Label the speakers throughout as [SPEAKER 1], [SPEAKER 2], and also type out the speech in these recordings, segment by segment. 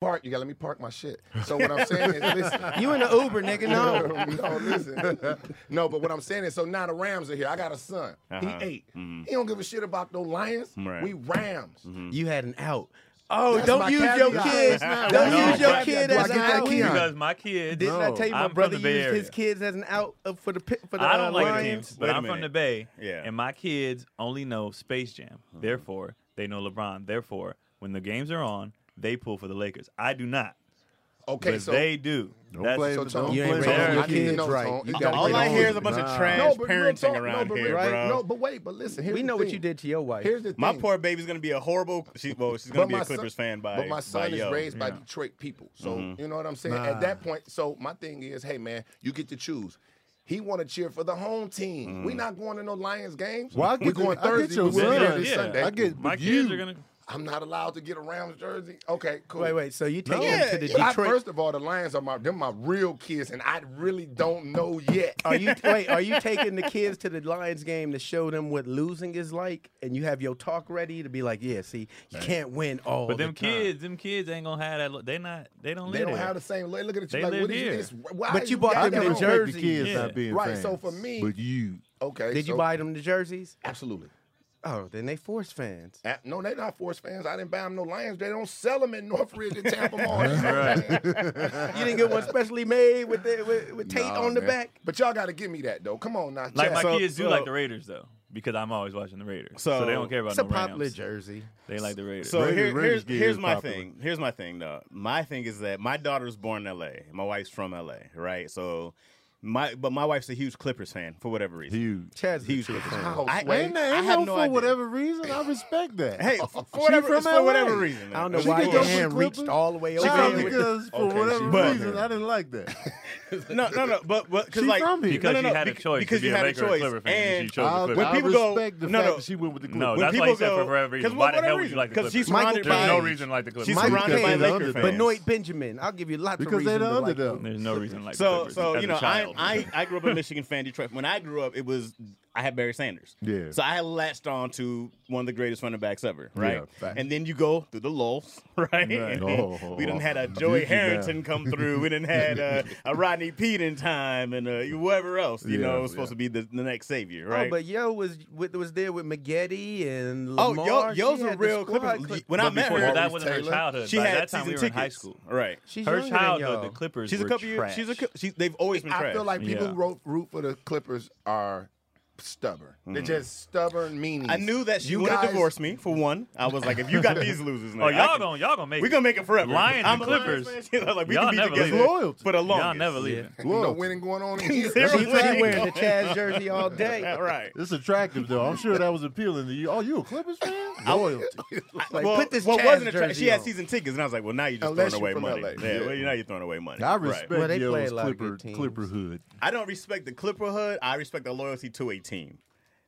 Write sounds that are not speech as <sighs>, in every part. [SPEAKER 1] park, you gotta let me park my shit. So what I'm saying is, listen,
[SPEAKER 2] <laughs> You in the Uber, nigga? No.
[SPEAKER 1] <laughs> no, listen. <laughs> No, but what I'm saying is, so now the Rams are here. I got a son.
[SPEAKER 3] Uh-huh.
[SPEAKER 1] He 8 He don't give a shit about no Lions.
[SPEAKER 3] Right.
[SPEAKER 1] We Rams.
[SPEAKER 2] You had an out. Oh,
[SPEAKER 1] That's
[SPEAKER 2] don't
[SPEAKER 1] my
[SPEAKER 2] use your
[SPEAKER 1] caveat.
[SPEAKER 2] kids.
[SPEAKER 1] That's not
[SPEAKER 2] Don't
[SPEAKER 3] right.
[SPEAKER 2] use your
[SPEAKER 3] No,
[SPEAKER 2] kid
[SPEAKER 1] do I
[SPEAKER 2] as an
[SPEAKER 1] get that
[SPEAKER 2] out.
[SPEAKER 1] key on?
[SPEAKER 3] Because my kid,
[SPEAKER 2] Didn't I tell you my
[SPEAKER 3] I'm from
[SPEAKER 2] brother
[SPEAKER 3] the Bay
[SPEAKER 2] used
[SPEAKER 3] Area.
[SPEAKER 2] his kids as an out uh, for the pi- for the
[SPEAKER 3] I don't
[SPEAKER 2] uh,
[SPEAKER 3] like
[SPEAKER 2] Lions? But
[SPEAKER 3] teams, but
[SPEAKER 4] Wait a
[SPEAKER 3] I'm from
[SPEAKER 4] minute.
[SPEAKER 3] the Bay,
[SPEAKER 4] Yeah.
[SPEAKER 3] and my kids only know Space Jam. Therefore, they know LeBron. Therefore, when the games are on, they pull for the Lakers. I do not,
[SPEAKER 1] Okay,
[SPEAKER 3] but
[SPEAKER 1] so
[SPEAKER 3] they do.
[SPEAKER 4] Don't
[SPEAKER 3] That's
[SPEAKER 4] blame
[SPEAKER 1] so
[SPEAKER 4] the-
[SPEAKER 1] Tone,
[SPEAKER 2] You ain't
[SPEAKER 1] Tone,
[SPEAKER 3] raising
[SPEAKER 1] I
[SPEAKER 3] your
[SPEAKER 1] need to
[SPEAKER 2] kids
[SPEAKER 1] know,
[SPEAKER 2] right.
[SPEAKER 1] Tone.
[SPEAKER 2] You
[SPEAKER 1] Don't
[SPEAKER 2] gotta
[SPEAKER 1] blame
[SPEAKER 4] All I
[SPEAKER 1] the
[SPEAKER 4] hear is
[SPEAKER 1] whole-
[SPEAKER 4] a bunch
[SPEAKER 2] Nah.
[SPEAKER 4] of trash
[SPEAKER 1] no, but real
[SPEAKER 4] parenting
[SPEAKER 1] talk,
[SPEAKER 4] around
[SPEAKER 1] no, but
[SPEAKER 4] here,
[SPEAKER 1] real-
[SPEAKER 4] bro.
[SPEAKER 1] No, but wait, but listen. Here's
[SPEAKER 2] we
[SPEAKER 1] the
[SPEAKER 2] know what
[SPEAKER 1] thing.
[SPEAKER 2] you did to your wife.
[SPEAKER 1] Here's the thing.
[SPEAKER 4] My poor baby's gonna be a horrible. She, well, she's gonna
[SPEAKER 1] But
[SPEAKER 4] be
[SPEAKER 1] my
[SPEAKER 4] a
[SPEAKER 1] son-
[SPEAKER 4] Clippers fan by.
[SPEAKER 1] But my son
[SPEAKER 4] by
[SPEAKER 1] is
[SPEAKER 4] yo.
[SPEAKER 1] raised by Detroit people, so you know what I'm saying. At that point, so my thing is, hey man, you get to choose. He want to cheer for the home team. we not going to no Lions games.
[SPEAKER 5] Well, I
[SPEAKER 1] we
[SPEAKER 5] get
[SPEAKER 1] going
[SPEAKER 5] the- I get
[SPEAKER 1] Thursday.
[SPEAKER 5] your
[SPEAKER 1] we going
[SPEAKER 5] son.
[SPEAKER 1] Thursday,
[SPEAKER 3] Yeah.
[SPEAKER 1] Sunday.
[SPEAKER 5] I get
[SPEAKER 3] My
[SPEAKER 5] but
[SPEAKER 3] kids
[SPEAKER 5] you-
[SPEAKER 3] are gonna.
[SPEAKER 1] I'm not allowed to get a Rams jersey. Okay, cool.
[SPEAKER 2] Wait, wait. So you take
[SPEAKER 4] No.
[SPEAKER 2] them to the
[SPEAKER 4] Yeah,
[SPEAKER 1] I,
[SPEAKER 2] Detroit?
[SPEAKER 1] first of all, the Lions are my them my real kids, and I really don't know yet.
[SPEAKER 2] Are you wait? Are you taking the kids to the Lions game to show them what losing is like, and you have your talk ready to be like, yeah, see, you can't win all.
[SPEAKER 3] But
[SPEAKER 2] the
[SPEAKER 3] them
[SPEAKER 2] time.
[SPEAKER 3] kids, them kids ain't gonna have that. lo- They not. They don't
[SPEAKER 1] They
[SPEAKER 3] live
[SPEAKER 1] don't
[SPEAKER 3] there.
[SPEAKER 1] have the same. Look at you.
[SPEAKER 3] They
[SPEAKER 1] like,
[SPEAKER 3] live
[SPEAKER 1] what is
[SPEAKER 3] here.
[SPEAKER 1] this? Why
[SPEAKER 2] But
[SPEAKER 1] are
[SPEAKER 2] you bought
[SPEAKER 1] got
[SPEAKER 5] I
[SPEAKER 2] them
[SPEAKER 1] that
[SPEAKER 5] can
[SPEAKER 2] the
[SPEAKER 1] wrong?
[SPEAKER 5] respect
[SPEAKER 2] jersey.
[SPEAKER 5] the kids
[SPEAKER 3] Yeah.
[SPEAKER 5] not being
[SPEAKER 1] Right,
[SPEAKER 5] fans,
[SPEAKER 1] so for me-
[SPEAKER 5] but you,
[SPEAKER 1] Okay.
[SPEAKER 2] Did you
[SPEAKER 1] so-
[SPEAKER 2] buy them the jerseys?
[SPEAKER 1] Absolutely.
[SPEAKER 2] Oh, then they force
[SPEAKER 4] <laughs>
[SPEAKER 2] fans.
[SPEAKER 1] Uh, No, they're not Force fans. I didn't buy them no Lions. They don't sell them in Northridge and Tampa Mall. right.
[SPEAKER 2] You didn't get one specially made with the, with, with tape on the back.
[SPEAKER 1] But y'all got to give me that though. Come on now.
[SPEAKER 3] Like
[SPEAKER 1] Chad.
[SPEAKER 3] my
[SPEAKER 4] So-
[SPEAKER 3] kids do like
[SPEAKER 4] so-
[SPEAKER 3] the Raiders though, because I'm always watching the Raiders. So,
[SPEAKER 4] So-
[SPEAKER 3] they don't care about
[SPEAKER 2] It's
[SPEAKER 3] no
[SPEAKER 2] a popular
[SPEAKER 3] Rams.
[SPEAKER 2] jersey.
[SPEAKER 3] They like the Raiders.
[SPEAKER 4] So
[SPEAKER 5] Raiders-
[SPEAKER 4] here-
[SPEAKER 5] Raiders
[SPEAKER 4] here's
[SPEAKER 5] game
[SPEAKER 4] here's
[SPEAKER 5] is
[SPEAKER 4] my
[SPEAKER 5] popular.
[SPEAKER 4] thing. Here's my thing, though. My thing is that my daughter was born in L.A. My wife's from L.A. Right, so my but my wife's a huge Clippers fan for whatever reason.
[SPEAKER 5] you.
[SPEAKER 2] Chad's
[SPEAKER 4] Huge
[SPEAKER 2] the
[SPEAKER 4] Clippers
[SPEAKER 2] truth.
[SPEAKER 4] fan.
[SPEAKER 1] How,
[SPEAKER 4] I-
[SPEAKER 1] Sway?
[SPEAKER 5] And
[SPEAKER 4] I
[SPEAKER 5] I
[SPEAKER 4] have
[SPEAKER 5] know
[SPEAKER 4] no
[SPEAKER 5] for
[SPEAKER 4] idea.
[SPEAKER 5] whatever reason, I respect
[SPEAKER 1] <laughs>
[SPEAKER 5] that.
[SPEAKER 4] Hey, for
[SPEAKER 5] She
[SPEAKER 4] whatever,
[SPEAKER 5] from
[SPEAKER 4] it's
[SPEAKER 5] LA.
[SPEAKER 4] for whatever reason.
[SPEAKER 2] I don't know
[SPEAKER 4] man.
[SPEAKER 5] She
[SPEAKER 2] why
[SPEAKER 5] could
[SPEAKER 2] your
[SPEAKER 5] go
[SPEAKER 2] hand
[SPEAKER 5] for
[SPEAKER 2] reached
[SPEAKER 5] Clippers.
[SPEAKER 2] all the way over.
[SPEAKER 5] Nah,
[SPEAKER 2] there with-
[SPEAKER 5] because for
[SPEAKER 1] Okay, she
[SPEAKER 5] whatever
[SPEAKER 4] from
[SPEAKER 5] reason,
[SPEAKER 3] here.
[SPEAKER 5] I didn't like that.
[SPEAKER 4] No, no, no. But but because
[SPEAKER 5] She
[SPEAKER 4] like
[SPEAKER 5] from
[SPEAKER 4] no,
[SPEAKER 5] here.
[SPEAKER 3] because
[SPEAKER 4] no,
[SPEAKER 3] you
[SPEAKER 4] no,
[SPEAKER 3] had a
[SPEAKER 4] bec-
[SPEAKER 3] choice
[SPEAKER 4] because
[SPEAKER 3] to be
[SPEAKER 4] you
[SPEAKER 3] a
[SPEAKER 4] had a
[SPEAKER 3] Laker or
[SPEAKER 4] choice.
[SPEAKER 3] Clipper fan, and
[SPEAKER 4] and
[SPEAKER 3] you chose the
[SPEAKER 5] I'll-
[SPEAKER 3] Clippers.
[SPEAKER 4] when
[SPEAKER 5] I
[SPEAKER 4] people go-
[SPEAKER 5] respect the
[SPEAKER 4] no,
[SPEAKER 5] fact
[SPEAKER 4] no.
[SPEAKER 5] that she went with the Clippers.
[SPEAKER 3] No,
[SPEAKER 4] When
[SPEAKER 3] that's why
[SPEAKER 4] people
[SPEAKER 3] you said
[SPEAKER 4] go-
[SPEAKER 3] for whatever reason.
[SPEAKER 4] 'cause
[SPEAKER 3] Why
[SPEAKER 4] for
[SPEAKER 3] the hell
[SPEAKER 4] whatever
[SPEAKER 3] would you
[SPEAKER 4] reason.
[SPEAKER 3] like the
[SPEAKER 4] 'Cause
[SPEAKER 3] Clippers?
[SPEAKER 4] she's surrounded
[SPEAKER 3] There's
[SPEAKER 4] by-
[SPEAKER 3] no reason like the Clippers.
[SPEAKER 4] She's
[SPEAKER 5] Michael
[SPEAKER 4] surrounded by
[SPEAKER 5] Jordan.
[SPEAKER 4] Laker
[SPEAKER 5] But
[SPEAKER 4] fans.
[SPEAKER 2] Benoit Benjamin. I'll give you lots of
[SPEAKER 5] because they
[SPEAKER 2] reasons. to
[SPEAKER 5] the
[SPEAKER 2] like them.
[SPEAKER 5] underdog.
[SPEAKER 3] There's no reason like the
[SPEAKER 4] So
[SPEAKER 3] Clippers
[SPEAKER 4] so
[SPEAKER 3] as
[SPEAKER 4] you
[SPEAKER 3] a
[SPEAKER 4] know I,
[SPEAKER 3] child. <laughs>
[SPEAKER 4] I I grew up a Michigan fan. Detroit. When I grew up, it was I had Barry Sanders.
[SPEAKER 5] Yeah.
[SPEAKER 4] So I latched on to one of the greatest running backs ever. Right.
[SPEAKER 5] Yeah, facts.
[SPEAKER 4] and then you go through the
[SPEAKER 3] <laughs>
[SPEAKER 4] lulls. Right. And
[SPEAKER 5] Oh.
[SPEAKER 4] <laughs> we didn't had a Joey
[SPEAKER 5] Did you now?
[SPEAKER 4] Harrington come through. We didn't had
[SPEAKER 3] <laughs>
[SPEAKER 4] a, a Rodney Pete in time and uh, whoever else. You
[SPEAKER 5] Yeah,
[SPEAKER 4] know was supposed
[SPEAKER 5] yeah.
[SPEAKER 4] to be the, the next savior. Right.
[SPEAKER 2] Oh, but Yo was with, was there with Maggette and
[SPEAKER 4] Oh,
[SPEAKER 2] Lamar.
[SPEAKER 4] Yo,
[SPEAKER 2] She
[SPEAKER 4] Yo's
[SPEAKER 2] had
[SPEAKER 4] a
[SPEAKER 2] the
[SPEAKER 4] real
[SPEAKER 2] squad
[SPEAKER 4] Clippers. <laughs>
[SPEAKER 2] clip-
[SPEAKER 4] When I
[SPEAKER 3] But
[SPEAKER 4] met
[SPEAKER 3] before
[SPEAKER 4] her,
[SPEAKER 3] that wasn't her
[SPEAKER 1] Taylor,
[SPEAKER 3] childhood.
[SPEAKER 4] she
[SPEAKER 3] By
[SPEAKER 4] had
[SPEAKER 3] that time
[SPEAKER 4] season
[SPEAKER 3] we were in high
[SPEAKER 4] tickets.
[SPEAKER 3] school.
[SPEAKER 4] Right.
[SPEAKER 2] She's
[SPEAKER 3] her
[SPEAKER 2] younger than
[SPEAKER 3] childhood, the
[SPEAKER 2] y'all.
[SPEAKER 3] Clippers
[SPEAKER 4] She's a
[SPEAKER 3] were
[SPEAKER 4] couple years.
[SPEAKER 3] trash.
[SPEAKER 4] She's a. cou- She's, they've always been
[SPEAKER 1] I
[SPEAKER 4] trash.
[SPEAKER 1] feel like people
[SPEAKER 3] Yeah.
[SPEAKER 1] who wrote, root for the Clippers are stubborn. They're just stubborn meanies.
[SPEAKER 4] Mm-hmm. I knew that she
[SPEAKER 1] You
[SPEAKER 4] would to
[SPEAKER 1] guys-
[SPEAKER 4] divorce me for one. I was like, if you got these losers, now,
[SPEAKER 3] Oh,
[SPEAKER 4] I
[SPEAKER 3] y'all
[SPEAKER 4] can-
[SPEAKER 3] gonna y'all gonna make
[SPEAKER 4] we gonna make it forever.
[SPEAKER 3] Lions
[SPEAKER 4] I'm
[SPEAKER 3] and
[SPEAKER 4] a Lions
[SPEAKER 3] Clippers.
[SPEAKER 4] fan. <laughs> like we
[SPEAKER 3] Y'all
[SPEAKER 4] can be
[SPEAKER 3] never
[SPEAKER 4] together
[SPEAKER 3] leave it.
[SPEAKER 5] Loyalty.
[SPEAKER 4] for the
[SPEAKER 3] Y'all
[SPEAKER 4] longest.
[SPEAKER 3] never leaving.
[SPEAKER 1] no
[SPEAKER 5] Loyalty.
[SPEAKER 1] winning going
[SPEAKER 4] <laughs>
[SPEAKER 1] on. in here.
[SPEAKER 4] Zero
[SPEAKER 2] She, she
[SPEAKER 4] Right.
[SPEAKER 2] wearing the Chaz jersey all day.
[SPEAKER 4] <laughs> All right.
[SPEAKER 5] It's attractive though. I'm sure that was appealing to you. Oh, you a Clippers fan?
[SPEAKER 4] <laughs>
[SPEAKER 5] Loyalty.
[SPEAKER 2] Like,
[SPEAKER 4] well,
[SPEAKER 2] put this
[SPEAKER 4] what
[SPEAKER 2] Chaz
[SPEAKER 4] wasn't attra-
[SPEAKER 2] jersey
[SPEAKER 4] She had
[SPEAKER 2] on.
[SPEAKER 4] season tickets, and I was like, well, now you're just
[SPEAKER 1] Unless
[SPEAKER 4] throwing away
[SPEAKER 1] you're from
[SPEAKER 4] money.
[SPEAKER 1] LA.
[SPEAKER 4] Yeah,
[SPEAKER 1] Yeah.
[SPEAKER 4] well, now you're throwing away money.
[SPEAKER 5] I
[SPEAKER 4] Right.
[SPEAKER 5] respect
[SPEAKER 2] Well, they play
[SPEAKER 5] Yo's
[SPEAKER 2] a lot of
[SPEAKER 5] Clipper
[SPEAKER 2] good teams.
[SPEAKER 5] Clipper hood.
[SPEAKER 4] I don't respect the Clipperhood. I respect the loyalty to a team.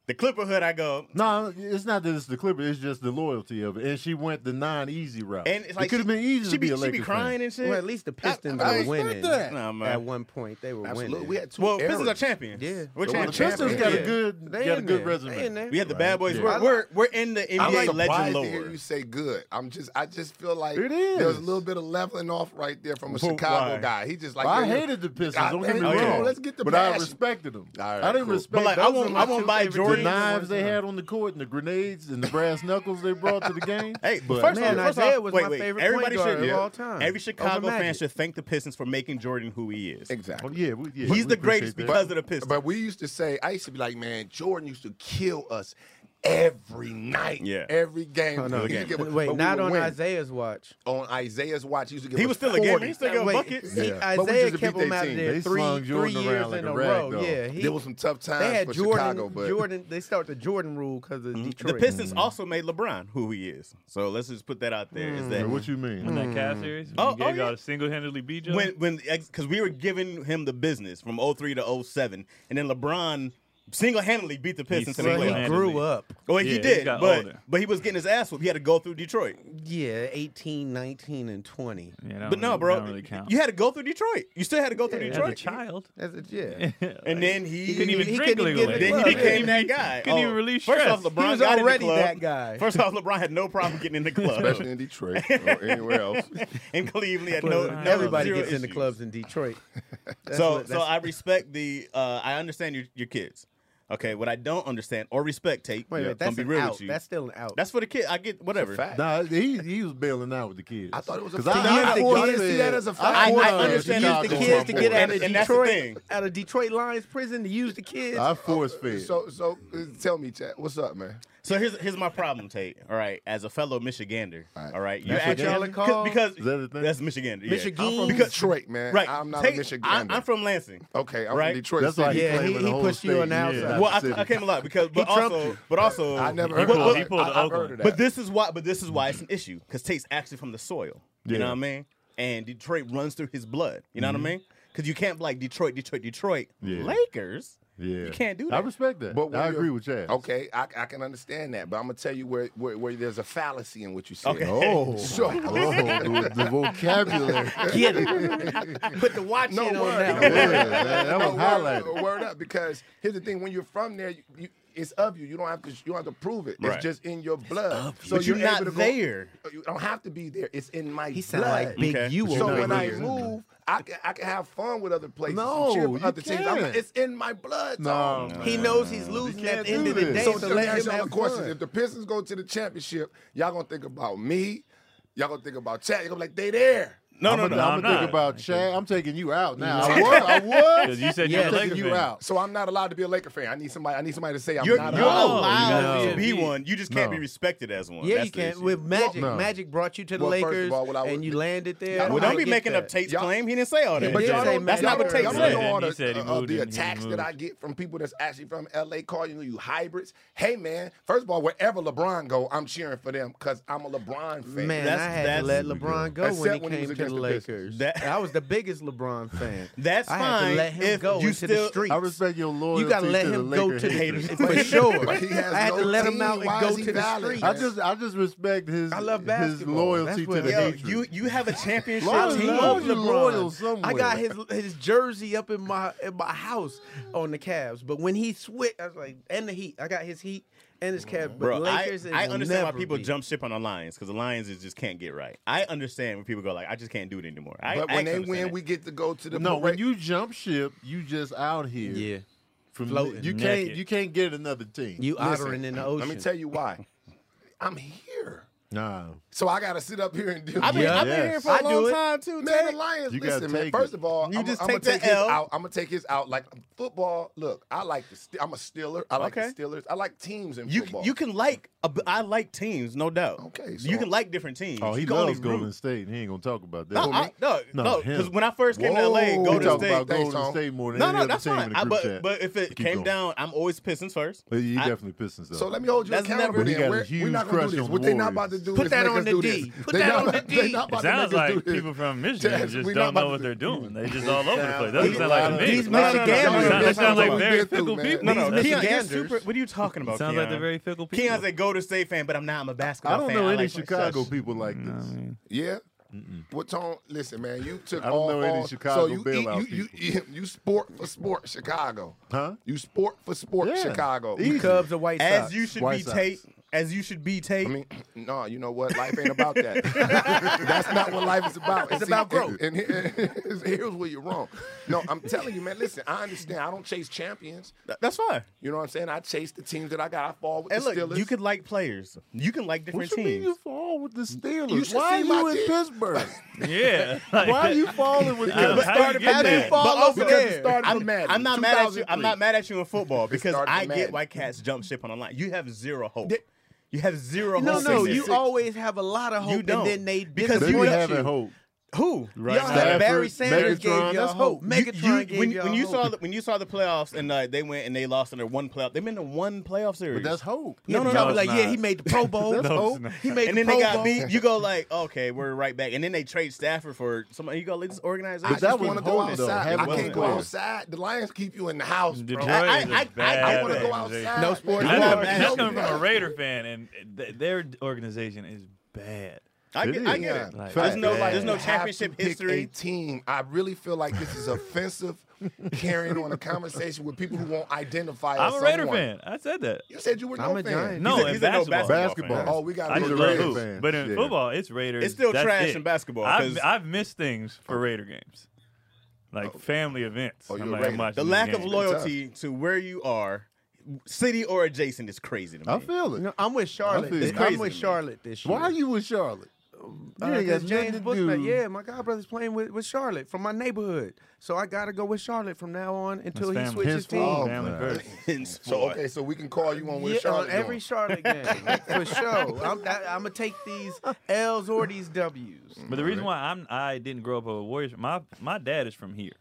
[SPEAKER 4] The Clipperhood, I go.
[SPEAKER 5] No, it's not that it's the Clipper. It's just the loyalty of it. And she went the non-easy route.
[SPEAKER 4] And it's like
[SPEAKER 5] it could have
[SPEAKER 4] she-
[SPEAKER 5] been easy
[SPEAKER 4] she
[SPEAKER 5] to be,
[SPEAKER 4] be,
[SPEAKER 5] a
[SPEAKER 4] she
[SPEAKER 5] Laker
[SPEAKER 4] be crying
[SPEAKER 5] fan.
[SPEAKER 4] and shit.
[SPEAKER 2] Well, at least the Pistons
[SPEAKER 5] I
[SPEAKER 2] were
[SPEAKER 5] respect
[SPEAKER 2] winning.
[SPEAKER 5] that.
[SPEAKER 4] Nah, man.
[SPEAKER 2] at one point, they were
[SPEAKER 1] Absolutely.
[SPEAKER 2] winning.
[SPEAKER 1] We had two
[SPEAKER 4] well,
[SPEAKER 1] eras.
[SPEAKER 4] Pistons are champions.
[SPEAKER 2] Yeah.
[SPEAKER 4] we're
[SPEAKER 1] Well, the
[SPEAKER 4] champions.
[SPEAKER 5] Pistons got
[SPEAKER 2] Yeah.
[SPEAKER 5] a good,
[SPEAKER 2] They
[SPEAKER 5] got a
[SPEAKER 2] in
[SPEAKER 5] good
[SPEAKER 2] there. They in there.
[SPEAKER 5] resume.
[SPEAKER 4] We had the bad boys.
[SPEAKER 5] Yeah.
[SPEAKER 4] We're, we're we're in the
[SPEAKER 1] I'm
[SPEAKER 4] NBA legend
[SPEAKER 1] surprised to hear
[SPEAKER 4] lore.
[SPEAKER 1] you say good. I'm just, I just feel like
[SPEAKER 5] It
[SPEAKER 1] there was
[SPEAKER 5] is.
[SPEAKER 1] a little bit of leveling off right there from a
[SPEAKER 4] But
[SPEAKER 1] Chicago
[SPEAKER 4] why?
[SPEAKER 1] guy. He just like
[SPEAKER 5] I
[SPEAKER 1] yeah, yeah.
[SPEAKER 5] hated the Pistons.
[SPEAKER 1] God,
[SPEAKER 5] don't get me
[SPEAKER 1] hey,
[SPEAKER 5] wrong.
[SPEAKER 4] come on,
[SPEAKER 1] let's get the
[SPEAKER 5] but I
[SPEAKER 1] passion.
[SPEAKER 5] respected them.
[SPEAKER 1] All right,
[SPEAKER 5] I didn't
[SPEAKER 1] cool.
[SPEAKER 5] respect.
[SPEAKER 4] But like, I
[SPEAKER 5] those
[SPEAKER 4] won't,
[SPEAKER 5] were
[SPEAKER 4] I
[SPEAKER 5] my
[SPEAKER 4] won't
[SPEAKER 5] two
[SPEAKER 4] buy
[SPEAKER 5] favorite The
[SPEAKER 4] Jordan.
[SPEAKER 5] knives they had on the court and the grenades and the brass knuckles they brought to the game.
[SPEAKER 4] Hey,
[SPEAKER 5] but
[SPEAKER 4] first,
[SPEAKER 2] Man,
[SPEAKER 4] off, first
[SPEAKER 2] Isaiah
[SPEAKER 4] off,
[SPEAKER 2] was
[SPEAKER 4] wait,
[SPEAKER 2] my
[SPEAKER 4] wait.
[SPEAKER 2] favorite
[SPEAKER 4] Everybody
[SPEAKER 2] point guard
[SPEAKER 4] should,
[SPEAKER 2] of all time.
[SPEAKER 4] Every Chicago
[SPEAKER 2] Over
[SPEAKER 4] fan
[SPEAKER 2] Magic.
[SPEAKER 4] should thank the Pistons for making Jordan who he is.
[SPEAKER 1] exactly.
[SPEAKER 5] Oh, yeah, we, yeah,
[SPEAKER 4] He's
[SPEAKER 5] we
[SPEAKER 4] the greatest
[SPEAKER 5] appreciate
[SPEAKER 4] because
[SPEAKER 5] that.
[SPEAKER 4] of the Pistons.
[SPEAKER 1] But we used to say, I used to be like, man, Jordan used to kill us every night,
[SPEAKER 4] Yeah.
[SPEAKER 1] every game.
[SPEAKER 2] Oh, no.
[SPEAKER 1] He used to get-
[SPEAKER 2] Wait,
[SPEAKER 1] but we
[SPEAKER 2] not
[SPEAKER 1] would
[SPEAKER 2] on
[SPEAKER 1] win.
[SPEAKER 2] Isaiah's watch.
[SPEAKER 1] On Isaiah's watch, he used to give
[SPEAKER 4] he
[SPEAKER 1] us
[SPEAKER 4] was still a gamer.
[SPEAKER 1] 40.
[SPEAKER 4] He still got
[SPEAKER 2] Wait,
[SPEAKER 4] buckets.
[SPEAKER 2] he-
[SPEAKER 5] Yeah.
[SPEAKER 1] But we
[SPEAKER 2] Isaiah
[SPEAKER 1] used to
[SPEAKER 2] kept
[SPEAKER 1] beat
[SPEAKER 2] him
[SPEAKER 1] they
[SPEAKER 2] out of
[SPEAKER 1] team.
[SPEAKER 2] there
[SPEAKER 5] They
[SPEAKER 2] three,
[SPEAKER 5] slung
[SPEAKER 2] three
[SPEAKER 5] Jordan
[SPEAKER 2] years
[SPEAKER 5] around like
[SPEAKER 2] in
[SPEAKER 5] a
[SPEAKER 2] a
[SPEAKER 5] rag
[SPEAKER 2] row.
[SPEAKER 5] doll.
[SPEAKER 2] Yeah, he,
[SPEAKER 1] There was some tough times
[SPEAKER 2] they had
[SPEAKER 1] for
[SPEAKER 2] Jordan.
[SPEAKER 1] Chicago, but
[SPEAKER 2] Jordan, they start the Jordan rule because of Detroit.
[SPEAKER 4] The Pistons also made LeBron who he is. So let's just put that out there. Is
[SPEAKER 5] Yeah,
[SPEAKER 4] that
[SPEAKER 5] What you mean?
[SPEAKER 3] in that Cavs series. When
[SPEAKER 4] Oh,
[SPEAKER 3] you gave
[SPEAKER 4] oh, yeah.
[SPEAKER 3] y'all a single-handedly beat y'all.
[SPEAKER 4] oh when when because we were giving him the business from 03 to 07, and then LeBron single handedly beat the Pistons to the
[SPEAKER 2] Well, he
[SPEAKER 4] playoffs.
[SPEAKER 3] single-handedly-
[SPEAKER 2] grew up.
[SPEAKER 4] Oh,
[SPEAKER 3] Yeah,
[SPEAKER 4] he
[SPEAKER 3] he
[SPEAKER 4] did,
[SPEAKER 3] got
[SPEAKER 4] but
[SPEAKER 3] older.
[SPEAKER 4] but he was getting his ass whooped. He had to go through Detroit.
[SPEAKER 2] Yeah, 18, 19, and 20.
[SPEAKER 3] Yeah, that
[SPEAKER 4] But
[SPEAKER 3] don't
[SPEAKER 4] no,
[SPEAKER 3] really-
[SPEAKER 4] bro,
[SPEAKER 3] Don't really count.
[SPEAKER 4] you had to go through Detroit. You still had to go through
[SPEAKER 3] As a
[SPEAKER 4] Detroit.
[SPEAKER 3] child.
[SPEAKER 2] That's it, yeah.
[SPEAKER 4] And then he,
[SPEAKER 3] He couldn't even
[SPEAKER 2] he
[SPEAKER 3] drink
[SPEAKER 2] couldn't even
[SPEAKER 3] legally.
[SPEAKER 2] get
[SPEAKER 4] then
[SPEAKER 2] Well,
[SPEAKER 4] he
[SPEAKER 2] yeah.
[SPEAKER 4] became that guy.
[SPEAKER 3] Couldn't
[SPEAKER 4] Oh,
[SPEAKER 3] even release
[SPEAKER 4] First
[SPEAKER 3] stress.
[SPEAKER 4] off, LeBron
[SPEAKER 2] He was
[SPEAKER 4] got in the
[SPEAKER 2] already
[SPEAKER 4] club.
[SPEAKER 2] that guy.
[SPEAKER 4] First off, LeBron had no problem getting in the club.
[SPEAKER 1] especially in Detroit or anywhere else.
[SPEAKER 4] in Cleveland, he had no,
[SPEAKER 3] Well,
[SPEAKER 4] no
[SPEAKER 2] Everybody
[SPEAKER 4] zero
[SPEAKER 2] gets in the
[SPEAKER 4] issues.
[SPEAKER 2] clubs in Detroit. That's
[SPEAKER 4] so
[SPEAKER 2] what-
[SPEAKER 4] so
[SPEAKER 2] that's-
[SPEAKER 4] I respect the uh, I understand your, your kids. Okay, what I don't understand or respect Tate.
[SPEAKER 2] wait, a minute,
[SPEAKER 4] I'm
[SPEAKER 2] that's
[SPEAKER 4] gonna be
[SPEAKER 2] an
[SPEAKER 4] real
[SPEAKER 2] out.
[SPEAKER 4] with you.
[SPEAKER 2] That's still an out.
[SPEAKER 4] That's for the kid. I get whatever.
[SPEAKER 1] fact.
[SPEAKER 5] <laughs> Nah, he he was bailing out with the kids.
[SPEAKER 1] I thought it was a
[SPEAKER 5] 'Cause
[SPEAKER 1] fact.
[SPEAKER 5] I, I,
[SPEAKER 2] You
[SPEAKER 5] thought
[SPEAKER 2] didn't
[SPEAKER 5] it
[SPEAKER 1] see
[SPEAKER 5] was-
[SPEAKER 1] that as a fact?
[SPEAKER 5] I,
[SPEAKER 4] I, I
[SPEAKER 5] thought it was
[SPEAKER 4] understand
[SPEAKER 5] a
[SPEAKER 2] to use the
[SPEAKER 5] Chicago
[SPEAKER 2] kids to
[SPEAKER 5] Trump
[SPEAKER 2] get
[SPEAKER 5] boy.
[SPEAKER 2] out of
[SPEAKER 4] And- and that's the
[SPEAKER 2] Detroit,
[SPEAKER 4] thing.
[SPEAKER 2] out of Detroit Lions prison to use the kids.
[SPEAKER 5] <laughs> I force fed.
[SPEAKER 1] So, so uh, tell me, Chad, what's up, man?
[SPEAKER 4] So here's here's my problem, Tate. All right, as a fellow Michigander.
[SPEAKER 1] All right.
[SPEAKER 4] All right, you
[SPEAKER 5] That's what
[SPEAKER 4] actually-
[SPEAKER 5] y'all are
[SPEAKER 4] because-
[SPEAKER 5] called?
[SPEAKER 4] because
[SPEAKER 5] Is that the thing?
[SPEAKER 4] that's Michigander. yeah.
[SPEAKER 2] Michigan-
[SPEAKER 1] I'm from
[SPEAKER 2] Because-
[SPEAKER 1] Detroit, man.
[SPEAKER 4] Right.
[SPEAKER 1] I'm not
[SPEAKER 4] Tate-
[SPEAKER 1] a Michigander.
[SPEAKER 4] I'm, I'm from Lansing.
[SPEAKER 1] okay, I'm
[SPEAKER 4] right.
[SPEAKER 1] from Detroit.
[SPEAKER 5] That's why
[SPEAKER 1] City.
[SPEAKER 5] he
[SPEAKER 2] Yeah,
[SPEAKER 5] claiming
[SPEAKER 2] he-
[SPEAKER 5] the
[SPEAKER 2] he
[SPEAKER 5] whole
[SPEAKER 2] pushed you
[SPEAKER 5] state.
[SPEAKER 2] on the outside.
[SPEAKER 5] Yeah.
[SPEAKER 4] Well, I, I
[SPEAKER 5] City.
[SPEAKER 4] came a lot because, but
[SPEAKER 2] He trumped
[SPEAKER 4] also,
[SPEAKER 2] you.
[SPEAKER 4] but also,
[SPEAKER 1] I never
[SPEAKER 4] but-
[SPEAKER 1] heard of
[SPEAKER 4] but-
[SPEAKER 1] that.
[SPEAKER 3] he pulled
[SPEAKER 1] I-
[SPEAKER 3] the
[SPEAKER 1] I've heard
[SPEAKER 3] Oakland.
[SPEAKER 1] of that.
[SPEAKER 4] But this is why. But this is why it's an issue because Tate's actually from the soil. You know
[SPEAKER 5] Yeah.
[SPEAKER 4] what I mean? And Detroit runs through his blood. You know what I mean? Because you can't be like Detroit, Detroit, Detroit,
[SPEAKER 5] Yeah.
[SPEAKER 4] Lakers.
[SPEAKER 5] Yeah.
[SPEAKER 4] you can't do
[SPEAKER 5] I
[SPEAKER 4] that.
[SPEAKER 5] respect that.
[SPEAKER 1] But when
[SPEAKER 5] I
[SPEAKER 1] you're-
[SPEAKER 5] agree with Chad.
[SPEAKER 1] Okay, I, I can understand that, but I'm gonna tell you where, where, where there's a fallacy in what you said.
[SPEAKER 4] Okay.
[SPEAKER 5] Oh,
[SPEAKER 1] So-
[SPEAKER 5] oh, the
[SPEAKER 1] <laughs>
[SPEAKER 5] vocabulary.
[SPEAKER 2] Get it. <laughs> Put the watch
[SPEAKER 1] No
[SPEAKER 2] in on
[SPEAKER 1] word.
[SPEAKER 2] that.
[SPEAKER 5] Word, man, that was
[SPEAKER 1] No, word,
[SPEAKER 5] highlighted.
[SPEAKER 1] word up, because here's the thing: when you're from there, you, you, it's of you. You don't have to. You don't have to prove it.
[SPEAKER 4] Right.
[SPEAKER 1] It's just in your blood. So
[SPEAKER 4] But you're,
[SPEAKER 1] able
[SPEAKER 4] not
[SPEAKER 1] to go-
[SPEAKER 4] there.
[SPEAKER 1] You don't have to be there. It's in my
[SPEAKER 2] He sound
[SPEAKER 1] blood.
[SPEAKER 2] like Big
[SPEAKER 4] Okay.
[SPEAKER 2] U
[SPEAKER 1] so
[SPEAKER 2] over
[SPEAKER 1] when I
[SPEAKER 2] here.
[SPEAKER 1] move, I can, I can have fun with other places.
[SPEAKER 5] No,
[SPEAKER 1] and cheer for
[SPEAKER 5] you
[SPEAKER 1] other teams. I'm-
[SPEAKER 5] can't.
[SPEAKER 1] it's in my blood.
[SPEAKER 5] No,
[SPEAKER 1] dog.
[SPEAKER 2] He knows he's losing at
[SPEAKER 5] can't
[SPEAKER 2] the end
[SPEAKER 5] do
[SPEAKER 2] of the
[SPEAKER 5] this.
[SPEAKER 2] day,
[SPEAKER 1] So
[SPEAKER 2] so,
[SPEAKER 1] let me
[SPEAKER 2] let
[SPEAKER 1] ask
[SPEAKER 2] him
[SPEAKER 1] y'all a
[SPEAKER 2] have
[SPEAKER 1] question. If
[SPEAKER 2] fun.
[SPEAKER 1] the Pistons go to the championship, y'all gonna think about me. Y'all gonna think about Chad. You're gonna be like, they there.
[SPEAKER 4] No,
[SPEAKER 5] I'm
[SPEAKER 4] no,
[SPEAKER 5] gonna,
[SPEAKER 4] no.
[SPEAKER 5] I'm gonna
[SPEAKER 3] not.
[SPEAKER 5] think about Chad. I'm taking you out now.
[SPEAKER 2] No.
[SPEAKER 5] I was. I was.
[SPEAKER 3] 'Cause you said you're
[SPEAKER 5] I'm
[SPEAKER 3] a Laker
[SPEAKER 5] taking you
[SPEAKER 3] fan.
[SPEAKER 5] out.
[SPEAKER 1] So I'm not allowed to be a Laker fan. I need somebody. I need somebody to say I'm
[SPEAKER 4] You're,
[SPEAKER 1] not
[SPEAKER 4] you're
[SPEAKER 1] allowed.
[SPEAKER 4] allowed
[SPEAKER 2] No.
[SPEAKER 4] to be
[SPEAKER 3] No.
[SPEAKER 4] one. You just can't
[SPEAKER 5] No.
[SPEAKER 4] be respected as one.
[SPEAKER 2] Yeah,
[SPEAKER 4] That's
[SPEAKER 2] you
[SPEAKER 4] the
[SPEAKER 2] can.
[SPEAKER 4] issue.
[SPEAKER 2] With Magic,
[SPEAKER 5] Well, no.
[SPEAKER 2] Magic brought you to the
[SPEAKER 1] Well, first of
[SPEAKER 2] Lakers,
[SPEAKER 1] all, what I
[SPEAKER 2] and
[SPEAKER 1] would-
[SPEAKER 2] you landed there.
[SPEAKER 1] Y'all
[SPEAKER 4] Well,
[SPEAKER 1] I
[SPEAKER 4] don't
[SPEAKER 2] I
[SPEAKER 4] be
[SPEAKER 2] get
[SPEAKER 4] making
[SPEAKER 2] that.
[SPEAKER 4] up Tate's
[SPEAKER 1] Y'all-
[SPEAKER 4] claim. He didn't say all that.
[SPEAKER 2] But
[SPEAKER 1] But
[SPEAKER 2] did
[SPEAKER 1] y'all
[SPEAKER 2] say
[SPEAKER 1] don't,
[SPEAKER 2] Magic.
[SPEAKER 1] y'all
[SPEAKER 4] That's not what
[SPEAKER 1] don't-
[SPEAKER 4] Tate
[SPEAKER 1] y'all don't
[SPEAKER 4] said.
[SPEAKER 1] know all
[SPEAKER 3] He
[SPEAKER 1] the,
[SPEAKER 3] said he
[SPEAKER 1] uh, uh,
[SPEAKER 3] moved
[SPEAKER 1] the
[SPEAKER 3] and he
[SPEAKER 1] attacks that
[SPEAKER 3] moved.
[SPEAKER 1] I get from people that's actually from LA calling you, you hybrids. Hey man, first of all, wherever LeBron go, I'm cheering for them because I'm a LeBron fan.
[SPEAKER 2] Man,
[SPEAKER 4] That's-
[SPEAKER 2] I had to let
[SPEAKER 4] that's-
[SPEAKER 2] LeBron go when
[SPEAKER 1] Except
[SPEAKER 2] he
[SPEAKER 1] when he was
[SPEAKER 2] came to the
[SPEAKER 1] against the Pistons.
[SPEAKER 2] Lakers.
[SPEAKER 4] That-
[SPEAKER 2] I was the biggest LeBron fan.
[SPEAKER 4] That's
[SPEAKER 2] I had
[SPEAKER 4] fine
[SPEAKER 2] to let him
[SPEAKER 4] if
[SPEAKER 2] go
[SPEAKER 4] you
[SPEAKER 2] into
[SPEAKER 4] still-
[SPEAKER 2] the streets.
[SPEAKER 5] I respect your loyalty
[SPEAKER 2] you gotta let
[SPEAKER 5] to
[SPEAKER 2] him
[SPEAKER 5] the
[SPEAKER 2] go
[SPEAKER 5] Laker
[SPEAKER 2] to the
[SPEAKER 5] haters.
[SPEAKER 4] haters.
[SPEAKER 2] for sure.
[SPEAKER 1] But he has
[SPEAKER 2] I had to
[SPEAKER 1] no
[SPEAKER 2] let him
[SPEAKER 1] team.
[SPEAKER 2] out and
[SPEAKER 1] Why
[SPEAKER 2] go
[SPEAKER 1] is he
[SPEAKER 2] to the
[SPEAKER 1] valid?
[SPEAKER 2] streets.
[SPEAKER 5] I just, I just respect his.
[SPEAKER 2] I love
[SPEAKER 5] his
[SPEAKER 2] basketball.
[SPEAKER 5] loyalty
[SPEAKER 2] That's
[SPEAKER 5] to
[SPEAKER 2] what-
[SPEAKER 5] the
[SPEAKER 4] Yo,
[SPEAKER 5] hatred.
[SPEAKER 4] you you have a championship
[SPEAKER 5] Why
[SPEAKER 4] team.
[SPEAKER 5] love
[SPEAKER 2] love
[SPEAKER 5] you loyal
[SPEAKER 2] LeBron.
[SPEAKER 5] somewhere.
[SPEAKER 2] I got his his jersey up in my in my house on the Cavs, but when he switched, I was like, and the Heat. I got his Heat and his Cavs, but
[SPEAKER 4] Bro,
[SPEAKER 2] Lakers. it
[SPEAKER 4] I, I
[SPEAKER 2] will
[SPEAKER 4] understand why
[SPEAKER 2] never
[SPEAKER 4] people
[SPEAKER 2] be.
[SPEAKER 4] jump ship on the Lions because the Lions is just can't get right. I understand when people go like, I just can't do it anymore. I,
[SPEAKER 1] but
[SPEAKER 4] I
[SPEAKER 1] when they
[SPEAKER 4] actually
[SPEAKER 1] win,
[SPEAKER 4] understand
[SPEAKER 1] we get to go to the
[SPEAKER 5] no, when
[SPEAKER 1] parade.
[SPEAKER 5] you jump ship, you just out here.
[SPEAKER 2] Yeah,
[SPEAKER 5] from
[SPEAKER 2] Floating.
[SPEAKER 5] You can't,
[SPEAKER 3] Naked.
[SPEAKER 5] you can't get another team.
[SPEAKER 2] you
[SPEAKER 1] Listen,
[SPEAKER 2] ottering in the ocean.
[SPEAKER 1] Let me tell you why. I'm here.
[SPEAKER 5] nah.
[SPEAKER 1] So I gotta sit up here and deal
[SPEAKER 4] that. I've been,
[SPEAKER 2] Yeah.
[SPEAKER 4] I've been here
[SPEAKER 5] Yes.
[SPEAKER 4] for a
[SPEAKER 2] I do
[SPEAKER 4] long
[SPEAKER 2] it.
[SPEAKER 4] time too.
[SPEAKER 1] Man,
[SPEAKER 4] Tate.
[SPEAKER 1] the Lions.
[SPEAKER 5] You gotta
[SPEAKER 1] listen, man.
[SPEAKER 5] take
[SPEAKER 1] First
[SPEAKER 5] it.
[SPEAKER 1] of all,
[SPEAKER 4] You
[SPEAKER 1] I'm,
[SPEAKER 4] just
[SPEAKER 1] I'm gonna
[SPEAKER 4] take the
[SPEAKER 1] take his
[SPEAKER 4] L.
[SPEAKER 1] out. I'm gonna take his out. Like football. Look, I like the. St- I'm a Steeler. I like
[SPEAKER 4] Okay.
[SPEAKER 1] the Steelers. I like teams in
[SPEAKER 4] You
[SPEAKER 1] football.
[SPEAKER 4] you can like a b- I like teams, no doubt.
[SPEAKER 1] Okay,
[SPEAKER 4] you
[SPEAKER 1] so-
[SPEAKER 4] can like different teams.
[SPEAKER 5] Oh, he
[SPEAKER 4] You can only
[SPEAKER 5] loves Golden
[SPEAKER 4] root.
[SPEAKER 5] State, and he ain't gonna talk about that.
[SPEAKER 4] No, I, no,
[SPEAKER 5] No,
[SPEAKER 4] no,
[SPEAKER 5] him.
[SPEAKER 4] because when I first came to LA,
[SPEAKER 1] Whoa. Golden
[SPEAKER 5] we talk
[SPEAKER 4] Golden State.
[SPEAKER 5] about
[SPEAKER 1] Thanks,
[SPEAKER 5] Golden
[SPEAKER 1] Tom.
[SPEAKER 5] State more than
[SPEAKER 4] No,
[SPEAKER 5] any
[SPEAKER 4] no,
[SPEAKER 5] other
[SPEAKER 4] that's
[SPEAKER 5] team in
[SPEAKER 4] fine.
[SPEAKER 5] the
[SPEAKER 4] I,
[SPEAKER 5] group
[SPEAKER 4] but
[SPEAKER 5] chat.
[SPEAKER 4] but if it
[SPEAKER 5] Keep
[SPEAKER 4] came
[SPEAKER 5] going.
[SPEAKER 4] down, I'm always Pistons first.
[SPEAKER 5] But you
[SPEAKER 4] I-
[SPEAKER 5] definitely Pistons though.
[SPEAKER 1] So let me hold you
[SPEAKER 4] That's
[SPEAKER 1] accountable.
[SPEAKER 4] never- He
[SPEAKER 5] got
[SPEAKER 1] Then.
[SPEAKER 5] a
[SPEAKER 1] We're,
[SPEAKER 5] huge
[SPEAKER 1] we're not gonna
[SPEAKER 5] crush
[SPEAKER 1] do this.
[SPEAKER 5] on
[SPEAKER 1] What
[SPEAKER 5] the
[SPEAKER 1] they not about to
[SPEAKER 5] Warriors.
[SPEAKER 1] do
[SPEAKER 2] Put
[SPEAKER 1] is
[SPEAKER 2] that
[SPEAKER 1] make
[SPEAKER 2] on
[SPEAKER 1] us
[SPEAKER 2] the
[SPEAKER 1] do
[SPEAKER 2] D.
[SPEAKER 1] this.
[SPEAKER 2] Put
[SPEAKER 1] They
[SPEAKER 2] that
[SPEAKER 1] not
[SPEAKER 2] on
[SPEAKER 1] about-
[SPEAKER 2] the
[SPEAKER 1] they
[SPEAKER 2] D.
[SPEAKER 1] not about
[SPEAKER 3] It
[SPEAKER 1] to
[SPEAKER 3] sounds
[SPEAKER 1] make us do
[SPEAKER 3] like
[SPEAKER 1] this.
[SPEAKER 3] people from Michigan
[SPEAKER 1] Yes,
[SPEAKER 3] just
[SPEAKER 1] we not
[SPEAKER 3] don't know
[SPEAKER 1] about
[SPEAKER 3] what
[SPEAKER 1] to
[SPEAKER 3] they're
[SPEAKER 1] do-
[SPEAKER 3] doing. They just all over the place. That doesn't
[SPEAKER 1] We-
[SPEAKER 3] sound like to me.
[SPEAKER 2] These
[SPEAKER 3] It
[SPEAKER 1] No, no, no,
[SPEAKER 2] Michigan-
[SPEAKER 1] no, no, no,
[SPEAKER 3] sounds- it sounds
[SPEAKER 1] no, no,
[SPEAKER 3] like
[SPEAKER 1] no,
[SPEAKER 3] very
[SPEAKER 1] we've been
[SPEAKER 3] fickle
[SPEAKER 1] through, man.
[SPEAKER 3] people.
[SPEAKER 4] No, no,
[SPEAKER 3] That's-
[SPEAKER 4] Keon, you're
[SPEAKER 2] Ganders.
[SPEAKER 4] super. What are you talking about?
[SPEAKER 3] It sounds like
[SPEAKER 4] Keon?
[SPEAKER 3] they're very fickle people.
[SPEAKER 4] Keon's a Golden State fan, but I'm not. I'm a
[SPEAKER 5] I
[SPEAKER 4] basketball
[SPEAKER 5] don't
[SPEAKER 4] fan.
[SPEAKER 5] know any
[SPEAKER 4] like-
[SPEAKER 5] Chicago people like this.
[SPEAKER 1] Yeah. What Tone? Listen, man, you took
[SPEAKER 5] I don't
[SPEAKER 1] all
[SPEAKER 5] know any
[SPEAKER 1] all- so
[SPEAKER 5] Chicago
[SPEAKER 1] you,
[SPEAKER 5] bailout
[SPEAKER 1] you, you, you, you sport for sport, Chicago.
[SPEAKER 5] Huh?
[SPEAKER 1] You sport for sport,
[SPEAKER 5] Yeah.
[SPEAKER 1] Chicago.
[SPEAKER 5] Easy.
[SPEAKER 2] Cubs or White Sox.
[SPEAKER 4] As you should
[SPEAKER 5] White
[SPEAKER 4] be
[SPEAKER 5] Sox.
[SPEAKER 4] Tate. As you should be Tate.
[SPEAKER 1] I mean, <clears throat> no, you know what? Life ain't about that. That's not what life is about. It's
[SPEAKER 2] about growth.
[SPEAKER 1] And, and <laughs> here's where you're wrong. No, I'm telling you, man. Listen, I understand. I don't chase champions.
[SPEAKER 4] Th- that's fine.
[SPEAKER 1] You know what I'm saying? I chase the teams that I got. I fall with
[SPEAKER 4] And
[SPEAKER 1] the
[SPEAKER 4] look,
[SPEAKER 1] Steelers.
[SPEAKER 4] you could like players. You can like
[SPEAKER 5] What
[SPEAKER 4] different
[SPEAKER 5] you mean
[SPEAKER 4] teams.
[SPEAKER 5] you fall with the Steelers?
[SPEAKER 1] You should
[SPEAKER 5] Why are
[SPEAKER 1] see my
[SPEAKER 5] you in
[SPEAKER 1] team.
[SPEAKER 5] Pittsburgh?
[SPEAKER 3] Yeah. <laughs>
[SPEAKER 5] Why are you falling with
[SPEAKER 3] Because-
[SPEAKER 5] them?
[SPEAKER 3] How you get
[SPEAKER 4] How do you
[SPEAKER 3] that?
[SPEAKER 4] fall
[SPEAKER 2] But
[SPEAKER 4] over
[SPEAKER 2] also-
[SPEAKER 4] there?
[SPEAKER 1] because it started with
[SPEAKER 4] I'm,
[SPEAKER 1] Madden.
[SPEAKER 4] I'm not mad at you. I'm
[SPEAKER 1] 2003.
[SPEAKER 4] not mad at you in football because
[SPEAKER 1] started
[SPEAKER 4] I
[SPEAKER 1] with
[SPEAKER 4] get
[SPEAKER 1] Madden.
[SPEAKER 4] why cats jump ship on the line. You have zero hope. You have zero
[SPEAKER 2] no,
[SPEAKER 4] hope.
[SPEAKER 2] no,
[SPEAKER 4] in
[SPEAKER 2] you
[SPEAKER 4] this.
[SPEAKER 2] always have a lot of hope,
[SPEAKER 4] You don't
[SPEAKER 2] and then they
[SPEAKER 4] because
[SPEAKER 5] They
[SPEAKER 2] disappoint
[SPEAKER 5] be
[SPEAKER 4] you
[SPEAKER 5] having hope.
[SPEAKER 4] Who?
[SPEAKER 5] Right
[SPEAKER 2] Y'all
[SPEAKER 5] now.
[SPEAKER 2] had Barry
[SPEAKER 5] Stafford,
[SPEAKER 2] Sanders gave
[SPEAKER 5] Megatron,
[SPEAKER 2] y'all
[SPEAKER 5] that's
[SPEAKER 2] hope.
[SPEAKER 4] You-
[SPEAKER 2] Megatron
[SPEAKER 4] you-
[SPEAKER 2] gave
[SPEAKER 4] when,
[SPEAKER 2] y'all
[SPEAKER 4] when you
[SPEAKER 2] hope.
[SPEAKER 4] saw the, when you saw the playoffs and uh, they went and they lost in their one playoff. They've been to one playoff series.
[SPEAKER 5] But that's hope.
[SPEAKER 4] no, no,
[SPEAKER 3] No,
[SPEAKER 4] no.
[SPEAKER 3] it's
[SPEAKER 2] like,
[SPEAKER 3] not.
[SPEAKER 2] yeah, he made the Pro
[SPEAKER 4] <laughs>
[SPEAKER 2] Bowl.
[SPEAKER 5] That's
[SPEAKER 3] No,
[SPEAKER 5] hope.
[SPEAKER 3] it's not.
[SPEAKER 2] He made
[SPEAKER 4] and
[SPEAKER 2] the
[SPEAKER 4] then they
[SPEAKER 2] Pro
[SPEAKER 4] got
[SPEAKER 2] Bowl.
[SPEAKER 4] beat. You go like, okay, we're right back. And then they trade Stafford for somebody. You go, like, this organization.
[SPEAKER 5] that
[SPEAKER 1] I just
[SPEAKER 5] was
[SPEAKER 1] want to go
[SPEAKER 5] holding, though.
[SPEAKER 1] outside.
[SPEAKER 5] Having
[SPEAKER 1] I can't
[SPEAKER 4] those
[SPEAKER 1] go
[SPEAKER 5] players.
[SPEAKER 1] outside. The Lions keep you in the house, bro.
[SPEAKER 3] Detroit
[SPEAKER 1] I,
[SPEAKER 3] is a
[SPEAKER 4] I- I
[SPEAKER 3] bad
[SPEAKER 1] want to go
[SPEAKER 3] organization.
[SPEAKER 1] outside.
[SPEAKER 2] No sports
[SPEAKER 1] I
[SPEAKER 3] That's
[SPEAKER 1] wanna
[SPEAKER 3] coming-
[SPEAKER 1] go
[SPEAKER 3] That's
[SPEAKER 1] outside.
[SPEAKER 3] coming from a Raider fan, and th- their organization is bad.
[SPEAKER 4] I
[SPEAKER 5] It
[SPEAKER 4] get, I
[SPEAKER 5] is.
[SPEAKER 4] get
[SPEAKER 1] Yeah.
[SPEAKER 4] it.
[SPEAKER 3] Like,
[SPEAKER 4] there's no,
[SPEAKER 3] yeah.
[SPEAKER 4] there's no
[SPEAKER 1] You have to
[SPEAKER 4] championship
[SPEAKER 1] pick
[SPEAKER 4] history.
[SPEAKER 1] A team. I really feel like this is offensive. carrying on a conversation with people who won't identify.
[SPEAKER 3] I'm
[SPEAKER 1] as
[SPEAKER 3] a Raider
[SPEAKER 1] someone.
[SPEAKER 3] fan. I said that.
[SPEAKER 1] You said you were
[SPEAKER 2] I'm
[SPEAKER 1] no
[SPEAKER 2] a
[SPEAKER 1] fan.
[SPEAKER 2] Giant.
[SPEAKER 3] No,
[SPEAKER 4] He's a-
[SPEAKER 3] in
[SPEAKER 4] he's a no
[SPEAKER 3] basketball.
[SPEAKER 4] basketball.
[SPEAKER 5] Basketball.
[SPEAKER 1] Oh, we got
[SPEAKER 3] I
[SPEAKER 1] to
[SPEAKER 5] He's
[SPEAKER 3] just
[SPEAKER 5] a
[SPEAKER 3] love
[SPEAKER 5] Raider
[SPEAKER 3] hoops.
[SPEAKER 5] fan.
[SPEAKER 3] But in
[SPEAKER 5] Yeah.
[SPEAKER 3] football, it's Raiders.
[SPEAKER 4] It's still
[SPEAKER 3] That's
[SPEAKER 4] trash
[SPEAKER 3] it.
[SPEAKER 4] in basketball, 'cause- Oh.
[SPEAKER 3] I've, I've missed things for Raider games, like family events.
[SPEAKER 1] Oh, you're
[SPEAKER 3] I'm
[SPEAKER 1] a
[SPEAKER 3] like, I'm
[SPEAKER 1] Raider.
[SPEAKER 3] watching
[SPEAKER 4] The
[SPEAKER 3] this
[SPEAKER 4] lack
[SPEAKER 3] game.
[SPEAKER 4] of loyalty to where you are, city or adjacent, is crazy to me. <laughs>
[SPEAKER 5] I feel it.
[SPEAKER 2] No, I'm with Charlotte.
[SPEAKER 5] feel
[SPEAKER 2] This-
[SPEAKER 5] you.
[SPEAKER 2] I'm
[SPEAKER 4] Crazy
[SPEAKER 2] with
[SPEAKER 4] to me.
[SPEAKER 2] Charlotte this year.
[SPEAKER 5] Why are you with Charlotte? You
[SPEAKER 2] Uh,
[SPEAKER 5] ain't got
[SPEAKER 2] 'cause
[SPEAKER 5] nothing
[SPEAKER 2] James
[SPEAKER 5] to
[SPEAKER 2] Bookman,
[SPEAKER 5] do.
[SPEAKER 2] yeah, my godbrother's playing with, with Charlotte from my neighborhood, so I gotta go with Charlotte from now on
[SPEAKER 3] It's
[SPEAKER 2] until he
[SPEAKER 3] family.
[SPEAKER 2] switches teams.
[SPEAKER 5] fault. team.
[SPEAKER 3] Family
[SPEAKER 5] Oh,
[SPEAKER 3] first.
[SPEAKER 1] So okay, so we can call you on with
[SPEAKER 2] Yeah,
[SPEAKER 1] Charlotte.
[SPEAKER 2] on every
[SPEAKER 1] doing.
[SPEAKER 2] Charlotte game for sure. I'm, I, I'm gonna take these L's or these W's.
[SPEAKER 3] But the reason why I'm I didn't grow up a Warriors. My my dad is from here,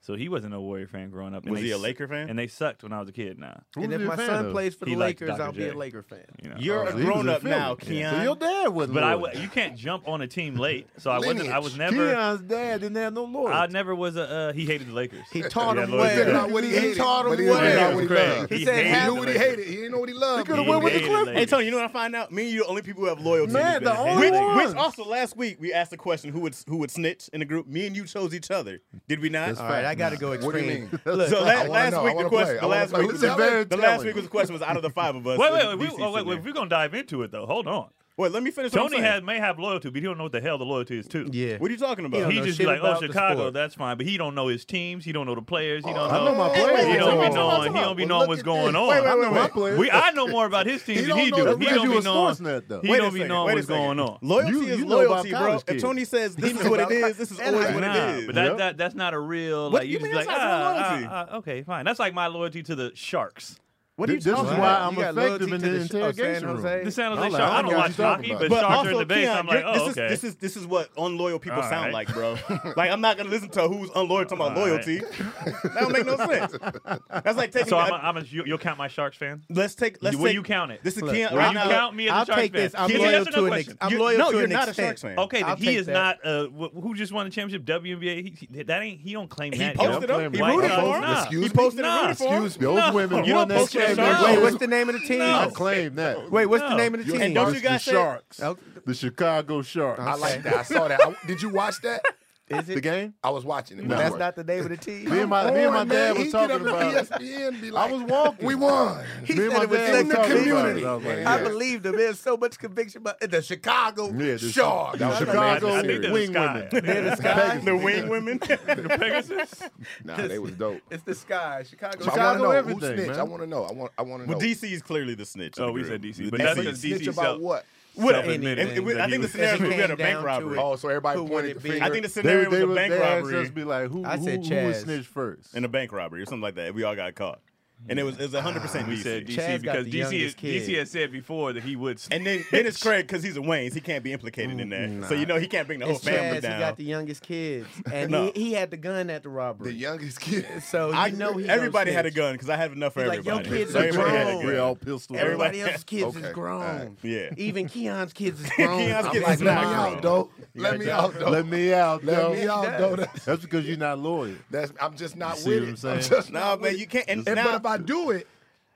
[SPEAKER 3] so he wasn't a Warrior fan growing up. and
[SPEAKER 4] Was
[SPEAKER 3] they
[SPEAKER 4] he a
[SPEAKER 3] s-
[SPEAKER 4] Laker fan?
[SPEAKER 3] And they sucked when I was a kid. Now,
[SPEAKER 5] Who
[SPEAKER 2] and
[SPEAKER 5] was
[SPEAKER 2] if
[SPEAKER 5] you a
[SPEAKER 2] my
[SPEAKER 5] fan
[SPEAKER 2] son
[SPEAKER 5] of?
[SPEAKER 2] plays for the
[SPEAKER 3] He liked
[SPEAKER 2] Lakers,
[SPEAKER 3] Dr.
[SPEAKER 2] I'll be
[SPEAKER 3] J.
[SPEAKER 2] a Laker fan.
[SPEAKER 3] you know.
[SPEAKER 4] You're
[SPEAKER 5] Oh,
[SPEAKER 4] a
[SPEAKER 5] so he was
[SPEAKER 4] grown
[SPEAKER 5] in
[SPEAKER 4] up
[SPEAKER 5] Philly.
[SPEAKER 4] now,
[SPEAKER 5] Yeah.
[SPEAKER 4] Keon.
[SPEAKER 5] So your dad wasn't.
[SPEAKER 3] But I
[SPEAKER 5] loyal.
[SPEAKER 3] wa- you can't jump on a team late, so I wasn't. I was
[SPEAKER 1] Lineage.
[SPEAKER 3] never.
[SPEAKER 5] Keon's dad didn't have no loyalty.
[SPEAKER 3] I never was a. Uh, he hated the Lakers.
[SPEAKER 2] He taught
[SPEAKER 3] Yeah,
[SPEAKER 2] him
[SPEAKER 3] Lord,
[SPEAKER 1] He
[SPEAKER 3] yeah.
[SPEAKER 1] figured
[SPEAKER 2] well.
[SPEAKER 1] out what he, hated,
[SPEAKER 2] taught him
[SPEAKER 1] but he didn't figure out
[SPEAKER 2] well.
[SPEAKER 1] what he
[SPEAKER 3] Craig.
[SPEAKER 1] loved.
[SPEAKER 2] He
[SPEAKER 1] He,
[SPEAKER 2] said
[SPEAKER 1] knew
[SPEAKER 2] half-
[SPEAKER 1] what he hated. He didn't know what he loved.
[SPEAKER 5] coulda
[SPEAKER 1] He
[SPEAKER 5] went with the
[SPEAKER 1] hated-
[SPEAKER 3] hated
[SPEAKER 5] Clippers.
[SPEAKER 3] Lakers.
[SPEAKER 4] Hey, Tony, you know what I find out? Me and you the only people who have loyalty.
[SPEAKER 5] Man,
[SPEAKER 4] in this
[SPEAKER 5] the
[SPEAKER 4] business.
[SPEAKER 5] only
[SPEAKER 4] which,
[SPEAKER 5] ones.
[SPEAKER 4] which also last week we asked the question who would who would snitch in the group. Me and you chose each other. Did we not?
[SPEAKER 2] All right, I gotta go
[SPEAKER 1] What do you
[SPEAKER 2] extreme.
[SPEAKER 1] mean?
[SPEAKER 2] Look,
[SPEAKER 4] so
[SPEAKER 1] I
[SPEAKER 4] la-
[SPEAKER 1] wanna
[SPEAKER 4] last
[SPEAKER 1] know. I
[SPEAKER 4] week the
[SPEAKER 1] wanna
[SPEAKER 4] question,
[SPEAKER 1] play. I
[SPEAKER 4] the
[SPEAKER 1] wanna
[SPEAKER 4] last
[SPEAKER 1] play.
[SPEAKER 4] week,
[SPEAKER 1] This
[SPEAKER 4] the,
[SPEAKER 1] is very
[SPEAKER 4] the last
[SPEAKER 5] telling.
[SPEAKER 4] week was the question was out of the five of us.
[SPEAKER 3] Wait,
[SPEAKER 4] it was
[SPEAKER 3] wait, wait. We,
[SPEAKER 4] DC
[SPEAKER 3] oh, wait,
[SPEAKER 4] in
[SPEAKER 3] wait.
[SPEAKER 4] there.
[SPEAKER 3] We're gonna dive into it though. Hold on.
[SPEAKER 4] Wait, let me finish. what I'm
[SPEAKER 3] Tony
[SPEAKER 4] saying.
[SPEAKER 3] had may have loyalty, but he don't know what the hell the loyalty is too.
[SPEAKER 2] yeah.
[SPEAKER 4] What are you talking about?
[SPEAKER 2] don't
[SPEAKER 3] He
[SPEAKER 2] know
[SPEAKER 3] just be
[SPEAKER 2] shit
[SPEAKER 3] like, oh
[SPEAKER 2] about the
[SPEAKER 3] Chicago,
[SPEAKER 2] sport.
[SPEAKER 3] that's fine, but he don't know his teams. He don't know the players. He don't
[SPEAKER 5] I know
[SPEAKER 3] know.
[SPEAKER 5] my
[SPEAKER 1] Hey, wait,
[SPEAKER 5] players.
[SPEAKER 3] He
[SPEAKER 1] wait,
[SPEAKER 3] don't
[SPEAKER 1] wait,
[SPEAKER 3] be
[SPEAKER 1] wait,
[SPEAKER 3] knowing.
[SPEAKER 1] wait,
[SPEAKER 3] He
[SPEAKER 1] wait.
[SPEAKER 3] don't be
[SPEAKER 1] Well,
[SPEAKER 3] knowing
[SPEAKER 1] look
[SPEAKER 3] what's
[SPEAKER 1] at
[SPEAKER 3] going
[SPEAKER 1] this.
[SPEAKER 3] on.
[SPEAKER 1] Wait, wait,
[SPEAKER 5] I know my players.
[SPEAKER 3] We I know more about his team
[SPEAKER 1] He
[SPEAKER 3] than he
[SPEAKER 1] don't
[SPEAKER 3] do.
[SPEAKER 1] know
[SPEAKER 3] He
[SPEAKER 1] that
[SPEAKER 3] don't
[SPEAKER 5] you
[SPEAKER 3] be
[SPEAKER 5] a
[SPEAKER 3] knowing.
[SPEAKER 5] Sportsnet, though.
[SPEAKER 3] He
[SPEAKER 4] Wait a
[SPEAKER 3] don't be
[SPEAKER 4] second,
[SPEAKER 3] knowing
[SPEAKER 4] wait a
[SPEAKER 3] what's
[SPEAKER 4] second.
[SPEAKER 3] going on.
[SPEAKER 4] Loyalty
[SPEAKER 5] You-
[SPEAKER 4] is
[SPEAKER 5] you know about
[SPEAKER 4] loyalty, bro.
[SPEAKER 5] college
[SPEAKER 4] If
[SPEAKER 5] kids.
[SPEAKER 4] Tony says this is
[SPEAKER 1] know
[SPEAKER 4] what it
[SPEAKER 1] about
[SPEAKER 4] is, this is
[SPEAKER 2] college-
[SPEAKER 4] always
[SPEAKER 2] Nah,
[SPEAKER 4] what it is.
[SPEAKER 3] but that,
[SPEAKER 5] Yep.
[SPEAKER 3] that that's not a real.
[SPEAKER 4] What
[SPEAKER 3] like
[SPEAKER 4] do
[SPEAKER 3] you,
[SPEAKER 4] you
[SPEAKER 3] just
[SPEAKER 4] mean
[SPEAKER 3] be like
[SPEAKER 4] that's not
[SPEAKER 3] ah,
[SPEAKER 4] real
[SPEAKER 3] ah, ah, okay fine. That's like my loyalty to the Sharks.
[SPEAKER 4] what are you
[SPEAKER 5] This this is
[SPEAKER 4] talking
[SPEAKER 2] talking
[SPEAKER 5] why
[SPEAKER 2] about?
[SPEAKER 5] I'm
[SPEAKER 2] You got
[SPEAKER 5] effective
[SPEAKER 2] loyalty
[SPEAKER 5] in
[SPEAKER 2] to
[SPEAKER 5] the
[SPEAKER 2] the sh- of San
[SPEAKER 5] interrogation
[SPEAKER 2] Jose?
[SPEAKER 5] room.
[SPEAKER 3] The San Jose
[SPEAKER 5] I like-
[SPEAKER 3] Sharks.
[SPEAKER 5] I
[SPEAKER 3] I
[SPEAKER 5] like
[SPEAKER 3] don't
[SPEAKER 5] what
[SPEAKER 3] watch
[SPEAKER 5] you're talking
[SPEAKER 3] hockey,
[SPEAKER 5] about.
[SPEAKER 3] but,
[SPEAKER 4] But
[SPEAKER 3] Sharks
[SPEAKER 4] also,
[SPEAKER 3] are in the base.
[SPEAKER 4] Keon,
[SPEAKER 3] I'm like,
[SPEAKER 4] you're-
[SPEAKER 3] oh
[SPEAKER 4] this
[SPEAKER 3] okay.
[SPEAKER 4] is this is this is what unloyal people
[SPEAKER 3] All
[SPEAKER 4] sound
[SPEAKER 3] right.
[SPEAKER 4] like, bro. like I'm not gonna listen to who's unloyal talking about
[SPEAKER 3] All right.
[SPEAKER 4] loyalty. That don't make no sense. That's like taking.
[SPEAKER 3] <laughs> so I'm, a,
[SPEAKER 4] a-
[SPEAKER 3] I'm a, you, you'll count my Sharks fan.
[SPEAKER 4] let's take. Let's
[SPEAKER 3] Will
[SPEAKER 4] take,
[SPEAKER 3] you count it?
[SPEAKER 4] This is
[SPEAKER 2] Look,
[SPEAKER 4] Keon
[SPEAKER 2] will
[SPEAKER 4] right
[SPEAKER 3] you
[SPEAKER 4] now.
[SPEAKER 3] count me as a
[SPEAKER 2] I'll
[SPEAKER 3] Sharks
[SPEAKER 2] take
[SPEAKER 3] fan?
[SPEAKER 2] this. I'm
[SPEAKER 3] Give me
[SPEAKER 2] loyal
[SPEAKER 3] yes or no
[SPEAKER 2] to an
[SPEAKER 3] question.
[SPEAKER 2] ex- I'm
[SPEAKER 4] You-
[SPEAKER 2] loyal
[SPEAKER 4] no,
[SPEAKER 2] to
[SPEAKER 4] you're
[SPEAKER 2] an
[SPEAKER 4] not
[SPEAKER 2] extent.
[SPEAKER 4] a Sharks fan.
[SPEAKER 3] Okay, then
[SPEAKER 2] I'll
[SPEAKER 3] he
[SPEAKER 2] take
[SPEAKER 3] is
[SPEAKER 2] that.
[SPEAKER 3] not. Uh, wh- who just won the championship? WNBA. He, he- that ain't. He don't claim
[SPEAKER 4] He
[SPEAKER 3] that.
[SPEAKER 4] posted
[SPEAKER 3] yo.
[SPEAKER 4] up. He
[SPEAKER 3] White
[SPEAKER 4] rooted
[SPEAKER 3] Sox,
[SPEAKER 4] for him.
[SPEAKER 3] nah.
[SPEAKER 4] He
[SPEAKER 1] Excuse me.
[SPEAKER 4] posted
[SPEAKER 3] Nah.
[SPEAKER 4] and rooted for him.
[SPEAKER 5] Excuse me. Those
[SPEAKER 3] No.
[SPEAKER 5] women
[SPEAKER 3] You don't
[SPEAKER 5] won that
[SPEAKER 3] post your
[SPEAKER 5] championship.
[SPEAKER 3] Sharks.
[SPEAKER 2] Wait, what's the name of the team?
[SPEAKER 5] I
[SPEAKER 3] No.
[SPEAKER 5] claim that.
[SPEAKER 2] Wait, what's
[SPEAKER 3] No.
[SPEAKER 2] the name of the
[SPEAKER 4] And
[SPEAKER 2] team?
[SPEAKER 4] don't
[SPEAKER 5] First
[SPEAKER 4] you guys
[SPEAKER 5] the
[SPEAKER 4] say-
[SPEAKER 5] Sharks,
[SPEAKER 2] Okay.
[SPEAKER 5] the Chicago Sharks.
[SPEAKER 1] I like that. I saw that. I- did you watch that?
[SPEAKER 2] Is
[SPEAKER 5] the
[SPEAKER 2] it?
[SPEAKER 5] game.
[SPEAKER 1] I was watching it.
[SPEAKER 5] No.
[SPEAKER 2] That's not the name of the team.
[SPEAKER 5] Me and my me and my
[SPEAKER 1] on, E
[SPEAKER 5] dad
[SPEAKER 1] man.
[SPEAKER 5] was
[SPEAKER 1] He
[SPEAKER 5] talking
[SPEAKER 1] get up
[SPEAKER 5] about.
[SPEAKER 1] to ESPN, be like,
[SPEAKER 5] I was walking.
[SPEAKER 1] We won.
[SPEAKER 2] He
[SPEAKER 5] me and
[SPEAKER 2] said
[SPEAKER 5] my
[SPEAKER 2] it was
[SPEAKER 5] dad
[SPEAKER 2] in
[SPEAKER 5] was
[SPEAKER 2] the
[SPEAKER 5] talking
[SPEAKER 2] community.
[SPEAKER 5] About it. I was like,
[SPEAKER 2] I
[SPEAKER 5] yeah.
[SPEAKER 2] believe them. There's so much conviction, but the Chicago
[SPEAKER 5] Yeah, this-
[SPEAKER 2] Sharks.
[SPEAKER 5] that was
[SPEAKER 2] I was
[SPEAKER 3] I,
[SPEAKER 5] Chicago
[SPEAKER 3] I
[SPEAKER 5] <laughs>
[SPEAKER 3] think they're the
[SPEAKER 5] wing
[SPEAKER 3] sky.
[SPEAKER 5] women.
[SPEAKER 3] They're the sky.
[SPEAKER 5] Pegasus.
[SPEAKER 4] The wing women.
[SPEAKER 3] The Pegasus.
[SPEAKER 1] Nah, they was dope.
[SPEAKER 2] It's the sky, Chicago.
[SPEAKER 1] So I
[SPEAKER 5] Chicago
[SPEAKER 1] want to know who
[SPEAKER 5] everything,
[SPEAKER 1] snitched.
[SPEAKER 5] man.
[SPEAKER 1] I want to know. I want. I want to know.
[SPEAKER 4] Well, DC is clearly the snitch. of
[SPEAKER 3] Oh,
[SPEAKER 4] the
[SPEAKER 3] we
[SPEAKER 4] group.
[SPEAKER 3] said DC,
[SPEAKER 5] The
[SPEAKER 3] but that's
[SPEAKER 5] DC
[SPEAKER 3] because
[SPEAKER 1] snitch
[SPEAKER 3] DC
[SPEAKER 1] about what?
[SPEAKER 4] Whatever.
[SPEAKER 2] Anything
[SPEAKER 4] If- if we- I think the
[SPEAKER 3] that
[SPEAKER 4] scenario
[SPEAKER 2] he
[SPEAKER 4] we had a
[SPEAKER 2] was-
[SPEAKER 4] bank
[SPEAKER 2] Down to
[SPEAKER 4] robbery.
[SPEAKER 2] it.
[SPEAKER 1] Oh, so everybody
[SPEAKER 2] Who would
[SPEAKER 1] pointed
[SPEAKER 2] it
[SPEAKER 1] the
[SPEAKER 2] be?
[SPEAKER 1] finger.
[SPEAKER 4] I think the
[SPEAKER 5] They
[SPEAKER 4] scenario
[SPEAKER 5] would they
[SPEAKER 4] was a
[SPEAKER 5] would
[SPEAKER 4] bank
[SPEAKER 5] they asked
[SPEAKER 4] robbery.
[SPEAKER 5] us be like who
[SPEAKER 2] I
[SPEAKER 5] who,
[SPEAKER 2] said
[SPEAKER 5] who would
[SPEAKER 2] Chaz.
[SPEAKER 5] snitch first?
[SPEAKER 4] in a bank robbery or something like that. We all got caught, and it was it was hundred percent
[SPEAKER 3] We said
[SPEAKER 4] DC.
[SPEAKER 3] DC
[SPEAKER 2] Chaz got
[SPEAKER 3] because
[SPEAKER 2] the
[SPEAKER 3] DC is,
[SPEAKER 2] youngest kid.
[SPEAKER 3] DC has said before that he would. snitch.
[SPEAKER 4] And then then it's Craig because he's a Wayne's. He can't be implicated in that, so you know he can't bring the whole
[SPEAKER 2] It's Chaz.
[SPEAKER 4] family
[SPEAKER 2] He
[SPEAKER 4] down.
[SPEAKER 2] got the youngest kids, and
[SPEAKER 4] No.
[SPEAKER 2] he, he had the gun at the robbery.
[SPEAKER 1] the youngest kid.
[SPEAKER 2] so you
[SPEAKER 4] I
[SPEAKER 2] know he
[SPEAKER 4] everybody
[SPEAKER 2] gonna
[SPEAKER 4] had a
[SPEAKER 2] snitch.
[SPEAKER 4] gun because I had enough for
[SPEAKER 2] He's like, yo,
[SPEAKER 4] everybody.
[SPEAKER 2] kids
[SPEAKER 4] So
[SPEAKER 2] are
[SPEAKER 4] everybody had a
[SPEAKER 2] grown.
[SPEAKER 4] gun.
[SPEAKER 5] We all pistol.
[SPEAKER 2] Everybody else's kids
[SPEAKER 1] Okay,
[SPEAKER 2] is grown.
[SPEAKER 1] all right.
[SPEAKER 4] Yeah.
[SPEAKER 2] <laughs> Even Keon's kids is grown.
[SPEAKER 4] Keon's
[SPEAKER 2] I'm
[SPEAKER 4] kids
[SPEAKER 2] like,
[SPEAKER 1] <laughs>
[SPEAKER 4] is
[SPEAKER 1] Let
[SPEAKER 4] not
[SPEAKER 1] me
[SPEAKER 2] wow.
[SPEAKER 4] grown.
[SPEAKER 1] out, though. Let me out, though.
[SPEAKER 5] Let me out,
[SPEAKER 1] Let
[SPEAKER 5] though.
[SPEAKER 1] me out, though. That's-
[SPEAKER 5] That's because you're not loyal.
[SPEAKER 1] That's. I'm just not
[SPEAKER 5] You see
[SPEAKER 1] with
[SPEAKER 5] what I'm
[SPEAKER 1] it. I'm
[SPEAKER 5] saying?
[SPEAKER 1] just
[SPEAKER 4] No,
[SPEAKER 1] not
[SPEAKER 4] man,
[SPEAKER 1] with
[SPEAKER 4] you
[SPEAKER 1] it.
[SPEAKER 4] can't. And
[SPEAKER 1] And,
[SPEAKER 4] now,
[SPEAKER 1] but if I do it,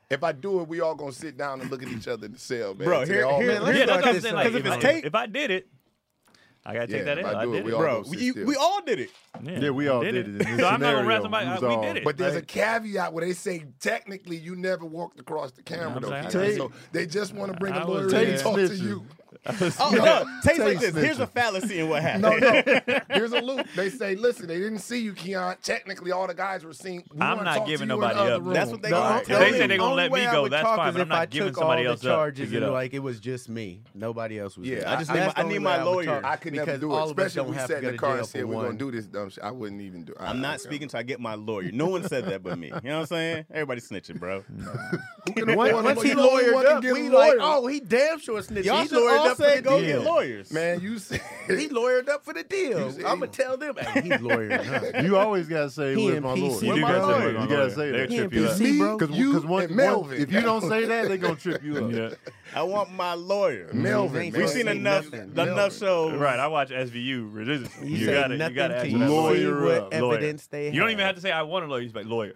[SPEAKER 1] if I do it, we all gonna sit down and look at each other in the cell, man.
[SPEAKER 4] Bro,
[SPEAKER 1] till they
[SPEAKER 4] here-
[SPEAKER 1] all
[SPEAKER 4] here-
[SPEAKER 1] look-
[SPEAKER 2] let's
[SPEAKER 3] yeah, that's
[SPEAKER 2] start
[SPEAKER 3] what I'm
[SPEAKER 2] this
[SPEAKER 3] saying.
[SPEAKER 2] up.
[SPEAKER 3] Like,
[SPEAKER 4] Because if
[SPEAKER 3] if,
[SPEAKER 4] it's
[SPEAKER 3] I,
[SPEAKER 4] tape-
[SPEAKER 3] if I did it, I gotta
[SPEAKER 1] Yeah,
[SPEAKER 3] take that
[SPEAKER 1] if
[SPEAKER 3] in.
[SPEAKER 1] I
[SPEAKER 3] I,
[SPEAKER 1] do it,
[SPEAKER 3] did
[SPEAKER 1] we
[SPEAKER 3] it.
[SPEAKER 1] all-
[SPEAKER 4] bro,
[SPEAKER 1] gonna sit
[SPEAKER 4] we,
[SPEAKER 1] still.
[SPEAKER 4] we all did it.
[SPEAKER 3] Yeah,
[SPEAKER 5] Yeah, we all did it. In this
[SPEAKER 3] So I'm not gonna rap
[SPEAKER 5] scenario,
[SPEAKER 3] somebody.
[SPEAKER 5] we
[SPEAKER 3] I-
[SPEAKER 5] was
[SPEAKER 3] We
[SPEAKER 5] all-
[SPEAKER 3] did it.
[SPEAKER 1] But there's a
[SPEAKER 3] Like,
[SPEAKER 1] caveat where they say technically you never walked across the camera
[SPEAKER 3] I'm
[SPEAKER 1] though.
[SPEAKER 3] saying,
[SPEAKER 1] Keon.
[SPEAKER 5] I-
[SPEAKER 1] so they just want to bring
[SPEAKER 3] I
[SPEAKER 1] a
[SPEAKER 3] was
[SPEAKER 1] lawyer in
[SPEAKER 5] there.
[SPEAKER 1] and talk to
[SPEAKER 5] Snitching.
[SPEAKER 1] you.
[SPEAKER 4] Oh no, <laughs> taste like this. Here's a fallacy <laughs> in what happened.
[SPEAKER 1] No, no. Here's a loop. They say, listen, they didn't see you, Keon. Technically, all the guys were seen. We
[SPEAKER 3] I'm
[SPEAKER 1] wanna
[SPEAKER 3] not
[SPEAKER 1] talk to
[SPEAKER 3] giving
[SPEAKER 1] you in
[SPEAKER 3] nobody
[SPEAKER 1] the other
[SPEAKER 3] up.
[SPEAKER 1] room.
[SPEAKER 4] That's what they
[SPEAKER 2] No,
[SPEAKER 4] gonna
[SPEAKER 2] the
[SPEAKER 3] If they
[SPEAKER 2] only-
[SPEAKER 3] say they gonna
[SPEAKER 2] only
[SPEAKER 3] let me
[SPEAKER 2] way I
[SPEAKER 3] go,
[SPEAKER 2] would
[SPEAKER 3] that's
[SPEAKER 2] talk
[SPEAKER 3] fine,
[SPEAKER 2] is
[SPEAKER 3] but I'm
[SPEAKER 2] if
[SPEAKER 3] not
[SPEAKER 2] I
[SPEAKER 3] giving
[SPEAKER 2] took
[SPEAKER 3] somebody
[SPEAKER 2] all
[SPEAKER 3] else
[SPEAKER 2] the
[SPEAKER 3] up to
[SPEAKER 2] charges
[SPEAKER 3] get
[SPEAKER 2] and
[SPEAKER 3] up.
[SPEAKER 2] like it was just me. Nobody else was.
[SPEAKER 1] Yeah,
[SPEAKER 2] there.
[SPEAKER 1] I just
[SPEAKER 2] That's
[SPEAKER 4] need my-
[SPEAKER 2] the
[SPEAKER 4] I
[SPEAKER 2] only
[SPEAKER 4] need
[SPEAKER 2] way
[SPEAKER 4] my
[SPEAKER 2] would
[SPEAKER 4] lawyer.
[SPEAKER 2] talk,
[SPEAKER 1] I could never
[SPEAKER 2] because
[SPEAKER 1] do
[SPEAKER 2] all
[SPEAKER 1] it,
[SPEAKER 2] of us
[SPEAKER 1] especially
[SPEAKER 2] don't
[SPEAKER 1] if we
[SPEAKER 2] have
[SPEAKER 1] sat
[SPEAKER 2] to
[SPEAKER 1] in
[SPEAKER 2] go
[SPEAKER 1] the
[SPEAKER 2] to
[SPEAKER 1] car
[SPEAKER 2] jail
[SPEAKER 1] and said
[SPEAKER 2] for
[SPEAKER 1] we're
[SPEAKER 2] one.
[SPEAKER 1] gonna do this dumb shit. I wouldn't even do. I,
[SPEAKER 4] I'm
[SPEAKER 1] okay.
[SPEAKER 4] not speaking till I get my lawyer. No one said that but me. You know what I'm saying? Everybody snitching, bro.
[SPEAKER 1] Who can afford
[SPEAKER 2] Once,
[SPEAKER 1] it?
[SPEAKER 2] <laughs> once he
[SPEAKER 1] You know who
[SPEAKER 2] lawyered
[SPEAKER 1] can
[SPEAKER 2] up,
[SPEAKER 1] get
[SPEAKER 2] we
[SPEAKER 1] a lawyer?
[SPEAKER 2] like, oh, he damn sure snitched.
[SPEAKER 4] Y'all
[SPEAKER 2] he
[SPEAKER 4] should
[SPEAKER 2] lawyered
[SPEAKER 1] up for the
[SPEAKER 4] said go
[SPEAKER 1] deal.
[SPEAKER 4] get lawyers.
[SPEAKER 1] Man, you said
[SPEAKER 2] He lawyered up for the deal.
[SPEAKER 1] see?
[SPEAKER 2] I'm gonna tell them, hey,
[SPEAKER 4] <laughs>
[SPEAKER 2] he's lawyered up.
[SPEAKER 5] You always gotta say
[SPEAKER 2] He
[SPEAKER 5] where's
[SPEAKER 2] and
[SPEAKER 5] my
[SPEAKER 2] PC.
[SPEAKER 5] lord.
[SPEAKER 2] You
[SPEAKER 3] You
[SPEAKER 2] Where
[SPEAKER 3] do
[SPEAKER 2] my
[SPEAKER 3] gotta say
[SPEAKER 2] lawyer?
[SPEAKER 3] where my
[SPEAKER 5] You
[SPEAKER 3] lawyer.
[SPEAKER 5] gotta say
[SPEAKER 3] They'll
[SPEAKER 5] that.
[SPEAKER 3] trip
[SPEAKER 2] Yeah,
[SPEAKER 3] you up.
[SPEAKER 2] PC.
[SPEAKER 1] me,
[SPEAKER 2] bro.
[SPEAKER 1] Cause,
[SPEAKER 5] Because
[SPEAKER 1] you
[SPEAKER 5] one,
[SPEAKER 1] and
[SPEAKER 5] one,
[SPEAKER 1] Melvin.
[SPEAKER 5] if you don't say that, they're gonna trip you up.
[SPEAKER 3] Yeah.
[SPEAKER 4] I want my lawyer.
[SPEAKER 1] Melvin,
[SPEAKER 2] Mm. We've
[SPEAKER 1] man.
[SPEAKER 4] We've seen
[SPEAKER 2] Ain't
[SPEAKER 4] enough
[SPEAKER 2] nothing.
[SPEAKER 4] enough shows.
[SPEAKER 3] Right, I watch SVU religiously.
[SPEAKER 2] You,
[SPEAKER 3] You,
[SPEAKER 2] say
[SPEAKER 3] gotta,
[SPEAKER 2] nothing
[SPEAKER 3] you gotta ask
[SPEAKER 2] to
[SPEAKER 3] for
[SPEAKER 2] you.
[SPEAKER 3] that lawyer.
[SPEAKER 2] See
[SPEAKER 5] Lawyer
[SPEAKER 2] what
[SPEAKER 5] up.
[SPEAKER 3] Lawyer.
[SPEAKER 2] evidence they
[SPEAKER 3] You don't even have to say I want a lawyer. You just like lawyer,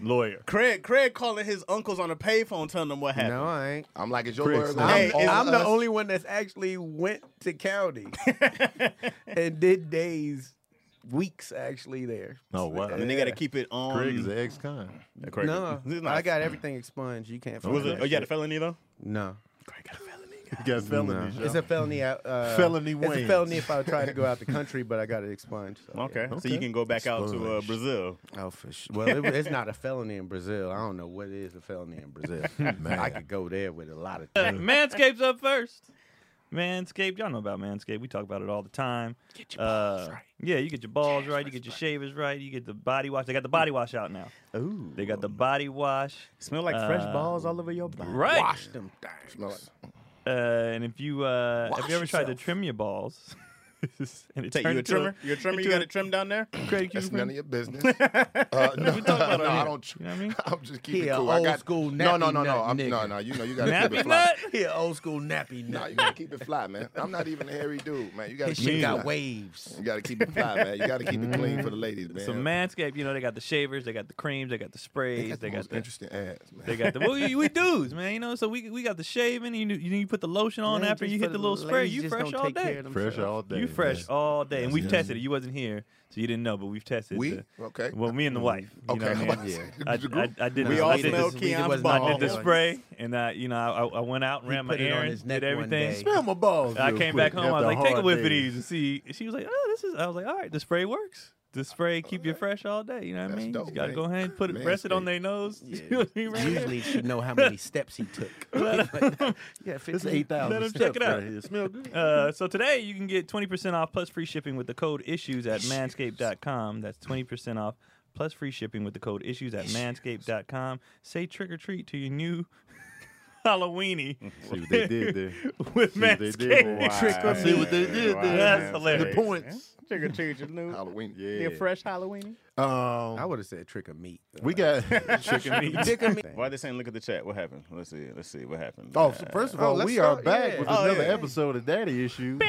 [SPEAKER 3] lawyer.
[SPEAKER 4] Craig Craig calling his uncles on a payphone telling them what happened.
[SPEAKER 2] No, I ain't.
[SPEAKER 1] I'm like, it's your
[SPEAKER 5] Pricks,
[SPEAKER 1] word.
[SPEAKER 5] man.
[SPEAKER 1] on
[SPEAKER 4] Hey,
[SPEAKER 1] all
[SPEAKER 4] is-
[SPEAKER 2] I'm the
[SPEAKER 1] us?
[SPEAKER 2] only one that's actually went to county and did days, weeks actually there.
[SPEAKER 5] Oh wow.
[SPEAKER 4] And they got to keep it on.
[SPEAKER 5] Craig's an ex-con.
[SPEAKER 4] Craig-
[SPEAKER 2] No,
[SPEAKER 4] This is not-
[SPEAKER 2] I got everything expunged. You can't.
[SPEAKER 4] Was
[SPEAKER 2] find
[SPEAKER 4] it?
[SPEAKER 2] that
[SPEAKER 4] Oh, you had a
[SPEAKER 2] shit.
[SPEAKER 4] felony though.
[SPEAKER 2] No.
[SPEAKER 5] You got felonies.
[SPEAKER 2] It's
[SPEAKER 5] y'all.
[SPEAKER 2] a felony. out- Uh,
[SPEAKER 5] Felony
[SPEAKER 2] It's a
[SPEAKER 5] wins.
[SPEAKER 2] felony if I would try to go out <laughs> the country, but I got it expunged. so, yeah.
[SPEAKER 4] Okay. so you can go back out to uh,
[SPEAKER 5] Sponge.
[SPEAKER 4] Brazil.
[SPEAKER 2] Oh, for sure. Well, it, it's not a felony in Brazil. I don't know what is a felony in <laughs> Brazil. I could go there with a lot of things.
[SPEAKER 3] Manscaped's up first. Manscaped, y'all know about Manscaped. We talk about it all the time. Get your balls right. Yeah, you get your balls right. You get your shavers right. You get the body wash. They got the body wash out now.
[SPEAKER 4] Ooh.
[SPEAKER 3] They got the body wash.
[SPEAKER 4] Smell like fresh
[SPEAKER 3] Uh,
[SPEAKER 4] balls all over your body.
[SPEAKER 3] Right.
[SPEAKER 2] Wash them things.
[SPEAKER 1] Smell like-
[SPEAKER 3] Uh, and if you uh,
[SPEAKER 2] Wash
[SPEAKER 3] have you ever tried to
[SPEAKER 2] yourself.
[SPEAKER 3] trim your balls? <laughs> and it
[SPEAKER 4] Take
[SPEAKER 3] turned
[SPEAKER 4] you a
[SPEAKER 3] into
[SPEAKER 4] trimmer. You a trimmer. You
[SPEAKER 3] into
[SPEAKER 4] got it trimmed down there.
[SPEAKER 3] a Craig
[SPEAKER 1] That's none of
[SPEAKER 3] Cooper.
[SPEAKER 1] your business. Uh, <laughs> no,
[SPEAKER 3] We talking about
[SPEAKER 1] no,
[SPEAKER 3] on
[SPEAKER 1] I
[SPEAKER 3] here.
[SPEAKER 1] don't.
[SPEAKER 3] You know what I mean?
[SPEAKER 1] I'm just keeping
[SPEAKER 2] He
[SPEAKER 1] it
[SPEAKER 2] a
[SPEAKER 1] cool. I
[SPEAKER 2] old
[SPEAKER 1] got
[SPEAKER 2] school
[SPEAKER 1] no, no, no,
[SPEAKER 2] nappy
[SPEAKER 1] no,
[SPEAKER 2] nut
[SPEAKER 1] I'm, no,
[SPEAKER 2] nigga.
[SPEAKER 1] no. You know you gotta keep
[SPEAKER 3] Nappy
[SPEAKER 1] it fly.
[SPEAKER 3] nut?
[SPEAKER 2] He <laughs> an old school nappy
[SPEAKER 1] Nah,
[SPEAKER 2] nut.
[SPEAKER 1] you gotta keep it fly, man. I'm not even a hairy dude, man. You gotta
[SPEAKER 2] His
[SPEAKER 1] keep it
[SPEAKER 2] shit got
[SPEAKER 1] fly.
[SPEAKER 2] <laughs> waves.
[SPEAKER 1] You gotta keep it fly, man. You gotta keep it clean for the ladies, man.
[SPEAKER 3] So Manscaped, you know they got the shavers, they got the creams, they got the
[SPEAKER 1] they
[SPEAKER 3] sprays,
[SPEAKER 1] got the
[SPEAKER 3] they got
[SPEAKER 1] most
[SPEAKER 3] the
[SPEAKER 1] interesting ads, man.
[SPEAKER 3] They got the well, we, we dudes, man. You know, so we we got the shaving. You you, you put the lotion on
[SPEAKER 2] Man,
[SPEAKER 3] after
[SPEAKER 2] just
[SPEAKER 3] you hit
[SPEAKER 2] for
[SPEAKER 3] the
[SPEAKER 2] the
[SPEAKER 3] little spray.
[SPEAKER 2] ladies
[SPEAKER 3] You
[SPEAKER 2] just
[SPEAKER 3] fresh
[SPEAKER 2] don't
[SPEAKER 3] all
[SPEAKER 2] take care
[SPEAKER 3] day.
[SPEAKER 2] of them.
[SPEAKER 5] Fresh all day.
[SPEAKER 3] You fresh
[SPEAKER 5] man.
[SPEAKER 3] all day, and we've
[SPEAKER 5] Yes.
[SPEAKER 3] tested it. You wasn't here, so you didn't know, but we've tested.
[SPEAKER 1] We?
[SPEAKER 3] the-
[SPEAKER 1] Okay.
[SPEAKER 3] Well, me and the wife. You
[SPEAKER 1] okay,
[SPEAKER 2] <laughs>
[SPEAKER 3] know
[SPEAKER 1] I'm about
[SPEAKER 3] what <laughs>
[SPEAKER 1] to
[SPEAKER 3] I mean?
[SPEAKER 1] say,
[SPEAKER 3] I,
[SPEAKER 1] the group.
[SPEAKER 3] I, I did.
[SPEAKER 4] We
[SPEAKER 3] this-
[SPEAKER 4] all
[SPEAKER 3] I did
[SPEAKER 4] smell
[SPEAKER 3] this,
[SPEAKER 2] weed, it
[SPEAKER 4] Keon's
[SPEAKER 2] wasn't
[SPEAKER 3] I
[SPEAKER 4] balls.
[SPEAKER 3] did the
[SPEAKER 2] Keon. <laughs>
[SPEAKER 3] spray, and I, you know, I, I went out, and ran my
[SPEAKER 2] put it on
[SPEAKER 3] errands,
[SPEAKER 2] his neck
[SPEAKER 3] did
[SPEAKER 2] one
[SPEAKER 3] everything.
[SPEAKER 2] day.
[SPEAKER 5] Smell my balls.
[SPEAKER 3] I
[SPEAKER 5] real
[SPEAKER 3] came back
[SPEAKER 5] quick
[SPEAKER 3] home. I
[SPEAKER 5] after
[SPEAKER 3] was like, take a
[SPEAKER 5] hard
[SPEAKER 3] whiff of
[SPEAKER 5] day.
[SPEAKER 3] these and see. She was like, oh, this is. I was like, all right, the spray works. The spray
[SPEAKER 2] Oh,
[SPEAKER 3] keep you fresh all day. You know what I
[SPEAKER 1] That's
[SPEAKER 3] mean? You
[SPEAKER 1] dope,
[SPEAKER 3] just gotta
[SPEAKER 1] man.
[SPEAKER 3] go ahead and put it, rest it on
[SPEAKER 1] Manscaped.
[SPEAKER 3] their nose. <laughs> You know what I mean? Right there.
[SPEAKER 2] Usually she know how many steps he
[SPEAKER 3] <laughs>
[SPEAKER 2] took. <laughs> yeah,
[SPEAKER 5] It's eight thousand.
[SPEAKER 3] Let 'em check it out.
[SPEAKER 5] It smell good.
[SPEAKER 3] Uh, so today you can get 20% off plus free shipping with the code issues at manscaped.com. That's 20% off plus free shipping with the code issues at manscaped.com. Say trick or treat to your new <laughs> Halloweeny
[SPEAKER 5] See what they did there.
[SPEAKER 3] with
[SPEAKER 5] See what they did.
[SPEAKER 3] Manscaped.
[SPEAKER 5] Wow.
[SPEAKER 4] Ah,
[SPEAKER 2] Trick or
[SPEAKER 5] See what they did
[SPEAKER 4] Wow.
[SPEAKER 5] there.
[SPEAKER 3] That's
[SPEAKER 5] man.
[SPEAKER 3] hilarious.
[SPEAKER 5] The points.
[SPEAKER 4] Trigger, trigger, new.
[SPEAKER 1] Halloween.
[SPEAKER 5] Yeah.
[SPEAKER 4] fresh Halloween.
[SPEAKER 2] I
[SPEAKER 5] Um,
[SPEAKER 2] would have said trick of meat.
[SPEAKER 5] we got.
[SPEAKER 3] Chicken meat.
[SPEAKER 5] <laughs>
[SPEAKER 2] trick
[SPEAKER 3] <laughs>
[SPEAKER 2] of meat.
[SPEAKER 4] Why they saying look at the chat? What happened? Let's see. Let's see what happened.
[SPEAKER 5] Oh, so first of all,
[SPEAKER 2] let's
[SPEAKER 5] we are
[SPEAKER 2] start-
[SPEAKER 5] back
[SPEAKER 2] yeah.
[SPEAKER 5] with
[SPEAKER 4] Oh,
[SPEAKER 5] another
[SPEAKER 4] yeah.
[SPEAKER 5] episode of Daddy Issues.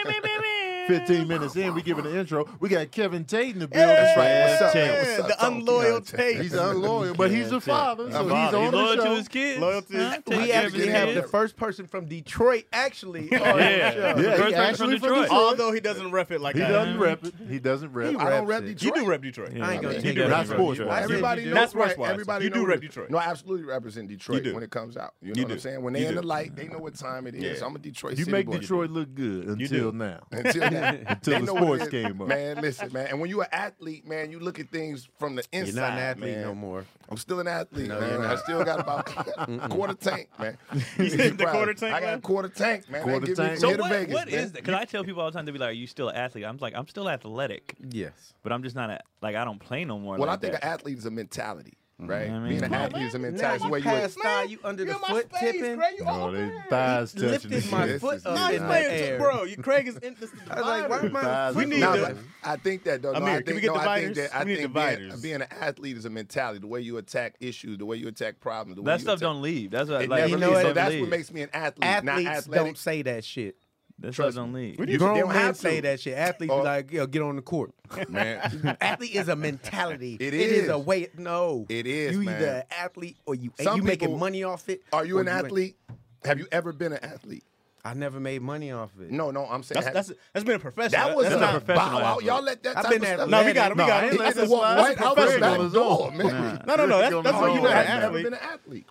[SPEAKER 5] 15 minutes in, we giving the intro. We got Kevin Tate in the building.
[SPEAKER 1] That's right. What's up,
[SPEAKER 3] Tate.
[SPEAKER 1] man? What's up?
[SPEAKER 4] The
[SPEAKER 1] Talk to you.
[SPEAKER 4] unloyal Tate.
[SPEAKER 5] He's unloyal, but he's a father, so
[SPEAKER 3] He's
[SPEAKER 5] he's on
[SPEAKER 3] loyal
[SPEAKER 5] the
[SPEAKER 3] to
[SPEAKER 5] show.
[SPEAKER 3] his kids.
[SPEAKER 4] Loyal to his-
[SPEAKER 3] Huh? Take
[SPEAKER 2] We
[SPEAKER 3] care of
[SPEAKER 2] actually
[SPEAKER 3] his
[SPEAKER 2] have
[SPEAKER 3] kids.
[SPEAKER 2] the first person from Detroit actually. on
[SPEAKER 3] <laughs> Yeah,
[SPEAKER 2] the show.
[SPEAKER 3] The
[SPEAKER 5] Yeah, he
[SPEAKER 3] first person from
[SPEAKER 5] actually from
[SPEAKER 3] Detroit.
[SPEAKER 5] Detroit.
[SPEAKER 4] Although he doesn't rep it like
[SPEAKER 5] He
[SPEAKER 4] I
[SPEAKER 5] doesn't
[SPEAKER 4] do.
[SPEAKER 5] rep it. He doesn't rep it.
[SPEAKER 1] I don't rep
[SPEAKER 5] it.
[SPEAKER 1] Detroit.
[SPEAKER 4] You do rep Detroit.
[SPEAKER 3] Yeah.
[SPEAKER 2] oh, I ain't gonna
[SPEAKER 3] You
[SPEAKER 2] take
[SPEAKER 3] do
[SPEAKER 2] it.
[SPEAKER 3] represent
[SPEAKER 5] That's bullshit.
[SPEAKER 3] Detroit.
[SPEAKER 5] Well,
[SPEAKER 1] Everybody knows.
[SPEAKER 4] That's
[SPEAKER 1] right.
[SPEAKER 4] West Watch.
[SPEAKER 1] Everybody
[SPEAKER 4] You do
[SPEAKER 1] knows
[SPEAKER 4] rep
[SPEAKER 1] this.
[SPEAKER 4] Detroit.
[SPEAKER 1] No, I absolutely represent Detroit
[SPEAKER 4] do.
[SPEAKER 1] when it comes out. You know
[SPEAKER 4] You
[SPEAKER 1] what
[SPEAKER 4] do.
[SPEAKER 1] I'm saying? When
[SPEAKER 4] You
[SPEAKER 1] they in
[SPEAKER 4] do.
[SPEAKER 1] the light, they know what time it is.
[SPEAKER 4] Yeah.
[SPEAKER 1] I'm a Detroit.
[SPEAKER 5] You
[SPEAKER 1] city
[SPEAKER 5] make
[SPEAKER 1] boy.
[SPEAKER 5] Detroit look good
[SPEAKER 4] do.
[SPEAKER 5] until now.
[SPEAKER 1] <laughs> until that. They
[SPEAKER 5] Until the
[SPEAKER 1] know what
[SPEAKER 5] sports
[SPEAKER 1] it is.
[SPEAKER 5] came up.
[SPEAKER 1] Man, listen, man. And when you're an athlete, man, you look at things from the inside.
[SPEAKER 2] You're not an athlete
[SPEAKER 1] man.
[SPEAKER 2] no more.
[SPEAKER 1] I'm still an athlete,
[SPEAKER 2] No, you're
[SPEAKER 1] man. I
[SPEAKER 2] not.
[SPEAKER 1] still got about <laughs> quarter tank, man. You
[SPEAKER 4] said the quarter
[SPEAKER 1] surprised.
[SPEAKER 4] tank,
[SPEAKER 1] I got
[SPEAKER 4] man?
[SPEAKER 1] a quarter tank, man.
[SPEAKER 5] Quarter
[SPEAKER 1] Quarter give tank. Me
[SPEAKER 5] tank.
[SPEAKER 3] So
[SPEAKER 1] from
[SPEAKER 3] what,
[SPEAKER 1] here to
[SPEAKER 3] what is
[SPEAKER 1] Vegas, man.
[SPEAKER 3] that? Because I tell people all the time, they be like, "Are you still an athlete?" I'm like, "I'm still athletic,
[SPEAKER 2] Yes.
[SPEAKER 3] but I'm just not a like I don't play no more."
[SPEAKER 1] Well, I
[SPEAKER 3] like
[SPEAKER 1] think
[SPEAKER 3] that.
[SPEAKER 1] an athlete is a mentality, right?
[SPEAKER 3] I mean,
[SPEAKER 1] Being an
[SPEAKER 3] come on,
[SPEAKER 1] athlete is a
[SPEAKER 2] Now
[SPEAKER 1] mentality. It's the
[SPEAKER 2] you
[SPEAKER 1] way you
[SPEAKER 2] passed by, you under the foot tipping.
[SPEAKER 5] Oh, they thighs touching.
[SPEAKER 2] Lifted my
[SPEAKER 1] This
[SPEAKER 2] foot
[SPEAKER 1] is
[SPEAKER 2] up
[SPEAKER 1] not-
[SPEAKER 2] in
[SPEAKER 1] Nah,
[SPEAKER 2] the
[SPEAKER 1] you
[SPEAKER 2] air.
[SPEAKER 4] bro. You Craig is in this.
[SPEAKER 2] I was like, why am I?
[SPEAKER 5] Thighs
[SPEAKER 2] foot
[SPEAKER 4] We need
[SPEAKER 1] No,
[SPEAKER 4] to-
[SPEAKER 1] but I think that though. No,
[SPEAKER 4] Amir,
[SPEAKER 1] I
[SPEAKER 4] can
[SPEAKER 1] think,
[SPEAKER 4] we get
[SPEAKER 1] no, I think
[SPEAKER 4] dividers?
[SPEAKER 1] that I
[SPEAKER 4] We need
[SPEAKER 1] think being,
[SPEAKER 4] dividers.
[SPEAKER 1] being an athlete is a mentality. The way you attack issues, the way you attack problems, the way
[SPEAKER 3] that
[SPEAKER 1] you
[SPEAKER 3] stuff
[SPEAKER 1] attack,
[SPEAKER 3] don't leave. That's what
[SPEAKER 1] It
[SPEAKER 3] like
[SPEAKER 1] never
[SPEAKER 2] you know
[SPEAKER 1] leaves.
[SPEAKER 2] what?
[SPEAKER 1] so
[SPEAKER 3] That
[SPEAKER 1] that's
[SPEAKER 3] leave.
[SPEAKER 1] what makes me an athlete,
[SPEAKER 2] Athletes
[SPEAKER 1] not athletic.
[SPEAKER 2] don't say that shit.
[SPEAKER 3] That stuff don't leave.
[SPEAKER 1] You
[SPEAKER 2] Grown
[SPEAKER 1] don't
[SPEAKER 2] men
[SPEAKER 1] have
[SPEAKER 2] say
[SPEAKER 1] to.
[SPEAKER 2] that shit. Athletes be
[SPEAKER 1] Or-
[SPEAKER 2] like, yo, get on the court.
[SPEAKER 1] man.
[SPEAKER 2] <laughs> athlete is a mentality.
[SPEAKER 1] It
[SPEAKER 2] It is
[SPEAKER 1] is.
[SPEAKER 2] a way. No,
[SPEAKER 1] It is,
[SPEAKER 2] You
[SPEAKER 1] man.
[SPEAKER 2] either an athlete or you. ain't.
[SPEAKER 1] Some
[SPEAKER 2] you making
[SPEAKER 1] people-
[SPEAKER 2] money off it.
[SPEAKER 1] Are you
[SPEAKER 2] or
[SPEAKER 1] an
[SPEAKER 2] Oh, ain't.
[SPEAKER 1] athlete? Have you ever been an athlete?
[SPEAKER 2] I never made money off it.
[SPEAKER 1] No, no. I'm saying
[SPEAKER 4] That's, that's that's been a professional.
[SPEAKER 1] that was
[SPEAKER 4] that's
[SPEAKER 1] a
[SPEAKER 4] not-
[SPEAKER 3] a professional
[SPEAKER 1] bow out.
[SPEAKER 3] athlete.
[SPEAKER 1] Y'all let that
[SPEAKER 2] I've
[SPEAKER 1] type
[SPEAKER 2] been
[SPEAKER 1] of stuff.
[SPEAKER 2] athletic.
[SPEAKER 4] No, we got him. We
[SPEAKER 5] No,
[SPEAKER 4] got
[SPEAKER 5] I
[SPEAKER 4] him.
[SPEAKER 1] That's
[SPEAKER 5] ain't let
[SPEAKER 4] That's
[SPEAKER 1] a
[SPEAKER 5] this
[SPEAKER 1] walk
[SPEAKER 5] slide.
[SPEAKER 1] right
[SPEAKER 5] That's
[SPEAKER 1] out the
[SPEAKER 5] professional
[SPEAKER 1] back
[SPEAKER 5] as
[SPEAKER 1] door,
[SPEAKER 5] all.
[SPEAKER 1] man.
[SPEAKER 4] No, no, no. That's, that's
[SPEAKER 5] Oh,
[SPEAKER 4] why
[SPEAKER 1] you
[SPEAKER 4] you're
[SPEAKER 1] know,
[SPEAKER 4] not an
[SPEAKER 1] I've never
[SPEAKER 4] athlete.
[SPEAKER 1] been an athlete.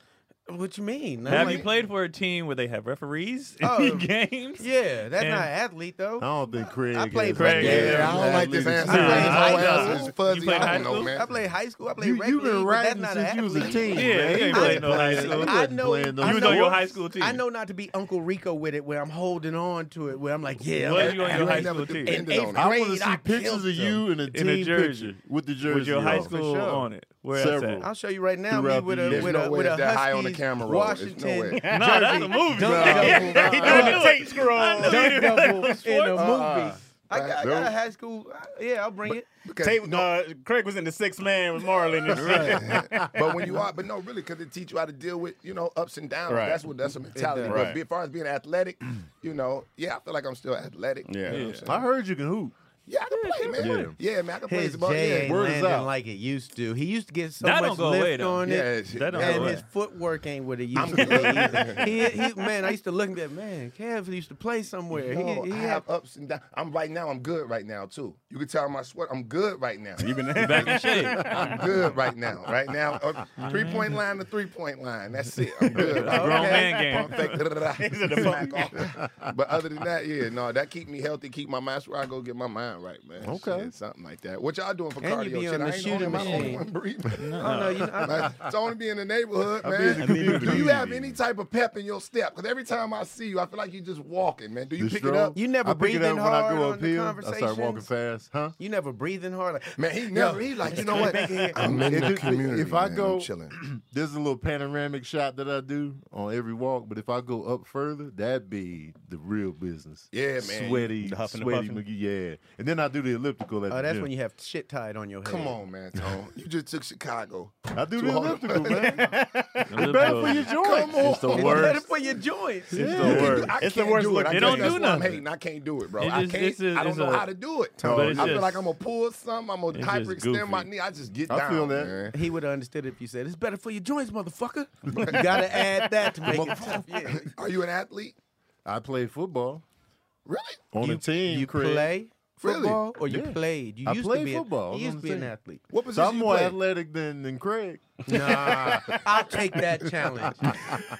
[SPEAKER 2] What you mean? I'm
[SPEAKER 3] Have
[SPEAKER 2] like-
[SPEAKER 3] you played for a team where they have referees in
[SPEAKER 2] Oh.
[SPEAKER 3] games?
[SPEAKER 2] Yeah, that's
[SPEAKER 3] And-
[SPEAKER 2] not an athlete though.
[SPEAKER 5] I don't think Craig.
[SPEAKER 2] I played
[SPEAKER 5] is
[SPEAKER 2] Craig.
[SPEAKER 5] an
[SPEAKER 1] Yeah,
[SPEAKER 5] athlete.
[SPEAKER 1] I don't like this answer.
[SPEAKER 2] I played
[SPEAKER 1] This
[SPEAKER 2] high
[SPEAKER 1] whole
[SPEAKER 2] school.
[SPEAKER 1] answer
[SPEAKER 3] You
[SPEAKER 1] is fuzzy.
[SPEAKER 3] played
[SPEAKER 1] I
[SPEAKER 3] high
[SPEAKER 1] don't know,
[SPEAKER 3] school?
[SPEAKER 1] man.
[SPEAKER 2] I played high school. I played
[SPEAKER 5] You,
[SPEAKER 2] rec
[SPEAKER 5] you been
[SPEAKER 2] league, but that's
[SPEAKER 5] riding
[SPEAKER 2] not
[SPEAKER 5] since
[SPEAKER 2] an
[SPEAKER 5] you was
[SPEAKER 2] athlete.
[SPEAKER 5] a teen,
[SPEAKER 3] Yeah,
[SPEAKER 5] man.
[SPEAKER 3] you ain't
[SPEAKER 5] I
[SPEAKER 3] playing
[SPEAKER 5] ain't
[SPEAKER 3] no high
[SPEAKER 5] playing-
[SPEAKER 3] school.
[SPEAKER 5] you
[SPEAKER 3] I
[SPEAKER 5] wasn't
[SPEAKER 2] know-
[SPEAKER 5] playing no
[SPEAKER 2] I
[SPEAKER 3] You was
[SPEAKER 2] know
[SPEAKER 3] on your
[SPEAKER 2] what-
[SPEAKER 3] high school team.
[SPEAKER 2] I know not to be Uncle Rico with it, where I'm holding on to it, where I'm like, yeah,
[SPEAKER 3] Was
[SPEAKER 2] I'm
[SPEAKER 3] you on
[SPEAKER 2] an
[SPEAKER 3] your high
[SPEAKER 1] ain't
[SPEAKER 3] school
[SPEAKER 1] never
[SPEAKER 3] team?
[SPEAKER 1] depended
[SPEAKER 2] In
[SPEAKER 1] on it.
[SPEAKER 5] I
[SPEAKER 2] Grade,
[SPEAKER 5] want to see
[SPEAKER 2] I
[SPEAKER 5] pictures
[SPEAKER 2] killed
[SPEAKER 5] of you in a
[SPEAKER 3] In
[SPEAKER 5] team
[SPEAKER 3] a jersey.
[SPEAKER 5] picture with the jersey
[SPEAKER 3] With your high
[SPEAKER 5] on.
[SPEAKER 3] school
[SPEAKER 5] For sure.
[SPEAKER 3] on it. Where else
[SPEAKER 5] Several.
[SPEAKER 3] at?
[SPEAKER 2] I'll show you right now. Me
[SPEAKER 5] Throughout
[SPEAKER 2] with
[SPEAKER 5] the
[SPEAKER 2] a
[SPEAKER 5] years.
[SPEAKER 2] with
[SPEAKER 1] There's
[SPEAKER 2] a
[SPEAKER 1] no way
[SPEAKER 2] with a
[SPEAKER 1] it's that high on the
[SPEAKER 2] Huskies,
[SPEAKER 1] camera roll. It's no way.
[SPEAKER 2] <laughs> Washington.
[SPEAKER 3] Nah, that's a movie.
[SPEAKER 2] Dunk
[SPEAKER 4] <laughs>
[SPEAKER 3] Yeah,
[SPEAKER 2] double.
[SPEAKER 3] he
[SPEAKER 2] I
[SPEAKER 3] doing the tape scroll.
[SPEAKER 2] Dunk double in a movie.
[SPEAKER 1] Uh-uh.
[SPEAKER 2] I got, I
[SPEAKER 1] That-
[SPEAKER 2] got a
[SPEAKER 1] that-
[SPEAKER 2] high school. uh, Yeah, I'll bring it.
[SPEAKER 1] because-
[SPEAKER 4] Tape, uh, Craig was in the sixth man with Marlon. And shit. <laughs>
[SPEAKER 1] but when you are, but no, really, because it teach you how to deal with you know ups and downs.
[SPEAKER 4] Right.
[SPEAKER 1] That's what that's a mentality.
[SPEAKER 4] does.
[SPEAKER 1] But
[SPEAKER 4] Right.
[SPEAKER 1] be- as far as being athletic, you know, yeah, I feel like I'm still athletic.
[SPEAKER 4] Yeah.
[SPEAKER 1] you know what I'm
[SPEAKER 5] I
[SPEAKER 1] saying?
[SPEAKER 5] heard you can hoop.
[SPEAKER 1] yeah, I can play, man. Yeah, man, I can play
[SPEAKER 2] His
[SPEAKER 1] ball.
[SPEAKER 2] J
[SPEAKER 1] Yeah,
[SPEAKER 2] ain't
[SPEAKER 5] word is
[SPEAKER 2] landing
[SPEAKER 5] out.
[SPEAKER 2] like it used to. He used to get so
[SPEAKER 3] That
[SPEAKER 2] much
[SPEAKER 3] don't go
[SPEAKER 2] lift
[SPEAKER 3] away, though.
[SPEAKER 2] on
[SPEAKER 1] yeah,
[SPEAKER 2] it.
[SPEAKER 1] shit.
[SPEAKER 3] That don't
[SPEAKER 1] Yeah,
[SPEAKER 3] go
[SPEAKER 2] And
[SPEAKER 3] away.
[SPEAKER 1] man.
[SPEAKER 2] his footwork ain't what it used
[SPEAKER 1] I'm
[SPEAKER 2] to be.
[SPEAKER 1] good.
[SPEAKER 2] <laughs> either. he, he, man, I used to look at that man. Kev used to play somewhere. He-
[SPEAKER 1] No,
[SPEAKER 2] he,
[SPEAKER 1] I
[SPEAKER 2] had-
[SPEAKER 1] have ups and downs. I'm right now. I'm good right now too. You can tell my sweat. I'm good right now. <laughs>
[SPEAKER 4] You been
[SPEAKER 3] Back in shape.
[SPEAKER 1] I'm good right now. Right now, uh, three point line to three point line. That's it. I'm good.
[SPEAKER 3] Grown man
[SPEAKER 1] Pump
[SPEAKER 3] game.
[SPEAKER 1] fake,
[SPEAKER 4] These are the
[SPEAKER 1] smack off. But other than that, yeah, no, that keep me healthy, keep my mind where I go get my mind right, man.
[SPEAKER 5] Okay.
[SPEAKER 1] Shit, something like that. What y'all doing for
[SPEAKER 2] And
[SPEAKER 1] cardio?
[SPEAKER 2] you be
[SPEAKER 1] Shit,
[SPEAKER 2] on
[SPEAKER 1] I
[SPEAKER 2] the
[SPEAKER 1] ain't only-
[SPEAKER 2] shooting
[SPEAKER 1] I'm the only
[SPEAKER 2] machine.
[SPEAKER 1] one <laughs> breathing.
[SPEAKER 2] oh, <laughs> no, you, I,
[SPEAKER 1] Like, it's only be in the neighborhood,
[SPEAKER 5] I be in the
[SPEAKER 1] man.
[SPEAKER 5] community.
[SPEAKER 1] Do you have any type of pep in your step? Because every time I see you, I feel like you're just walking, man. Do you
[SPEAKER 5] The
[SPEAKER 1] pick it
[SPEAKER 5] stroll?
[SPEAKER 1] up?
[SPEAKER 2] You never
[SPEAKER 5] I pick it
[SPEAKER 2] breathing
[SPEAKER 5] up when I
[SPEAKER 2] hard
[SPEAKER 5] go
[SPEAKER 2] on the
[SPEAKER 5] uphill. I start walking
[SPEAKER 2] conversations?
[SPEAKER 5] fast, huh?
[SPEAKER 2] you never breathing hard. Like,
[SPEAKER 1] Man, he never.
[SPEAKER 2] Yo,
[SPEAKER 1] he like, you know what? I'm
[SPEAKER 5] It
[SPEAKER 1] in the
[SPEAKER 5] just-
[SPEAKER 1] community.
[SPEAKER 5] if I
[SPEAKER 1] man.
[SPEAKER 5] go-
[SPEAKER 1] I'm chilling.
[SPEAKER 5] There's a little panoramic shot that I do on every walk, but if I go up further, that'd be the real business.
[SPEAKER 1] Yeah, man.
[SPEAKER 5] Sweaty,
[SPEAKER 4] The huffing and
[SPEAKER 5] sweaty,
[SPEAKER 4] puffing?
[SPEAKER 5] McGee, yeah. And then I do the elliptical at
[SPEAKER 2] oh,
[SPEAKER 5] the
[SPEAKER 2] that's
[SPEAKER 5] gym.
[SPEAKER 2] when you have shit tied on your head.
[SPEAKER 1] Come on, man, Tone.
[SPEAKER 3] <laughs>
[SPEAKER 1] You just took Chicago.
[SPEAKER 5] I do
[SPEAKER 1] Too
[SPEAKER 5] the
[SPEAKER 1] hard.
[SPEAKER 5] elliptical, man.
[SPEAKER 3] It's
[SPEAKER 5] Bad for your joints.
[SPEAKER 1] on.
[SPEAKER 5] It's the
[SPEAKER 2] It's
[SPEAKER 5] worst.
[SPEAKER 2] better for your joints.
[SPEAKER 5] It's
[SPEAKER 1] You
[SPEAKER 5] the
[SPEAKER 1] can do-
[SPEAKER 5] worst.
[SPEAKER 1] I
[SPEAKER 4] It's the
[SPEAKER 1] can't
[SPEAKER 4] worst
[SPEAKER 1] do it.
[SPEAKER 4] looking.
[SPEAKER 1] I
[SPEAKER 3] They
[SPEAKER 1] guess
[SPEAKER 3] don't
[SPEAKER 1] that's
[SPEAKER 3] do
[SPEAKER 1] why I'm
[SPEAKER 3] nothing.
[SPEAKER 1] hating. I can't do it, bro.
[SPEAKER 3] It
[SPEAKER 1] I
[SPEAKER 3] is-
[SPEAKER 1] can't.
[SPEAKER 3] it's a-
[SPEAKER 1] I don't
[SPEAKER 3] it's
[SPEAKER 1] know
[SPEAKER 3] a-
[SPEAKER 1] how to do it.
[SPEAKER 3] But it's
[SPEAKER 1] I feel
[SPEAKER 3] just-
[SPEAKER 1] like I'm gonna pull something. I'm gonna
[SPEAKER 3] it's just
[SPEAKER 1] hyperextend my
[SPEAKER 3] goofy.
[SPEAKER 1] knee. I just get down.
[SPEAKER 5] I feel that.
[SPEAKER 1] man.
[SPEAKER 2] <laughs> He would have understood if you said, "It's better for your joints, motherfucker." you gotta add that to make it tough. Yeah.
[SPEAKER 1] <laughs> Are you an athlete?
[SPEAKER 5] I played football
[SPEAKER 1] Really?
[SPEAKER 5] on
[SPEAKER 2] you,
[SPEAKER 5] a team.
[SPEAKER 2] You
[SPEAKER 5] Craig.
[SPEAKER 2] play
[SPEAKER 1] Really?
[SPEAKER 2] football, or you
[SPEAKER 5] Yeah.
[SPEAKER 2] played. You
[SPEAKER 5] I
[SPEAKER 2] used
[SPEAKER 5] played
[SPEAKER 2] to be
[SPEAKER 5] football.
[SPEAKER 2] A,
[SPEAKER 5] I was
[SPEAKER 2] you used
[SPEAKER 5] on
[SPEAKER 2] to be
[SPEAKER 5] the
[SPEAKER 2] an
[SPEAKER 5] team.
[SPEAKER 2] athlete.
[SPEAKER 1] What position
[SPEAKER 5] So I'm
[SPEAKER 1] you
[SPEAKER 5] more
[SPEAKER 1] play?
[SPEAKER 5] athletic than, than Craig.
[SPEAKER 2] Nah, <laughs> I'll take that
[SPEAKER 1] <laughs>
[SPEAKER 2] challenge.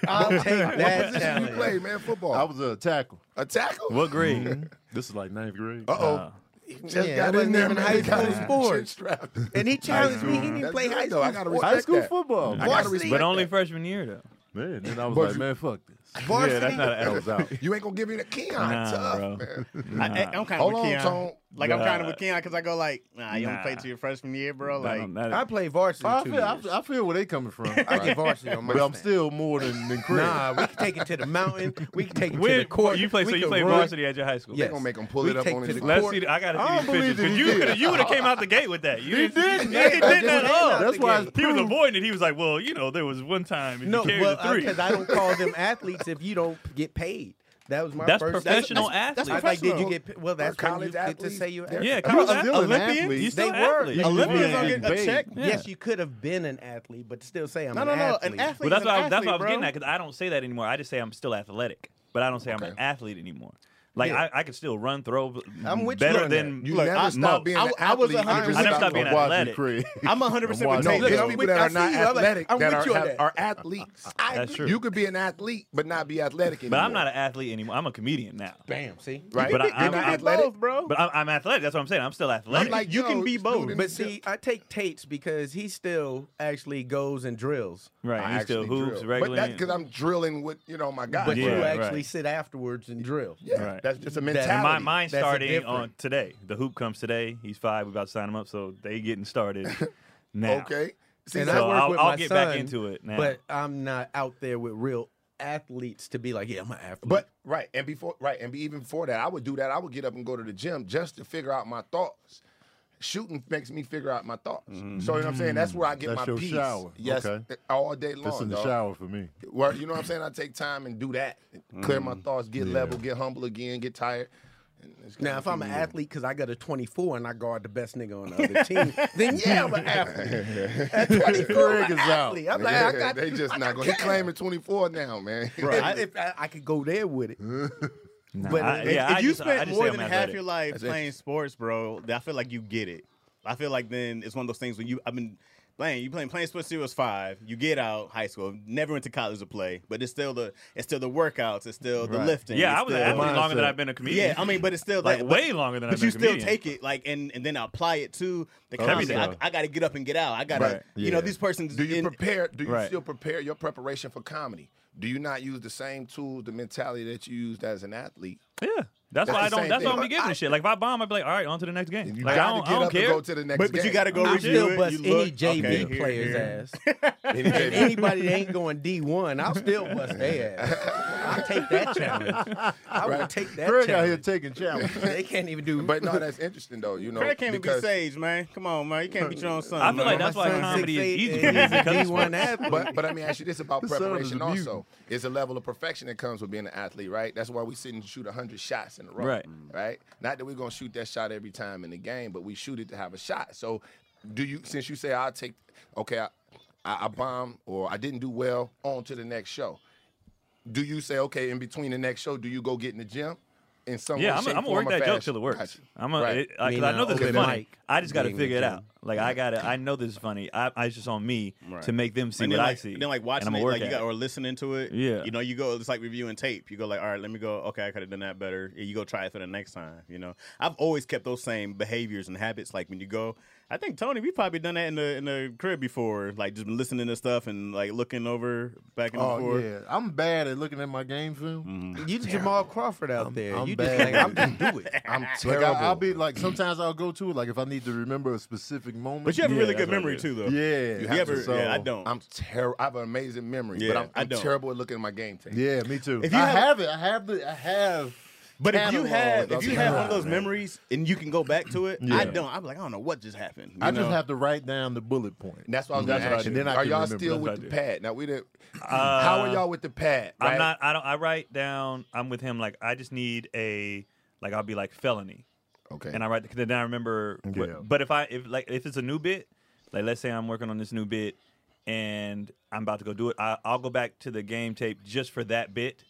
[SPEAKER 2] I'll take that
[SPEAKER 1] Position you
[SPEAKER 2] challenge.
[SPEAKER 1] play, man? Football.
[SPEAKER 5] I was a tackle. Mm-hmm.
[SPEAKER 1] a tackle.
[SPEAKER 3] What grade?
[SPEAKER 5] This is like ninth grade.
[SPEAKER 1] Uh oh.
[SPEAKER 3] Uh,
[SPEAKER 1] He just
[SPEAKER 2] Yeah,
[SPEAKER 1] got
[SPEAKER 2] it
[SPEAKER 1] in
[SPEAKER 2] wasn't
[SPEAKER 1] there,
[SPEAKER 2] even
[SPEAKER 1] man.
[SPEAKER 2] high
[SPEAKER 1] He got
[SPEAKER 2] school
[SPEAKER 1] his chin
[SPEAKER 2] sports.
[SPEAKER 1] strapped.
[SPEAKER 2] And he challenged me. He didn't
[SPEAKER 1] That's
[SPEAKER 2] play
[SPEAKER 1] good,
[SPEAKER 2] high
[SPEAKER 1] though.
[SPEAKER 2] school.
[SPEAKER 1] I gotta
[SPEAKER 2] sports.
[SPEAKER 1] respect
[SPEAKER 5] High school
[SPEAKER 1] that.
[SPEAKER 5] football.
[SPEAKER 1] I gotta
[SPEAKER 5] Varsity.
[SPEAKER 1] respect
[SPEAKER 3] But only
[SPEAKER 1] that.
[SPEAKER 3] freshman year though.
[SPEAKER 5] Man, then I was
[SPEAKER 1] But
[SPEAKER 5] like,
[SPEAKER 1] you-
[SPEAKER 5] man, fuck this.
[SPEAKER 2] Varsity.
[SPEAKER 3] Yeah, that's not
[SPEAKER 5] I was <laughs> out.
[SPEAKER 1] You ain't gonna give me the Keon.
[SPEAKER 3] Nah,
[SPEAKER 1] tough,
[SPEAKER 3] bro.
[SPEAKER 1] man.
[SPEAKER 4] I, I, am kind of
[SPEAKER 1] Hold
[SPEAKER 4] with
[SPEAKER 1] on,
[SPEAKER 4] Keon.
[SPEAKER 1] Tone.
[SPEAKER 4] Like I'm
[SPEAKER 3] Nah.
[SPEAKER 4] kind of with Keon because I go like, nah, you
[SPEAKER 3] Nah.
[SPEAKER 4] don't play till your freshman year, bro.
[SPEAKER 3] That
[SPEAKER 4] Like,
[SPEAKER 3] don't- that-
[SPEAKER 2] I played varsity
[SPEAKER 5] I
[SPEAKER 2] two
[SPEAKER 5] feel, I,
[SPEAKER 2] years.
[SPEAKER 5] I feel where they coming from.
[SPEAKER 2] I did varsity on my
[SPEAKER 5] But I'm
[SPEAKER 2] stand.
[SPEAKER 5] still more than, than Craig.
[SPEAKER 2] Nah, we can take it to the mountain. We can take it to
[SPEAKER 3] Where-
[SPEAKER 2] the court.
[SPEAKER 3] you play?
[SPEAKER 2] We
[SPEAKER 3] So you
[SPEAKER 2] can
[SPEAKER 3] played
[SPEAKER 2] run.
[SPEAKER 3] varsity at your high school?
[SPEAKER 2] Yes.
[SPEAKER 1] gonna make 'em pull
[SPEAKER 2] We
[SPEAKER 1] it up
[SPEAKER 2] take
[SPEAKER 1] on
[SPEAKER 2] to
[SPEAKER 1] his
[SPEAKER 2] the
[SPEAKER 1] court.
[SPEAKER 3] Let's
[SPEAKER 2] court.
[SPEAKER 3] see. the- I gotta
[SPEAKER 5] I
[SPEAKER 3] see
[SPEAKER 5] don't
[SPEAKER 3] these pictures
[SPEAKER 5] believe that
[SPEAKER 3] because
[SPEAKER 5] he
[SPEAKER 3] you
[SPEAKER 5] did.
[SPEAKER 3] could have you would have came out the gate with that. You
[SPEAKER 5] He
[SPEAKER 3] didn't-
[SPEAKER 5] didn't.
[SPEAKER 3] Yeah, he didn't at all.
[SPEAKER 5] That's why it's
[SPEAKER 3] He was avoiding it. He was like, well, you know, there was one time and
[SPEAKER 2] No,
[SPEAKER 3] he carried
[SPEAKER 2] well,
[SPEAKER 3] a three.
[SPEAKER 2] because I don't call them athletes if you don't get paid. That was my
[SPEAKER 3] That's
[SPEAKER 2] first.
[SPEAKER 3] professional
[SPEAKER 2] that's,
[SPEAKER 3] athlete.
[SPEAKER 2] that's like, did you
[SPEAKER 1] professional.
[SPEAKER 2] get? pa- Well, that's when you
[SPEAKER 1] college
[SPEAKER 2] get to
[SPEAKER 1] athletes,
[SPEAKER 2] say you.
[SPEAKER 1] they're-
[SPEAKER 3] yeah,
[SPEAKER 1] You're
[SPEAKER 3] college
[SPEAKER 5] still
[SPEAKER 3] athlete.
[SPEAKER 5] an
[SPEAKER 3] Olympian.
[SPEAKER 5] athlete.
[SPEAKER 3] You still
[SPEAKER 2] They were.
[SPEAKER 3] athlete.
[SPEAKER 2] You
[SPEAKER 4] Olympians
[SPEAKER 5] Yeah.
[SPEAKER 4] don't get a
[SPEAKER 5] Big.
[SPEAKER 4] check.
[SPEAKER 3] Yeah.
[SPEAKER 2] Yes, you could have been an athlete, but still say I'm
[SPEAKER 4] No,
[SPEAKER 2] an
[SPEAKER 4] no, no.
[SPEAKER 2] athlete.
[SPEAKER 4] An athlete.
[SPEAKER 3] Well, that's
[SPEAKER 4] is an
[SPEAKER 3] why that's why I
[SPEAKER 4] athlete,
[SPEAKER 3] was getting
[SPEAKER 4] bro.
[SPEAKER 3] at because I don't say that anymore. I just say I'm still athletic, but I don't say I'm an
[SPEAKER 1] Okay.
[SPEAKER 3] athlete anymore. Like
[SPEAKER 2] Yeah.
[SPEAKER 3] I, I can still run, throw.
[SPEAKER 2] I'm with you
[SPEAKER 3] better
[SPEAKER 2] on
[SPEAKER 3] than
[SPEAKER 2] that.
[SPEAKER 1] You
[SPEAKER 4] Look,
[SPEAKER 1] never
[SPEAKER 4] I-
[SPEAKER 1] stop
[SPEAKER 4] no,
[SPEAKER 1] being
[SPEAKER 4] I-
[SPEAKER 1] an
[SPEAKER 4] I
[SPEAKER 1] athlete.
[SPEAKER 4] was
[SPEAKER 1] You
[SPEAKER 4] 100%
[SPEAKER 1] just
[SPEAKER 3] I never
[SPEAKER 1] stop
[SPEAKER 3] stopped
[SPEAKER 1] being
[SPEAKER 3] being
[SPEAKER 1] an athlete.
[SPEAKER 3] athletic.
[SPEAKER 5] Craig.
[SPEAKER 4] I'm 100 percent
[SPEAKER 5] I'm
[SPEAKER 4] with
[SPEAKER 1] No,
[SPEAKER 5] watching.
[SPEAKER 4] Tate,
[SPEAKER 2] Look,
[SPEAKER 1] there's
[SPEAKER 2] I'm
[SPEAKER 4] bro.
[SPEAKER 1] people
[SPEAKER 2] with-
[SPEAKER 1] that
[SPEAKER 2] I
[SPEAKER 1] are
[SPEAKER 2] see
[SPEAKER 1] not
[SPEAKER 2] you. I'm like-
[SPEAKER 1] athletic
[SPEAKER 2] I'm
[SPEAKER 1] that
[SPEAKER 2] with
[SPEAKER 1] are,
[SPEAKER 2] you on
[SPEAKER 1] have-
[SPEAKER 2] that.
[SPEAKER 1] are athletes. I
[SPEAKER 3] That's
[SPEAKER 1] agree.
[SPEAKER 3] true.
[SPEAKER 1] You could be an athlete but not be athletic anymore.
[SPEAKER 3] But I'm not an athlete anymore. I'm a comedian now.
[SPEAKER 2] Bam. See.
[SPEAKER 1] right.
[SPEAKER 3] But I-
[SPEAKER 1] You're
[SPEAKER 3] I'm
[SPEAKER 1] not
[SPEAKER 3] athletic.
[SPEAKER 1] athletic.
[SPEAKER 4] both, bro.
[SPEAKER 3] But I'm, I'm athletic. That's what I'm saying. I'm still athletic.
[SPEAKER 1] I'm like
[SPEAKER 4] You can
[SPEAKER 1] yo,
[SPEAKER 4] be
[SPEAKER 1] dude,
[SPEAKER 4] both.
[SPEAKER 1] this
[SPEAKER 2] But
[SPEAKER 1] is
[SPEAKER 2] see, I take Tate's because he still actually goes and drills.
[SPEAKER 3] right.
[SPEAKER 1] I
[SPEAKER 3] You still
[SPEAKER 1] actually
[SPEAKER 3] hoops
[SPEAKER 1] drill. But
[SPEAKER 3] regularly.
[SPEAKER 1] that's because I'm drilling with you know my guys.
[SPEAKER 2] But
[SPEAKER 3] Yeah,
[SPEAKER 2] you
[SPEAKER 3] right.
[SPEAKER 2] actually sit afterwards and drill.
[SPEAKER 1] yeah,
[SPEAKER 3] Right.
[SPEAKER 1] that's just a
[SPEAKER 2] That's-
[SPEAKER 1] mentality.
[SPEAKER 3] And my mind
[SPEAKER 2] That's a
[SPEAKER 3] starting
[SPEAKER 2] different-
[SPEAKER 3] on today. The hoop comes today. He's five. We about to sign him up. So they getting started now.
[SPEAKER 1] Okay. See,
[SPEAKER 2] And
[SPEAKER 1] now-
[SPEAKER 2] I
[SPEAKER 3] So
[SPEAKER 2] work
[SPEAKER 3] I'll-
[SPEAKER 2] with
[SPEAKER 3] I'll
[SPEAKER 2] my
[SPEAKER 3] get
[SPEAKER 2] son,
[SPEAKER 3] back into it now.
[SPEAKER 2] But I'm not out there with real athletes to be like, yeah, I'm an athlete.
[SPEAKER 1] But right, and before right, and be even before that, I would do that. I would get up and go to the gym just to figure out my thoughts. Shooting makes me figure out my thoughts. So you know what I'm saying? That's where I get
[SPEAKER 5] That's
[SPEAKER 1] my
[SPEAKER 5] your
[SPEAKER 1] peace.
[SPEAKER 5] shower.
[SPEAKER 1] Yes,
[SPEAKER 5] Okay.
[SPEAKER 1] th- all day long.
[SPEAKER 5] This in the
[SPEAKER 1] dog.
[SPEAKER 5] shower for me.
[SPEAKER 1] Where, you know what I'm saying? I take time and do that. Clear my thoughts, get level, get humble again, get tired. And it's
[SPEAKER 2] Now, if I'm an athlete because I got a 24 and I guard the best nigga on the other
[SPEAKER 3] <laughs>
[SPEAKER 2] team, then yeah, I'm an athlete. At 24,
[SPEAKER 5] Craig
[SPEAKER 2] I'm an
[SPEAKER 5] is out.
[SPEAKER 2] athlete. I'm like, I
[SPEAKER 3] <laughs>
[SPEAKER 2] got.
[SPEAKER 1] they just not going. He claiming 24 now, man. <laughs>
[SPEAKER 2] If, if I, I could go there with it,
[SPEAKER 3] Mm-hmm. Nah,
[SPEAKER 2] But
[SPEAKER 3] I-
[SPEAKER 2] if-
[SPEAKER 3] yeah,
[SPEAKER 4] if
[SPEAKER 3] I
[SPEAKER 4] you
[SPEAKER 3] just- I
[SPEAKER 4] spent
[SPEAKER 3] just say
[SPEAKER 4] more
[SPEAKER 3] I'm
[SPEAKER 4] than half
[SPEAKER 3] athletic.
[SPEAKER 4] your life playing sports, bro, then I feel like you get it. I feel like then it's one of those things where you I've been playing, you playing playing sports since you was five. You get out high school, never went to college to play, but it's still the it's still the workouts, it's still the lifting.
[SPEAKER 3] Yeah,
[SPEAKER 4] it's
[SPEAKER 3] I was an
[SPEAKER 4] still-
[SPEAKER 3] athlete longer than
[SPEAKER 5] mindset.
[SPEAKER 3] I've been a comedian.
[SPEAKER 4] Yeah, I mean, but it's <laughs> still
[SPEAKER 3] like
[SPEAKER 4] that- but-
[SPEAKER 3] way longer than I've
[SPEAKER 4] But
[SPEAKER 3] been
[SPEAKER 4] you
[SPEAKER 3] a
[SPEAKER 4] still
[SPEAKER 3] comedian.
[SPEAKER 4] take it like and, and then apply it to the
[SPEAKER 5] Every
[SPEAKER 4] comedy. I,
[SPEAKER 5] day.
[SPEAKER 4] I got to get up and get out. I got to
[SPEAKER 3] Right.
[SPEAKER 4] you know
[SPEAKER 5] Yeah.
[SPEAKER 4] these persons.
[SPEAKER 1] Do you
[SPEAKER 4] in-
[SPEAKER 1] prepare? Do you
[SPEAKER 3] Right.
[SPEAKER 1] still prepare your preparation for comedy? Do you not use the same tools, the mentality that you used as an athlete?
[SPEAKER 3] Yeah. That's, why
[SPEAKER 1] the
[SPEAKER 3] I don't.
[SPEAKER 1] same
[SPEAKER 3] That's why I
[SPEAKER 1] thing.
[SPEAKER 3] don't be giving a shit. Like if I bomb, I'd be like, all right, on to the next game.
[SPEAKER 1] You
[SPEAKER 3] Like I
[SPEAKER 1] gotta
[SPEAKER 3] don't,
[SPEAKER 1] get
[SPEAKER 3] I don't
[SPEAKER 1] up
[SPEAKER 3] care.
[SPEAKER 1] and go to the next
[SPEAKER 4] But, but you
[SPEAKER 1] game.
[SPEAKER 4] got to go
[SPEAKER 3] I'm
[SPEAKER 4] review
[SPEAKER 3] still
[SPEAKER 4] it.
[SPEAKER 3] Dude,
[SPEAKER 2] bust
[SPEAKER 4] you
[SPEAKER 2] any
[SPEAKER 4] look,
[SPEAKER 2] JV
[SPEAKER 4] okay, here,
[SPEAKER 2] player's
[SPEAKER 4] here.
[SPEAKER 2] ass. <laughs>
[SPEAKER 1] Any day
[SPEAKER 2] And
[SPEAKER 1] now.
[SPEAKER 2] anybody that ain't going D one, I'll still bust <laughs> their ass. I'll take that challenge. I will
[SPEAKER 1] Right.
[SPEAKER 2] take that
[SPEAKER 5] Greg out here
[SPEAKER 2] challenge.
[SPEAKER 5] taking
[SPEAKER 2] <laughs>
[SPEAKER 4] <laughs>
[SPEAKER 5] challenges.
[SPEAKER 2] they can't even do.
[SPEAKER 1] But no, that's interesting though. You know,
[SPEAKER 4] Craig can't even be
[SPEAKER 1] because-
[SPEAKER 4] sage, man. Come on, man. You can't beat your own son.
[SPEAKER 3] I feel
[SPEAKER 4] man.
[SPEAKER 3] like that's why comedy is easy.
[SPEAKER 2] D <laughs>
[SPEAKER 3] Because-
[SPEAKER 2] one athlete.
[SPEAKER 1] but but let
[SPEAKER 3] <laughs>
[SPEAKER 1] me ask you this about
[SPEAKER 5] The son is a
[SPEAKER 1] preparation
[SPEAKER 5] mutant.
[SPEAKER 1] also. It's a level of perfection that comes with being an athlete, right? That's why we sit and shoot 100 shots in a row.
[SPEAKER 3] Right.
[SPEAKER 1] Right? Not that we're going to shoot that shot every time in the game, but we shoot it to have a shot. So do you since you say I'll take okay, I, I, I bomb or I didn't do well on to the next show. Do you say okay, in between the next show, do you go get in the gym? In some way,
[SPEAKER 3] yeah, I'm
[SPEAKER 1] shape,
[SPEAKER 3] gonna
[SPEAKER 1] form,
[SPEAKER 3] work
[SPEAKER 1] or
[SPEAKER 3] that
[SPEAKER 1] fashion?
[SPEAKER 3] joke till it works.
[SPEAKER 1] Gotcha.
[SPEAKER 3] I'm a,
[SPEAKER 1] Right.
[SPEAKER 3] it, I, 'cause I
[SPEAKER 2] Meaning
[SPEAKER 3] know this is
[SPEAKER 2] open
[SPEAKER 3] funny.
[SPEAKER 2] mic
[SPEAKER 3] I just got to
[SPEAKER 2] being
[SPEAKER 3] figure it
[SPEAKER 2] the
[SPEAKER 3] out. Like I got to. I know this is funny. I, I it's just on me
[SPEAKER 4] Right.
[SPEAKER 3] to make them see
[SPEAKER 4] and
[SPEAKER 3] what
[SPEAKER 4] then,
[SPEAKER 3] I
[SPEAKER 4] like,
[SPEAKER 3] see.
[SPEAKER 4] and then like
[SPEAKER 3] and
[SPEAKER 4] watching
[SPEAKER 3] I'ma
[SPEAKER 4] it,
[SPEAKER 3] work
[SPEAKER 4] like you
[SPEAKER 3] at
[SPEAKER 4] got
[SPEAKER 3] it.
[SPEAKER 4] or listening to it.
[SPEAKER 3] Yeah.
[SPEAKER 4] you know, you go. It's like reviewing tape. You go like, all right, let me go. Okay, I could have done that better. And you go try it for the next time. You know, I've always kept those same behaviors and habits. Like when you go, I think Tony, we probably done that in the in the crib before. Like just been listening to stuff and like looking over back and
[SPEAKER 5] Oh
[SPEAKER 4] forth.
[SPEAKER 5] yeah, I'm bad at looking at my game film.
[SPEAKER 4] Mm-hmm.
[SPEAKER 2] you the Jamal Crawford out there.
[SPEAKER 5] I'm
[SPEAKER 2] you
[SPEAKER 5] bad.
[SPEAKER 2] just like I'm just do
[SPEAKER 3] <laughs>
[SPEAKER 2] it.
[SPEAKER 1] I'm
[SPEAKER 5] Like
[SPEAKER 1] terrible.
[SPEAKER 5] I, I'll be like, sometimes I'll go to it. Like if I need to remember a specific moment.
[SPEAKER 4] But you have a
[SPEAKER 3] Yeah,
[SPEAKER 4] really
[SPEAKER 3] that's
[SPEAKER 4] good
[SPEAKER 3] what it
[SPEAKER 4] memory
[SPEAKER 3] is.
[SPEAKER 4] too, though.
[SPEAKER 5] yeah,
[SPEAKER 4] You
[SPEAKER 1] have
[SPEAKER 4] ever?
[SPEAKER 1] to, so
[SPEAKER 4] yeah, I don't.
[SPEAKER 1] I'm terrible. I have an amazing memory,
[SPEAKER 4] Yeah,
[SPEAKER 1] but I'm,
[SPEAKER 4] I
[SPEAKER 1] I'm
[SPEAKER 4] don't.
[SPEAKER 1] terrible at looking at my game tape.
[SPEAKER 5] Yeah, me too.
[SPEAKER 4] If you
[SPEAKER 5] I
[SPEAKER 4] have-
[SPEAKER 5] have it, I have the, I have.
[SPEAKER 4] But if you
[SPEAKER 5] catalog
[SPEAKER 4] have
[SPEAKER 5] of
[SPEAKER 4] if you
[SPEAKER 5] the
[SPEAKER 4] have one of
[SPEAKER 5] time.
[SPEAKER 4] those memories and you can go back to it,
[SPEAKER 5] Yeah.
[SPEAKER 4] I don't. I'm like, I don't know what just happened. you
[SPEAKER 5] I just
[SPEAKER 4] know? Mm-hmm.
[SPEAKER 5] have to write down the bullet point.
[SPEAKER 1] And that's what I was going
[SPEAKER 5] That's
[SPEAKER 1] to
[SPEAKER 5] what I
[SPEAKER 1] ask
[SPEAKER 5] do.
[SPEAKER 1] you.
[SPEAKER 5] Then I
[SPEAKER 1] are
[SPEAKER 5] can
[SPEAKER 1] y'all
[SPEAKER 5] remember.
[SPEAKER 1] still
[SPEAKER 5] That's
[SPEAKER 1] with
[SPEAKER 5] Uh,
[SPEAKER 3] what
[SPEAKER 1] the
[SPEAKER 3] I do.
[SPEAKER 1] pad? Now we didn't. how are y'all with the pad?
[SPEAKER 3] I'm
[SPEAKER 1] right?
[SPEAKER 3] not. I don't. I write down. I'm with him. Like I just need a. Like I'll be like felony,
[SPEAKER 1] Okay.
[SPEAKER 3] and I write. Cause then I remember. what-
[SPEAKER 5] Yeah.
[SPEAKER 3] But if I if like if it's a new bit, like let's say I'm working on this new bit, and I'm about to go do it, I, I'll go back to the game tape just for that bit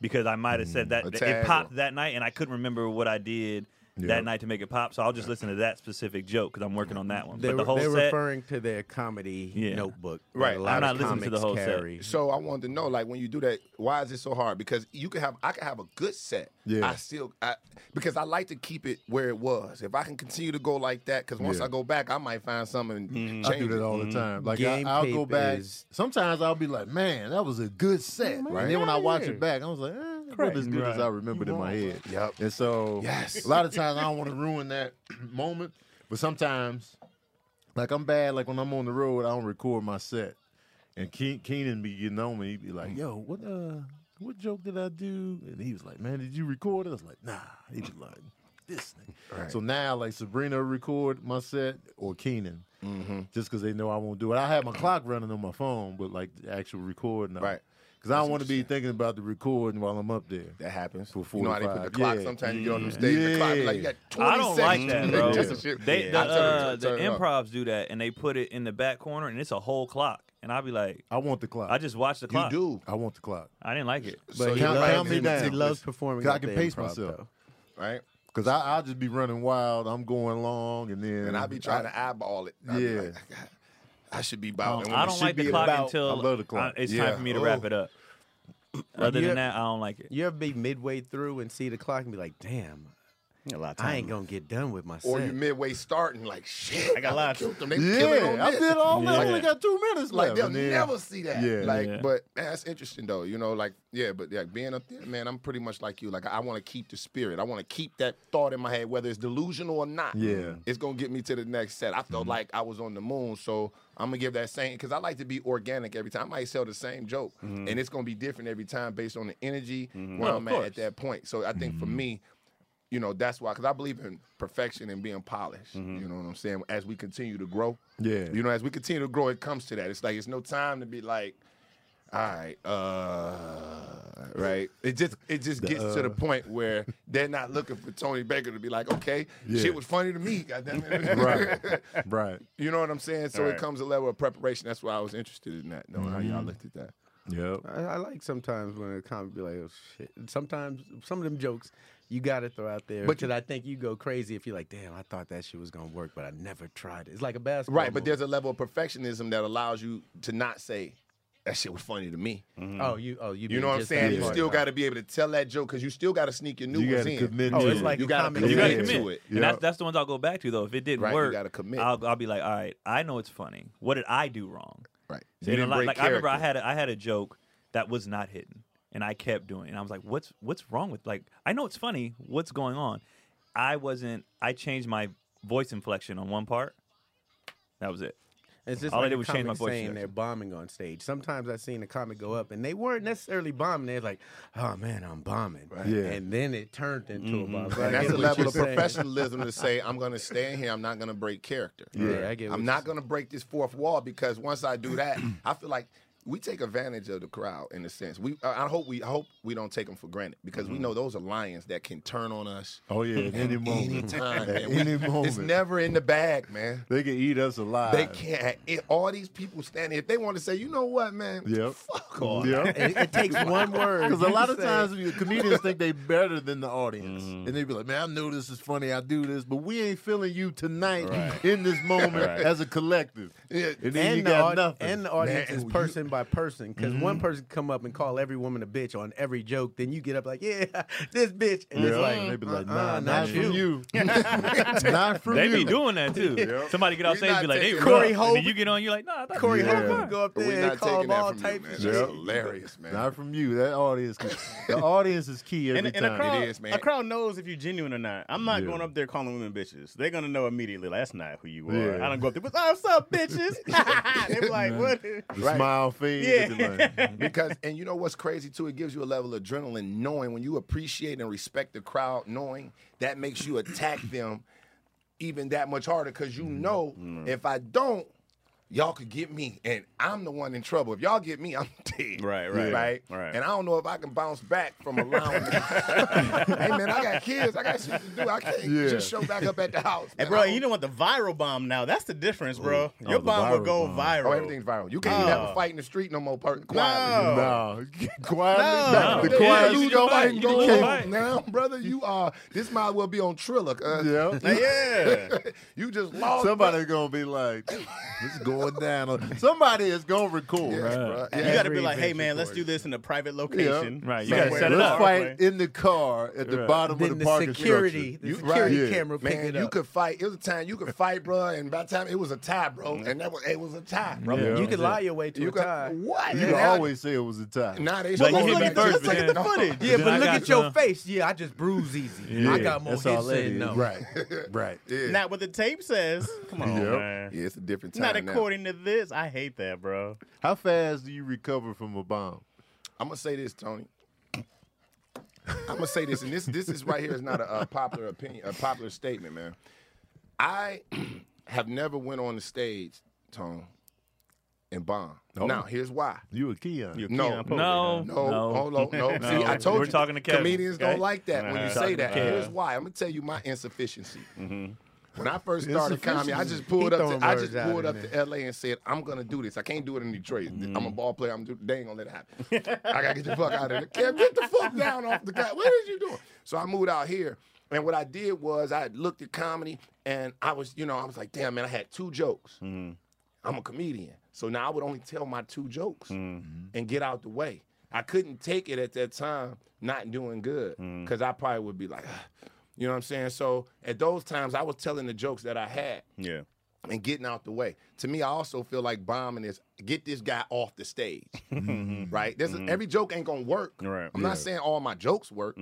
[SPEAKER 3] because I might have said that
[SPEAKER 1] Mm-hmm. A
[SPEAKER 3] it
[SPEAKER 1] tag
[SPEAKER 3] popped
[SPEAKER 1] or-
[SPEAKER 3] that night, and I couldn't remember what I did.
[SPEAKER 5] Yeah.
[SPEAKER 3] That night to make it pop, so I'll just listen to that specific joke because I'm working on that one.
[SPEAKER 2] They're,
[SPEAKER 3] but the whole
[SPEAKER 2] they're
[SPEAKER 3] set,
[SPEAKER 2] referring to their comedy
[SPEAKER 3] Yeah.
[SPEAKER 2] notebook. that
[SPEAKER 1] Right.
[SPEAKER 2] a lot
[SPEAKER 3] I'm not
[SPEAKER 2] of
[SPEAKER 3] listening to the
[SPEAKER 2] comics
[SPEAKER 3] whole set.
[SPEAKER 2] carry.
[SPEAKER 1] so I wanted to know, like, when you do that, why is it so hard? Because you can have, I can have a good set.
[SPEAKER 5] Yeah.
[SPEAKER 1] I still, I, because I like to keep it where it was. If I can continue to go like that, because once
[SPEAKER 5] Yeah. Mm-hmm.
[SPEAKER 1] I go back, I might find something and change
[SPEAKER 5] I do
[SPEAKER 1] it. Mm-hmm.
[SPEAKER 5] that all the time. Like
[SPEAKER 2] Game
[SPEAKER 5] I, will go
[SPEAKER 2] tape
[SPEAKER 5] back.
[SPEAKER 2] is-
[SPEAKER 5] Sometimes I'll be like, "Man, that was a good set."
[SPEAKER 1] Right.
[SPEAKER 5] And then when I watch
[SPEAKER 2] yeah.
[SPEAKER 5] it back, I was like, eh, it wasn't as good as I remembered in my head."
[SPEAKER 1] Yup.
[SPEAKER 5] And so,
[SPEAKER 1] Yes.
[SPEAKER 5] a lot of times I don't want to ruin that <clears throat> moment, but sometimes, like I'm bad. Like when I'm on the road, I don't record my set, and Ke- Keenan be getting on me. He be
[SPEAKER 1] Mm.
[SPEAKER 5] like, "Yo, what uh, what joke did I do?" And he was like, "Man, did you record it?" I was like, "Nah." He was like, "This thing."
[SPEAKER 1] Right.
[SPEAKER 5] So now, like Sabrina will record my set or Keenan,
[SPEAKER 1] Mm-hmm.
[SPEAKER 5] just because they know I won't do it. I have my clock running on my phone, but like the actual recording, I-
[SPEAKER 1] Right.
[SPEAKER 5] Because I don't want to be thinking about the recording while I'm up there.
[SPEAKER 1] That happens.
[SPEAKER 5] For
[SPEAKER 1] you know how they put the
[SPEAKER 5] 45.
[SPEAKER 1] clock?
[SPEAKER 5] Yeah. Mm-hmm.
[SPEAKER 1] Sometimes you get on them stage, the clock be like you got twenty
[SPEAKER 3] I don't like
[SPEAKER 1] seconds. <laughs>
[SPEAKER 3] that,
[SPEAKER 1] to
[SPEAKER 3] bro.
[SPEAKER 1] do this shit.
[SPEAKER 3] They,
[SPEAKER 1] I
[SPEAKER 3] the,
[SPEAKER 1] tell them
[SPEAKER 3] uh,
[SPEAKER 1] to
[SPEAKER 3] the
[SPEAKER 1] turn it off.
[SPEAKER 3] improvs do that, and they put it in the back corner, and it's a whole clock. And I'll be like,
[SPEAKER 5] I want the clock.
[SPEAKER 3] I just watched the
[SPEAKER 1] You
[SPEAKER 3] clock.
[SPEAKER 1] do,
[SPEAKER 5] I want the clock.
[SPEAKER 3] I didn't like it.
[SPEAKER 1] So
[SPEAKER 5] But
[SPEAKER 1] you
[SPEAKER 5] count,
[SPEAKER 1] like
[SPEAKER 5] count me
[SPEAKER 1] it.
[SPEAKER 5] down.
[SPEAKER 2] He loves performing.
[SPEAKER 5] 'Cause I
[SPEAKER 2] at
[SPEAKER 5] can
[SPEAKER 2] the
[SPEAKER 5] pace
[SPEAKER 2] improv,
[SPEAKER 5] myself.
[SPEAKER 2] though.
[SPEAKER 1] right?
[SPEAKER 5] Because I I'll just be running wild. I'm going long, and then
[SPEAKER 1] And I be trying to eyeball it. I be
[SPEAKER 5] Mm-hmm. Yeah.
[SPEAKER 1] like, I, got- I should be bowing.
[SPEAKER 3] Um, I don't
[SPEAKER 4] should
[SPEAKER 3] like the
[SPEAKER 4] be
[SPEAKER 3] clock
[SPEAKER 4] about-
[SPEAKER 3] until
[SPEAKER 5] I love the clock.
[SPEAKER 3] I- it's
[SPEAKER 1] Yeah.
[SPEAKER 3] time for me to wrap
[SPEAKER 1] Oh.
[SPEAKER 3] it up. Other
[SPEAKER 2] Yeah.
[SPEAKER 3] than that, I don't like it.
[SPEAKER 2] You ever be midway through and see the clock and be like, "Damn,
[SPEAKER 4] a lot of
[SPEAKER 2] I
[SPEAKER 4] time.
[SPEAKER 2] ain't gonna get done with my set."
[SPEAKER 1] Or you midway starting, like shit.
[SPEAKER 4] I got lots.
[SPEAKER 1] killed them. They killing on
[SPEAKER 5] Yeah, I
[SPEAKER 1] this.
[SPEAKER 5] did all that. I only
[SPEAKER 3] Yeah.
[SPEAKER 5] got two minutes left.
[SPEAKER 1] Like they'll
[SPEAKER 5] and then-
[SPEAKER 1] never see that.
[SPEAKER 5] Yeah.
[SPEAKER 1] Like,
[SPEAKER 3] Yeah.
[SPEAKER 1] but man, that's interesting though. You know, like yeah, but like being up there, man, I'm pretty much like you. Like I want to keep the spirit. I want to keep that thought in my head, whether it's delusional or not.
[SPEAKER 5] Yeah.
[SPEAKER 1] it's gonna get me to the next set. I felt like I was on the moon, so I'm gonna give that same because I like to be organic every time. I might sell the same joke, and it's gonna be different every time based on the energy where
[SPEAKER 4] No,
[SPEAKER 1] I'm
[SPEAKER 4] of
[SPEAKER 1] at
[SPEAKER 4] course.
[SPEAKER 1] at that point. So I think for me. You know that's why, because I believe in perfection and being polished. You know what I'm saying. As we continue to grow,
[SPEAKER 5] Mm-hmm. Yeah.
[SPEAKER 1] you know, as we continue to grow, it comes to that. It's like it's no time to be like, all right, uh, right. It just it just gets to
[SPEAKER 5] uh,
[SPEAKER 1] the point where <laughs> they're not looking for Tony Baker to be like, okay,
[SPEAKER 5] Yeah.
[SPEAKER 1] shit was funny to me. Goddamn it.
[SPEAKER 5] <laughs> Right. Right.
[SPEAKER 1] You know what I'm saying? So
[SPEAKER 4] Right.
[SPEAKER 1] it comes a level of preparation. That's why I was interested in that, knowing how
[SPEAKER 5] Mm-hmm.
[SPEAKER 1] y'all looked at that.
[SPEAKER 5] Yep.
[SPEAKER 2] I, I like sometimes when a comic be like, "Oh shit." Sometimes some of them jokes you got to throw out there, but
[SPEAKER 1] But
[SPEAKER 2] I think you go crazy if you're like, "Damn, I thought that shit was gonna work, but I never tried it." It's like a basketball.
[SPEAKER 1] Right, but
[SPEAKER 2] move.
[SPEAKER 1] there's a level of perfectionism that allows you to not say that shit was funny to me.
[SPEAKER 2] oh you oh you
[SPEAKER 1] You know what I'm saying? You still got to be able to tell that joke because you still got to sneak your new
[SPEAKER 5] You
[SPEAKER 1] ones
[SPEAKER 5] gotta
[SPEAKER 1] in.
[SPEAKER 5] commit
[SPEAKER 2] Oh,
[SPEAKER 5] to
[SPEAKER 2] it's
[SPEAKER 5] it.
[SPEAKER 2] like
[SPEAKER 1] You
[SPEAKER 2] a
[SPEAKER 1] gotta
[SPEAKER 2] comedy
[SPEAKER 1] be-
[SPEAKER 3] You
[SPEAKER 1] Yeah.
[SPEAKER 3] gotta
[SPEAKER 1] Yeah.
[SPEAKER 2] club.
[SPEAKER 1] To
[SPEAKER 3] commit,
[SPEAKER 1] it.
[SPEAKER 5] Yeah.
[SPEAKER 3] and that's that's the ones I'll go back to though. If it didn't
[SPEAKER 1] Right, you
[SPEAKER 3] work,
[SPEAKER 1] gotta commit.
[SPEAKER 3] I'll, I'll be like, all right, I know it's funny. What did I do wrong?
[SPEAKER 1] Right.
[SPEAKER 3] So
[SPEAKER 1] You
[SPEAKER 3] you know,
[SPEAKER 1] didn't
[SPEAKER 3] like,
[SPEAKER 1] break
[SPEAKER 3] like I remember I
[SPEAKER 1] character.
[SPEAKER 3] had a, I had a joke that was not hidden, and I kept doing it. And I was like, what's what's wrong with like I know it's funny, what's going on? I wasn't I changed my voice inflection on one part. That was it.
[SPEAKER 2] It's just
[SPEAKER 3] All I
[SPEAKER 2] like
[SPEAKER 3] did
[SPEAKER 2] a
[SPEAKER 3] was change my
[SPEAKER 2] comic
[SPEAKER 3] voice
[SPEAKER 2] saying
[SPEAKER 3] instructions.
[SPEAKER 2] they're bombing on stage. Sometimes I've seen a comic go up and they weren't necessarily bombing. They're like, oh man, I'm bombing.
[SPEAKER 5] Yeah. Mm-hmm.
[SPEAKER 2] And then it turned into a bomb. So I
[SPEAKER 1] And that's
[SPEAKER 2] get
[SPEAKER 1] the
[SPEAKER 2] what
[SPEAKER 1] level
[SPEAKER 2] you're
[SPEAKER 1] of
[SPEAKER 2] saying.
[SPEAKER 1] professionalism to say I'm going to stand here. I'm not going to break character.
[SPEAKER 2] Yeah, I get what
[SPEAKER 1] I'm
[SPEAKER 2] you're
[SPEAKER 1] not going to break this fourth wall because once I do that, I feel like we take advantage of the crowd in a sense. We I I hope we I hope we don't take them for granted because we know those are lions that can turn on us
[SPEAKER 5] Oh yeah, at any moment,
[SPEAKER 1] anytime.
[SPEAKER 5] at
[SPEAKER 1] man. We-
[SPEAKER 5] any
[SPEAKER 1] It's
[SPEAKER 5] moment,
[SPEAKER 1] never in the bag, man.
[SPEAKER 5] they can eat us alive.
[SPEAKER 1] They can't. It, all these people standing. If they want to say, you know what, man,
[SPEAKER 5] Yep.
[SPEAKER 1] fuck off.
[SPEAKER 5] Yeah.
[SPEAKER 2] It, it takes one word.
[SPEAKER 5] <laughs> Because a
[SPEAKER 2] You
[SPEAKER 5] lot of
[SPEAKER 2] say-
[SPEAKER 5] times you- comedians think they better than the audience, and they be like, "Man, I know this is funny. I do this, but we ain't feeling you tonight
[SPEAKER 4] Right.
[SPEAKER 5] in this moment
[SPEAKER 4] Right.
[SPEAKER 5] as a collective."
[SPEAKER 1] Yeah.
[SPEAKER 5] And then you
[SPEAKER 2] and the,
[SPEAKER 5] got
[SPEAKER 2] aud-
[SPEAKER 5] nothing. Mm-hmm.
[SPEAKER 2] and the audience
[SPEAKER 1] Man,
[SPEAKER 2] is
[SPEAKER 1] you-
[SPEAKER 2] person by person because one person come up and call every woman a bitch on every joke then you get up like yeah <laughs> this bitch and it's
[SPEAKER 5] Yeah.
[SPEAKER 2] like
[SPEAKER 1] Mm-hmm.
[SPEAKER 5] they be like,
[SPEAKER 2] uh-uh,
[SPEAKER 5] "Nah, not
[SPEAKER 2] <laughs>
[SPEAKER 5] from you, not from
[SPEAKER 3] They
[SPEAKER 5] you."
[SPEAKER 3] be doing that too. Somebody get off
[SPEAKER 1] You're
[SPEAKER 3] stage and be
[SPEAKER 1] not
[SPEAKER 3] like, hey,
[SPEAKER 1] taking-
[SPEAKER 2] Corey
[SPEAKER 3] Corey Hope.
[SPEAKER 2] Holbrook-
[SPEAKER 3] And then you get on, you're like, nah, I thought you
[SPEAKER 2] Corey
[SPEAKER 3] were
[SPEAKER 5] Yeah.
[SPEAKER 2] Holcomb would go up
[SPEAKER 1] But we're
[SPEAKER 2] there
[SPEAKER 1] not
[SPEAKER 2] and call
[SPEAKER 1] taking
[SPEAKER 2] them
[SPEAKER 1] that
[SPEAKER 2] all
[SPEAKER 1] from you,
[SPEAKER 2] types
[SPEAKER 1] man.
[SPEAKER 2] of
[SPEAKER 1] That's
[SPEAKER 5] Yeah.
[SPEAKER 2] shit
[SPEAKER 1] hilarious, man.
[SPEAKER 5] <laughs> Not from you. That audience,
[SPEAKER 1] <laughs>
[SPEAKER 5] the audience is key every
[SPEAKER 4] And, and
[SPEAKER 5] time.
[SPEAKER 4] a crowd,
[SPEAKER 1] It is, man.
[SPEAKER 4] a crowd knows if you're genuine or not. I'm not
[SPEAKER 5] Yeah.
[SPEAKER 4] going up there calling women bitches. They're gonna know immediately. Like, that's not who you are.
[SPEAKER 5] Yeah.
[SPEAKER 4] I don't go up there. What's up, what's up, bitches? <laughs> they be like, what?
[SPEAKER 5] the
[SPEAKER 1] Right.
[SPEAKER 5] smile fade.
[SPEAKER 4] Yeah.
[SPEAKER 5] they be like,
[SPEAKER 1] because and you know what's crazy too it gives you a level of adrenaline knowing when you appreciate and respect the crowd knowing that makes you attack them even that much harder because you
[SPEAKER 4] Mm-hmm.
[SPEAKER 1] know if i don't y'all could get me and i'm the one in trouble if y'all get me i'm <laughs> dead
[SPEAKER 4] Right, right,
[SPEAKER 1] right
[SPEAKER 4] right.
[SPEAKER 1] and i don't know if i can bounce back from
[SPEAKER 4] <laughs>
[SPEAKER 1] a round <laughs> hey man i got kids i got shit to do i can't
[SPEAKER 5] Yeah.
[SPEAKER 1] just show back up at the house
[SPEAKER 4] Hey,
[SPEAKER 1] man.
[SPEAKER 4] bro,
[SPEAKER 1] I don't-
[SPEAKER 4] you don't want the viral bomb now. That's the difference, bro.
[SPEAKER 5] Oh,
[SPEAKER 4] Your
[SPEAKER 5] the
[SPEAKER 4] bomb will
[SPEAKER 5] viral
[SPEAKER 4] go
[SPEAKER 5] bomb.
[SPEAKER 4] viral.
[SPEAKER 1] Oh, everything's viral. You can't
[SPEAKER 4] Oh.
[SPEAKER 1] never fight in the street no more. Per- quietly.
[SPEAKER 4] No.
[SPEAKER 5] no, quietly,
[SPEAKER 4] No.
[SPEAKER 5] the
[SPEAKER 1] Yeah,
[SPEAKER 5] quiet.
[SPEAKER 1] you go
[SPEAKER 3] you just
[SPEAKER 1] out
[SPEAKER 3] fight.
[SPEAKER 1] and
[SPEAKER 3] You
[SPEAKER 1] go
[SPEAKER 3] just
[SPEAKER 1] home
[SPEAKER 3] fight.
[SPEAKER 1] now, brother. You are this might well be on Trillic. Uh,
[SPEAKER 5] yeah.
[SPEAKER 4] Like, yeah.
[SPEAKER 1] <laughs> you just lost.
[SPEAKER 5] Somebody's gonna be like, "This is going down." Somebody is gonna record.
[SPEAKER 1] bruh. Yeah, bruh. Yeah.
[SPEAKER 4] You got to
[SPEAKER 2] Every
[SPEAKER 4] be like, hey,
[SPEAKER 2] bitch
[SPEAKER 4] man, let's
[SPEAKER 2] reported.
[SPEAKER 4] do this in a private location.
[SPEAKER 3] Right, you gotta
[SPEAKER 4] somewhere
[SPEAKER 3] set it
[SPEAKER 4] in a
[SPEAKER 5] Let's
[SPEAKER 3] up.
[SPEAKER 4] dark
[SPEAKER 5] fight
[SPEAKER 4] place.
[SPEAKER 5] in the car at the
[SPEAKER 3] Right.
[SPEAKER 5] bottom
[SPEAKER 2] then
[SPEAKER 5] of
[SPEAKER 2] the,
[SPEAKER 5] the parking
[SPEAKER 2] security
[SPEAKER 5] structure.
[SPEAKER 2] the
[SPEAKER 1] You-
[SPEAKER 2] security
[SPEAKER 5] right. Yeah.
[SPEAKER 2] camera pick
[SPEAKER 1] Man,
[SPEAKER 2] it
[SPEAKER 1] you
[SPEAKER 2] up
[SPEAKER 1] could fight. It was a time you could fight, bro. And by the time it was a tie, bro, and that was it was a tie, bro.
[SPEAKER 5] Yeah.
[SPEAKER 2] you could lie your way to
[SPEAKER 1] You
[SPEAKER 2] a
[SPEAKER 1] could
[SPEAKER 2] tie
[SPEAKER 1] what?
[SPEAKER 5] You
[SPEAKER 1] And
[SPEAKER 5] can
[SPEAKER 1] now-
[SPEAKER 5] always say it was a tie.
[SPEAKER 1] Now they
[SPEAKER 3] But
[SPEAKER 1] show
[SPEAKER 3] you hit
[SPEAKER 1] like
[SPEAKER 3] back
[SPEAKER 1] just
[SPEAKER 3] first,
[SPEAKER 1] look at
[SPEAKER 3] man.
[SPEAKER 1] the footage. <laughs>
[SPEAKER 2] yeah
[SPEAKER 3] Then
[SPEAKER 2] but
[SPEAKER 3] I
[SPEAKER 2] look
[SPEAKER 3] got
[SPEAKER 2] at your
[SPEAKER 3] some.
[SPEAKER 2] face yeah I just bruise easy I got more
[SPEAKER 5] That's
[SPEAKER 2] hits
[SPEAKER 5] all that
[SPEAKER 2] than
[SPEAKER 5] is.
[SPEAKER 2] no
[SPEAKER 5] Right, right.
[SPEAKER 1] <laughs> Yeah.
[SPEAKER 4] Not what the tape says. Come on,
[SPEAKER 5] Yep.
[SPEAKER 4] man.
[SPEAKER 1] Yeah, it's a different time
[SPEAKER 4] Not
[SPEAKER 1] now.
[SPEAKER 4] according to this. I hate that, bro.
[SPEAKER 5] How fast do you recover from a bomb?
[SPEAKER 1] I'm gonna say this, Tony. I'm gonna say this, and this this is right here is not a, a popular opinion, a popular statement, man. I <clears throat> have never went on the stage, Tone, and bomb. Now here's why.
[SPEAKER 5] You a Keon?
[SPEAKER 4] You're
[SPEAKER 1] No.
[SPEAKER 4] Keon Pope,
[SPEAKER 3] No.
[SPEAKER 4] man.
[SPEAKER 1] No,
[SPEAKER 3] No.
[SPEAKER 1] hold on,
[SPEAKER 3] <laughs>
[SPEAKER 1] no.
[SPEAKER 3] No,
[SPEAKER 1] See, I told
[SPEAKER 3] we're
[SPEAKER 1] you,
[SPEAKER 3] talking to Kevin,
[SPEAKER 1] comedians
[SPEAKER 3] okay?
[SPEAKER 1] don't like that when you
[SPEAKER 4] Nah.
[SPEAKER 1] say that.
[SPEAKER 3] Talking to
[SPEAKER 1] Here's
[SPEAKER 3] Kev.
[SPEAKER 1] why. I'm gonna tell you my insufficiency. When I first started comedy, I just
[SPEAKER 2] Mm-hmm. He
[SPEAKER 1] pulled up.
[SPEAKER 2] throwing
[SPEAKER 1] To, I
[SPEAKER 2] words
[SPEAKER 1] just
[SPEAKER 2] out
[SPEAKER 1] pulled
[SPEAKER 2] in
[SPEAKER 1] up to LA and said, "I'm gonna do this. I can't do it in Detroit. I'm
[SPEAKER 3] Mm-hmm.
[SPEAKER 1] a ball player. I'm do- they ain't gonna let it happen.
[SPEAKER 3] <laughs>
[SPEAKER 1] I gotta get the fuck out of there. Kev, get the fuck down off the guy. What is you doing?" So I moved out here, and what I did was I looked at comedy, and I was, you know, I was like, "Damn man, I had two jokes. I'm a comedian. So now I would only tell my two jokes and get out the way. I couldn't take it at that time not doing good because I probably would be like, <sighs> "Ah," you know what I'm saying? So at those times, I was telling the jokes that I had
[SPEAKER 4] Yeah.
[SPEAKER 1] and getting out the way. To me, I also feel like bombing is get this guy off the stage, right? This is, every joke ain't gonna work.
[SPEAKER 4] Right.
[SPEAKER 1] I'm not saying all my jokes work,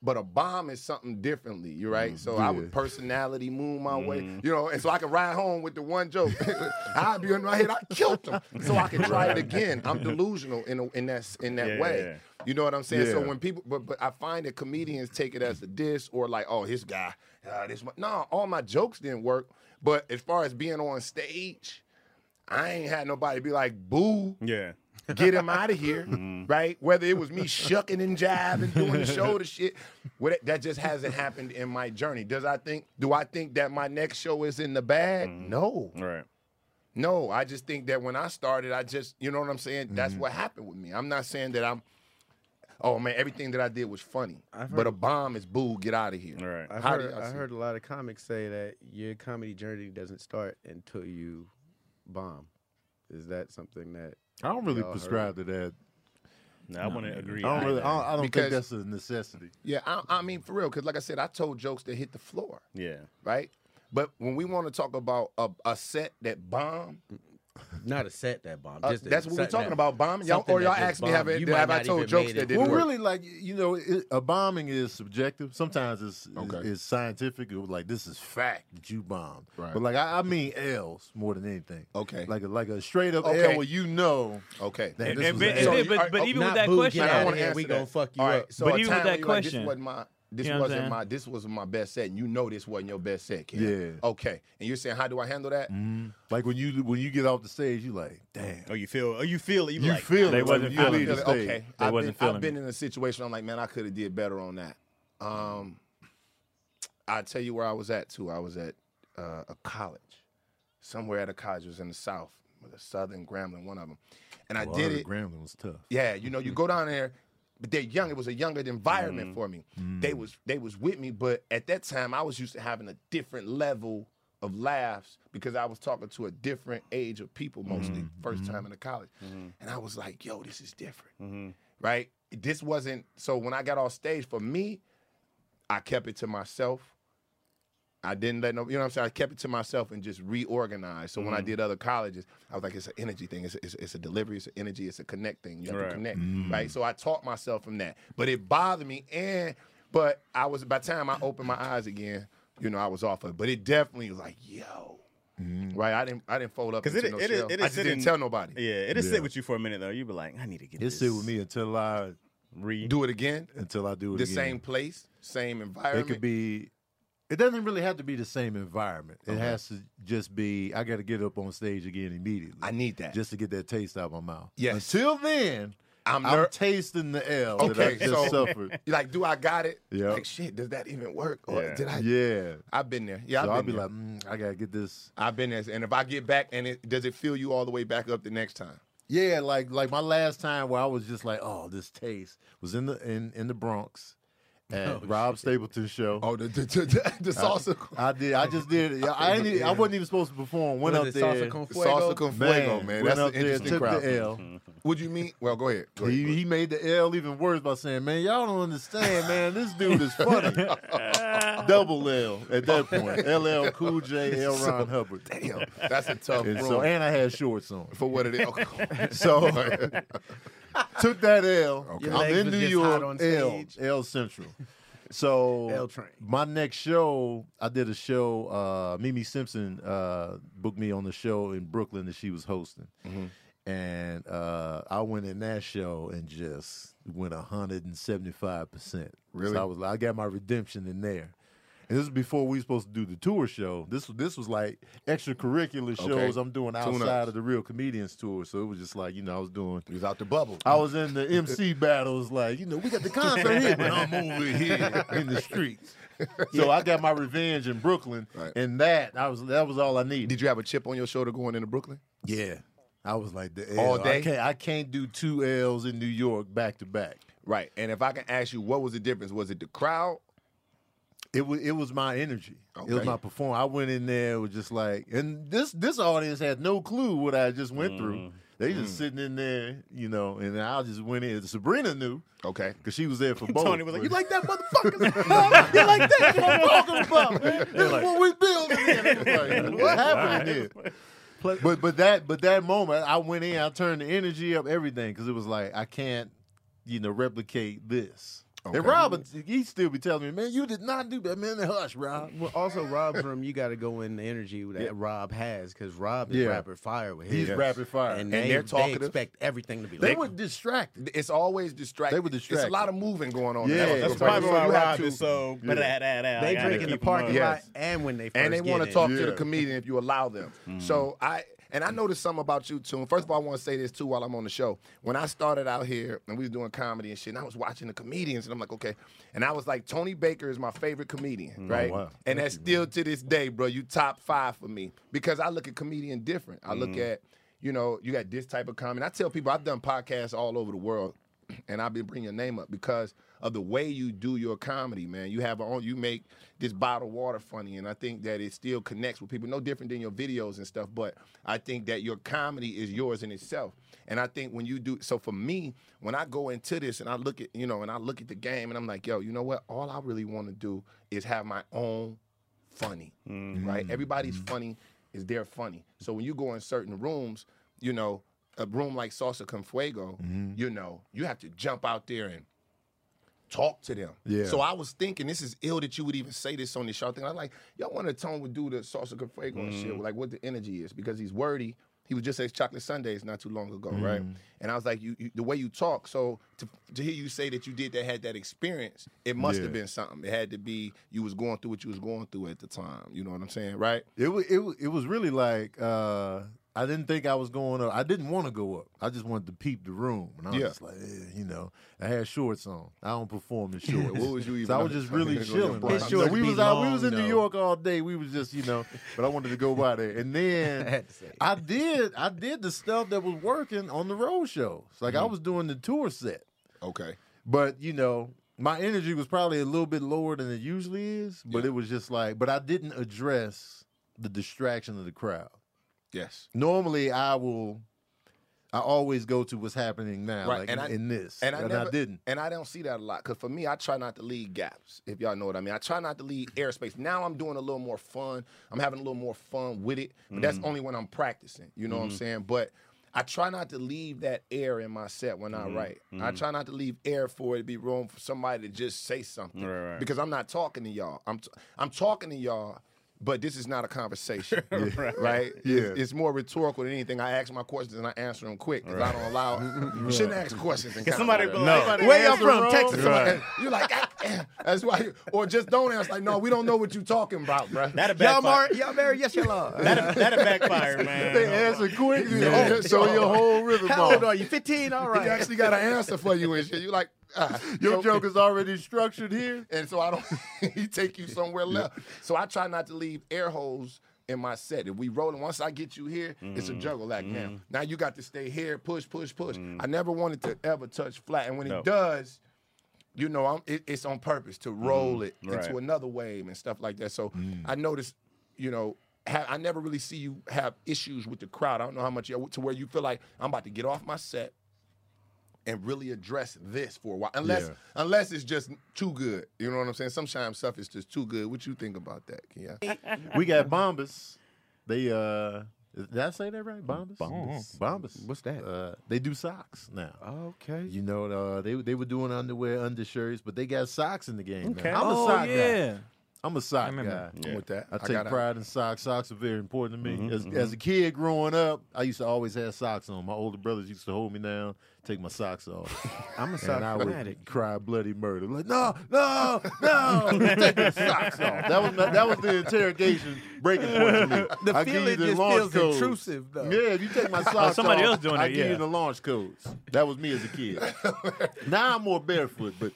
[SPEAKER 1] but a bomb is something differently. You right? So I would personality move my way, you know, and so I can ride home with the one joke. <laughs> I'd be in my head, I killed him, so I can try it again. I'm delusional in a, in that s- in that
[SPEAKER 4] Yeah,
[SPEAKER 1] way.
[SPEAKER 4] yeah, yeah.
[SPEAKER 1] You know what I'm saying? So
[SPEAKER 5] Yeah.
[SPEAKER 1] when people, but but I find that comedians take it as a diss or like, oh, this guy, uh, this one. No, all my jokes didn't work. But as far as being on stage, I ain't had nobody be like, boo,
[SPEAKER 4] Yeah.
[SPEAKER 1] get him out of
[SPEAKER 4] <laughs>
[SPEAKER 1] here,
[SPEAKER 4] Mm-hmm.
[SPEAKER 1] right? Whether it was me shucking and jiving, doing the shoulder shit, what that just hasn't happened in my journey. Does I think? Do I think that my next show is in the bag?
[SPEAKER 4] Mm-hmm.
[SPEAKER 1] No.
[SPEAKER 4] Right.
[SPEAKER 1] No, I just think that when I started, I just, you know what I'm saying? That's what happened with me. I'm not saying that I'm, oh man, everything that I did was funny. But a bomb is boo, get out of here.
[SPEAKER 4] Right.
[SPEAKER 2] I've
[SPEAKER 1] How do
[SPEAKER 2] heard,
[SPEAKER 1] y'all
[SPEAKER 2] I
[SPEAKER 1] see
[SPEAKER 2] heard a lot of comics say that your comedy journey doesn't start until you bomb. Is that something that
[SPEAKER 5] I don't really
[SPEAKER 2] Y'all heard
[SPEAKER 5] prescribe to that.
[SPEAKER 4] No, I wouldn't agree.
[SPEAKER 5] I don't really. I don't, I don't
[SPEAKER 1] Because-
[SPEAKER 5] think that's a necessity.
[SPEAKER 1] Yeah, I, I mean, for real, because like I said, I told jokes that hit the floor,
[SPEAKER 4] Yeah.
[SPEAKER 1] right? But when we want to talk about a, a set that bombed,
[SPEAKER 2] Not a set that bomb.
[SPEAKER 1] Uh,
[SPEAKER 2] Just a
[SPEAKER 1] that's what we're
[SPEAKER 2] set
[SPEAKER 1] talking
[SPEAKER 2] that-
[SPEAKER 1] about, bomb. Y'all,
[SPEAKER 2] something
[SPEAKER 1] or y'all
[SPEAKER 2] that just
[SPEAKER 1] asked me have,
[SPEAKER 2] bombed.
[SPEAKER 1] it,
[SPEAKER 2] You
[SPEAKER 1] did-
[SPEAKER 2] might
[SPEAKER 1] have I
[SPEAKER 2] not
[SPEAKER 1] told
[SPEAKER 2] even
[SPEAKER 1] jokes
[SPEAKER 2] made
[SPEAKER 1] that
[SPEAKER 2] it
[SPEAKER 1] didn't
[SPEAKER 5] Well,
[SPEAKER 1] work?
[SPEAKER 5] really, like you know, it, a bombing is subjective. Sometimes it's is-
[SPEAKER 1] Okay.
[SPEAKER 5] is, scientific. It was like this is fact that you bombed.
[SPEAKER 1] Right.
[SPEAKER 5] But like I, I mean L's more than anything.
[SPEAKER 1] Okay.
[SPEAKER 5] Like a, like a straight up
[SPEAKER 1] Okay.
[SPEAKER 5] L where you know.
[SPEAKER 1] Okay.
[SPEAKER 5] That
[SPEAKER 3] And-
[SPEAKER 5] this
[SPEAKER 3] and-
[SPEAKER 5] was
[SPEAKER 3] and
[SPEAKER 5] it.
[SPEAKER 1] So
[SPEAKER 3] then-
[SPEAKER 1] you
[SPEAKER 3] but
[SPEAKER 1] are-
[SPEAKER 3] but
[SPEAKER 1] oh,
[SPEAKER 3] even
[SPEAKER 2] Not
[SPEAKER 3] with that
[SPEAKER 2] boo,
[SPEAKER 3] question,
[SPEAKER 1] I
[SPEAKER 2] get outta
[SPEAKER 1] don't
[SPEAKER 3] I-
[SPEAKER 1] want
[SPEAKER 2] here,
[SPEAKER 1] to answer
[SPEAKER 2] we
[SPEAKER 1] that.
[SPEAKER 2] gonna fuck you
[SPEAKER 1] All right,
[SPEAKER 2] up.
[SPEAKER 1] So
[SPEAKER 3] But
[SPEAKER 1] a
[SPEAKER 3] even with
[SPEAKER 1] time
[SPEAKER 3] that
[SPEAKER 1] where you like,
[SPEAKER 3] question-
[SPEAKER 1] this wasn't my, this
[SPEAKER 3] You know what I'm
[SPEAKER 1] wasn't
[SPEAKER 3] saying?
[SPEAKER 1] my, this was my best set, and you know this wasn't your best set, kid.
[SPEAKER 5] Yeah.
[SPEAKER 1] Okay, and you're saying, how do I handle that?
[SPEAKER 5] Like when you when you get off the stage, you like, damn.
[SPEAKER 4] Oh, you feel? Oh, you feel? it, You,
[SPEAKER 5] You
[SPEAKER 4] like,
[SPEAKER 5] feel
[SPEAKER 3] They
[SPEAKER 5] it.
[SPEAKER 3] wasn't
[SPEAKER 5] like, when
[SPEAKER 1] I
[SPEAKER 5] you
[SPEAKER 3] feeling
[SPEAKER 5] leave the
[SPEAKER 1] feel it.
[SPEAKER 5] stage.
[SPEAKER 1] Okay,
[SPEAKER 3] They
[SPEAKER 1] I've
[SPEAKER 3] wasn't
[SPEAKER 1] been,
[SPEAKER 3] feeling
[SPEAKER 1] I've been
[SPEAKER 3] it.
[SPEAKER 1] in a situation. I'm like, man, I could have did better on that. Um, I tell you where I was at too. I was at uh, a college, somewhere at a college. It was in the South, with a Southern Grambling, one of them, and I
[SPEAKER 5] Well,
[SPEAKER 1] did
[SPEAKER 5] the
[SPEAKER 1] it.
[SPEAKER 5] Grambling was tough.
[SPEAKER 1] Yeah, you know, you go down there, but they're young. It was a younger environment for me. They was they was with me, but at that time I was used to having a different level of laughs because I was talking to a different age of people mostly 1st time in the college. And I was like, yo, this is different. Right? This wasn't so when I got off stage for me, I kept it to myself. I didn't let no, you know what I'm saying? I kept it to myself and just reorganized. So when
[SPEAKER 4] Mm-hmm.
[SPEAKER 1] I did other colleges, I was like, it's an energy thing. It's a, it's, a- it's a delivery. It's an energy. It's a connect thing. You have
[SPEAKER 4] Right. Mm.
[SPEAKER 1] to connect, right? So I taught myself from that. But it bothered me. And, but I was, by the time I opened my eyes again, you know, I was off of it. But it definitely was like, yo. Right, I didn't. I didn't fold up
[SPEAKER 4] Mm-hmm. 'Cause
[SPEAKER 1] into no
[SPEAKER 4] it- it is-
[SPEAKER 1] shell.
[SPEAKER 4] it is
[SPEAKER 1] I just didn't
[SPEAKER 4] sitting-
[SPEAKER 1] tell nobody.
[SPEAKER 4] Yeah, it'll
[SPEAKER 5] Yeah.
[SPEAKER 4] sit with you for a minute though. You be like, I need to get
[SPEAKER 5] It
[SPEAKER 4] this.
[SPEAKER 5] sit with me until I
[SPEAKER 4] Re.
[SPEAKER 1] Do it again.
[SPEAKER 5] until I do it
[SPEAKER 1] The
[SPEAKER 5] again.
[SPEAKER 1] same place, same
[SPEAKER 5] It
[SPEAKER 1] environment.
[SPEAKER 5] could be. It doesn't really have to be the same environment. It has to just be. I got to get up on stage again immediately.
[SPEAKER 1] I need that.
[SPEAKER 5] just to get that taste out of my mouth.
[SPEAKER 1] Yes.
[SPEAKER 5] Until then,
[SPEAKER 1] I'm
[SPEAKER 5] I'm,
[SPEAKER 1] ner-
[SPEAKER 5] tasting the L that I
[SPEAKER 1] Okay,
[SPEAKER 5] just
[SPEAKER 1] so-
[SPEAKER 5] <laughs> suffered.
[SPEAKER 1] like, do I got it?
[SPEAKER 5] Yeah.
[SPEAKER 1] Like, shit, does that even work? Or
[SPEAKER 4] Yeah.
[SPEAKER 1] did I?
[SPEAKER 5] Yeah.
[SPEAKER 1] I've been there. Yeah,
[SPEAKER 5] So
[SPEAKER 1] I've
[SPEAKER 5] I'll
[SPEAKER 1] been
[SPEAKER 5] be
[SPEAKER 1] there.
[SPEAKER 5] like, mm, I gotta get this.
[SPEAKER 1] I've been there, and if I get back, and it does it fill you all the way back up the next time?
[SPEAKER 5] Yeah, like like my last time where I was just like, oh, this taste was in the in in the Bronx at Rob Stapleton's show.
[SPEAKER 1] Oh, the the, the, the, the <laughs> salsa,
[SPEAKER 5] I did. I just did. it. Yeah, <laughs> I ain't. even- I wasn't even supposed to perform. Went
[SPEAKER 2] Was
[SPEAKER 5] up
[SPEAKER 2] it
[SPEAKER 5] there.
[SPEAKER 2] salsa con
[SPEAKER 1] the
[SPEAKER 2] fuego?
[SPEAKER 1] salsa con fuego, man.
[SPEAKER 5] Man, went
[SPEAKER 1] That's
[SPEAKER 5] up
[SPEAKER 1] an
[SPEAKER 5] there,
[SPEAKER 1] interesting
[SPEAKER 5] took
[SPEAKER 1] crowd.
[SPEAKER 5] the L.
[SPEAKER 1] Would you mean? Well, go ahead. Go ahead, go
[SPEAKER 5] He,
[SPEAKER 1] ahead.
[SPEAKER 5] he made the L even worse by saying, "Man, y'all don't understand, man. This dude is funny." Double L at that point. LL Cool J, L Ron Hubbard.
[SPEAKER 1] Damn, <laughs> that's a tough
[SPEAKER 5] And
[SPEAKER 1] room <laughs>
[SPEAKER 5] so, and I had shorts on.
[SPEAKER 1] for what it is. <laughs> Okay.
[SPEAKER 5] <laughs> So took that L.
[SPEAKER 1] Your
[SPEAKER 5] I'm
[SPEAKER 2] legs
[SPEAKER 5] in
[SPEAKER 2] was
[SPEAKER 5] New
[SPEAKER 2] just
[SPEAKER 5] York.
[SPEAKER 2] hot on
[SPEAKER 5] L
[SPEAKER 2] stage.
[SPEAKER 5] L Central. So
[SPEAKER 2] <laughs> L train.
[SPEAKER 5] My next show, I did a show. Uh, Mimi Simpson uh, booked me on the show in Brooklyn that she was hosting,
[SPEAKER 2] Mm-hmm.
[SPEAKER 5] and uh, I went in that show and just went 175 percent.
[SPEAKER 1] Really?
[SPEAKER 5] So I was. I got my redemption in there. And this is before we were supposed to do the tour show. This this was like extracurricular
[SPEAKER 1] Okay.
[SPEAKER 5] shows I'm doing
[SPEAKER 1] Tune-ups.
[SPEAKER 5] outside of the real comedians tour. So it was just like you know I was doing
[SPEAKER 1] He was out the bubble.
[SPEAKER 5] I was in the MC battles, like, you know, we got the concert here, but I'm over here in the streets. So I got my revenge in Brooklyn,
[SPEAKER 1] Right.
[SPEAKER 5] and that I was that was all I needed.
[SPEAKER 1] Did you have a chip on your shoulder going into Brooklyn?
[SPEAKER 5] Yeah, I was like the L.
[SPEAKER 1] All
[SPEAKER 5] I
[SPEAKER 1] day?
[SPEAKER 5] can't, I can't do two L's in New York back to back.
[SPEAKER 1] Right. And if I can ask you, what was the difference? Was it the crowd?
[SPEAKER 5] It was it was my energy. It was
[SPEAKER 1] Okay.
[SPEAKER 5] my performance. I went in there it was just like, and this this audience had no clue what I just went through. They just sitting in there, you know, and I just went in. Sabrina knew.
[SPEAKER 1] Okay.
[SPEAKER 5] Cause she was there <laughs> for both.
[SPEAKER 4] Tony was like,
[SPEAKER 5] but-
[SPEAKER 4] "You like that
[SPEAKER 5] motherfucker? Huh? you like that? That's what I'm talking <laughs> about, man. That's what we <laughs> building. Here. It was like, what happened in here? But but that but that moment, I went in. I turned the energy up, everything, because it was like I can't, you know, replicate this.
[SPEAKER 1] Okay.
[SPEAKER 5] And Robin, he still be telling me, man, you did not do that, man. Hush, Rob.
[SPEAKER 2] Well, also Rob's room, you got to go in the energy that Rob has because Rob is
[SPEAKER 5] Yeah.
[SPEAKER 2] rapid fire with his
[SPEAKER 5] He's rapid fire.
[SPEAKER 2] and,
[SPEAKER 5] And
[SPEAKER 2] they,
[SPEAKER 1] they're
[SPEAKER 2] they
[SPEAKER 1] talkative.
[SPEAKER 2] expect everything to be.
[SPEAKER 5] They
[SPEAKER 2] like,
[SPEAKER 5] were distracted.
[SPEAKER 1] It's always distracting.
[SPEAKER 5] They were
[SPEAKER 1] It's a lot of moving going on.
[SPEAKER 5] Yeah,
[SPEAKER 1] That's-
[SPEAKER 4] That's
[SPEAKER 5] It's
[SPEAKER 1] right.
[SPEAKER 4] probably
[SPEAKER 1] So
[SPEAKER 4] why
[SPEAKER 1] you have
[SPEAKER 4] Rob
[SPEAKER 1] to-
[SPEAKER 4] is so.
[SPEAKER 5] Yeah.
[SPEAKER 2] they drink in the parking lot
[SPEAKER 1] Yeah.
[SPEAKER 4] Yeah.
[SPEAKER 1] Yes.
[SPEAKER 2] and when they first Mm-hmm.
[SPEAKER 1] and they
[SPEAKER 2] want to
[SPEAKER 1] talk to the
[SPEAKER 5] Yeah.
[SPEAKER 1] comedian if you allow them. So I and I noticed something about you too. And first of all, I want to say this too while I'm on the show. When I started out here and we was doing comedy and shit, and I was watching the comedians, and I'm like, okay. And I was like, Tony Baker is my favorite
[SPEAKER 2] Mm,
[SPEAKER 1] comedian, right?
[SPEAKER 5] wow.
[SPEAKER 1] And that's still to this day, bro. You top five for me because I look at comedian different. I look
[SPEAKER 2] Mm-hmm.
[SPEAKER 1] at you know you got this type of comedy. I tell people I've done podcasts all over the world. And I've been bringing your name up because of the way you do your comedy, man. You have on you make this bottled water funny, and I think that it still connects with people. No different than your videos and stuff, but I think that your comedy is yours in itself. And I think when you do so, for me, when I go into this and I look at you know, and I look at the game, and I'm like, yo, you know what? All I really want to do is have my own funny, right? Everybody's funny is their funny. So when you go in certain rooms, you know, a room like Salsa Con Fuego, you know, you have to jump out there and talk to them.
[SPEAKER 5] Yeah.
[SPEAKER 1] So I was thinking, this is ill that you would even say this on this show. I think I'm like, y'all want to tone with dude the Salsa Con Fuego and
[SPEAKER 5] Mm-hmm.
[SPEAKER 1] shit, like what the energy is, because he's wordy. He was just at Chocolate Sundays not too long ago, right?
[SPEAKER 5] Mm-hmm.
[SPEAKER 1] And I was like, you, you the way you talk, so to, to hear you say that you did that, had that experience, it must have
[SPEAKER 5] Yeah.
[SPEAKER 1] been something. It had to be you was going through what you was going through at the time. You know what I'm saying, right?
[SPEAKER 5] It was it, wa- it was really like uh, I didn't think I was going up. I didn't want to go up. I just wanted to peep the room, and I was
[SPEAKER 1] Yeah.
[SPEAKER 5] just like, eh, you know, I had shorts on. I don't perform in
[SPEAKER 1] Yeah,
[SPEAKER 5] shorts.
[SPEAKER 1] what was you even-
[SPEAKER 5] So I was just really chilling.
[SPEAKER 1] His
[SPEAKER 5] bro.
[SPEAKER 2] shorts
[SPEAKER 5] we
[SPEAKER 2] be
[SPEAKER 5] was out. We
[SPEAKER 2] long,
[SPEAKER 5] was in
[SPEAKER 2] though.
[SPEAKER 5] New York all day. We was just you know, but I wanted to go by there,
[SPEAKER 2] <laughs>
[SPEAKER 5] and
[SPEAKER 2] I
[SPEAKER 5] then
[SPEAKER 2] had to say.
[SPEAKER 5] I did. I did the stuff that was working on the road shows. Like
[SPEAKER 1] Mm-hmm.
[SPEAKER 5] I was doing the tour set.
[SPEAKER 1] Okay.
[SPEAKER 5] But you know, my energy was probably a little bit lower than it usually is. But
[SPEAKER 1] Yeah.
[SPEAKER 5] it was just like, but I didn't address the distraction of the crowd.
[SPEAKER 1] Yes.
[SPEAKER 5] Normally, I will. I always go to what's happening now,
[SPEAKER 1] Right,
[SPEAKER 5] like
[SPEAKER 1] and
[SPEAKER 5] in,
[SPEAKER 1] I-
[SPEAKER 5] in this,
[SPEAKER 1] and I never-
[SPEAKER 5] didn't.
[SPEAKER 1] And I don't see that a lot because for me, I try not to leave gaps. If y'all know what I mean, I try not to leave airspace. Now I'm doing a little more fun. I'm having a little more fun with it, but
[SPEAKER 4] Mm-hmm.
[SPEAKER 1] that's only when I'm practicing. You know what I'm saying? But I try not to leave that air in my set when
[SPEAKER 4] Mm-hmm.
[SPEAKER 1] I write. I try not to leave air for it to be room for somebody to just say something
[SPEAKER 4] Right, right.
[SPEAKER 1] because I'm not talking to y'all. I'm t- I'm talking to y'all. But this is not a
[SPEAKER 4] <laughs>
[SPEAKER 1] conversation, <laughs> right?
[SPEAKER 5] Yeah.
[SPEAKER 1] It's, it's more rhetorical than anything. I ask my questions and I answer them quick because I don't allow.
[SPEAKER 4] <laughs>
[SPEAKER 1] You shouldn't ask questions. And
[SPEAKER 4] Cause somebody be like,
[SPEAKER 5] No.
[SPEAKER 1] where y'all
[SPEAKER 5] answer
[SPEAKER 1] from?
[SPEAKER 5] wrong.
[SPEAKER 1] Texas.
[SPEAKER 5] Right.
[SPEAKER 1] And You're like, "God damn." that's why. you- or just don't answer. Like, no, we don't know what you talking about, bro.
[SPEAKER 4] That'll
[SPEAKER 2] Y'all,
[SPEAKER 4] backfire.
[SPEAKER 2] mar- y'all married? Yes, y'all are.
[SPEAKER 4] That'll, that'll backfire, man.
[SPEAKER 5] They answer quick,
[SPEAKER 1] Yeah.
[SPEAKER 5] oh, <laughs> so your whole
[SPEAKER 2] <laughs>
[SPEAKER 5] rhythm
[SPEAKER 2] How old are
[SPEAKER 5] off.
[SPEAKER 2] you? 15? All
[SPEAKER 1] He
[SPEAKER 2] right.
[SPEAKER 1] actually got an answer for you and shit. You like, ah.
[SPEAKER 5] Your
[SPEAKER 1] So-
[SPEAKER 5] joke is already structured here.
[SPEAKER 1] and so I don't. <laughs> he take you somewhere left. So I try not to leave air holes in my set. If we rolling, once I get you here, it's a
[SPEAKER 4] Mm.
[SPEAKER 1] juggle act now. Now you got to stay here, push, push, push. I never wanted to ever touch flat, and when
[SPEAKER 4] No.
[SPEAKER 1] it does. You know, I'm, it, it's on purpose to roll it
[SPEAKER 4] Mm. right. Mm.
[SPEAKER 1] into another wave and stuff like that. So I notice, you know, ha- I never really see you have issues with the crowd. I don't know how much you- to where you feel like I'm about to get off my set and really address this for a while. Unless
[SPEAKER 5] Yeah.
[SPEAKER 1] unless it's just too good. You know what I'm saying? Sometimes stuff is just too good. What you think about that, Keon?
[SPEAKER 5] We got Bombas. They uh, did I say that right? Bombas.
[SPEAKER 4] Bombas.
[SPEAKER 5] Bombas.
[SPEAKER 2] What's that?
[SPEAKER 5] Uh, they do socks now.
[SPEAKER 2] Okay.
[SPEAKER 5] You know, uh, they they were doing underwear, undershirts, but they got socks in the game. now.
[SPEAKER 4] Okay.
[SPEAKER 5] I'm a
[SPEAKER 3] oh
[SPEAKER 5] sock guy.
[SPEAKER 3] yeah.
[SPEAKER 5] I'm a sock
[SPEAKER 3] remember.
[SPEAKER 5] guy.
[SPEAKER 1] I'm with that.
[SPEAKER 5] I take
[SPEAKER 1] gotta-
[SPEAKER 5] pride in socks. Socks are very important to me. as, as a kid growing up, I used to always have socks on. My older brothers used to hold me down, take my socks off,
[SPEAKER 2] I'm a
[SPEAKER 5] and I
[SPEAKER 2] sock fanatic.
[SPEAKER 5] would cry bloody murder. Like, no, no, no,
[SPEAKER 2] <laughs>
[SPEAKER 5] take your socks off. That was my, that was the interrogation breaking point for me.
[SPEAKER 2] <laughs> The
[SPEAKER 5] I give you
[SPEAKER 2] feeling
[SPEAKER 5] the
[SPEAKER 2] just
[SPEAKER 5] launch
[SPEAKER 2] feels
[SPEAKER 5] codes.
[SPEAKER 2] intrusive, though. Oh,
[SPEAKER 5] Yeah, if you take my socks
[SPEAKER 3] somebody
[SPEAKER 5] off,
[SPEAKER 3] else doing
[SPEAKER 5] I
[SPEAKER 3] it,
[SPEAKER 5] give
[SPEAKER 3] yeah.
[SPEAKER 5] you the launch codes. That was me as a
[SPEAKER 2] <laughs>
[SPEAKER 5] kid. now I'm more barefoot, but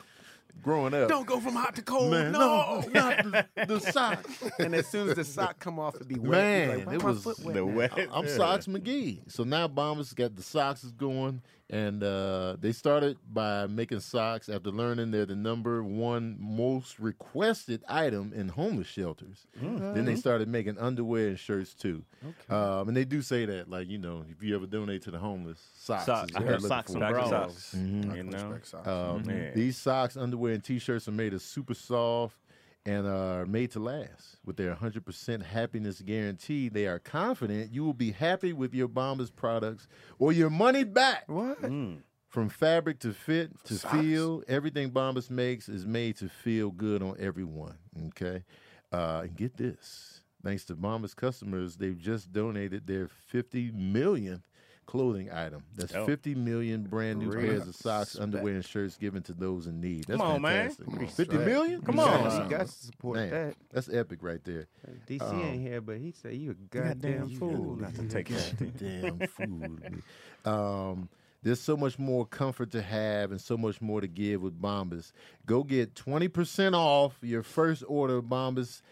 [SPEAKER 5] growing up,
[SPEAKER 2] Don't go from hot to cold.
[SPEAKER 5] man,
[SPEAKER 2] no.
[SPEAKER 5] no, not the, the socks.
[SPEAKER 2] and as soon as the sock come off, it'd be wet.
[SPEAKER 5] Man,
[SPEAKER 2] You'd be like, why
[SPEAKER 5] it
[SPEAKER 2] my
[SPEAKER 5] was
[SPEAKER 2] foot wet
[SPEAKER 4] The
[SPEAKER 2] now?
[SPEAKER 4] wet.
[SPEAKER 5] I'm Socks McGee. So now Bombers got the socks is going, and uh, they started by making socks after learning they're the number one most requested item in homeless shelters. Then they started making underwear and shirts too. Um, and they do say that, like you know, if you ever donate to the homeless, socks.
[SPEAKER 3] Socks.
[SPEAKER 5] is
[SPEAKER 4] I
[SPEAKER 5] what
[SPEAKER 4] heard
[SPEAKER 5] they're
[SPEAKER 4] socks
[SPEAKER 5] looking
[SPEAKER 4] and
[SPEAKER 5] for.
[SPEAKER 3] Back to
[SPEAKER 4] bras.
[SPEAKER 3] socks.
[SPEAKER 4] You know?
[SPEAKER 1] Respect socks.
[SPEAKER 5] Um,
[SPEAKER 4] Mhm.
[SPEAKER 5] These socks, underwear, and t-shirts are made of super soft and are made to last. With their 100% happiness guarantee, they are confident you will be happy with your Bombas products or your money back.
[SPEAKER 2] What?
[SPEAKER 5] From fabric to fit to feel, everything Bombas makes is made to feel good on everyone. Okay, uh, and get this: thanks to Bombas customers, they've just donated their 50 millionth clothing item. That's
[SPEAKER 4] Dope.
[SPEAKER 5] 50 million brand new
[SPEAKER 2] Real
[SPEAKER 5] pairs of socks, underwear, and shirts given to those in need. That's
[SPEAKER 4] Come on, man.
[SPEAKER 5] fantastic. 50
[SPEAKER 2] Right.
[SPEAKER 5] million?
[SPEAKER 4] Come
[SPEAKER 2] You
[SPEAKER 4] on.
[SPEAKER 2] gotta-
[SPEAKER 4] Wow.
[SPEAKER 2] You got to support
[SPEAKER 5] Man,
[SPEAKER 2] that.
[SPEAKER 5] that's epic right there.
[SPEAKER 2] DC ain't here, but he said you a Oh. goddamn
[SPEAKER 5] you
[SPEAKER 2] fool.
[SPEAKER 5] gotta
[SPEAKER 4] to take that.
[SPEAKER 5] <laughs> Damn fool. Um, there's so much more comfort to have and so much more to give with Bombas. Go get 20% off your first order of Bombas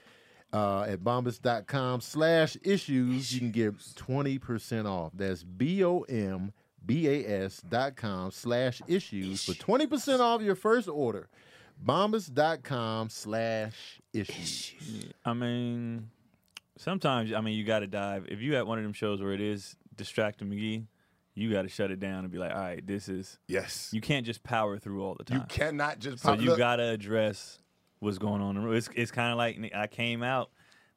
[SPEAKER 5] uh, at bombas.com slash issues. You can get 20% off. That's B-O-M B-A-S dot com slash issues for 20% off your first order. Bombas.com slash issues.
[SPEAKER 3] I mean, sometimes I mean you got to dive. If you at one of them shows where it is distracting McGee, you got to shut it down and be like, all right, this is.
[SPEAKER 1] Yes.
[SPEAKER 3] You can't just power through all the time.
[SPEAKER 1] You cannot just
[SPEAKER 3] So
[SPEAKER 1] pop
[SPEAKER 3] you
[SPEAKER 1] look,
[SPEAKER 3] gotta address what's going on in the room. It's, it's kind of like I came out.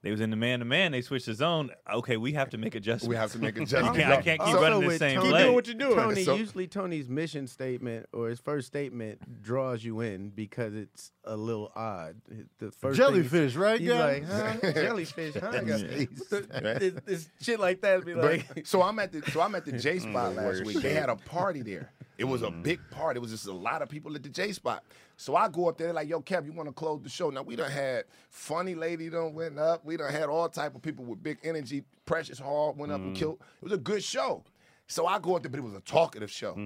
[SPEAKER 3] They was in the man to man. They switched the zone. Okay, we have to make adjustments.
[SPEAKER 1] We have to
[SPEAKER 3] <laughs>
[SPEAKER 1] make
[SPEAKER 3] I
[SPEAKER 1] adjustments.
[SPEAKER 3] can't, I can't keep
[SPEAKER 2] Also
[SPEAKER 3] running the
[SPEAKER 2] with
[SPEAKER 3] same
[SPEAKER 2] Tony-
[SPEAKER 4] Keep
[SPEAKER 3] play.
[SPEAKER 4] doing what you're doing.
[SPEAKER 2] Tony,
[SPEAKER 1] So-
[SPEAKER 2] usually Tony's mission statement or his first statement draws you in because it's a little odd. The first thing he-
[SPEAKER 5] Jellyfish, right,
[SPEAKER 2] He's
[SPEAKER 5] guy?
[SPEAKER 2] like, huh? <laughs> Jellyfish, huh? guy? What
[SPEAKER 5] <laughs>
[SPEAKER 2] the- this, this shit like that
[SPEAKER 1] <laughs>
[SPEAKER 2] be like,
[SPEAKER 1] But, so I'm at the so I'm at the J spot last week. They had a party there. It was a big party. It was just a lot of people at the J spot. So I go up there, they're like, yo, Kev, you want to close the show? Now we done had funny lady done went up. We done had all type of people with big energy. Precious Hall went up and killed. It was a good show. So I go up there, but it was a talkative show.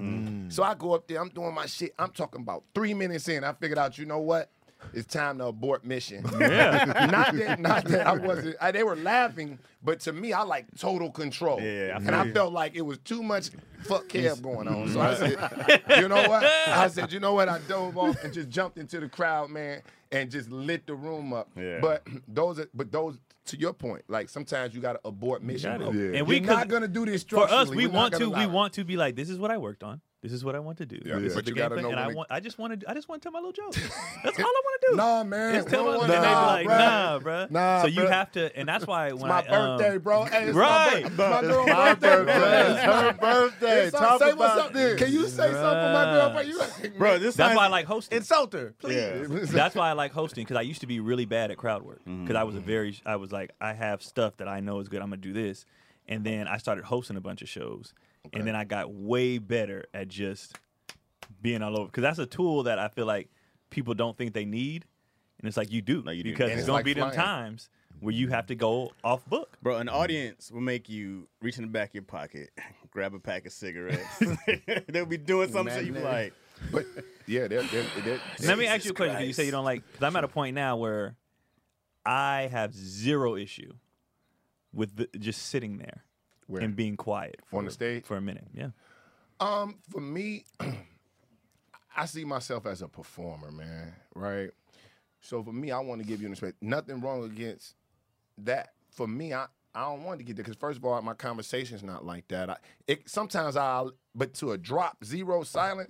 [SPEAKER 1] So I go up there, I'm doing my shit. I'm talking about three minutes in. I figured out, you know what? It's time to abort mission. <laughs>
[SPEAKER 3] Yeah.
[SPEAKER 1] not that, not that I wasn't. I, they were laughing, but to me, I like total control.
[SPEAKER 4] Yeah, I
[SPEAKER 1] and
[SPEAKER 4] feel
[SPEAKER 1] I
[SPEAKER 4] you.
[SPEAKER 1] felt like it was too much fuck cab going on.
[SPEAKER 4] <laughs>
[SPEAKER 1] So I said, you know what? I said, you know what? I dove off and just jumped into the crowd, man, and just lit the room up.
[SPEAKER 4] Yeah.
[SPEAKER 1] But those, are, but those, to your point, like sometimes you got to abort mission.
[SPEAKER 3] gotta-
[SPEAKER 1] bro.
[SPEAKER 3] Yeah.
[SPEAKER 1] You're
[SPEAKER 3] And we
[SPEAKER 1] not
[SPEAKER 3] could-
[SPEAKER 1] gonna do this
[SPEAKER 3] For us,
[SPEAKER 1] structurally.
[SPEAKER 3] we
[SPEAKER 1] We're not
[SPEAKER 3] want
[SPEAKER 1] gonna
[SPEAKER 3] to.
[SPEAKER 1] allow
[SPEAKER 3] We
[SPEAKER 1] it.
[SPEAKER 3] want to be like, this is what I worked on. This is what I want to do.
[SPEAKER 1] Yeah,
[SPEAKER 3] This is
[SPEAKER 1] but
[SPEAKER 3] the
[SPEAKER 1] you
[SPEAKER 3] game
[SPEAKER 1] gotta
[SPEAKER 3] plan,
[SPEAKER 1] know
[SPEAKER 3] and I
[SPEAKER 1] when it-
[SPEAKER 3] want. I just want to. I just want to tell my little
[SPEAKER 1] <laughs>
[SPEAKER 3] jokes. That's all I want to do.
[SPEAKER 1] Nah, man.
[SPEAKER 3] Just
[SPEAKER 1] we
[SPEAKER 3] tell
[SPEAKER 1] don't
[SPEAKER 3] them,
[SPEAKER 1] want
[SPEAKER 3] and they be
[SPEAKER 1] that.
[SPEAKER 3] like, nah, bruh.
[SPEAKER 1] Nah,
[SPEAKER 3] so you
[SPEAKER 1] bruh.
[SPEAKER 3] have to, and that's why when
[SPEAKER 1] My
[SPEAKER 3] I, um,
[SPEAKER 1] birthday, bro. Hey, it's
[SPEAKER 3] right.
[SPEAKER 1] my, bir- my girl
[SPEAKER 5] My
[SPEAKER 1] birthday,
[SPEAKER 5] birthday.
[SPEAKER 1] bro.
[SPEAKER 5] It's her birthday.
[SPEAKER 1] Hey,
[SPEAKER 5] Talk
[SPEAKER 1] say what's
[SPEAKER 5] about
[SPEAKER 1] up.
[SPEAKER 5] this.
[SPEAKER 1] Can you say something for my girl? Bro, you
[SPEAKER 4] Bro, this
[SPEAKER 3] That's
[SPEAKER 4] time-
[SPEAKER 3] why I like hosting.
[SPEAKER 2] insult her, please.
[SPEAKER 4] Yeah.
[SPEAKER 3] <laughs> that's why I like hosting because I used to be really bad at crowd work because I was
[SPEAKER 4] Mm-hmm.
[SPEAKER 3] a very I was like I have stuff that I know is good. I'm gonna do this, and then I started hosting a bunch of shows, and then I got way better at just being all over because that's a tool that I feel like people don't think they need, and it's like you do
[SPEAKER 4] No, you do.
[SPEAKER 3] because
[SPEAKER 4] And
[SPEAKER 3] it's
[SPEAKER 1] it's
[SPEAKER 3] gonna
[SPEAKER 1] like
[SPEAKER 3] be them
[SPEAKER 1] flying.
[SPEAKER 3] times where you have to go off book.
[SPEAKER 4] Bro, an audience will make you reach in the back of your pocket, <laughs> grab a pack of cigarettes. <laughs> They'll be doing something so you be like,
[SPEAKER 1] <laughs> But yeah, they're, they're, they're,
[SPEAKER 3] Let me ask
[SPEAKER 4] Jesus
[SPEAKER 3] you a question. 'cause You say
[SPEAKER 4] Christ.
[SPEAKER 3] you don't like. Because I'm at a point now where I have zero issue with the, just sitting there
[SPEAKER 1] Where?
[SPEAKER 3] and being quiet for,
[SPEAKER 1] On the stage?
[SPEAKER 3] for a minute. Yeah,
[SPEAKER 1] Um, for me, <clears throat> I see myself as a performer, man. Right. So for me, I want to give you an respect. Nothing wrong against that. For me, I I don't want to get there because first of all, my conversation's not like that. I it, sometimes I but to a drop zero silence.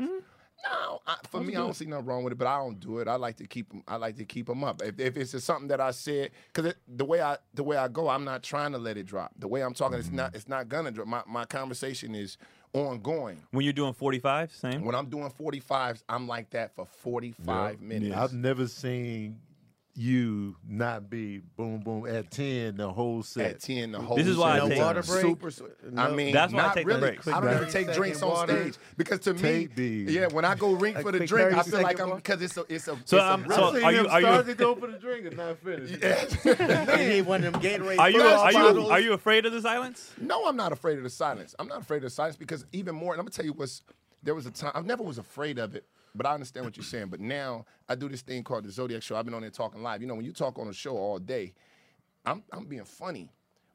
[SPEAKER 1] No, I, for me, I don't see nothing wrong with it, but I don't do it. I like to keep 'em- I like to keep them up. If, if it's just something that I said, because the way I the way I go, I'm not trying to let it drop. The way I'm talking, it's not it's not gonna drop. My my conversation is ongoing.
[SPEAKER 3] when you're doing 45, same.
[SPEAKER 1] When I'm doing 45s, I'm like that for 45 minutes.
[SPEAKER 5] I've never seen you not be boom boom at ten the whole set.
[SPEAKER 1] at 10 the whole
[SPEAKER 3] This is why I
[SPEAKER 1] show.
[SPEAKER 3] take- Water
[SPEAKER 2] break?
[SPEAKER 1] super I
[SPEAKER 2] No.
[SPEAKER 1] mean
[SPEAKER 3] That's why I
[SPEAKER 1] not
[SPEAKER 3] take the
[SPEAKER 1] really
[SPEAKER 3] breaks.
[SPEAKER 1] I don't ever
[SPEAKER 5] 30
[SPEAKER 1] take drinks
[SPEAKER 5] second
[SPEAKER 1] on
[SPEAKER 5] water.
[SPEAKER 1] stage because to
[SPEAKER 5] Take
[SPEAKER 1] me
[SPEAKER 5] these.
[SPEAKER 1] yeah when I go ring
[SPEAKER 2] A
[SPEAKER 1] for the
[SPEAKER 2] quick
[SPEAKER 1] drink I
[SPEAKER 2] 30
[SPEAKER 1] feel like
[SPEAKER 2] second
[SPEAKER 1] I'm
[SPEAKER 2] water.
[SPEAKER 1] because it's a it's a
[SPEAKER 3] So
[SPEAKER 1] it's
[SPEAKER 3] I'm-
[SPEAKER 1] a
[SPEAKER 5] I've
[SPEAKER 3] so-
[SPEAKER 5] seen
[SPEAKER 1] <laughs>
[SPEAKER 3] are you-
[SPEAKER 5] him
[SPEAKER 3] are you-
[SPEAKER 5] <laughs> start to go for the drink and not finish.
[SPEAKER 2] You need one of them Gatorade.
[SPEAKER 3] Are you are you
[SPEAKER 2] bottles.
[SPEAKER 3] are you afraid of the silence?
[SPEAKER 1] No, I'm not afraid of the silence. I'm not afraid of the silence because even more, and I'm gonna tell you what's there was a time I never was afraid of it, but I understand what you're saying. But now I do this thing called the Zodiac Show. I've been on there talking live. You know, when you talk on a show all day, I'm I'm being funny,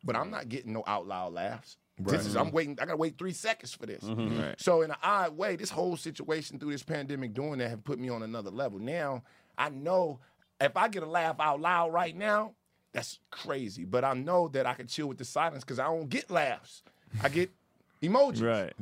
[SPEAKER 1] but I'm not getting no out loud laughs. This is I'm
[SPEAKER 3] Mm-hmm.
[SPEAKER 1] waiting. I gotta wait three seconds for this. Mm-hmm. So in an odd way, this whole situation through this pandemic doing that have put me on another level. Now I know if I get a laugh out loud right now, that's crazy. But I know that I can chill with the silence because I don't get laughs. I
[SPEAKER 3] <laughs>
[SPEAKER 1] get emojis, right.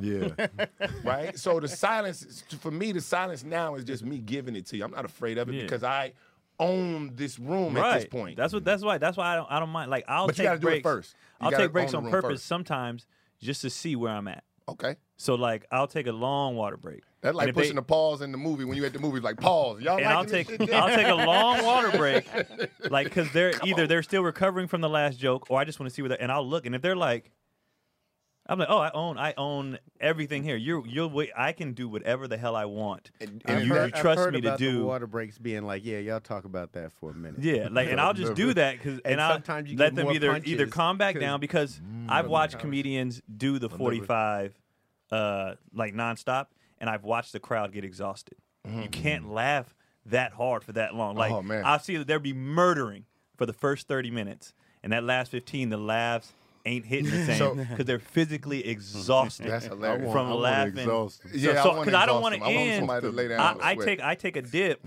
[SPEAKER 5] yeah,
[SPEAKER 1] So the silence, is- for me, the silence now is just me giving it to you. I'm not afraid of it
[SPEAKER 3] Yeah.
[SPEAKER 1] because I own this room
[SPEAKER 3] right.
[SPEAKER 1] at this point.
[SPEAKER 3] That's what. That's why. That's why I don't. I don't mind. Like I'll
[SPEAKER 1] But you
[SPEAKER 3] take
[SPEAKER 1] gotta do it
[SPEAKER 3] breaks
[SPEAKER 1] first. You
[SPEAKER 3] I'll
[SPEAKER 1] gotta
[SPEAKER 3] take breaks
[SPEAKER 1] own the
[SPEAKER 3] on
[SPEAKER 1] room
[SPEAKER 3] purpose
[SPEAKER 1] first.
[SPEAKER 3] sometimes just to see where I'm at.
[SPEAKER 1] okay.
[SPEAKER 3] So like I'll take a long water break.
[SPEAKER 1] That's
[SPEAKER 3] And
[SPEAKER 1] like
[SPEAKER 3] if they-
[SPEAKER 1] pushing the pause in the movie when you at the movies, like pause. Y'all
[SPEAKER 3] and
[SPEAKER 1] liking
[SPEAKER 3] I'll
[SPEAKER 1] this
[SPEAKER 3] take
[SPEAKER 1] shit?
[SPEAKER 3] <laughs> I'll take a long water break,
[SPEAKER 2] <laughs>
[SPEAKER 3] like because they're either they're still recovering from the last joke, or I just want to see where. They, and I'll look, and if they're like, I'm like, oh, I own I own everything here. You're you'll wait. I can do whatever the hell I want, and,
[SPEAKER 2] I've
[SPEAKER 3] you,
[SPEAKER 2] heard-
[SPEAKER 3] you
[SPEAKER 2] I've
[SPEAKER 3] trust
[SPEAKER 2] heard
[SPEAKER 3] me to
[SPEAKER 2] about the
[SPEAKER 3] do.
[SPEAKER 2] water breaks being like, yeah, y'all talk about that for a minute.
[SPEAKER 3] Yeah, like,
[SPEAKER 1] <laughs>
[SPEAKER 3] and
[SPEAKER 2] <laughs>
[SPEAKER 3] I'll just do that because, and,
[SPEAKER 2] And
[SPEAKER 3] I'll
[SPEAKER 2] sometimes you
[SPEAKER 3] let
[SPEAKER 2] get
[SPEAKER 3] them
[SPEAKER 2] more
[SPEAKER 3] either either
[SPEAKER 2] punches,
[SPEAKER 3] calm back
[SPEAKER 2] 'cause-
[SPEAKER 3] down because
[SPEAKER 1] Mm,
[SPEAKER 3] I've watched comedians do the forty five, uh, like nonstop, and I've watched the crowd get exhausted. You can't laugh that hard for that long. Like,
[SPEAKER 1] Mm. Oh, man.
[SPEAKER 3] I see that there be murdering for the first thirty minutes, and that last fifteen, the laughs ain't
[SPEAKER 1] <laughs>
[SPEAKER 3] hitting the same because they're physically exhausted
[SPEAKER 1] That's hilarious. I want-
[SPEAKER 3] from
[SPEAKER 5] I wanna
[SPEAKER 3] laughing.
[SPEAKER 5] exhaust them.
[SPEAKER 1] Yeah,
[SPEAKER 3] so,
[SPEAKER 1] I,
[SPEAKER 3] because I, don't
[SPEAKER 1] want
[SPEAKER 3] want
[SPEAKER 1] to
[SPEAKER 3] to
[SPEAKER 1] I want
[SPEAKER 3] end.
[SPEAKER 1] somebody to lay down. and
[SPEAKER 3] I, I
[SPEAKER 1] sweat.
[SPEAKER 3] take I take a dip,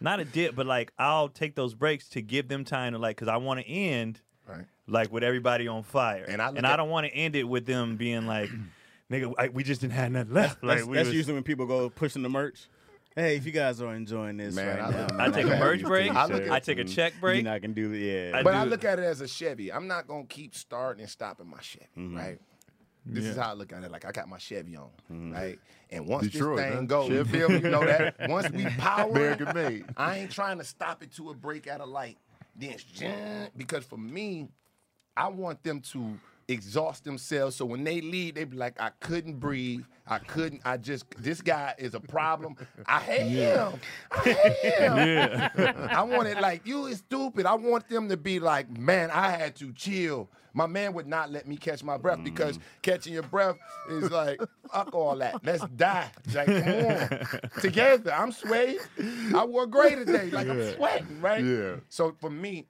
[SPEAKER 3] not a dip, but like I'll take those breaks to give them time to like because I want to end
[SPEAKER 1] Right.
[SPEAKER 3] like with everybody on fire,
[SPEAKER 1] And I look
[SPEAKER 3] and I
[SPEAKER 1] at-
[SPEAKER 3] don't want to end it with
[SPEAKER 1] <clears throat>
[SPEAKER 3] them being like, nigga, I, we just didn't have nothing left. Like
[SPEAKER 4] that's,
[SPEAKER 3] we
[SPEAKER 4] that's
[SPEAKER 3] was-
[SPEAKER 4] usually when people go pushing the merch. Hey, if you guys are enjoying this
[SPEAKER 1] Man, I
[SPEAKER 4] right
[SPEAKER 1] love-
[SPEAKER 4] now,
[SPEAKER 3] I take a
[SPEAKER 1] Man,
[SPEAKER 3] merge
[SPEAKER 1] you
[SPEAKER 3] break.
[SPEAKER 1] think so.
[SPEAKER 3] I, take a check break.
[SPEAKER 4] You're Mm-hmm. not gonna do it. Yeah,
[SPEAKER 3] <laughs> I-
[SPEAKER 1] But I
[SPEAKER 3] do-
[SPEAKER 1] look at it as a Chevy. I'm not gonna keep starting and stopping my Chevy,
[SPEAKER 3] Mm-hmm.
[SPEAKER 1] right? This is how I look at it. Like I got my Chevy on,
[SPEAKER 3] Mm-hmm.
[SPEAKER 1] right? And once
[SPEAKER 5] Detroit,
[SPEAKER 1] this thing
[SPEAKER 5] huh?
[SPEAKER 1] goes, you
[SPEAKER 5] Chevy.
[SPEAKER 1] feel me? You know
[SPEAKER 5] <laughs>
[SPEAKER 1] that once we power,
[SPEAKER 5] American made.
[SPEAKER 1] I ain't trying to stop it to a break at a light. Then zzzz, because for me, I want them to exhaust themselves so when they leave, they be like, I couldn't breathe. I couldn't. I just this guy is a problem. I hate him. I hate him. I want it like you is stupid. I want them to be like, man, I had to chill. My man would not let me catch my breath because catching your breath is like, fuck all that. Let's die. Like, come on. Together. I'm sweating. I wore gray today. Like I'm sweating, right?
[SPEAKER 5] Yeah.
[SPEAKER 1] So for me,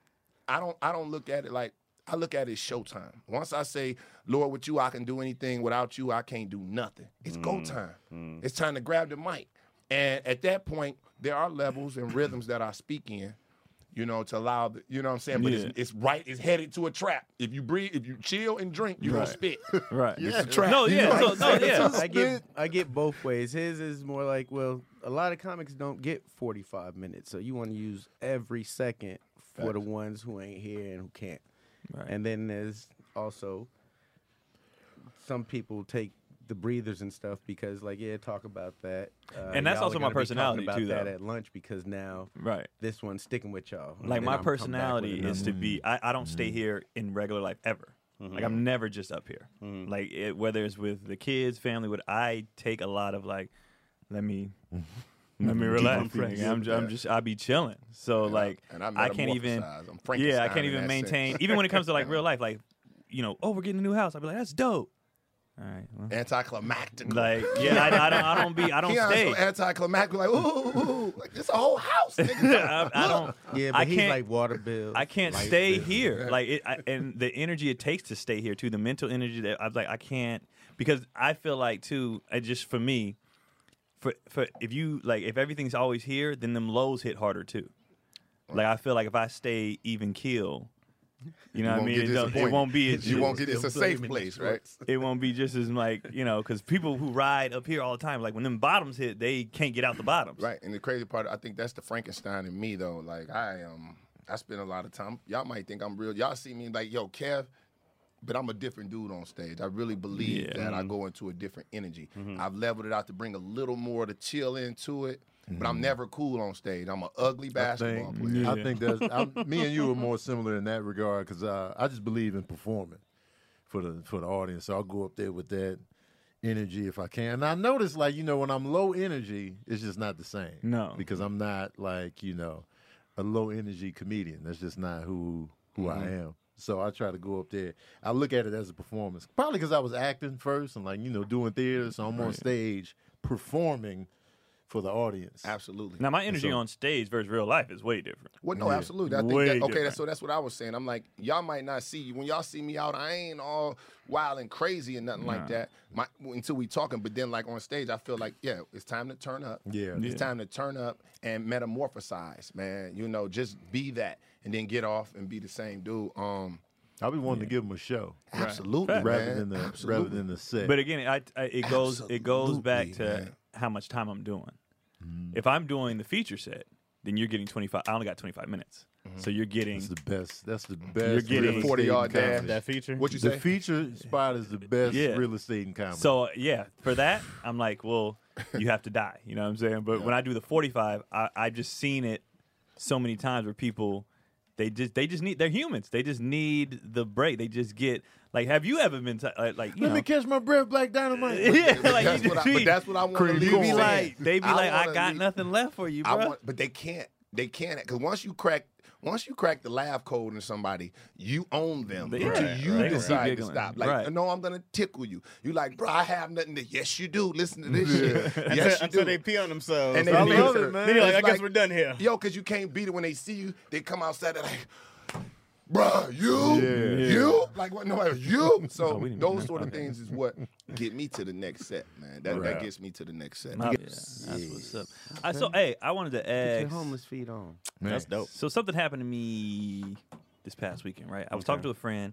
[SPEAKER 1] I don't I don't look at it like I look at it as showtime. Once I say, Lord, with you I can do anything. Without you, I can't do nothing. It's go
[SPEAKER 3] Mm,
[SPEAKER 1] time. It's time to grab the mic. And at that point, there are levels and rhythms that I speak in, you know, to allow the, you know what I'm saying? But
[SPEAKER 3] Yeah.
[SPEAKER 1] it's, it's right, it's headed to a trap. If you breathe, if you chill and drink, you're gonna
[SPEAKER 3] <laughs>
[SPEAKER 1] spit.
[SPEAKER 3] Right.
[SPEAKER 1] It's a trap.
[SPEAKER 3] No,
[SPEAKER 1] You
[SPEAKER 3] yeah.
[SPEAKER 1] know
[SPEAKER 3] So,
[SPEAKER 1] what
[SPEAKER 3] no,
[SPEAKER 1] I'm saying?
[SPEAKER 3] Oh, yeah.
[SPEAKER 2] I get I get both ways. His is more like, well, a lot of comics don't get 45 minutes, so you want to use every second for the ones who ain't here and who can't.
[SPEAKER 3] Right.
[SPEAKER 2] And then there's also some people take the breathers and stuff because, like, yeah, talk about that. Uh,
[SPEAKER 3] And that's
[SPEAKER 2] y'all are
[SPEAKER 3] also my
[SPEAKER 2] gonna be talking
[SPEAKER 3] personality,
[SPEAKER 2] about
[SPEAKER 3] too, though.
[SPEAKER 2] That at lunch because now
[SPEAKER 3] Right.
[SPEAKER 2] this one's sticking with y'all. And
[SPEAKER 3] Like
[SPEAKER 2] then
[SPEAKER 3] my
[SPEAKER 2] I'm come back with
[SPEAKER 3] personality is
[SPEAKER 2] another
[SPEAKER 3] to be I, I don't stay here in regular life ever. Like I'm never just up here. Like it, whether it's with the kids, family, what I take a lot of like, let me let me relax. Frank. I'm, ju- I'm just I be chilling. So like
[SPEAKER 1] and I
[SPEAKER 3] I can't even
[SPEAKER 1] metamorphosized. I'm
[SPEAKER 3] yeah
[SPEAKER 1] Frankenstein
[SPEAKER 3] I can't
[SPEAKER 1] in
[SPEAKER 3] even
[SPEAKER 1] that
[SPEAKER 3] maintain
[SPEAKER 1] sense.
[SPEAKER 3] even when it comes to like real life like you know oh we're getting a new house I'll be like that's dope. All right. Well,
[SPEAKER 1] Anticlimactic.
[SPEAKER 3] like yeah I, I don't I don't be I don't
[SPEAKER 1] Keon's
[SPEAKER 3] stay. <laughs>
[SPEAKER 1] so anticlimactic, like, ooh, ooh, ooh, it's a whole house,
[SPEAKER 3] <laughs>
[SPEAKER 1] nigga.
[SPEAKER 3] I, I don't.
[SPEAKER 2] Yeah, but
[SPEAKER 3] I
[SPEAKER 2] he's
[SPEAKER 3] can't-
[SPEAKER 2] like water bill.
[SPEAKER 3] I can't
[SPEAKER 2] light
[SPEAKER 3] stay
[SPEAKER 1] <laughs>
[SPEAKER 2] bill.
[SPEAKER 3] here. Like, it, I, and the energy it takes to stay here too, the mental energy that I'm like, I can't because I feel like too. I just for me, for for if you like, if everything's always here, then them lows hit harder too.
[SPEAKER 1] Oh.
[SPEAKER 3] Like I feel like if I stay
[SPEAKER 1] <laughs>
[SPEAKER 3] even keel, you know what I
[SPEAKER 1] won't
[SPEAKER 3] mean.
[SPEAKER 1] get
[SPEAKER 3] It, don't- it
[SPEAKER 1] disappointed. <laughs>
[SPEAKER 3] won't be.
[SPEAKER 1] You won't get it's a
[SPEAKER 2] Still
[SPEAKER 1] safe
[SPEAKER 2] blame it
[SPEAKER 1] place,
[SPEAKER 2] just
[SPEAKER 1] right?
[SPEAKER 2] works.
[SPEAKER 3] It won't be just as like you know because people who ride up here all the time, like when them bottoms hit, they can't get out the bottoms.
[SPEAKER 1] Right. And the crazy part, I think that's the Frankenstein in me though. Like I um I spend a lot of time. Y'all might think I'm real. Y'all see me like, yo, Kev, but I'm a different dude on stage. I really believe
[SPEAKER 3] Yeah.
[SPEAKER 1] that I go into a different energy. I've leveled it out to bring a little more to chill into it, but I'm never cool on stage. I'm an ugly
[SPEAKER 5] I
[SPEAKER 1] basketball
[SPEAKER 5] think,
[SPEAKER 1] player.
[SPEAKER 5] I think that's I'm, me and you are more similar in that regard because uh, I just believe in performing for the for the audience. So I'll go up there with that energy if I can. And I notice, like you know, when I'm low energy, it's just not the same.
[SPEAKER 3] No.
[SPEAKER 5] because I'm not like you know a low energy comedian. That's just not who who I am. So I try to go up there. I look at it as a performance, probably because I was acting first and like you know doing theater. So I'm on stage performing for the audience.
[SPEAKER 1] Absolutely.
[SPEAKER 3] Now my energy
[SPEAKER 5] So-
[SPEAKER 3] on stage versus real life is way different.
[SPEAKER 1] Well, no,
[SPEAKER 5] Yeah.
[SPEAKER 1] absolutely. I think
[SPEAKER 3] Way
[SPEAKER 1] that, okay.
[SPEAKER 3] different.
[SPEAKER 1] That's, so that's what I was saying. I'm like, y'all might not see when y'all see me out. I ain't all wild and crazy and nothing like that. My until we talking, but then like on stage, I feel like yeah, it's time to turn up.
[SPEAKER 5] Yeah.
[SPEAKER 1] it's time to turn up and metamorphosize, man. You know, just be that and then get off and be the same dude. Um,
[SPEAKER 5] I'll be wanting to give them a show.
[SPEAKER 1] absolutely,
[SPEAKER 5] <laughs> rather
[SPEAKER 1] man.
[SPEAKER 5] than the
[SPEAKER 1] Absolutely.
[SPEAKER 5] rather than the set.
[SPEAKER 3] But again, I, I it goes it goes back to
[SPEAKER 1] Absolutely, man. Mm.
[SPEAKER 3] how much time I'm doing. If I'm doing the feature set, then you're getting 25. I only got 25 minutes,
[SPEAKER 1] Mm-hmm.
[SPEAKER 3] so you're getting
[SPEAKER 5] that's the best. That's the best.
[SPEAKER 3] getting
[SPEAKER 5] real
[SPEAKER 3] the
[SPEAKER 1] 40
[SPEAKER 5] estate
[SPEAKER 1] yard
[SPEAKER 5] in
[SPEAKER 1] dash.
[SPEAKER 5] comedy.
[SPEAKER 4] that feature.
[SPEAKER 1] What you
[SPEAKER 5] The
[SPEAKER 1] say?
[SPEAKER 5] feature spot is the best
[SPEAKER 3] Yeah.
[SPEAKER 5] real estate in
[SPEAKER 3] <laughs>
[SPEAKER 5] comedy.
[SPEAKER 3] so yeah. For that, I'm like, well, you have to die. You know what I'm saying? But when I do the 45, I, I've just seen it so many times where people they just they just need they're humans. They just need the break. They just get like, have you ever been t- like, like you
[SPEAKER 5] let
[SPEAKER 3] know,
[SPEAKER 5] me catch my breath, Black Dynamite.
[SPEAKER 3] <laughs> yeah,
[SPEAKER 1] But
[SPEAKER 3] like
[SPEAKER 1] that's
[SPEAKER 3] you
[SPEAKER 1] what
[SPEAKER 3] just
[SPEAKER 1] I, but
[SPEAKER 3] need-
[SPEAKER 1] that's what I want to leave.
[SPEAKER 3] they be
[SPEAKER 1] saying.
[SPEAKER 3] like they be like, I
[SPEAKER 1] wanna
[SPEAKER 3] got
[SPEAKER 1] leave-
[SPEAKER 3] nothing left for you,
[SPEAKER 1] I
[SPEAKER 3] bro.
[SPEAKER 1] want, but they can't. They can't because once you crack, once you crack the laugh code in somebody, you own them
[SPEAKER 3] They-
[SPEAKER 1] until
[SPEAKER 3] Right,
[SPEAKER 1] you
[SPEAKER 3] right. They
[SPEAKER 1] decide to
[SPEAKER 3] keep giggling.
[SPEAKER 1] stop. Like,
[SPEAKER 3] Right.
[SPEAKER 1] no, I'm gonna tickle you. You like, bro, I have nothing to. Yes, you do. Listen to this
[SPEAKER 3] <laughs>
[SPEAKER 1] shit. Yes, you
[SPEAKER 4] until
[SPEAKER 1] do.
[SPEAKER 4] they pee on themselves.
[SPEAKER 1] And
[SPEAKER 4] And
[SPEAKER 1] they
[SPEAKER 4] they
[SPEAKER 1] leave.
[SPEAKER 4] love
[SPEAKER 5] It's
[SPEAKER 4] it, man. Then you're like, I
[SPEAKER 1] like-
[SPEAKER 4] guess we're done here.
[SPEAKER 1] Yo, because you can't beat it when they see you. They come outside. They're like, bruh, you,
[SPEAKER 5] Yeah.
[SPEAKER 1] you, like what? No,
[SPEAKER 3] <laughs>
[SPEAKER 1] you. So
[SPEAKER 3] Oh, we didn't
[SPEAKER 1] those
[SPEAKER 3] know.
[SPEAKER 1] sort of things is what get me to the next set, man. That that
[SPEAKER 5] Right.
[SPEAKER 1] gets me to the next set.
[SPEAKER 3] Yeah, that's what's up. I, so, hey, I wanted to
[SPEAKER 2] Get your
[SPEAKER 3] ask.
[SPEAKER 2] homeless feet on.
[SPEAKER 4] That's dope.
[SPEAKER 3] So something happened to me this past weekend, right? I was talking to a friend,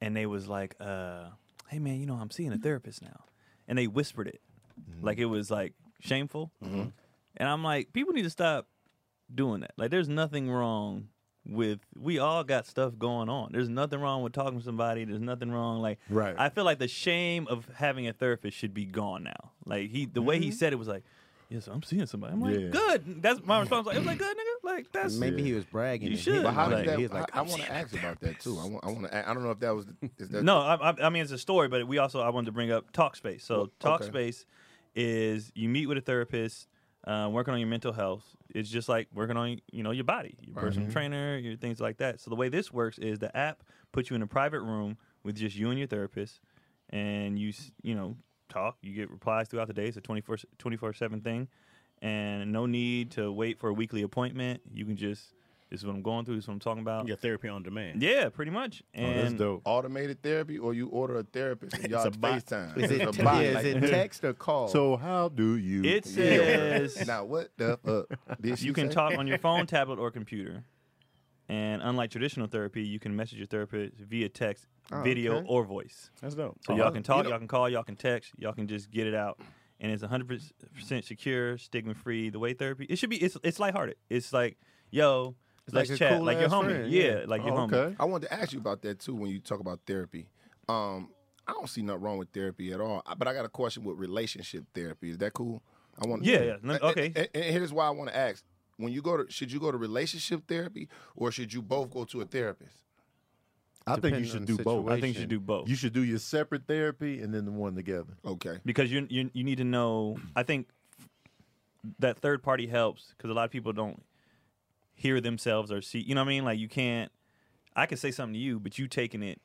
[SPEAKER 3] and they was like, uh, "Hey, man, you know I'm seeing a therapist now," and they whispered it, like it was like shameful. And I'm like, people need to stop doing that. Like, there's nothing wrong with we all got stuff going on. There's nothing wrong with talking to somebody. There's nothing wrong. Like,
[SPEAKER 5] Right.
[SPEAKER 3] I feel like the shame of having a therapist should be gone now. Like he, the way he said it was like, yes, I'm seeing somebody. I'm like,
[SPEAKER 5] Yeah.
[SPEAKER 3] good. That's my response. Like, it was like, good, nigga. Like that's
[SPEAKER 2] Maybe he was bragging.
[SPEAKER 3] You
[SPEAKER 2] and
[SPEAKER 3] should.
[SPEAKER 2] hidden,
[SPEAKER 1] But how
[SPEAKER 3] Right.
[SPEAKER 1] did
[SPEAKER 2] like,
[SPEAKER 1] that?
[SPEAKER 2] he was like,
[SPEAKER 1] I,
[SPEAKER 2] I'm
[SPEAKER 1] want to
[SPEAKER 2] seeing
[SPEAKER 1] ask about that too. I want. I want to. I don't know if that was. Is that
[SPEAKER 3] No, I, I- I mean it's a story, but we also I wanted to bring up Talkspace. So
[SPEAKER 1] okay.
[SPEAKER 3] Talkspace is you meet with a therapist, uh, working on your mental health. It's just like working on you know your body, your personal trainer, your things like that. So the way this works is the app puts you in a private room with just you and your therapist, and you s- you know talk. You get replies throughout the day. It's a 24 24 seven thing, and no need to wait for a weekly appointment. You can just this is what I'm going through. This is what I'm talking about.
[SPEAKER 4] Your therapy on demand.
[SPEAKER 3] Yeah, pretty much. And
[SPEAKER 5] Oh, that's dope.
[SPEAKER 1] automated therapy, or you order a therapist and y'all
[SPEAKER 4] a bot.
[SPEAKER 1] FaceTime?
[SPEAKER 2] Is it,
[SPEAKER 1] It's
[SPEAKER 2] te- yeah, is it text or call?
[SPEAKER 5] So how do you?
[SPEAKER 2] <laughs>
[SPEAKER 3] It
[SPEAKER 1] like,
[SPEAKER 3] says
[SPEAKER 1] now what the fuck?
[SPEAKER 3] <laughs>
[SPEAKER 1] Did she
[SPEAKER 3] you can
[SPEAKER 1] say?
[SPEAKER 3] talk on
[SPEAKER 2] <laughs>
[SPEAKER 3] your phone, tablet, or computer. And unlike traditional therapy, you can message your therapist via text, video,
[SPEAKER 2] Oh, okay. Uh-huh.
[SPEAKER 3] or voice.
[SPEAKER 4] That's dope.
[SPEAKER 3] So y'all
[SPEAKER 1] Oh,
[SPEAKER 3] can
[SPEAKER 1] you
[SPEAKER 3] talk,
[SPEAKER 1] know-
[SPEAKER 3] y'all can call, y'all can text, y'all can just get it out. And it's 100% secure, stigma free. The way therapy, it should be, it's it's lighthearted. It's like, yo, let's
[SPEAKER 2] like a
[SPEAKER 3] chat,
[SPEAKER 2] cool
[SPEAKER 3] like your
[SPEAKER 2] ass
[SPEAKER 3] homie,
[SPEAKER 2] friend,
[SPEAKER 3] yeah.
[SPEAKER 2] yeah.
[SPEAKER 3] like your
[SPEAKER 5] Oh,
[SPEAKER 3] homie.
[SPEAKER 5] okay.
[SPEAKER 1] I wanted to ask you about that too when you talk about therapy. Um, I don't see nothing wrong with therapy at all, I- but I got a question with relationship therapy. Is that cool? I want.
[SPEAKER 3] Yeah, yeah. No,
[SPEAKER 1] And-
[SPEAKER 3] okay.
[SPEAKER 1] And, and here's why I want to ask: When you go to, should you go to relationship therapy or should you both go to a therapist?
[SPEAKER 5] I think you
[SPEAKER 2] Depending
[SPEAKER 5] should
[SPEAKER 2] on
[SPEAKER 5] do both.
[SPEAKER 3] I think you should do both.
[SPEAKER 5] You should do your separate therapy and then the one together.
[SPEAKER 1] Okay.
[SPEAKER 3] because you, you you need to know. I think that third party helps because a lot of people don't hear themselves or see. You know what I mean? Like you can't. I could say something to you, but you taking it,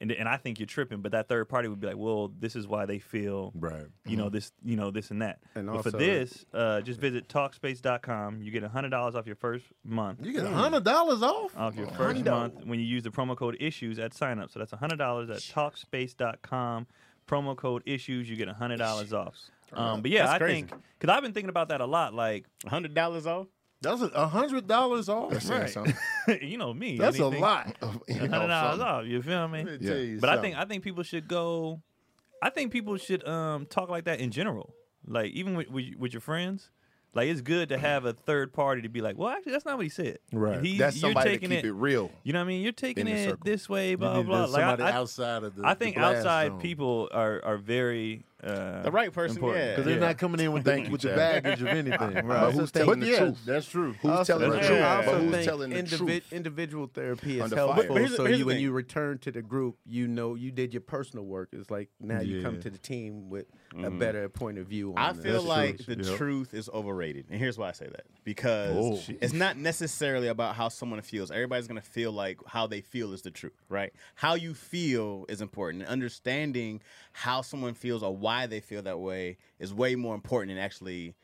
[SPEAKER 3] and and I think you're tripping. But that third party would be like, well, this is why they feel.
[SPEAKER 5] Right.
[SPEAKER 3] You know this, you know this and that.
[SPEAKER 2] Mm-hmm. And
[SPEAKER 3] but for
[SPEAKER 2] also-
[SPEAKER 3] this, uh, just visit Talkspace.com. You get hundred dollars off your first month.
[SPEAKER 5] You get
[SPEAKER 1] Hmm.
[SPEAKER 5] hundred dollars off.
[SPEAKER 3] Off your first month when you use the promo code issues at sign up. So that's hundred dollars at Talkspace.com. Promo code issues, you get hundred dollars off. Um, but yeah,
[SPEAKER 4] That's
[SPEAKER 3] I
[SPEAKER 4] crazy.
[SPEAKER 3] think because I've been thinking about that a lot. Like, <laughs>
[SPEAKER 4] hundred dollars off.
[SPEAKER 5] That's a hundred dollars off.
[SPEAKER 1] That's saying
[SPEAKER 3] Right.
[SPEAKER 1] something.
[SPEAKER 3] you know me,
[SPEAKER 5] That's a
[SPEAKER 3] anything-
[SPEAKER 5] lot.
[SPEAKER 1] <laughs> You
[SPEAKER 3] Hundred
[SPEAKER 1] know,
[SPEAKER 3] dollars
[SPEAKER 1] something.
[SPEAKER 3] off. You feel me?
[SPEAKER 5] Let me
[SPEAKER 1] Yeah.
[SPEAKER 5] tell you
[SPEAKER 3] But I
[SPEAKER 5] something.
[SPEAKER 3] think I think people should go. I think people should um, talk like that in general. Like even with, with with your friends, like it's good to have a third party to be like, well, actually, that's not what he said.
[SPEAKER 5] Right.
[SPEAKER 3] And he-
[SPEAKER 1] That's somebody
[SPEAKER 3] you're
[SPEAKER 1] to
[SPEAKER 3] taking
[SPEAKER 1] keep it, real.
[SPEAKER 3] You know what I mean? You're taking
[SPEAKER 1] in the
[SPEAKER 3] it
[SPEAKER 1] circle.
[SPEAKER 3] this way, blah
[SPEAKER 5] You need
[SPEAKER 3] blah.
[SPEAKER 5] to-
[SPEAKER 3] Like, I-
[SPEAKER 5] somebody
[SPEAKER 3] I-
[SPEAKER 5] outside of the.
[SPEAKER 3] I
[SPEAKER 5] the
[SPEAKER 3] think
[SPEAKER 5] blast
[SPEAKER 3] outside
[SPEAKER 5] zone.
[SPEAKER 3] people are are very uh,
[SPEAKER 4] The right person,
[SPEAKER 3] important.
[SPEAKER 4] yeah.
[SPEAKER 5] because they're
[SPEAKER 3] Yeah.
[SPEAKER 5] not coming in with
[SPEAKER 1] Thank
[SPEAKER 5] the,
[SPEAKER 1] you,
[SPEAKER 5] with the
[SPEAKER 1] Chad.
[SPEAKER 5] baggage of anything. But
[SPEAKER 1] who's
[SPEAKER 5] who's
[SPEAKER 1] telling
[SPEAKER 5] telling
[SPEAKER 1] the
[SPEAKER 5] yeah,
[SPEAKER 1] truth?
[SPEAKER 5] That's true.
[SPEAKER 1] Who's telling the
[SPEAKER 3] that's
[SPEAKER 1] truth?
[SPEAKER 3] true.
[SPEAKER 2] I also
[SPEAKER 1] But who's
[SPEAKER 2] think
[SPEAKER 1] telling the
[SPEAKER 2] indivi-
[SPEAKER 1] truth?
[SPEAKER 2] individual therapy is
[SPEAKER 1] Under fire.
[SPEAKER 2] helpful.
[SPEAKER 1] But
[SPEAKER 4] here's the-
[SPEAKER 2] so
[SPEAKER 4] here's
[SPEAKER 2] you,
[SPEAKER 4] the
[SPEAKER 2] when
[SPEAKER 4] thing.
[SPEAKER 2] you return to the group, you know you did your personal work. It's like now you come
[SPEAKER 5] Yeah.
[SPEAKER 2] to the team with a better point of view. On
[SPEAKER 4] I
[SPEAKER 2] the
[SPEAKER 4] feel like
[SPEAKER 5] true.
[SPEAKER 4] the
[SPEAKER 5] Yep.
[SPEAKER 4] truth is overrated. And here's why I say that. Because
[SPEAKER 5] Oh.
[SPEAKER 4] it's not necessarily about how someone feels. Everybody's going to feel like how they feel is the truth, right? How you feel is important. And understanding how someone feels or why they feel that way is way more important than actually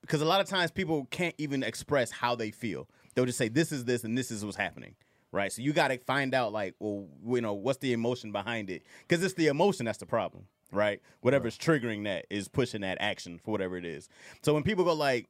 [SPEAKER 4] because a lot of times people can't even express how they feel. They'll just say this is this and this is what's happening. Right? So you got to find out like, well, you know, what's the emotion behind it? Cuz it's the emotion that's the problem, right? Whatever's triggering that is pushing that action for whatever it is. So when people go like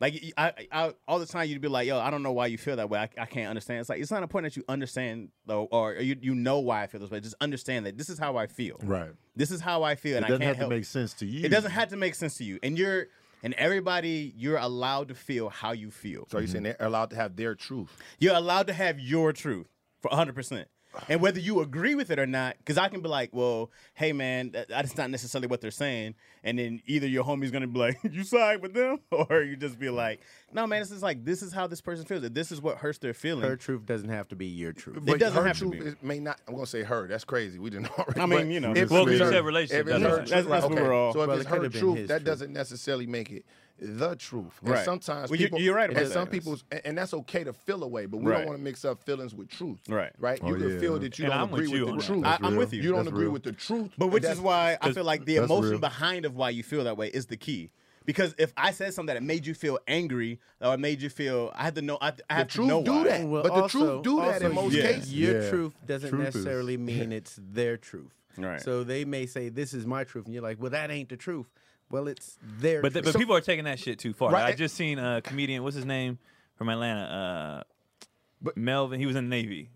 [SPEAKER 4] like I, I, all the time you'd be like, "Yo, I don't know why you feel that way. I, I can't understand." It's like it's not important that you understand though, or you you know why I feel this way. Just understand that this is how I feel.
[SPEAKER 5] Right.
[SPEAKER 4] This is how I feel,
[SPEAKER 5] It
[SPEAKER 4] and I
[SPEAKER 5] doesn't
[SPEAKER 4] can't
[SPEAKER 5] have to
[SPEAKER 4] help.
[SPEAKER 5] make sense to you.
[SPEAKER 4] It doesn't have to make sense to you, and you're and everybody. You're allowed to feel how you feel.
[SPEAKER 1] So you're saying they're allowed to have their truth.
[SPEAKER 4] You're allowed to have your truth for 100. percent and whether you agree with it or not, because I can be like, well, hey man, that, that's not necessarily what they're saying. And then either your homie's gonna be like, <laughs> you side with them, or you just be like, no man, this is like this is how this person feels. This is what hurts their feeling.
[SPEAKER 2] her truth doesn't have to be your truth.
[SPEAKER 1] But
[SPEAKER 4] doesn't
[SPEAKER 1] her
[SPEAKER 4] have to
[SPEAKER 1] truth
[SPEAKER 4] be.
[SPEAKER 1] is- may not. I'm gonna say her. That's crazy. We didn't <laughs> already.
[SPEAKER 4] I mean,
[SPEAKER 1] but
[SPEAKER 4] you know,
[SPEAKER 1] if
[SPEAKER 4] just
[SPEAKER 1] it's
[SPEAKER 3] Well, you
[SPEAKER 1] her-
[SPEAKER 3] said relationship,
[SPEAKER 1] if it's
[SPEAKER 3] that's
[SPEAKER 1] her
[SPEAKER 3] right.
[SPEAKER 1] truth,
[SPEAKER 4] That's- that's
[SPEAKER 1] okay.
[SPEAKER 4] what we're all-
[SPEAKER 1] So if
[SPEAKER 2] Well,
[SPEAKER 1] it's
[SPEAKER 2] it could
[SPEAKER 1] her
[SPEAKER 2] have been
[SPEAKER 1] truth,
[SPEAKER 2] his
[SPEAKER 1] that
[SPEAKER 2] truth.
[SPEAKER 1] doesn't necessarily make it the truth. And
[SPEAKER 4] Right.
[SPEAKER 1] sometimes
[SPEAKER 4] Well, you-
[SPEAKER 1] people,
[SPEAKER 4] you're right about
[SPEAKER 1] and some
[SPEAKER 4] that.
[SPEAKER 1] people's, and, and that's okay to feel away, but we
[SPEAKER 4] Right.
[SPEAKER 1] don't want to mix up feelings with truth.
[SPEAKER 4] Right.
[SPEAKER 1] Right. You
[SPEAKER 5] Oh,
[SPEAKER 1] can
[SPEAKER 5] yeah.
[SPEAKER 1] feel that you
[SPEAKER 3] And
[SPEAKER 1] don't
[SPEAKER 3] I'm
[SPEAKER 1] agree
[SPEAKER 3] with you
[SPEAKER 1] the
[SPEAKER 3] on that.
[SPEAKER 1] truth.
[SPEAKER 4] I- I'm with you.
[SPEAKER 1] You don't
[SPEAKER 5] That's
[SPEAKER 1] agree
[SPEAKER 5] real.
[SPEAKER 1] with the truth.
[SPEAKER 4] But which
[SPEAKER 1] that's-
[SPEAKER 4] is why I feel like the
[SPEAKER 5] that's
[SPEAKER 4] emotion
[SPEAKER 5] real.
[SPEAKER 4] behind of why you feel that way is the key. Because if I said something that made you feel angry or made you feel, I have to know. I, I
[SPEAKER 1] the
[SPEAKER 4] have to
[SPEAKER 1] truth
[SPEAKER 4] know
[SPEAKER 1] do
[SPEAKER 4] why.
[SPEAKER 1] that.
[SPEAKER 2] Well,
[SPEAKER 1] but the
[SPEAKER 2] also-
[SPEAKER 1] truth do that in
[SPEAKER 2] also
[SPEAKER 1] most
[SPEAKER 2] your-
[SPEAKER 4] Yeah.
[SPEAKER 1] cases.
[SPEAKER 2] Your
[SPEAKER 5] Yeah.
[SPEAKER 2] truth doesn't
[SPEAKER 5] Truth is-
[SPEAKER 2] necessarily mean it's their truth.
[SPEAKER 4] Right.
[SPEAKER 2] So they may say, "This is my truth," and you're like, "Well, that ain't the truth." Well, it's their.
[SPEAKER 3] But, the,
[SPEAKER 2] truth.
[SPEAKER 3] but people are taking that shit too far.
[SPEAKER 1] Right.
[SPEAKER 3] I just seen a comedian, what's his name from Atlanta? Uh, Melvin. He was in the Navy.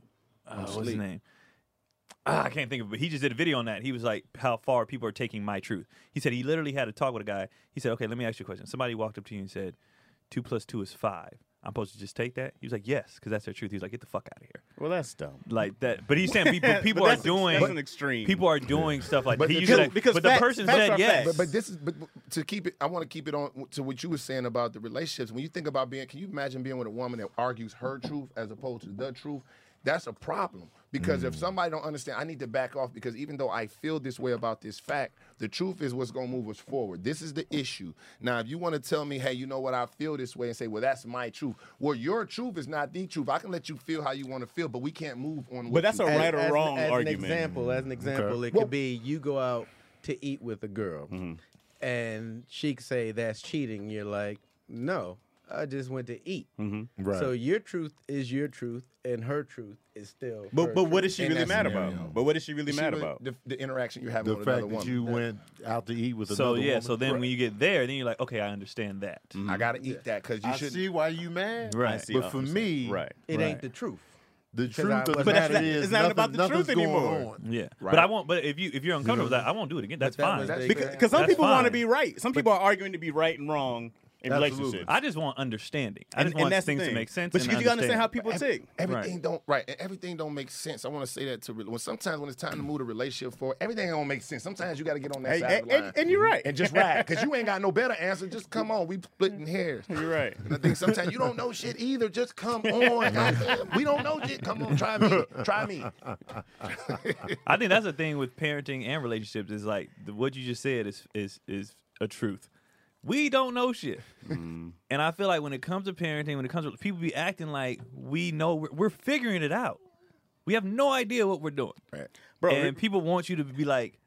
[SPEAKER 4] Oh,
[SPEAKER 3] Uh, what's his
[SPEAKER 1] asleep.
[SPEAKER 3] name? Ah, I can't think of it, but he just did a video on that. He was like, how far people are taking my truth. He said he literally had a talk with a guy. He said, okay, let me ask you a question. Somebody walked up to you and said, Two plus two is five. I'm supposed to just take that? He was like, yes, because that's the truth. He was like, get the fuck out of here.
[SPEAKER 4] Well, that's dumb.
[SPEAKER 3] Like that. But
[SPEAKER 4] <laughs>
[SPEAKER 3] he's saying people, people are
[SPEAKER 4] that's-
[SPEAKER 3] doing.
[SPEAKER 4] that's an extreme.
[SPEAKER 3] People are doing stuff like
[SPEAKER 1] But
[SPEAKER 3] that. He
[SPEAKER 1] the
[SPEAKER 3] used to
[SPEAKER 1] truth-
[SPEAKER 3] like-
[SPEAKER 4] because
[SPEAKER 3] but the
[SPEAKER 4] facts-
[SPEAKER 3] person
[SPEAKER 4] facts
[SPEAKER 3] said
[SPEAKER 4] are
[SPEAKER 3] yes.
[SPEAKER 4] facts.
[SPEAKER 1] But this is but to keep it. I want to keep it on to what you were saying about the relationships. When you think about being, can you imagine being with a woman that argues her truth as opposed to the truth? That's a problem because
[SPEAKER 5] Mm.
[SPEAKER 1] if somebody don't understand, I need to back off because even though I feel this way about this fact, the truth is what's going to move us forward. This is the issue. Now, if you want to tell me, hey, you know what, I feel this way, and say, well, that's my truth. Well, your truth is not the truth. I can let you feel how you want to feel, but we can't move on. What
[SPEAKER 4] But that's
[SPEAKER 1] you
[SPEAKER 4] a
[SPEAKER 1] feel.
[SPEAKER 4] right or
[SPEAKER 2] as,
[SPEAKER 4] wrong
[SPEAKER 2] as
[SPEAKER 4] argument.
[SPEAKER 2] An example, as an example, it could
[SPEAKER 1] Well-
[SPEAKER 2] be you go out to eat with a girl,
[SPEAKER 4] Mm-hmm.
[SPEAKER 2] and she could say that's cheating. You're like, no, I just went to eat.
[SPEAKER 4] Mm-hmm.
[SPEAKER 5] Right.
[SPEAKER 2] So your truth is your truth, and her truth is still. her
[SPEAKER 4] But but what
[SPEAKER 2] truth.
[SPEAKER 4] is she
[SPEAKER 1] In
[SPEAKER 4] really
[SPEAKER 1] that
[SPEAKER 4] mad
[SPEAKER 1] scenario.
[SPEAKER 4] about? But what is she really
[SPEAKER 1] She
[SPEAKER 4] mad
[SPEAKER 1] really-
[SPEAKER 4] about?
[SPEAKER 1] the, the interaction you're having
[SPEAKER 5] the
[SPEAKER 1] with
[SPEAKER 5] fact
[SPEAKER 1] another
[SPEAKER 5] that
[SPEAKER 1] woman.
[SPEAKER 5] you went out to eat with
[SPEAKER 3] So
[SPEAKER 5] another
[SPEAKER 3] yeah,
[SPEAKER 5] woman.
[SPEAKER 3] so then when you get there, then you're like, okay, I understand that.
[SPEAKER 1] I gotta eat that because you
[SPEAKER 5] I
[SPEAKER 1] should.
[SPEAKER 5] see why you mad.
[SPEAKER 3] Right.
[SPEAKER 4] I see,
[SPEAKER 5] But for
[SPEAKER 4] 100%.
[SPEAKER 5] me,
[SPEAKER 4] right?
[SPEAKER 2] It
[SPEAKER 5] Right.
[SPEAKER 2] ain't the truth.
[SPEAKER 5] the truth
[SPEAKER 2] I
[SPEAKER 5] of the
[SPEAKER 2] wasn't- But that's
[SPEAKER 5] matter
[SPEAKER 4] not-
[SPEAKER 5] is
[SPEAKER 4] it's not about
[SPEAKER 5] nothing-
[SPEAKER 4] the truth
[SPEAKER 5] nothing's going
[SPEAKER 4] anymore.
[SPEAKER 5] on.
[SPEAKER 3] Yeah,
[SPEAKER 1] Right.
[SPEAKER 3] but I won't. But if you if you're uncomfortable with that, I won't do it again. That's
[SPEAKER 2] that
[SPEAKER 3] fine.
[SPEAKER 2] was the-
[SPEAKER 1] Because-
[SPEAKER 4] Because some
[SPEAKER 3] That's
[SPEAKER 4] people want to
[SPEAKER 3] fine.
[SPEAKER 4] be right. Some people are arguing to be right and wrong in
[SPEAKER 5] Absolutely.
[SPEAKER 4] relationships.
[SPEAKER 3] I just want understanding. I
[SPEAKER 4] and,
[SPEAKER 3] just want
[SPEAKER 4] and that's the
[SPEAKER 3] things to
[SPEAKER 4] thing.
[SPEAKER 3] make sense.
[SPEAKER 4] But
[SPEAKER 3] and
[SPEAKER 4] you, you gotta understand how people tick.
[SPEAKER 1] Everything don't right. and Everything don't make sense. I want to say that to re- when sometimes when it's time to move the relationship forward, everything don't make sense. Sometimes you got to get on that
[SPEAKER 4] Hey,
[SPEAKER 1] side of
[SPEAKER 4] and,
[SPEAKER 1] the line
[SPEAKER 4] and, and you're right.
[SPEAKER 1] and just <laughs> ride because you ain't got no better answer. Just come on, we splitting hairs.
[SPEAKER 4] <laughs> you're right.
[SPEAKER 1] And I think sometimes you don't know shit either. Just come
[SPEAKER 4] <laughs>
[SPEAKER 1] on, goddamn. we don't know shit. Come on, try me, try me.
[SPEAKER 3] I think that's the thing with parenting and relationships is like the, what you just said is is is a truth. We don't know shit,
[SPEAKER 4] Mm-hmm.
[SPEAKER 3] and I feel like when it comes to parenting, when it comes to people be acting like we know we're, we're figuring it out. We have no idea what we're doing,
[SPEAKER 4] Bro,
[SPEAKER 3] and people want you to be like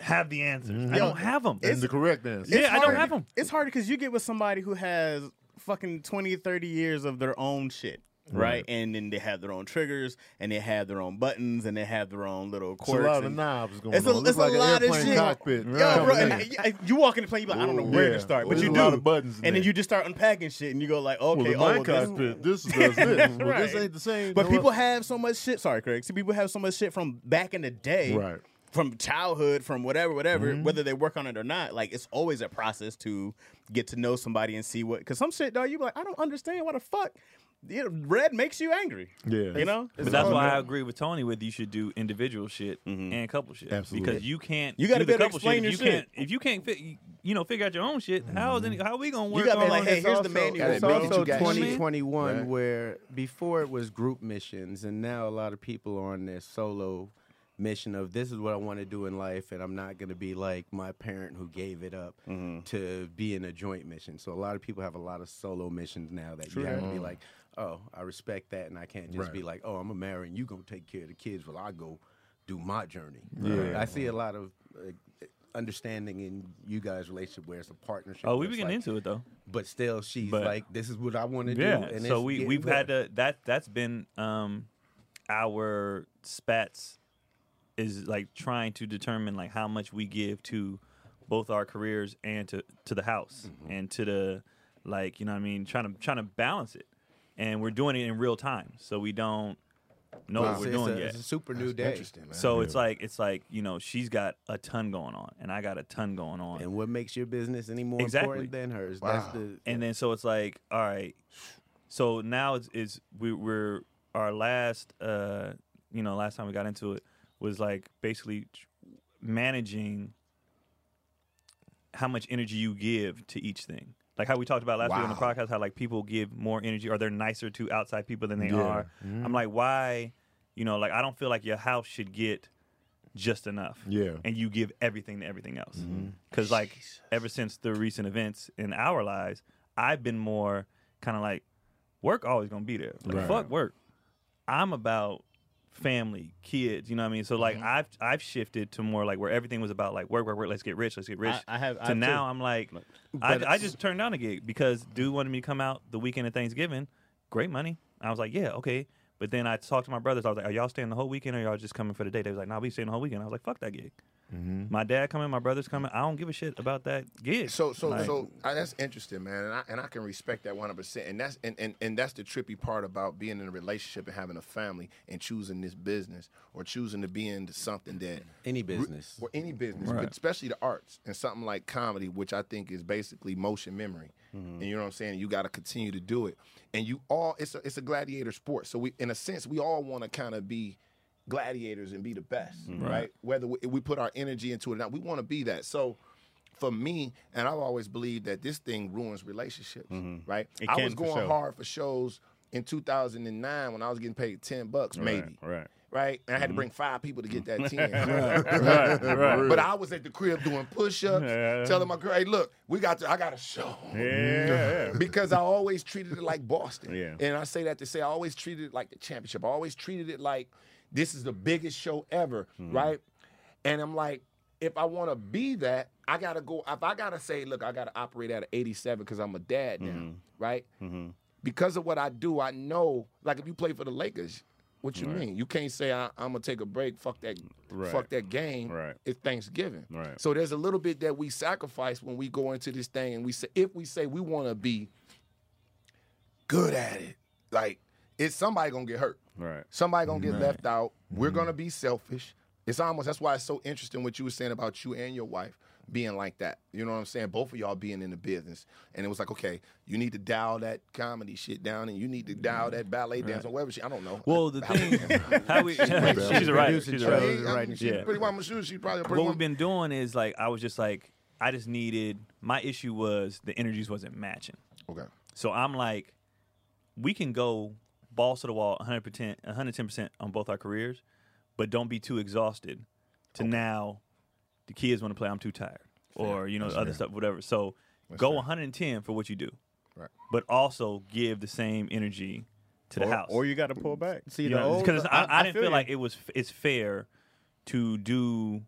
[SPEAKER 3] have the answers. I
[SPEAKER 4] Yo,
[SPEAKER 3] don't have them.
[SPEAKER 5] And the correct answer.
[SPEAKER 3] Yeah, I don't
[SPEAKER 4] hard-
[SPEAKER 3] have 'em.
[SPEAKER 4] It's hard because you get with somebody who has fucking 20, 30 years of their own shit. Right. and then they have their own triggers, and they have their own buttons, and they have their own little
[SPEAKER 5] It's a
[SPEAKER 4] quirks.
[SPEAKER 5] lot of
[SPEAKER 4] and-
[SPEAKER 5] knobs going
[SPEAKER 4] It's a,
[SPEAKER 5] on. Looks
[SPEAKER 4] it's
[SPEAKER 5] like
[SPEAKER 4] a
[SPEAKER 5] an
[SPEAKER 4] lot of
[SPEAKER 5] airplane
[SPEAKER 4] shit.
[SPEAKER 5] cockpit.
[SPEAKER 4] Yo, bro,
[SPEAKER 5] Coming in.
[SPEAKER 4] and you- and you walk in the plane, you be like, I don't know
[SPEAKER 5] Ooh,
[SPEAKER 4] where
[SPEAKER 5] yeah.
[SPEAKER 4] to start, but
[SPEAKER 5] There's
[SPEAKER 4] you
[SPEAKER 5] a
[SPEAKER 4] do.
[SPEAKER 5] lot of buttons
[SPEAKER 4] and
[SPEAKER 5] in
[SPEAKER 4] then
[SPEAKER 5] there.
[SPEAKER 4] you just start unpacking shit, and you go like,
[SPEAKER 5] Well,
[SPEAKER 4] okay,
[SPEAKER 5] the
[SPEAKER 4] oh, well,
[SPEAKER 5] mine
[SPEAKER 4] this-
[SPEAKER 5] cockpit. This does this. Well,
[SPEAKER 4] Right.
[SPEAKER 5] This ain't the same.
[SPEAKER 4] But
[SPEAKER 5] No,
[SPEAKER 4] people
[SPEAKER 5] I-
[SPEAKER 4] have so much shit. Sorry, Craig. See, people have so much shit from back in the day,
[SPEAKER 5] Right. Mm-hmm.
[SPEAKER 4] From childhood, from whatever, whatever. Whether they work on it or not, like it's always a process to get to know somebody and see what. Because some shit, dog, you be like, I don't understand why the fuck. You know, red makes you angry.
[SPEAKER 5] Yeah.
[SPEAKER 4] you know.
[SPEAKER 3] But that's why I agree with Tony with you should do individual shit and couple shit
[SPEAKER 5] Absolutely.
[SPEAKER 3] because you can't
[SPEAKER 4] Mm-hmm. You gotta
[SPEAKER 3] do the
[SPEAKER 4] be able to
[SPEAKER 3] couple
[SPEAKER 4] explain
[SPEAKER 3] shit if
[SPEAKER 4] your
[SPEAKER 3] you can't if you can't fi- you know figure out your own shit how is any, how we gonna work
[SPEAKER 4] gotta be
[SPEAKER 3] on
[SPEAKER 4] like,
[SPEAKER 3] this?
[SPEAKER 4] hey, here's the manual.
[SPEAKER 2] It's
[SPEAKER 1] Gotta make it
[SPEAKER 2] also
[SPEAKER 1] you got-
[SPEAKER 2] 2021
[SPEAKER 1] Right.
[SPEAKER 2] where before it was group missions, and now a lot of people are on their solo mission of this is what I want to do in life, and I'm not going to be like my parent who gave it up
[SPEAKER 1] Mm-hmm.
[SPEAKER 2] to be in a joint mission. So a lot of people have a lot of solo missions now that you have to be like, oh, I respect that, and I can't just
[SPEAKER 5] Right.
[SPEAKER 2] be like, oh, I'm a marry and you gonna take care of the kids while I go do my journey.
[SPEAKER 5] Yeah.
[SPEAKER 2] I see a lot of. Uh, Understanding in you guys' relationship where it's a partnership.
[SPEAKER 3] oh
[SPEAKER 2] where
[SPEAKER 3] we
[SPEAKER 2] it's
[SPEAKER 3] were getting
[SPEAKER 2] like,
[SPEAKER 3] into it though
[SPEAKER 2] but still she's
[SPEAKER 3] But-
[SPEAKER 2] like this is what i want to do
[SPEAKER 3] yeah
[SPEAKER 2] and
[SPEAKER 3] so
[SPEAKER 2] it's
[SPEAKER 3] we
[SPEAKER 2] getting
[SPEAKER 3] we've had
[SPEAKER 2] better.
[SPEAKER 3] to that that's been um our spats is like trying to determine like how much we give to both our careers and to to the house
[SPEAKER 2] Mm-hmm.
[SPEAKER 3] and to the like you know what I mean trying to trying to balance it and we're doing it in real time so we don't know
[SPEAKER 2] It's-
[SPEAKER 3] what we're
[SPEAKER 2] it's
[SPEAKER 3] doing
[SPEAKER 2] a,
[SPEAKER 3] yet
[SPEAKER 2] it's a super new day
[SPEAKER 1] Interesting, man.
[SPEAKER 3] so it's like it's like you know she's got a ton going on and I got a ton going on
[SPEAKER 2] and what makes your business any more
[SPEAKER 3] Exactly.
[SPEAKER 2] important than hers
[SPEAKER 1] Wow.
[SPEAKER 2] that's the
[SPEAKER 3] and then so it's like, all right. So now it's, it's we, we're our last, uh, you know, last time we got into it was like basically tr- managing how much energy you give to each thing. Like how we talked about last week on the
[SPEAKER 1] Wow.
[SPEAKER 3] podcast, how like people give more energy or they're nicer to outside people than they
[SPEAKER 5] Yeah. Mm-hmm.
[SPEAKER 3] are. I'm like, why? You know, like I don't feel like your house should get just enough.
[SPEAKER 5] Yeah. Mm-hmm.
[SPEAKER 3] And you give everything to everything else. Because, like, ever since the recent events in our lives, I've been more kind of like, work always going to be there. Like,
[SPEAKER 5] Right.
[SPEAKER 3] fuck work. I'm about family, kids, you know what I mean? So,
[SPEAKER 4] Mm-hmm.
[SPEAKER 3] like, I've I've shifted to more like where everything was about like work, work, work, let's get rich, let's get rich.
[SPEAKER 4] I have-
[SPEAKER 3] to
[SPEAKER 4] I've too.
[SPEAKER 3] now, I'm like, I, I just turned down a gig because dude wanted me to come out the weekend of Thanksgiving. Great money. I was like, yeah, okay. But then I talked to my brothers. I was like, are y'all staying the whole weekend or y'all just coming for the day? They was like, nah, we staying the whole weekend. I was like, fuck that gig.
[SPEAKER 4] Mm-hmm.
[SPEAKER 3] My dad coming, my brother's coming. I don't give a shit about that gig.
[SPEAKER 1] So so
[SPEAKER 3] Like-
[SPEAKER 1] so I, that's interesting, man, and I and I can respect that one hundred percent. And that's and, and and that's the trippy part about being in a relationship and having a family and choosing this business or choosing to be into something that
[SPEAKER 2] Any business.
[SPEAKER 1] or any business, but especially the arts and something like comedy, which I think is basically motion memory. And you know what I'm saying? You got to continue to do it. And you all, it's a, it's a gladiator sport. So we, in a sense, we all want to kind of be gladiators and be the best, right? Whether we, we put our energy into it or not, we want to be that. So for me, and I've always believed that this thing ruins relationships, right?
[SPEAKER 4] It
[SPEAKER 1] I
[SPEAKER 4] can
[SPEAKER 1] was
[SPEAKER 4] for
[SPEAKER 1] going
[SPEAKER 4] sure.
[SPEAKER 1] hard for shows in 2009 when I was getting paid 10 bucks, maybe
[SPEAKER 4] Right.
[SPEAKER 1] right? And I had to bring five people to get
[SPEAKER 4] <laughs>
[SPEAKER 1] that 10.
[SPEAKER 4] Mm-hmm.
[SPEAKER 1] <laughs>
[SPEAKER 4] Right. Right.
[SPEAKER 1] but I was at the crib doing push ups,
[SPEAKER 4] Yeah.
[SPEAKER 1] telling my girl, hey, look, we got to, I got a show.
[SPEAKER 4] Yeah.
[SPEAKER 1] <laughs> Because I always treated it like Boston.
[SPEAKER 4] Yeah.
[SPEAKER 1] And I say that to say I always treated it like the championship. I always treated it like this is the biggest show ever,
[SPEAKER 4] Hmm.
[SPEAKER 1] right? And I'm like, if I want to be that, I gotta go. If I gotta say, look, I gotta operate at an 87 because I'm a dad now,
[SPEAKER 4] Mm-hmm.
[SPEAKER 1] right? Because of what I do, I know. Like if you play for the Lakers, what you mean? You can't say I, I'm gonna take a break. Fuck that.
[SPEAKER 4] Right.
[SPEAKER 1] Fuck that game.
[SPEAKER 4] Right.
[SPEAKER 1] It's Thanksgiving.
[SPEAKER 4] Right.
[SPEAKER 1] So there's a little bit that we sacrifice when we go into this thing, and we say if we say we want to be good at it, like it's somebody gonna get hurt.
[SPEAKER 4] Right.
[SPEAKER 1] Somebody gonna get left out. We're
[SPEAKER 3] Mm-hmm.
[SPEAKER 1] gonna be selfish. It's almost that's why it's so interesting what you were saying about you and your wife being like that. You know what I'm saying? Both of y'all being in the business, and it was like, okay, you need to dial that comedy shit down, and you need to dial that ballet dance or whatever. She, I don't know.
[SPEAKER 3] well, the
[SPEAKER 1] Ballet <laughs>
[SPEAKER 3] thing,
[SPEAKER 1] dance.
[SPEAKER 3] how we, <laughs> she's a writer.
[SPEAKER 2] Producing
[SPEAKER 3] She's a
[SPEAKER 1] I mean, I
[SPEAKER 2] shows.
[SPEAKER 3] writer.
[SPEAKER 1] mean,
[SPEAKER 2] Right,
[SPEAKER 1] she's
[SPEAKER 3] yeah.
[SPEAKER 1] pretty woman. She, she's probably a pretty
[SPEAKER 3] what
[SPEAKER 1] woman.
[SPEAKER 3] we've been doing is like I was just like I just needed my issue was the energies wasn't matching.
[SPEAKER 1] okay.
[SPEAKER 3] So I'm like, we can go balls to the wall 100%, 110% on both our careers, but don't be too exhausted to now the kids want to play, I'm too tired, or, you know, other stuff, whatever. So go 110 for what you do,
[SPEAKER 1] Right.
[SPEAKER 3] but also give the same energy to the house.
[SPEAKER 4] Or you got to pull back.
[SPEAKER 2] See,
[SPEAKER 3] You
[SPEAKER 2] the
[SPEAKER 3] know,
[SPEAKER 2] old,
[SPEAKER 3] because I, I, didn't feel,
[SPEAKER 4] you.
[SPEAKER 3] like it was it's fair to do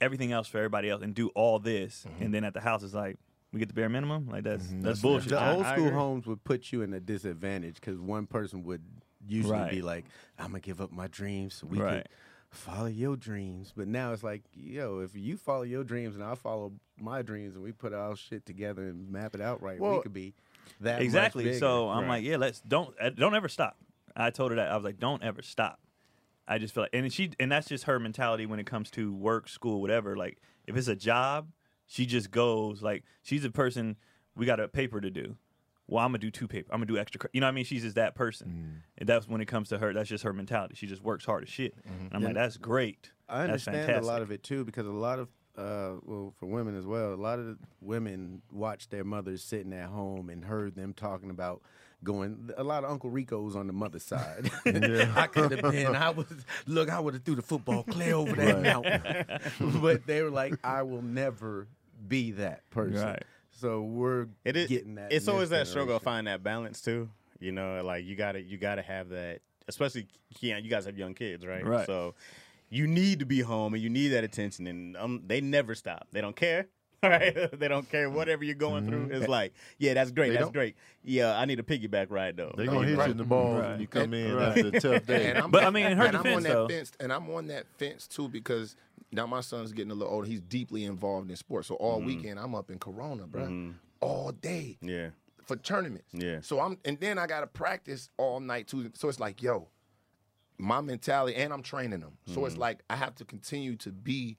[SPEAKER 3] everything else for everybody else and do all this, and then at the house it's like we get the bare minimum. Like that's that's bullshit.
[SPEAKER 2] the
[SPEAKER 3] I-
[SPEAKER 2] old
[SPEAKER 4] I
[SPEAKER 2] school
[SPEAKER 4] agree.
[SPEAKER 2] homes would put you in a disadvantage because one person would usually
[SPEAKER 3] Right.
[SPEAKER 2] be like, "I'm gonna give up my dreams so we can
[SPEAKER 3] Right.
[SPEAKER 2] follow your dreams." But now it's like, yo, if you follow your dreams and I follow my dreams and we put our shit together and map it out right, we
[SPEAKER 4] Well,
[SPEAKER 2] could be that much
[SPEAKER 3] exactly.
[SPEAKER 2] bigger.
[SPEAKER 3] So I'm
[SPEAKER 4] Right.
[SPEAKER 3] like, yeah, let's don't uh, don't ever stop. I told her that I was like, don't ever stop. I just feel like, and she, and that's just her mentality when it comes to work, school, whatever. Like, if it's a job, she just goes. Like, she's a person. We got a paper to do. Well, I'm gonna do two paper. I'm gonna do extra. cur- You know what I mean? She's just that
[SPEAKER 2] Mm-hmm.
[SPEAKER 3] person. And that's when it comes to her. That's just her mentality. She just works hard as shit. And I'm like, that's great.
[SPEAKER 2] Mm-hmm. I
[SPEAKER 3] that's
[SPEAKER 2] understand a
[SPEAKER 3] fantastic.
[SPEAKER 2] lot of it too because a lot of uh, well for women as well, a lot of women watched their mothers sitting at home and heard them talking about going a lot of Uncle Rico's on the mother's
[SPEAKER 4] <laughs>
[SPEAKER 2] side. <laughs> I could have been I was look, I would have threw the football clear over that mountain. <laughs> but they were like, I will never be that person.
[SPEAKER 3] Right.
[SPEAKER 2] So we're
[SPEAKER 4] it is
[SPEAKER 2] getting that.
[SPEAKER 4] it's
[SPEAKER 2] in
[SPEAKER 4] always
[SPEAKER 2] this
[SPEAKER 4] that struggle
[SPEAKER 2] generation.
[SPEAKER 4] to find that balance too you know like you gotta you gotta have that especially Keon, you guys have young kids right
[SPEAKER 3] Right.
[SPEAKER 4] so you need to be home and you need that attention and um, they never stop they don't care <laughs> Right? they don't care whatever you're going through. It's like, yeah, that's great,
[SPEAKER 1] They
[SPEAKER 4] that's
[SPEAKER 1] don't-
[SPEAKER 4] great. Yeah, I need a piggyback ride though.
[SPEAKER 5] They're gonna hit you in the balls when you come in after a tough day.
[SPEAKER 1] And I'm,
[SPEAKER 3] But, I mean, in her
[SPEAKER 1] and I'm
[SPEAKER 3] defense,
[SPEAKER 1] on that
[SPEAKER 3] though-
[SPEAKER 1] fence, and I'm on that fence too because now my son's getting a little older. He's deeply involved in sports, so all weekend I'm up in Corona, bro, all day
[SPEAKER 4] Yeah,
[SPEAKER 1] for tournaments.
[SPEAKER 4] Yeah.
[SPEAKER 1] So I'm, and then I gotta practice all night too. So it's like, yo, my mentality, and I'm training them. So it's like I have to continue to be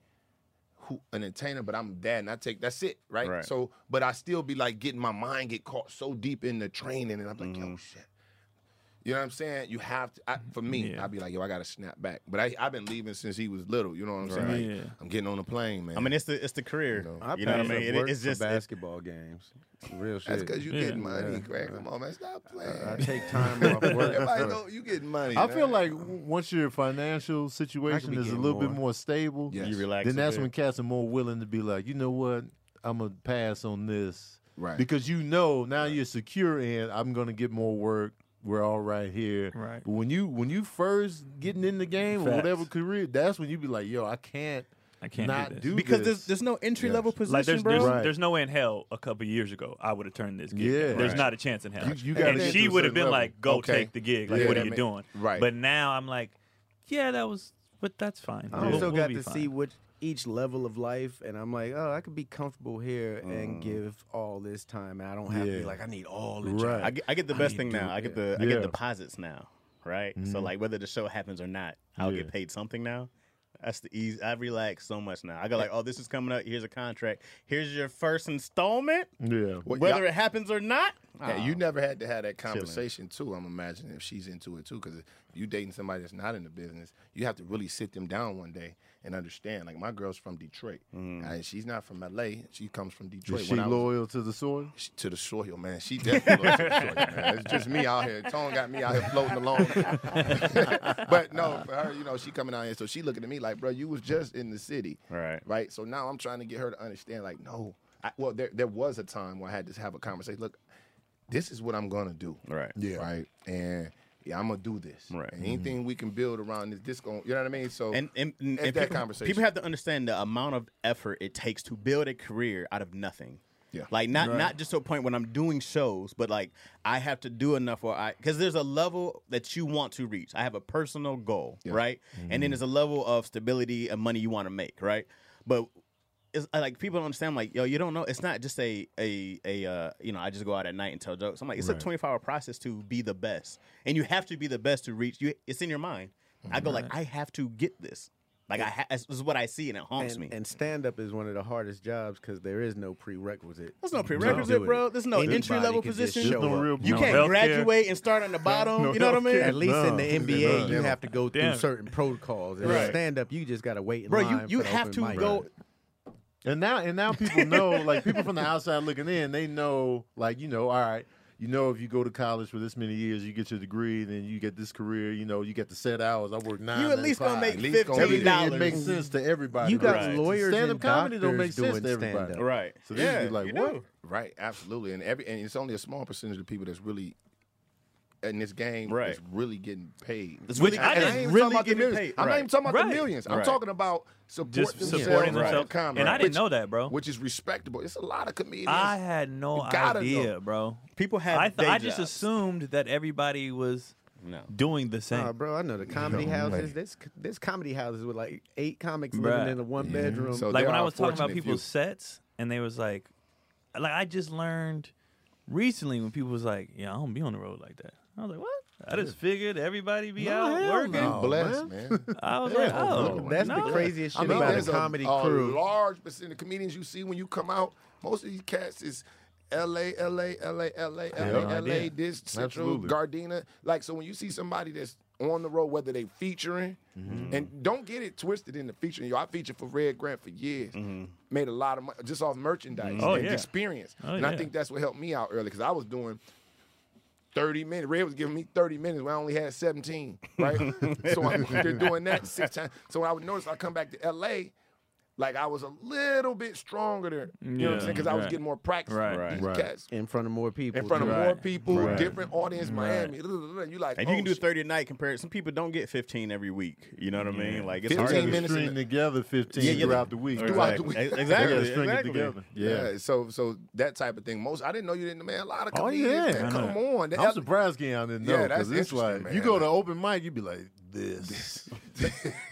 [SPEAKER 1] who, an entertainer, but I'm a dad, and I take that's it, right?
[SPEAKER 4] Right.
[SPEAKER 1] So, but I still be like getting my mind get caught so deep in the training, and I'm like, yo, shit. You know what I'm saying? You have to. I, for me, I'd be like, yo, I gotta snap back. But I, I've been leaving since he was little. You know what I'm saying?
[SPEAKER 3] Right.
[SPEAKER 1] Like,
[SPEAKER 3] Yeah.
[SPEAKER 1] I'm getting on the plane, man.
[SPEAKER 4] I mean, it's the it's the career.
[SPEAKER 2] I
[SPEAKER 4] You know what I
[SPEAKER 2] paid
[SPEAKER 4] mean?
[SPEAKER 2] to
[SPEAKER 4] It-
[SPEAKER 2] work
[SPEAKER 4] it's
[SPEAKER 2] for
[SPEAKER 4] just it's-
[SPEAKER 2] basketball games. Real shit.
[SPEAKER 1] that's because you
[SPEAKER 3] Yeah.
[SPEAKER 1] getting money, Craig. Come on, man, stop playing.
[SPEAKER 2] I take time off work.
[SPEAKER 1] <laughs> Everybody
[SPEAKER 2] for-
[SPEAKER 1] know you getting money.
[SPEAKER 5] I
[SPEAKER 1] man.
[SPEAKER 5] feel like w- once your financial situation
[SPEAKER 2] be
[SPEAKER 5] is a
[SPEAKER 2] getting
[SPEAKER 5] little bit
[SPEAKER 2] more.
[SPEAKER 5] more stable,
[SPEAKER 1] Yes.
[SPEAKER 4] you relax.
[SPEAKER 5] then
[SPEAKER 4] a
[SPEAKER 5] that's
[SPEAKER 4] bit.
[SPEAKER 5] when cats are more willing to be like, you know what, I'm gonna pass on this,
[SPEAKER 1] Right.
[SPEAKER 5] Because you know now you're secure and I'm gonna get more work. We're all right here,
[SPEAKER 3] Right.
[SPEAKER 5] But when you when you first getting in the game or whatever
[SPEAKER 3] Facts.
[SPEAKER 5] career, that's when you be like, yo, I can't,
[SPEAKER 3] I can't do
[SPEAKER 5] not
[SPEAKER 3] this.
[SPEAKER 5] do
[SPEAKER 4] because
[SPEAKER 5] this.
[SPEAKER 4] there's there's no entry level position,
[SPEAKER 3] Like there's
[SPEAKER 4] bro.
[SPEAKER 3] there's,
[SPEAKER 5] Right.
[SPEAKER 3] there's no way in hell a couple years ago I would have turned this gig.
[SPEAKER 5] Yeah.
[SPEAKER 3] down. There's
[SPEAKER 4] Right.
[SPEAKER 3] not a chance in hell.
[SPEAKER 5] You- you gotta
[SPEAKER 3] and
[SPEAKER 5] get
[SPEAKER 3] she
[SPEAKER 5] to a
[SPEAKER 3] would have
[SPEAKER 5] certain
[SPEAKER 3] been
[SPEAKER 5] level.
[SPEAKER 3] like, "Go
[SPEAKER 1] Okay.
[SPEAKER 3] take the gig. Like,
[SPEAKER 1] Yeah,
[SPEAKER 3] what are
[SPEAKER 1] that
[SPEAKER 3] you
[SPEAKER 1] ma-
[SPEAKER 3] doing?"
[SPEAKER 1] right.
[SPEAKER 3] But now I'm like, "Yeah, that was But that's fine.
[SPEAKER 2] I
[SPEAKER 3] We'll-
[SPEAKER 2] also
[SPEAKER 3] we'll
[SPEAKER 2] got
[SPEAKER 3] be
[SPEAKER 2] to
[SPEAKER 3] fine.
[SPEAKER 2] see what each level of life, and I'm like, oh, I could be comfortable here and give all this time. and I don't have to
[SPEAKER 5] Yeah.
[SPEAKER 2] be like, I need all the
[SPEAKER 5] Right.
[SPEAKER 2] time.
[SPEAKER 4] I get, I get the
[SPEAKER 2] I
[SPEAKER 4] best
[SPEAKER 2] need
[SPEAKER 4] thing
[SPEAKER 2] to do
[SPEAKER 4] now. I get the
[SPEAKER 5] that.
[SPEAKER 4] I get
[SPEAKER 5] Yeah. Mm-hmm.
[SPEAKER 4] deposits now, right? So like whether the show happens or not, I'll get
[SPEAKER 5] Yeah.
[SPEAKER 4] paid something now. That's the easy. I relax so much now. I go like, oh, this is coming up. Here's a contract. Here's your first installment.
[SPEAKER 5] Yeah.
[SPEAKER 1] Well,
[SPEAKER 4] Whether
[SPEAKER 1] y'all-
[SPEAKER 4] it happens or not,
[SPEAKER 1] Yeah, you
[SPEAKER 4] oh,
[SPEAKER 1] never had to have that conversation too. I'm imagining if she's into it too, because if you dating somebody that's not in the business, you have to really sit them down one day and understand. Like my girl's from Detroit, and she's not from LA. She comes from Detroit.
[SPEAKER 5] Mm. Is she
[SPEAKER 1] When I was-
[SPEAKER 5] loyal to the soil?
[SPEAKER 1] She- to the soil, man. She definitely loves to the soil,
[SPEAKER 5] <laughs>
[SPEAKER 1] man. It's just me out here. Tone got me out here floating along. <laughs> but no, for her, you know, she coming out here, so she looking at me like, bro, you was just in the city,
[SPEAKER 4] Right.
[SPEAKER 1] Right. So now I'm trying to get her to understand, like, no. I, well, there there was a time where I had to have a conversation. Look, this is what I'm gonna do,
[SPEAKER 4] Right.
[SPEAKER 5] Yeah.
[SPEAKER 1] Right. And yeah, I'm gonna do this,
[SPEAKER 4] Right.
[SPEAKER 1] And anything
[SPEAKER 4] Mm-hmm.
[SPEAKER 1] we can build around this, this going, you know what I mean? So
[SPEAKER 4] and and, and,
[SPEAKER 1] It's
[SPEAKER 4] and
[SPEAKER 1] that
[SPEAKER 4] people,
[SPEAKER 1] conversation.
[SPEAKER 4] people have to understand the amount of effort it takes to build a career out of nothing.
[SPEAKER 1] Yeah.
[SPEAKER 4] Like not not just to a point when I'm doing shows, but like I have to do enough or I because there's a level that you want to reach. I have a personal goal, right? And then there's a level of stability and money you want to make, right? But it's I- like people don't understand. like, yo, you don't know. It's not just a a a uh, you know. I just go out at night and tell jokes. I'm like, it's a 24 hour process to be the best, and you have to be the best to reach. You, it's in your mind. I go like, I have to get this. Like I, ha- this is what I see, and it haunts
[SPEAKER 2] and,
[SPEAKER 4] me.
[SPEAKER 2] and stand up is one of the hardest jobs because there is no prerequisite.
[SPEAKER 4] There's no prerequisite,
[SPEAKER 2] do it.
[SPEAKER 4] bro. There's no
[SPEAKER 2] Anybody
[SPEAKER 4] entry level
[SPEAKER 2] could just
[SPEAKER 4] position.
[SPEAKER 5] There's
[SPEAKER 2] show
[SPEAKER 5] no
[SPEAKER 2] up.
[SPEAKER 5] real.
[SPEAKER 4] you
[SPEAKER 5] no.
[SPEAKER 4] can't
[SPEAKER 3] healthcare.
[SPEAKER 4] graduate and start on the bottom.
[SPEAKER 5] No
[SPEAKER 4] you know what I <laughs> mean?
[SPEAKER 5] healthcare.
[SPEAKER 2] At least in the
[SPEAKER 5] No.
[SPEAKER 2] NBA, you
[SPEAKER 1] No.
[SPEAKER 2] have to go through
[SPEAKER 3] Damn.
[SPEAKER 2] certain protocols. And
[SPEAKER 4] Right.
[SPEAKER 2] stand up, you just gotta wait in
[SPEAKER 4] Bro, you,
[SPEAKER 2] line
[SPEAKER 4] you
[SPEAKER 2] for the
[SPEAKER 4] have
[SPEAKER 2] open
[SPEAKER 4] to
[SPEAKER 2] mic.
[SPEAKER 4] go.
[SPEAKER 5] And now and now people know, like people from the outside looking in, they know, like, you know, all right, you know if you go to college for this many years, you get your degree, then you get this career, you know, you get the set hours. I work nine.
[SPEAKER 4] You at
[SPEAKER 5] to
[SPEAKER 4] least gonna
[SPEAKER 5] five.
[SPEAKER 4] make
[SPEAKER 1] At least gonna
[SPEAKER 4] fifteen
[SPEAKER 1] be
[SPEAKER 5] Everything,
[SPEAKER 1] there.
[SPEAKER 5] It
[SPEAKER 4] dollars.
[SPEAKER 5] makes sense to everybody.
[SPEAKER 2] You got
[SPEAKER 5] Right.
[SPEAKER 2] lawyers
[SPEAKER 5] Stand-up
[SPEAKER 2] and
[SPEAKER 5] comedy don't make
[SPEAKER 2] doctors
[SPEAKER 5] sense to
[SPEAKER 2] doing
[SPEAKER 5] everybody.
[SPEAKER 2] stand-up.
[SPEAKER 4] Right.
[SPEAKER 5] So this
[SPEAKER 4] yeah,
[SPEAKER 5] is like
[SPEAKER 4] you
[SPEAKER 5] what?
[SPEAKER 4] do.
[SPEAKER 1] Right, absolutely, and every and it's only a small percentage of people that's really in this game
[SPEAKER 4] Right.
[SPEAKER 1] that's really getting paid.
[SPEAKER 4] It's really-
[SPEAKER 1] And I,
[SPEAKER 4] I didn't
[SPEAKER 1] ain't even
[SPEAKER 4] really
[SPEAKER 1] talking about the
[SPEAKER 4] getting
[SPEAKER 1] millions.
[SPEAKER 4] paid.
[SPEAKER 1] I'm not
[SPEAKER 4] Right.
[SPEAKER 1] even talking about the
[SPEAKER 3] Right.
[SPEAKER 1] millions. I'm
[SPEAKER 4] Right.
[SPEAKER 1] talking about support
[SPEAKER 3] Just
[SPEAKER 1] themselves
[SPEAKER 3] supporting
[SPEAKER 1] through
[SPEAKER 3] themselves.
[SPEAKER 1] comedy,
[SPEAKER 3] And I didn't
[SPEAKER 1] which-
[SPEAKER 3] know that, bro.
[SPEAKER 1] which is respectable. It's a lot of comedians.
[SPEAKER 3] I had no
[SPEAKER 1] You gotta
[SPEAKER 3] idea,
[SPEAKER 1] know.
[SPEAKER 3] bro.
[SPEAKER 4] People have
[SPEAKER 3] I, th-
[SPEAKER 4] day
[SPEAKER 3] I just
[SPEAKER 4] jobs.
[SPEAKER 3] assumed that everybody was
[SPEAKER 4] No.
[SPEAKER 3] doing the same.
[SPEAKER 2] Nah, bro, I know the comedy
[SPEAKER 1] No way.
[SPEAKER 2] houses. This this comedy houses with like eight comics
[SPEAKER 3] Bruh.
[SPEAKER 2] living in a one bedroom.
[SPEAKER 1] So
[SPEAKER 3] like
[SPEAKER 1] there
[SPEAKER 3] when I
[SPEAKER 1] are
[SPEAKER 3] was talking about
[SPEAKER 1] fortunate
[SPEAKER 3] people's
[SPEAKER 1] few.
[SPEAKER 3] sets, and they was like, like I just learned recently when people was like, yeah, I don't be on the road like that. I was like, what? I just figured everybody be out working.
[SPEAKER 1] I'm blessed, man.
[SPEAKER 3] I was like, oh,
[SPEAKER 1] no.
[SPEAKER 2] That's
[SPEAKER 3] no.
[SPEAKER 2] the craziest
[SPEAKER 1] I
[SPEAKER 2] shit
[SPEAKER 1] mean,
[SPEAKER 2] about
[SPEAKER 1] there's
[SPEAKER 2] a comedy
[SPEAKER 1] a,
[SPEAKER 2] crew.
[SPEAKER 1] large percent of comedians you see when you come out. Most of these cats is L.A., L.A., L.A., L.A., L.A., L.A., this Central
[SPEAKER 5] Absolutely.
[SPEAKER 1] Gardena. Like, so when you see somebody that's on the road, whether they featuring, and don't get it twisted into featuring. Yo, I featured for Red Grant for years. Made a lot of money just off merchandise
[SPEAKER 3] Oh,
[SPEAKER 1] and
[SPEAKER 3] yeah.
[SPEAKER 1] experience.
[SPEAKER 3] Oh,
[SPEAKER 1] and I
[SPEAKER 3] yeah.
[SPEAKER 1] think that's what helped me out early because I was doing 30 minutes. Red was giving me 30 minutes when I only had 17, right? so I'm out there doing that six times. So I would notice I come back to LA, like I was a little bit stronger there. You know what I'm
[SPEAKER 3] Yeah,
[SPEAKER 1] saying? Because I was
[SPEAKER 3] right.
[SPEAKER 1] getting more practice.
[SPEAKER 3] Right.
[SPEAKER 1] with
[SPEAKER 4] Right.
[SPEAKER 1] these
[SPEAKER 5] Right.
[SPEAKER 1] cats
[SPEAKER 2] in front of more people.
[SPEAKER 1] In front of
[SPEAKER 2] too.
[SPEAKER 1] more
[SPEAKER 3] Right.
[SPEAKER 1] people,
[SPEAKER 5] Right.
[SPEAKER 1] different audience, Miami. You like,
[SPEAKER 4] And you
[SPEAKER 1] oh,
[SPEAKER 4] can do
[SPEAKER 1] shit.
[SPEAKER 4] 30 a night compared. Some people don't get 15 every week. You know what I mean? Like it's
[SPEAKER 1] 15
[SPEAKER 4] hard.
[SPEAKER 5] Hard
[SPEAKER 4] to-
[SPEAKER 1] minutes
[SPEAKER 5] to
[SPEAKER 1] in
[SPEAKER 5] string
[SPEAKER 1] the-
[SPEAKER 5] together fifteen
[SPEAKER 1] Yeah, yeah.
[SPEAKER 5] throughout the week.
[SPEAKER 1] Throughout the
[SPEAKER 4] Exactly.
[SPEAKER 1] week. <laughs>
[SPEAKER 4] Exactly.
[SPEAKER 5] They gotta string
[SPEAKER 4] exactly.
[SPEAKER 5] it together.
[SPEAKER 1] Yeah.
[SPEAKER 5] Yeah.
[SPEAKER 1] so so that type of thing. Most I didn't know you didn't man. A lot of
[SPEAKER 5] Oh,
[SPEAKER 1] comedians,
[SPEAKER 5] yeah.
[SPEAKER 1] man,
[SPEAKER 5] I
[SPEAKER 1] come on. The
[SPEAKER 5] I'm
[SPEAKER 1] L-
[SPEAKER 5] surprised Keon didn't
[SPEAKER 1] Yeah,
[SPEAKER 5] know
[SPEAKER 1] that's
[SPEAKER 5] because it's
[SPEAKER 1] interesting,
[SPEAKER 5] like
[SPEAKER 1] man.
[SPEAKER 5] you go to open mic, you'd be like this.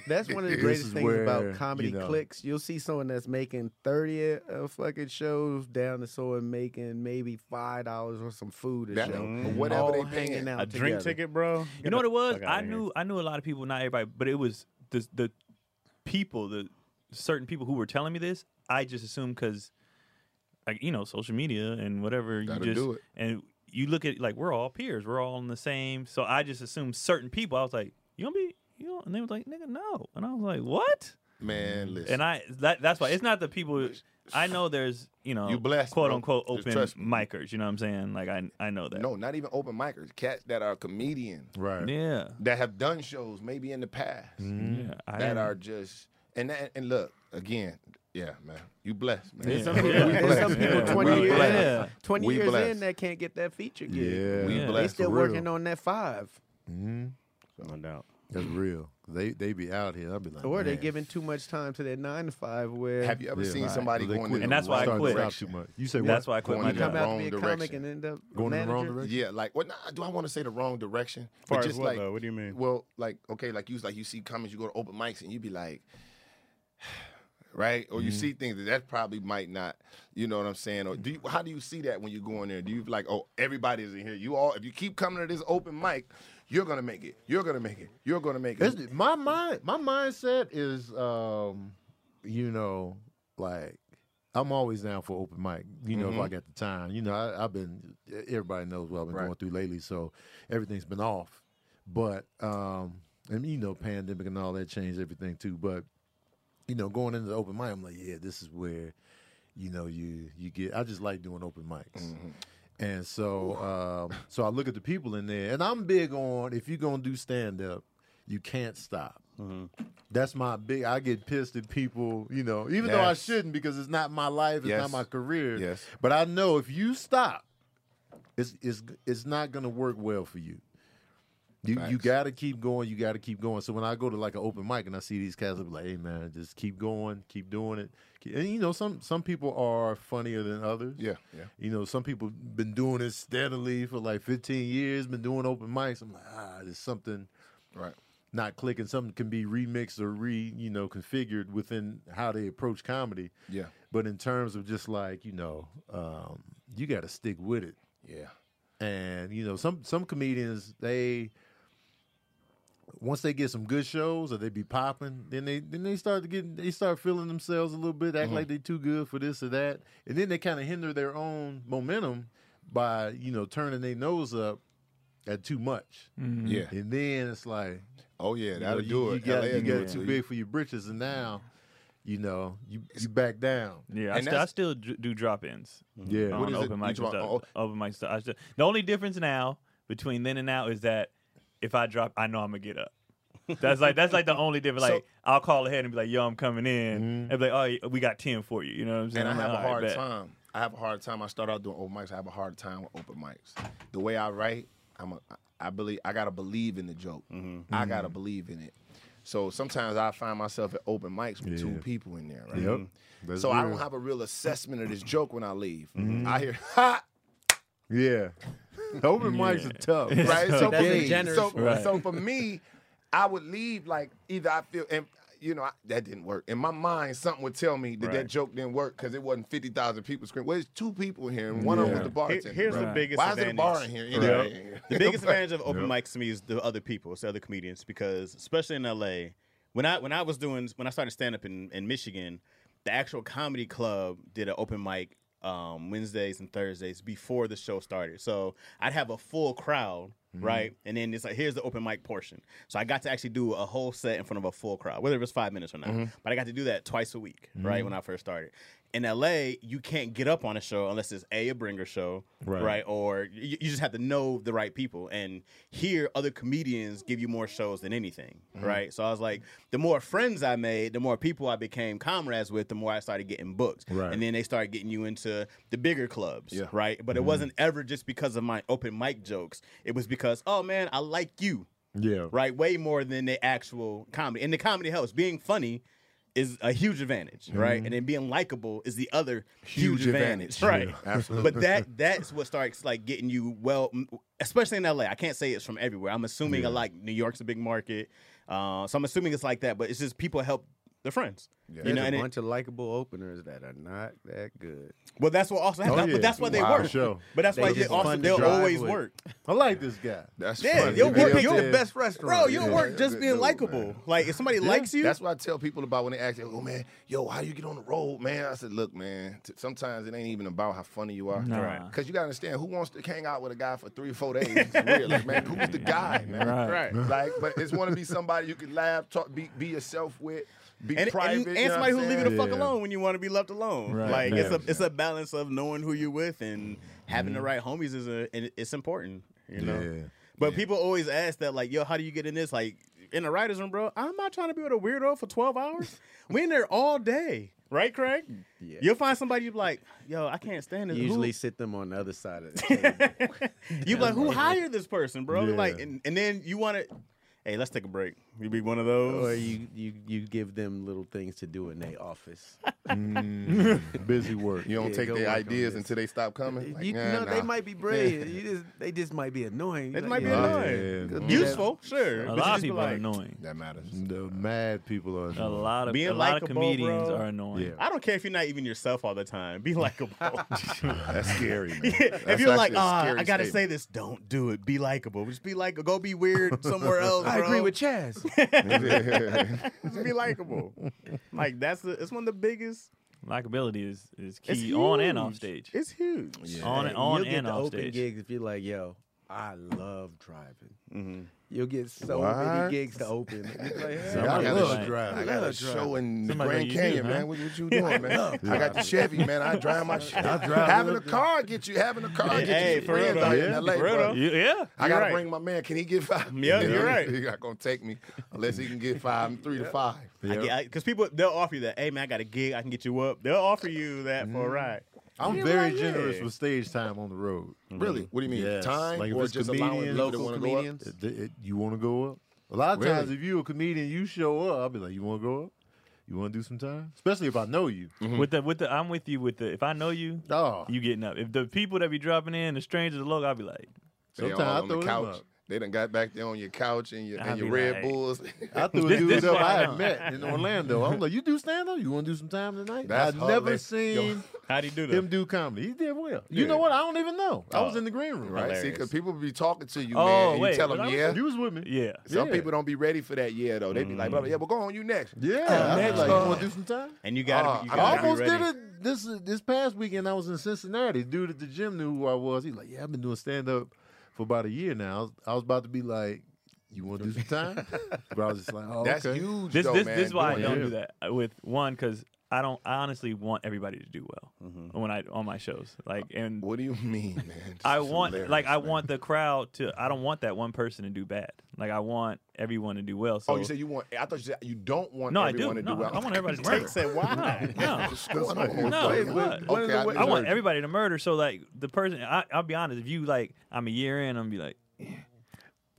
[SPEAKER 2] That's one of the
[SPEAKER 5] This
[SPEAKER 2] greatest
[SPEAKER 5] is
[SPEAKER 2] things
[SPEAKER 5] where,
[SPEAKER 2] about comedy
[SPEAKER 5] you know.
[SPEAKER 2] clicks. You'll see someone that's making 30 of fucking shows down to someone making maybe $5 or some food or
[SPEAKER 1] That-
[SPEAKER 2] show.
[SPEAKER 1] or whatever
[SPEAKER 2] all
[SPEAKER 1] they paying.
[SPEAKER 2] hanging out
[SPEAKER 4] A drink
[SPEAKER 2] together.
[SPEAKER 4] ticket, bro. Get
[SPEAKER 3] You know what
[SPEAKER 4] the
[SPEAKER 3] it was?
[SPEAKER 4] fuck outta
[SPEAKER 3] I
[SPEAKER 4] here.
[SPEAKER 3] knew I knew a lot of people, not everybody, but it was the the people, the certain people who were telling me this. I just assumed because, like you know, social media and whatever, you
[SPEAKER 1] Gotta
[SPEAKER 3] just
[SPEAKER 1] do it.
[SPEAKER 3] and you look at like we're all peers, we're all in the same. So I just assumed certain people. I was like, you don't be, you don't, and they was like, nigga, no, and I was like, what?
[SPEAKER 1] <laughs> man, listen.
[SPEAKER 3] And I that that's why it's not the people. I know there's you know
[SPEAKER 1] You blessed,
[SPEAKER 3] quote
[SPEAKER 1] bro.
[SPEAKER 3] unquote
[SPEAKER 1] Just
[SPEAKER 3] open
[SPEAKER 1] trust me.
[SPEAKER 3] micers. You know what I'm saying? Like I I know that.
[SPEAKER 1] no, not even open micers. Cats that are comedians
[SPEAKER 5] Right.
[SPEAKER 3] Yeah.
[SPEAKER 1] that have done shows maybe in the past
[SPEAKER 4] Mm-hmm.
[SPEAKER 3] Yeah. I
[SPEAKER 1] that
[SPEAKER 3] am-
[SPEAKER 1] are just and that, and look again, yeah, man, you blessed, man.
[SPEAKER 3] Yeah.
[SPEAKER 2] Some people, there's some people 20
[SPEAKER 1] We
[SPEAKER 2] years,
[SPEAKER 1] blessed.
[SPEAKER 2] 20
[SPEAKER 1] We
[SPEAKER 2] years
[SPEAKER 1] blessed.
[SPEAKER 2] in that can't get that feature gig.
[SPEAKER 5] Yeah.
[SPEAKER 1] <laughs> We
[SPEAKER 3] Yeah.
[SPEAKER 2] They
[SPEAKER 1] blessed.
[SPEAKER 2] still
[SPEAKER 5] for real.
[SPEAKER 2] working on that five.
[SPEAKER 4] No doubt.
[SPEAKER 5] That's real. They they be out here. I'd be like,
[SPEAKER 2] Or they're
[SPEAKER 5] "Man,
[SPEAKER 2] giving too much time to their nine to five where
[SPEAKER 1] Have you ever
[SPEAKER 5] yeah,
[SPEAKER 1] seen
[SPEAKER 5] right.
[SPEAKER 1] somebody
[SPEAKER 5] Well, they
[SPEAKER 1] going
[SPEAKER 5] quit.
[SPEAKER 1] in
[SPEAKER 3] And
[SPEAKER 1] the
[SPEAKER 3] that's why I
[SPEAKER 1] wrong
[SPEAKER 5] Starting to
[SPEAKER 3] quit.
[SPEAKER 5] stop
[SPEAKER 1] direction?
[SPEAKER 5] Too much. You say
[SPEAKER 3] That's
[SPEAKER 5] what?
[SPEAKER 3] why I quit
[SPEAKER 1] Going
[SPEAKER 3] my
[SPEAKER 1] in
[SPEAKER 2] come
[SPEAKER 3] job.
[SPEAKER 1] that-
[SPEAKER 2] out
[SPEAKER 1] wrong
[SPEAKER 2] to be a comic
[SPEAKER 1] direction.
[SPEAKER 2] and end up
[SPEAKER 5] Going in the wrong
[SPEAKER 2] manager?
[SPEAKER 5] direction?
[SPEAKER 1] Yeah, like what? Well, nah, do I want to say the wrong direction? but
[SPEAKER 4] Far as
[SPEAKER 1] just
[SPEAKER 4] what,
[SPEAKER 1] like,
[SPEAKER 4] though? What do you mean?
[SPEAKER 1] Well, like okay, like you like you see comments, you go to open mics, and you be like, <sighs> right? Or
[SPEAKER 5] Mm-hmm.
[SPEAKER 1] you see things that that probably might not. You know what I'm saying? Or do you, how do you see that when you go in there? Do you like, oh, everybody's in here. You all, if you keep coming to this open mic, you're gonna make it. You're gonna make it. You're gonna make it.
[SPEAKER 5] It's- my mind, my mindset is, um, you know, like I'm always down for open mic. You
[SPEAKER 3] Mm-hmm.
[SPEAKER 5] know, if I got the time. You know, I, I've been. Everybody knows what I've been
[SPEAKER 1] Right.
[SPEAKER 5] going through lately, so everything's been off. But um, and you know, pandemic and all that changed everything too. But you know, going into the open mic, I'm like, yeah, this is where, you know, you you get. I just like doing open mics.
[SPEAKER 1] Mm-hmm.
[SPEAKER 5] And so, um, so I look at the people in there, and I'm big on if you're gonna do stand up, you can't stop.
[SPEAKER 1] Mm-hmm.
[SPEAKER 5] That's my big. I get pissed at people, you know, even though I
[SPEAKER 1] Yes.
[SPEAKER 5] shouldn't because it's not my life, it's
[SPEAKER 1] Yes.
[SPEAKER 5] not my career.
[SPEAKER 1] Yes.
[SPEAKER 5] But I know if you stop, it's it's it's not gonna work well for you. You you
[SPEAKER 1] Facts.
[SPEAKER 5] gotta keep going. You gotta keep going. So when I go to like an open mic and I see these cats, I'm like, hey man, just keep going, keep doing it. And you know, some some people are funnier than others.
[SPEAKER 1] Yeah, yeah.
[SPEAKER 5] You know, some people been doing it steadily for like 15 years, been doing open mics. I'm like, ah, there's something
[SPEAKER 1] Right.
[SPEAKER 5] not clicking. Something can be remixed or re, you know, configured within how they approach comedy.
[SPEAKER 1] Yeah.
[SPEAKER 5] But in terms of just like, you know, um, you got to stick with it
[SPEAKER 1] Yeah.
[SPEAKER 5] and you know some some comedians they once they get some good shows or they be popping then they then they start to get they start feeling themselves a little bit
[SPEAKER 1] Mm-hmm.
[SPEAKER 5] act like they too good for this or that and then they kind of hinder their own momentum by you know turning their nose up at too much
[SPEAKER 1] Yeah.
[SPEAKER 5] and then it's like
[SPEAKER 1] Oh yeah,
[SPEAKER 5] Mm-hmm. you know,
[SPEAKER 1] that'll
[SPEAKER 5] you-
[SPEAKER 1] do
[SPEAKER 5] you
[SPEAKER 1] it.
[SPEAKER 5] got,
[SPEAKER 1] LA
[SPEAKER 5] you
[SPEAKER 1] do
[SPEAKER 5] got
[SPEAKER 1] it.
[SPEAKER 5] too big for your britches and now you know you, you back down
[SPEAKER 3] Yeah, I,
[SPEAKER 1] And
[SPEAKER 3] st- I
[SPEAKER 1] that's- Mm-hmm.
[SPEAKER 3] still d- do drop ins.
[SPEAKER 5] yeah
[SPEAKER 1] What
[SPEAKER 3] on
[SPEAKER 1] is it?
[SPEAKER 3] open
[SPEAKER 1] You
[SPEAKER 3] mic
[SPEAKER 1] talking-
[SPEAKER 3] stuff.
[SPEAKER 1] oh,
[SPEAKER 3] Open mic stuff. I still, the only difference now between then and now is that if I drop, I know I'm gonna get up. That's like that's like the only difference.
[SPEAKER 1] So- Mm-hmm.
[SPEAKER 3] Like I'll call ahead and be like, "Yo, I'm coming in," and be like, "Oh, yeah, we got ten for you." You know what I'm saying?
[SPEAKER 1] and I
[SPEAKER 3] I'm
[SPEAKER 1] have
[SPEAKER 3] like,
[SPEAKER 1] a
[SPEAKER 3] "All right,
[SPEAKER 1] hard
[SPEAKER 3] bet."
[SPEAKER 1] time. I have a hard time. I start out doing open mics. I have a hard time with open mics. The way I write, I'm a. I believe I gotta believe in the joke. I gotta believe in it. So sometimes I find myself at open mics with two
[SPEAKER 5] Yeah.
[SPEAKER 1] people in there. Right? Mm-hmm.
[SPEAKER 5] Yep. That's
[SPEAKER 1] So I
[SPEAKER 5] real.
[SPEAKER 1] don't have a real assessment of this joke when I leave. I hear <laughs> ha. <laughs>
[SPEAKER 5] yeah open mics are tough <laughs>
[SPEAKER 1] right? So,
[SPEAKER 2] That's
[SPEAKER 1] for me-
[SPEAKER 2] generous
[SPEAKER 1] so,
[SPEAKER 2] for us.
[SPEAKER 1] so for me, I would leave like either I feel and you know I, that didn't work. In my mind, something would tell me that that
[SPEAKER 4] Right.
[SPEAKER 1] joke didn't work because it wasn't fifty thousand people screaming. Well, there's two people in here, and one of them was
[SPEAKER 5] Yeah.
[SPEAKER 1] the bartender.
[SPEAKER 4] here's the
[SPEAKER 1] right?
[SPEAKER 4] biggest
[SPEAKER 1] Why is it a bar in
[SPEAKER 4] advantage.
[SPEAKER 1] here? Anyway?
[SPEAKER 4] <laughs> The biggest advantage of open
[SPEAKER 5] Yep.
[SPEAKER 4] mics to me is the other people, it's the other comedians, because especially in LA, when I when I was doing when I started stand up in, in Michigan, the actual comedy club did an open mic um, Wednesdays and Thursdays before the show started. So I'd have a full crowd,
[SPEAKER 5] Mm-hmm.
[SPEAKER 4] right? And then it's like here's the open mic portion. So I got to actually do a whole set in front of a full crowd, whether it was five minutes or
[SPEAKER 5] Mm-hmm.
[SPEAKER 4] not. But I got to do that twice a week, right? When I first started. In LA, you can't get up on a show unless it's a a bringer show,
[SPEAKER 5] Right.
[SPEAKER 4] right? or you, you just have to know the right people. And here, other comedians give you more shows than anything, right? So I was like, the more friends I made, the more people I became comrades with, the more I started getting booked.
[SPEAKER 5] Right.
[SPEAKER 4] And then they started getting you into the bigger clubs,
[SPEAKER 1] Yeah.
[SPEAKER 4] right? But it wasn't ever just because of my open mic jokes. It was because, oh man, I like you,
[SPEAKER 5] yeah
[SPEAKER 4] right? Way more than the actual comedy. And the comedy helps. Being funny is a huge advantage, right? And then being likable is the other huge,
[SPEAKER 1] Huge
[SPEAKER 4] advantage,
[SPEAKER 1] advantage.
[SPEAKER 4] right?
[SPEAKER 1] Yeah, absolutely.
[SPEAKER 4] But that that's what starts like getting you well, m- especially in LA. I can't say it's from everywhere. I'm assuming I like New York's a big market, uh, so I'm assuming it's like that. But it's just people help their friends, you
[SPEAKER 2] There's
[SPEAKER 4] know. And
[SPEAKER 2] a
[SPEAKER 4] it-
[SPEAKER 2] bunch of likable openers that are not that good.
[SPEAKER 4] well, that's what also happens.
[SPEAKER 5] yeah.
[SPEAKER 4] But that's why they
[SPEAKER 5] Wow,
[SPEAKER 4] work.
[SPEAKER 5] sure.
[SPEAKER 4] But that's
[SPEAKER 2] They
[SPEAKER 4] why
[SPEAKER 2] just
[SPEAKER 4] they also
[SPEAKER 2] fun to
[SPEAKER 4] they'll
[SPEAKER 2] drive
[SPEAKER 4] always
[SPEAKER 2] with.
[SPEAKER 4] work.
[SPEAKER 5] I like this guy.
[SPEAKER 1] <laughs> That's
[SPEAKER 4] Yeah,
[SPEAKER 1] funny.
[SPEAKER 4] you'll
[SPEAKER 1] man. <laughs>
[SPEAKER 4] work-
[SPEAKER 5] picked
[SPEAKER 4] you'll-
[SPEAKER 5] the best
[SPEAKER 2] restaurant.
[SPEAKER 4] Bro, you'll
[SPEAKER 1] Yeah.
[SPEAKER 4] work just being
[SPEAKER 1] Dude,
[SPEAKER 4] likable.
[SPEAKER 1] man.
[SPEAKER 4] Like if somebody likes you,
[SPEAKER 1] That's what I tell people about when they ask, "Oh man, yo, how you get on the road, man?" I said, "Look, man, t- sometimes it ain't even about how funny you are,
[SPEAKER 3] Nah. Right.
[SPEAKER 1] Because you gotta understand who wants to hang out with a guy for three, four days. It's weird. Like, man, who's the guy, man?
[SPEAKER 3] Right.
[SPEAKER 1] <laughs> Like, but it's want to be somebody you can laugh, talk, be, be yourself with, be
[SPEAKER 4] and,
[SPEAKER 1] private,
[SPEAKER 4] and, and
[SPEAKER 1] you know
[SPEAKER 4] somebody
[SPEAKER 1] what
[SPEAKER 4] who's
[SPEAKER 1] I'm
[SPEAKER 4] leaving the
[SPEAKER 1] saying?
[SPEAKER 4] fuck
[SPEAKER 5] Yeah.
[SPEAKER 4] alone when you want to be left alone.
[SPEAKER 3] Right.
[SPEAKER 4] Like
[SPEAKER 5] Yeah.
[SPEAKER 4] it's a it's a balance of knowing who you're with and having the right homies is a and it's important, you know.
[SPEAKER 5] Yeah.
[SPEAKER 4] But people always ask that like, yo, how do you get in this? Like in the writers room, bro. I'm not trying to be with a weirdo for 12 hours. we in there all day, right, Craig?
[SPEAKER 2] Yeah.
[SPEAKER 4] You'll find somebody you be like, yo, I can't stand this. Who-
[SPEAKER 2] Usually sit them on the
[SPEAKER 1] <laughs>
[SPEAKER 2] other side of the table.
[SPEAKER 4] you be like, who hired this person, bro?
[SPEAKER 5] Yeah.
[SPEAKER 4] Like, and, and then you want to. Hey, let's take a break. You be one of those.
[SPEAKER 2] Or you, you you give them little things to do in
[SPEAKER 1] <laughs>
[SPEAKER 2] their office.
[SPEAKER 5] Busy work.
[SPEAKER 1] You don't
[SPEAKER 2] Yeah,
[SPEAKER 1] take
[SPEAKER 2] go
[SPEAKER 1] their
[SPEAKER 2] work on
[SPEAKER 1] ideas
[SPEAKER 2] this.
[SPEAKER 1] until they stop coming. Like,
[SPEAKER 2] you,
[SPEAKER 1] nah,
[SPEAKER 2] no, they
[SPEAKER 1] nah.
[SPEAKER 2] might be brave. You just, they just might be annoying.
[SPEAKER 4] It
[SPEAKER 2] Like,
[SPEAKER 4] might be
[SPEAKER 2] yeah.
[SPEAKER 4] annoying.
[SPEAKER 5] Yeah,
[SPEAKER 4] Useful, sure.
[SPEAKER 1] <laughs>
[SPEAKER 3] A
[SPEAKER 4] but you
[SPEAKER 3] lot
[SPEAKER 4] just
[SPEAKER 3] of
[SPEAKER 4] be
[SPEAKER 3] people are
[SPEAKER 4] like,
[SPEAKER 3] annoying.
[SPEAKER 1] That matters.
[SPEAKER 5] <laughs> The mad people are.
[SPEAKER 4] Oh,
[SPEAKER 3] A lot of
[SPEAKER 4] Being
[SPEAKER 3] a lot of
[SPEAKER 4] likable,
[SPEAKER 3] comedians
[SPEAKER 4] bro.
[SPEAKER 3] are annoying.
[SPEAKER 5] Yeah.
[SPEAKER 4] I don't care if you're not even yourself all the time.
[SPEAKER 1] <laughs>
[SPEAKER 4] Be likable. <laughs>
[SPEAKER 1] That's scary, man.
[SPEAKER 4] if
[SPEAKER 1] That's
[SPEAKER 4] you're like,
[SPEAKER 1] actually a
[SPEAKER 4] ah,
[SPEAKER 1] scary
[SPEAKER 4] I gotta say
[SPEAKER 1] statement.
[SPEAKER 4] this, don't do it. Be likable. Just be like, go
[SPEAKER 1] <laughs>
[SPEAKER 4] be weird somewhere else.
[SPEAKER 2] I
[SPEAKER 4] bro.
[SPEAKER 2] agree with Chaz.
[SPEAKER 4] Just be likable.
[SPEAKER 1] <laughs>
[SPEAKER 4] like that's the, it's one of the biggest.
[SPEAKER 3] Likability is is
[SPEAKER 4] It's
[SPEAKER 3] key on and
[SPEAKER 4] huge.
[SPEAKER 3] off stage.
[SPEAKER 4] It's huge.
[SPEAKER 3] <laughs> On and
[SPEAKER 2] <laughs>
[SPEAKER 3] on
[SPEAKER 2] You'll get
[SPEAKER 3] and
[SPEAKER 2] the
[SPEAKER 3] off
[SPEAKER 2] open
[SPEAKER 3] stage.
[SPEAKER 2] gigs if you're like, yo, I love driving.
[SPEAKER 3] Mm-hmm.
[SPEAKER 2] You'll get so
[SPEAKER 1] What?
[SPEAKER 2] many gigs
[SPEAKER 1] <laughs>
[SPEAKER 2] to open. It's like, hey,
[SPEAKER 1] I
[SPEAKER 3] Somebody
[SPEAKER 1] got,
[SPEAKER 3] gotta
[SPEAKER 1] a,
[SPEAKER 3] drive.
[SPEAKER 1] I got a show in the
[SPEAKER 3] Somebody
[SPEAKER 1] Grand
[SPEAKER 3] gotta use you,
[SPEAKER 1] Canyon, man.
[SPEAKER 3] huh?
[SPEAKER 1] What, what you doing, man? I got the Chevy, man. I drive my shit.
[SPEAKER 5] I drive
[SPEAKER 1] having a
[SPEAKER 5] up there.
[SPEAKER 1] car get you. Having a car get
[SPEAKER 4] Hey,
[SPEAKER 1] you.
[SPEAKER 4] for real
[SPEAKER 1] friends
[SPEAKER 4] though.
[SPEAKER 1] out in
[SPEAKER 4] Yeah,
[SPEAKER 1] LA,
[SPEAKER 4] for real
[SPEAKER 1] bro.
[SPEAKER 4] though.
[SPEAKER 3] You- yeah.
[SPEAKER 1] I gotta
[SPEAKER 4] right.
[SPEAKER 1] bring my man. Can he get five?
[SPEAKER 4] Yeah,
[SPEAKER 1] You know,
[SPEAKER 4] you're right.
[SPEAKER 1] He not gonna take me unless he can get five, three to five.
[SPEAKER 4] Because people, they'll offer you that. Hey man, I got a gig. I can get you up. They'll offer you that for a
[SPEAKER 1] Mm.
[SPEAKER 4] ride.
[SPEAKER 5] I'm
[SPEAKER 4] Yeah,
[SPEAKER 5] very
[SPEAKER 4] right,
[SPEAKER 5] generous
[SPEAKER 4] yeah.
[SPEAKER 5] with stage time on the road.
[SPEAKER 1] Really? What do you mean?
[SPEAKER 5] Yes.
[SPEAKER 1] Time
[SPEAKER 5] Like if
[SPEAKER 1] or
[SPEAKER 5] it's
[SPEAKER 1] just allowing
[SPEAKER 5] comedians,
[SPEAKER 1] people to
[SPEAKER 5] local
[SPEAKER 1] wanna go up?
[SPEAKER 5] It- it- you want to go up? A lot of
[SPEAKER 1] Really?
[SPEAKER 5] times, if you a comedian, you show up. I'll be like, you want to go up? You want to do some time? Especially if I know you.
[SPEAKER 1] Mm-hmm.
[SPEAKER 3] With the with the I'm with you with the if I know you,
[SPEAKER 5] Oh,
[SPEAKER 3] you getting up. If the people that be dropping in, the strangers, the logo, I'll be like,
[SPEAKER 1] They
[SPEAKER 5] Sometimes I
[SPEAKER 1] all on
[SPEAKER 5] throw
[SPEAKER 1] the
[SPEAKER 5] them
[SPEAKER 1] couch.
[SPEAKER 5] up.
[SPEAKER 1] They done got back there on your couch and your,
[SPEAKER 3] I'll
[SPEAKER 1] and your
[SPEAKER 3] be
[SPEAKER 1] Red
[SPEAKER 3] like-
[SPEAKER 1] Bulls.
[SPEAKER 5] I threw a
[SPEAKER 3] This-
[SPEAKER 5] dude
[SPEAKER 3] this
[SPEAKER 5] up
[SPEAKER 3] why
[SPEAKER 5] I
[SPEAKER 3] I
[SPEAKER 5] had met in Orlando. I'm like, you do stand up? You want to do some time tonight?
[SPEAKER 1] That's
[SPEAKER 5] I've never
[SPEAKER 1] hilarious.
[SPEAKER 5] seen
[SPEAKER 4] How do you do that?
[SPEAKER 5] him do comedy. He did well. You
[SPEAKER 1] Yeah.
[SPEAKER 5] know what? I don't even know. I was
[SPEAKER 4] Oh,
[SPEAKER 5] in the green room.
[SPEAKER 1] Right? See,
[SPEAKER 4] Hilarious.
[SPEAKER 1] because people be talking to you,
[SPEAKER 3] Oh,
[SPEAKER 1] man. And
[SPEAKER 3] wait,
[SPEAKER 1] you tell
[SPEAKER 3] but
[SPEAKER 1] them,
[SPEAKER 3] I was-
[SPEAKER 1] yeah.
[SPEAKER 5] You was with me.
[SPEAKER 1] <laughs>
[SPEAKER 3] yeah.
[SPEAKER 1] Some
[SPEAKER 5] Yeah.
[SPEAKER 1] people don't be ready for that, yeah, though. They be like, blah, blah, yeah, well, go on, you next.
[SPEAKER 5] Yeah. I was like, you want to do some time?
[SPEAKER 4] and you gotta,
[SPEAKER 1] Ah,
[SPEAKER 4] you
[SPEAKER 1] I
[SPEAKER 4] gotta
[SPEAKER 5] I
[SPEAKER 4] be
[SPEAKER 5] almost did
[SPEAKER 4] ready.
[SPEAKER 5] it this this past weekend. I was in Cincinnati. Dude at the gym knew who I was. He's like, "Yeah, I've been doing stand up for about a year now." I was, I was about to be like, "You want to do some time?" but I was just like, "Oh,
[SPEAKER 1] That's
[SPEAKER 5] okay."
[SPEAKER 1] huge,
[SPEAKER 3] This
[SPEAKER 1] though,
[SPEAKER 3] this
[SPEAKER 1] man.
[SPEAKER 3] this is why I
[SPEAKER 1] Doing
[SPEAKER 3] don't
[SPEAKER 1] it.
[SPEAKER 3] do that Uh, with one because I don't. I honestly want everybody to do well when I on my shows. Like
[SPEAKER 1] <laughs>
[SPEAKER 3] and
[SPEAKER 1] Mm-hmm. What do you mean, man? This
[SPEAKER 3] I
[SPEAKER 1] is
[SPEAKER 3] want
[SPEAKER 1] hilarious,
[SPEAKER 3] like I
[SPEAKER 1] man.
[SPEAKER 3] want the crowd to. I don't want that one person to do bad. Like I want everyone to do well. So
[SPEAKER 1] Oh, you said you want. I thought you said you don't want
[SPEAKER 3] no, I do.
[SPEAKER 1] everyone to
[SPEAKER 3] No,
[SPEAKER 1] do well.
[SPEAKER 3] I
[SPEAKER 1] <laughs>
[SPEAKER 3] want everybody to
[SPEAKER 4] Take
[SPEAKER 3] murder.
[SPEAKER 4] said,
[SPEAKER 3] <laughs>
[SPEAKER 4] why?
[SPEAKER 3] No,
[SPEAKER 1] What's going <laughs> on?
[SPEAKER 3] No,
[SPEAKER 1] Okay,
[SPEAKER 3] it's not.
[SPEAKER 1] okay, I
[SPEAKER 3] I want
[SPEAKER 1] deserve-
[SPEAKER 3] everybody to murder. So like the person, I, I'll be honest. If you like, I'm a year in. I'm gonna be like,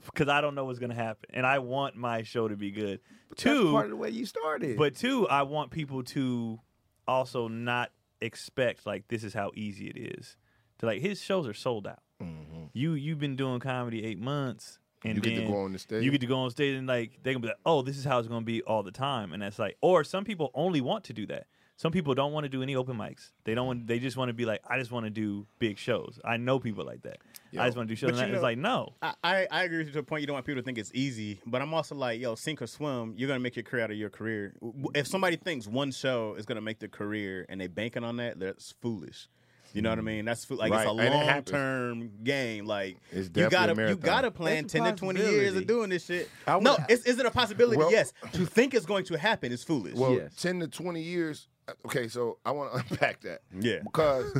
[SPEAKER 3] because I don't know what's gonna happen, and I want my show to be good.
[SPEAKER 2] That's part
[SPEAKER 3] Two,
[SPEAKER 2] of the way you started.
[SPEAKER 3] but two, I want people to also not expect like this is how easy it is. To like his shows are sold out.
[SPEAKER 1] Mm-hmm.
[SPEAKER 3] You you've been doing comedy eight months, and
[SPEAKER 1] You get to
[SPEAKER 3] then
[SPEAKER 1] go on the stage.
[SPEAKER 3] You get to go on stage, and like they can be like, oh, this is how it's gonna be all the time, and that's like, or some people only want to do that. Some people don't want to do any open mics. They don't. Want, they just want to be like, I just want to do big shows. I know people like that. I just want to do shows.
[SPEAKER 4] but
[SPEAKER 3] And
[SPEAKER 4] you
[SPEAKER 3] it's
[SPEAKER 4] know-
[SPEAKER 3] like no.
[SPEAKER 4] I, I, I agree with you to a point. You don't want people to think it's easy, but I'm also like, yo, sink or swim. You're gonna make your career out of your career. W- If somebody thinks one show is gonna make their career and they banking on that, that's foolish. You know what I mean? That's fo- like
[SPEAKER 1] Mm. Right,
[SPEAKER 4] it's
[SPEAKER 1] and
[SPEAKER 4] a
[SPEAKER 1] it
[SPEAKER 4] long
[SPEAKER 1] happens.
[SPEAKER 4] term game. Like
[SPEAKER 1] It's
[SPEAKER 4] you
[SPEAKER 1] definitely a
[SPEAKER 4] gotta you
[SPEAKER 1] marathon.
[SPEAKER 4] gotta plan
[SPEAKER 2] It's a
[SPEAKER 4] ten to twenty years of
[SPEAKER 2] possibility.
[SPEAKER 4] doing this shit.
[SPEAKER 5] I
[SPEAKER 4] No,
[SPEAKER 5] would-
[SPEAKER 4] is, is it a possibility?
[SPEAKER 1] Well-
[SPEAKER 4] yes. To think it's going to happen is foolish.
[SPEAKER 1] Well,
[SPEAKER 2] Yes.
[SPEAKER 1] ten to twenty years. uh, Okay, so I want to <laughs> unpack that.
[SPEAKER 4] Yeah.
[SPEAKER 3] <laughs>
[SPEAKER 1] because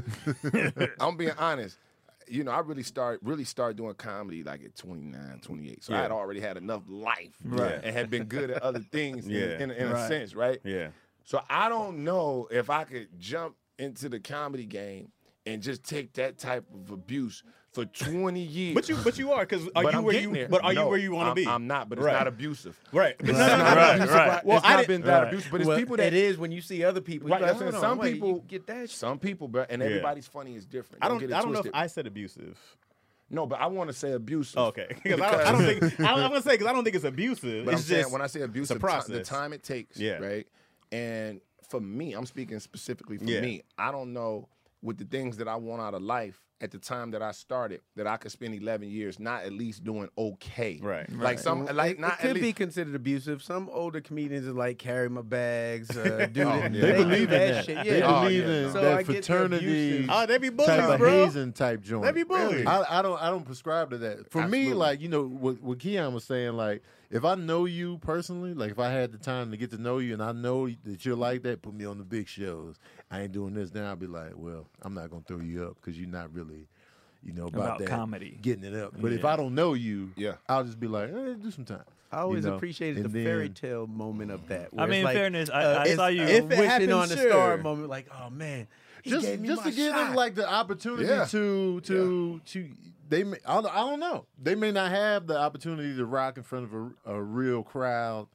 [SPEAKER 1] I'm being honest. You know, I really start really started doing comedy like at 29, 28. So I had already had enough life
[SPEAKER 4] Right.
[SPEAKER 1] and had been good at other things
[SPEAKER 4] Yeah.
[SPEAKER 1] in, in, in a sense, right?
[SPEAKER 4] yeah.
[SPEAKER 1] So I don't know if I could jump into the comedy game and just take that type of abuse for 20 years.
[SPEAKER 4] But you but you are because are
[SPEAKER 1] But
[SPEAKER 4] you
[SPEAKER 1] I'm
[SPEAKER 4] where
[SPEAKER 1] getting
[SPEAKER 4] you
[SPEAKER 1] there.
[SPEAKER 4] but are
[SPEAKER 1] No,
[SPEAKER 4] you where you want to
[SPEAKER 1] I'm-
[SPEAKER 4] be?
[SPEAKER 1] I'm not, but it's
[SPEAKER 4] Right.
[SPEAKER 1] not abusive.
[SPEAKER 4] Right.
[SPEAKER 1] <laughs> It's
[SPEAKER 4] No, no,
[SPEAKER 1] not,
[SPEAKER 4] no,
[SPEAKER 3] right,
[SPEAKER 1] abusive.
[SPEAKER 3] right.
[SPEAKER 1] Well,
[SPEAKER 4] Well,
[SPEAKER 1] it's
[SPEAKER 4] I
[SPEAKER 1] not
[SPEAKER 4] didn't-
[SPEAKER 1] been that
[SPEAKER 3] right.
[SPEAKER 1] abusive, but it's
[SPEAKER 2] Well,
[SPEAKER 1] people that
[SPEAKER 2] it is when you see other people.
[SPEAKER 1] Right,
[SPEAKER 2] Right,
[SPEAKER 1] that's what I'm saying. Some
[SPEAKER 2] some people
[SPEAKER 1] people-
[SPEAKER 2] get that. Shit.
[SPEAKER 1] Some people, bro, and
[SPEAKER 4] Yeah.
[SPEAKER 1] everybody's funny is different.
[SPEAKER 4] <laughs> I don't.
[SPEAKER 1] get it
[SPEAKER 4] I don't know if
[SPEAKER 1] twisted.
[SPEAKER 4] I said abusive.
[SPEAKER 1] No, but I want to say abusive.
[SPEAKER 4] Oh, okay, <laughs> because I, don't- I don't think I don't, I'm gonna say because I don't think it's abusive.
[SPEAKER 1] But
[SPEAKER 4] it's
[SPEAKER 1] I'm
[SPEAKER 4] just
[SPEAKER 1] saying when I say abusive, ti- the
[SPEAKER 4] process.
[SPEAKER 1] time it takes,
[SPEAKER 4] Yeah.
[SPEAKER 1] right? And for me, I'm speaking specifically for
[SPEAKER 4] Yeah.
[SPEAKER 1] me. I don't know with the things that I want out of life at the time that I started that I could spend 11 years not at least doing okay.
[SPEAKER 4] Right.
[SPEAKER 1] Like some like not
[SPEAKER 2] Mm-hmm. it could
[SPEAKER 1] at
[SPEAKER 2] be
[SPEAKER 1] least
[SPEAKER 2] considered abusive. Some older comedians are like carry my bags, uh, do
[SPEAKER 1] Oh,
[SPEAKER 2] that.
[SPEAKER 1] yeah.
[SPEAKER 2] They,
[SPEAKER 1] They
[SPEAKER 2] believe in that. Shit. Yeah.
[SPEAKER 5] They
[SPEAKER 1] Oh,
[SPEAKER 5] believe
[SPEAKER 1] yeah,
[SPEAKER 5] in
[SPEAKER 1] no.
[SPEAKER 2] So I
[SPEAKER 5] that
[SPEAKER 2] get the
[SPEAKER 5] fraternity
[SPEAKER 2] abusive.
[SPEAKER 4] oh, they be
[SPEAKER 5] type
[SPEAKER 4] bullies,
[SPEAKER 5] of
[SPEAKER 4] bro.
[SPEAKER 5] hazing type joint.
[SPEAKER 4] They be bullies.
[SPEAKER 5] I, I don't I don't prescribe to that. For
[SPEAKER 1] Absolutely.
[SPEAKER 5] me, like you know what what Keon was saying, like if I know you personally, like if I had the time to get to know you and I know that you're like that, put me on the big shows. I ain't doing this. Then I'll be like, well, I'm not gonna throw you up because you're not really, you know, about,
[SPEAKER 3] About
[SPEAKER 5] that
[SPEAKER 3] comedy.
[SPEAKER 5] getting it up. But if I don't know you,
[SPEAKER 1] Yeah.
[SPEAKER 5] I'll just be like, eh, do some time.
[SPEAKER 2] I always
[SPEAKER 5] You know?
[SPEAKER 2] appreciated the
[SPEAKER 5] And then-
[SPEAKER 2] fairy tale moment of that.
[SPEAKER 3] I
[SPEAKER 2] where it's
[SPEAKER 3] mean, in
[SPEAKER 2] like,
[SPEAKER 3] fairness, I,
[SPEAKER 2] uh,
[SPEAKER 3] I saw you.
[SPEAKER 2] a
[SPEAKER 4] if it
[SPEAKER 2] wishing
[SPEAKER 4] happens,
[SPEAKER 2] on the star
[SPEAKER 4] sure.
[SPEAKER 2] moment, like, oh man, he
[SPEAKER 5] just
[SPEAKER 2] gave me
[SPEAKER 5] just
[SPEAKER 2] my
[SPEAKER 5] to give
[SPEAKER 2] shot.
[SPEAKER 5] them like the opportunity
[SPEAKER 1] Yeah.
[SPEAKER 5] to to to they may, I, don't, I don't know. They may not have the opportunity to rock in front of a, a real crowd,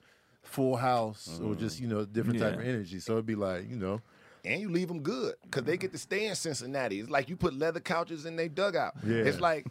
[SPEAKER 5] full house, or just you know different type of
[SPEAKER 3] Mm. Yeah.
[SPEAKER 5] energy. So it'd be like you know,
[SPEAKER 1] and you leave them good because they get to stay in Cincinnati. It's like you put leather couches in their dugout.
[SPEAKER 5] Yeah.
[SPEAKER 1] It's like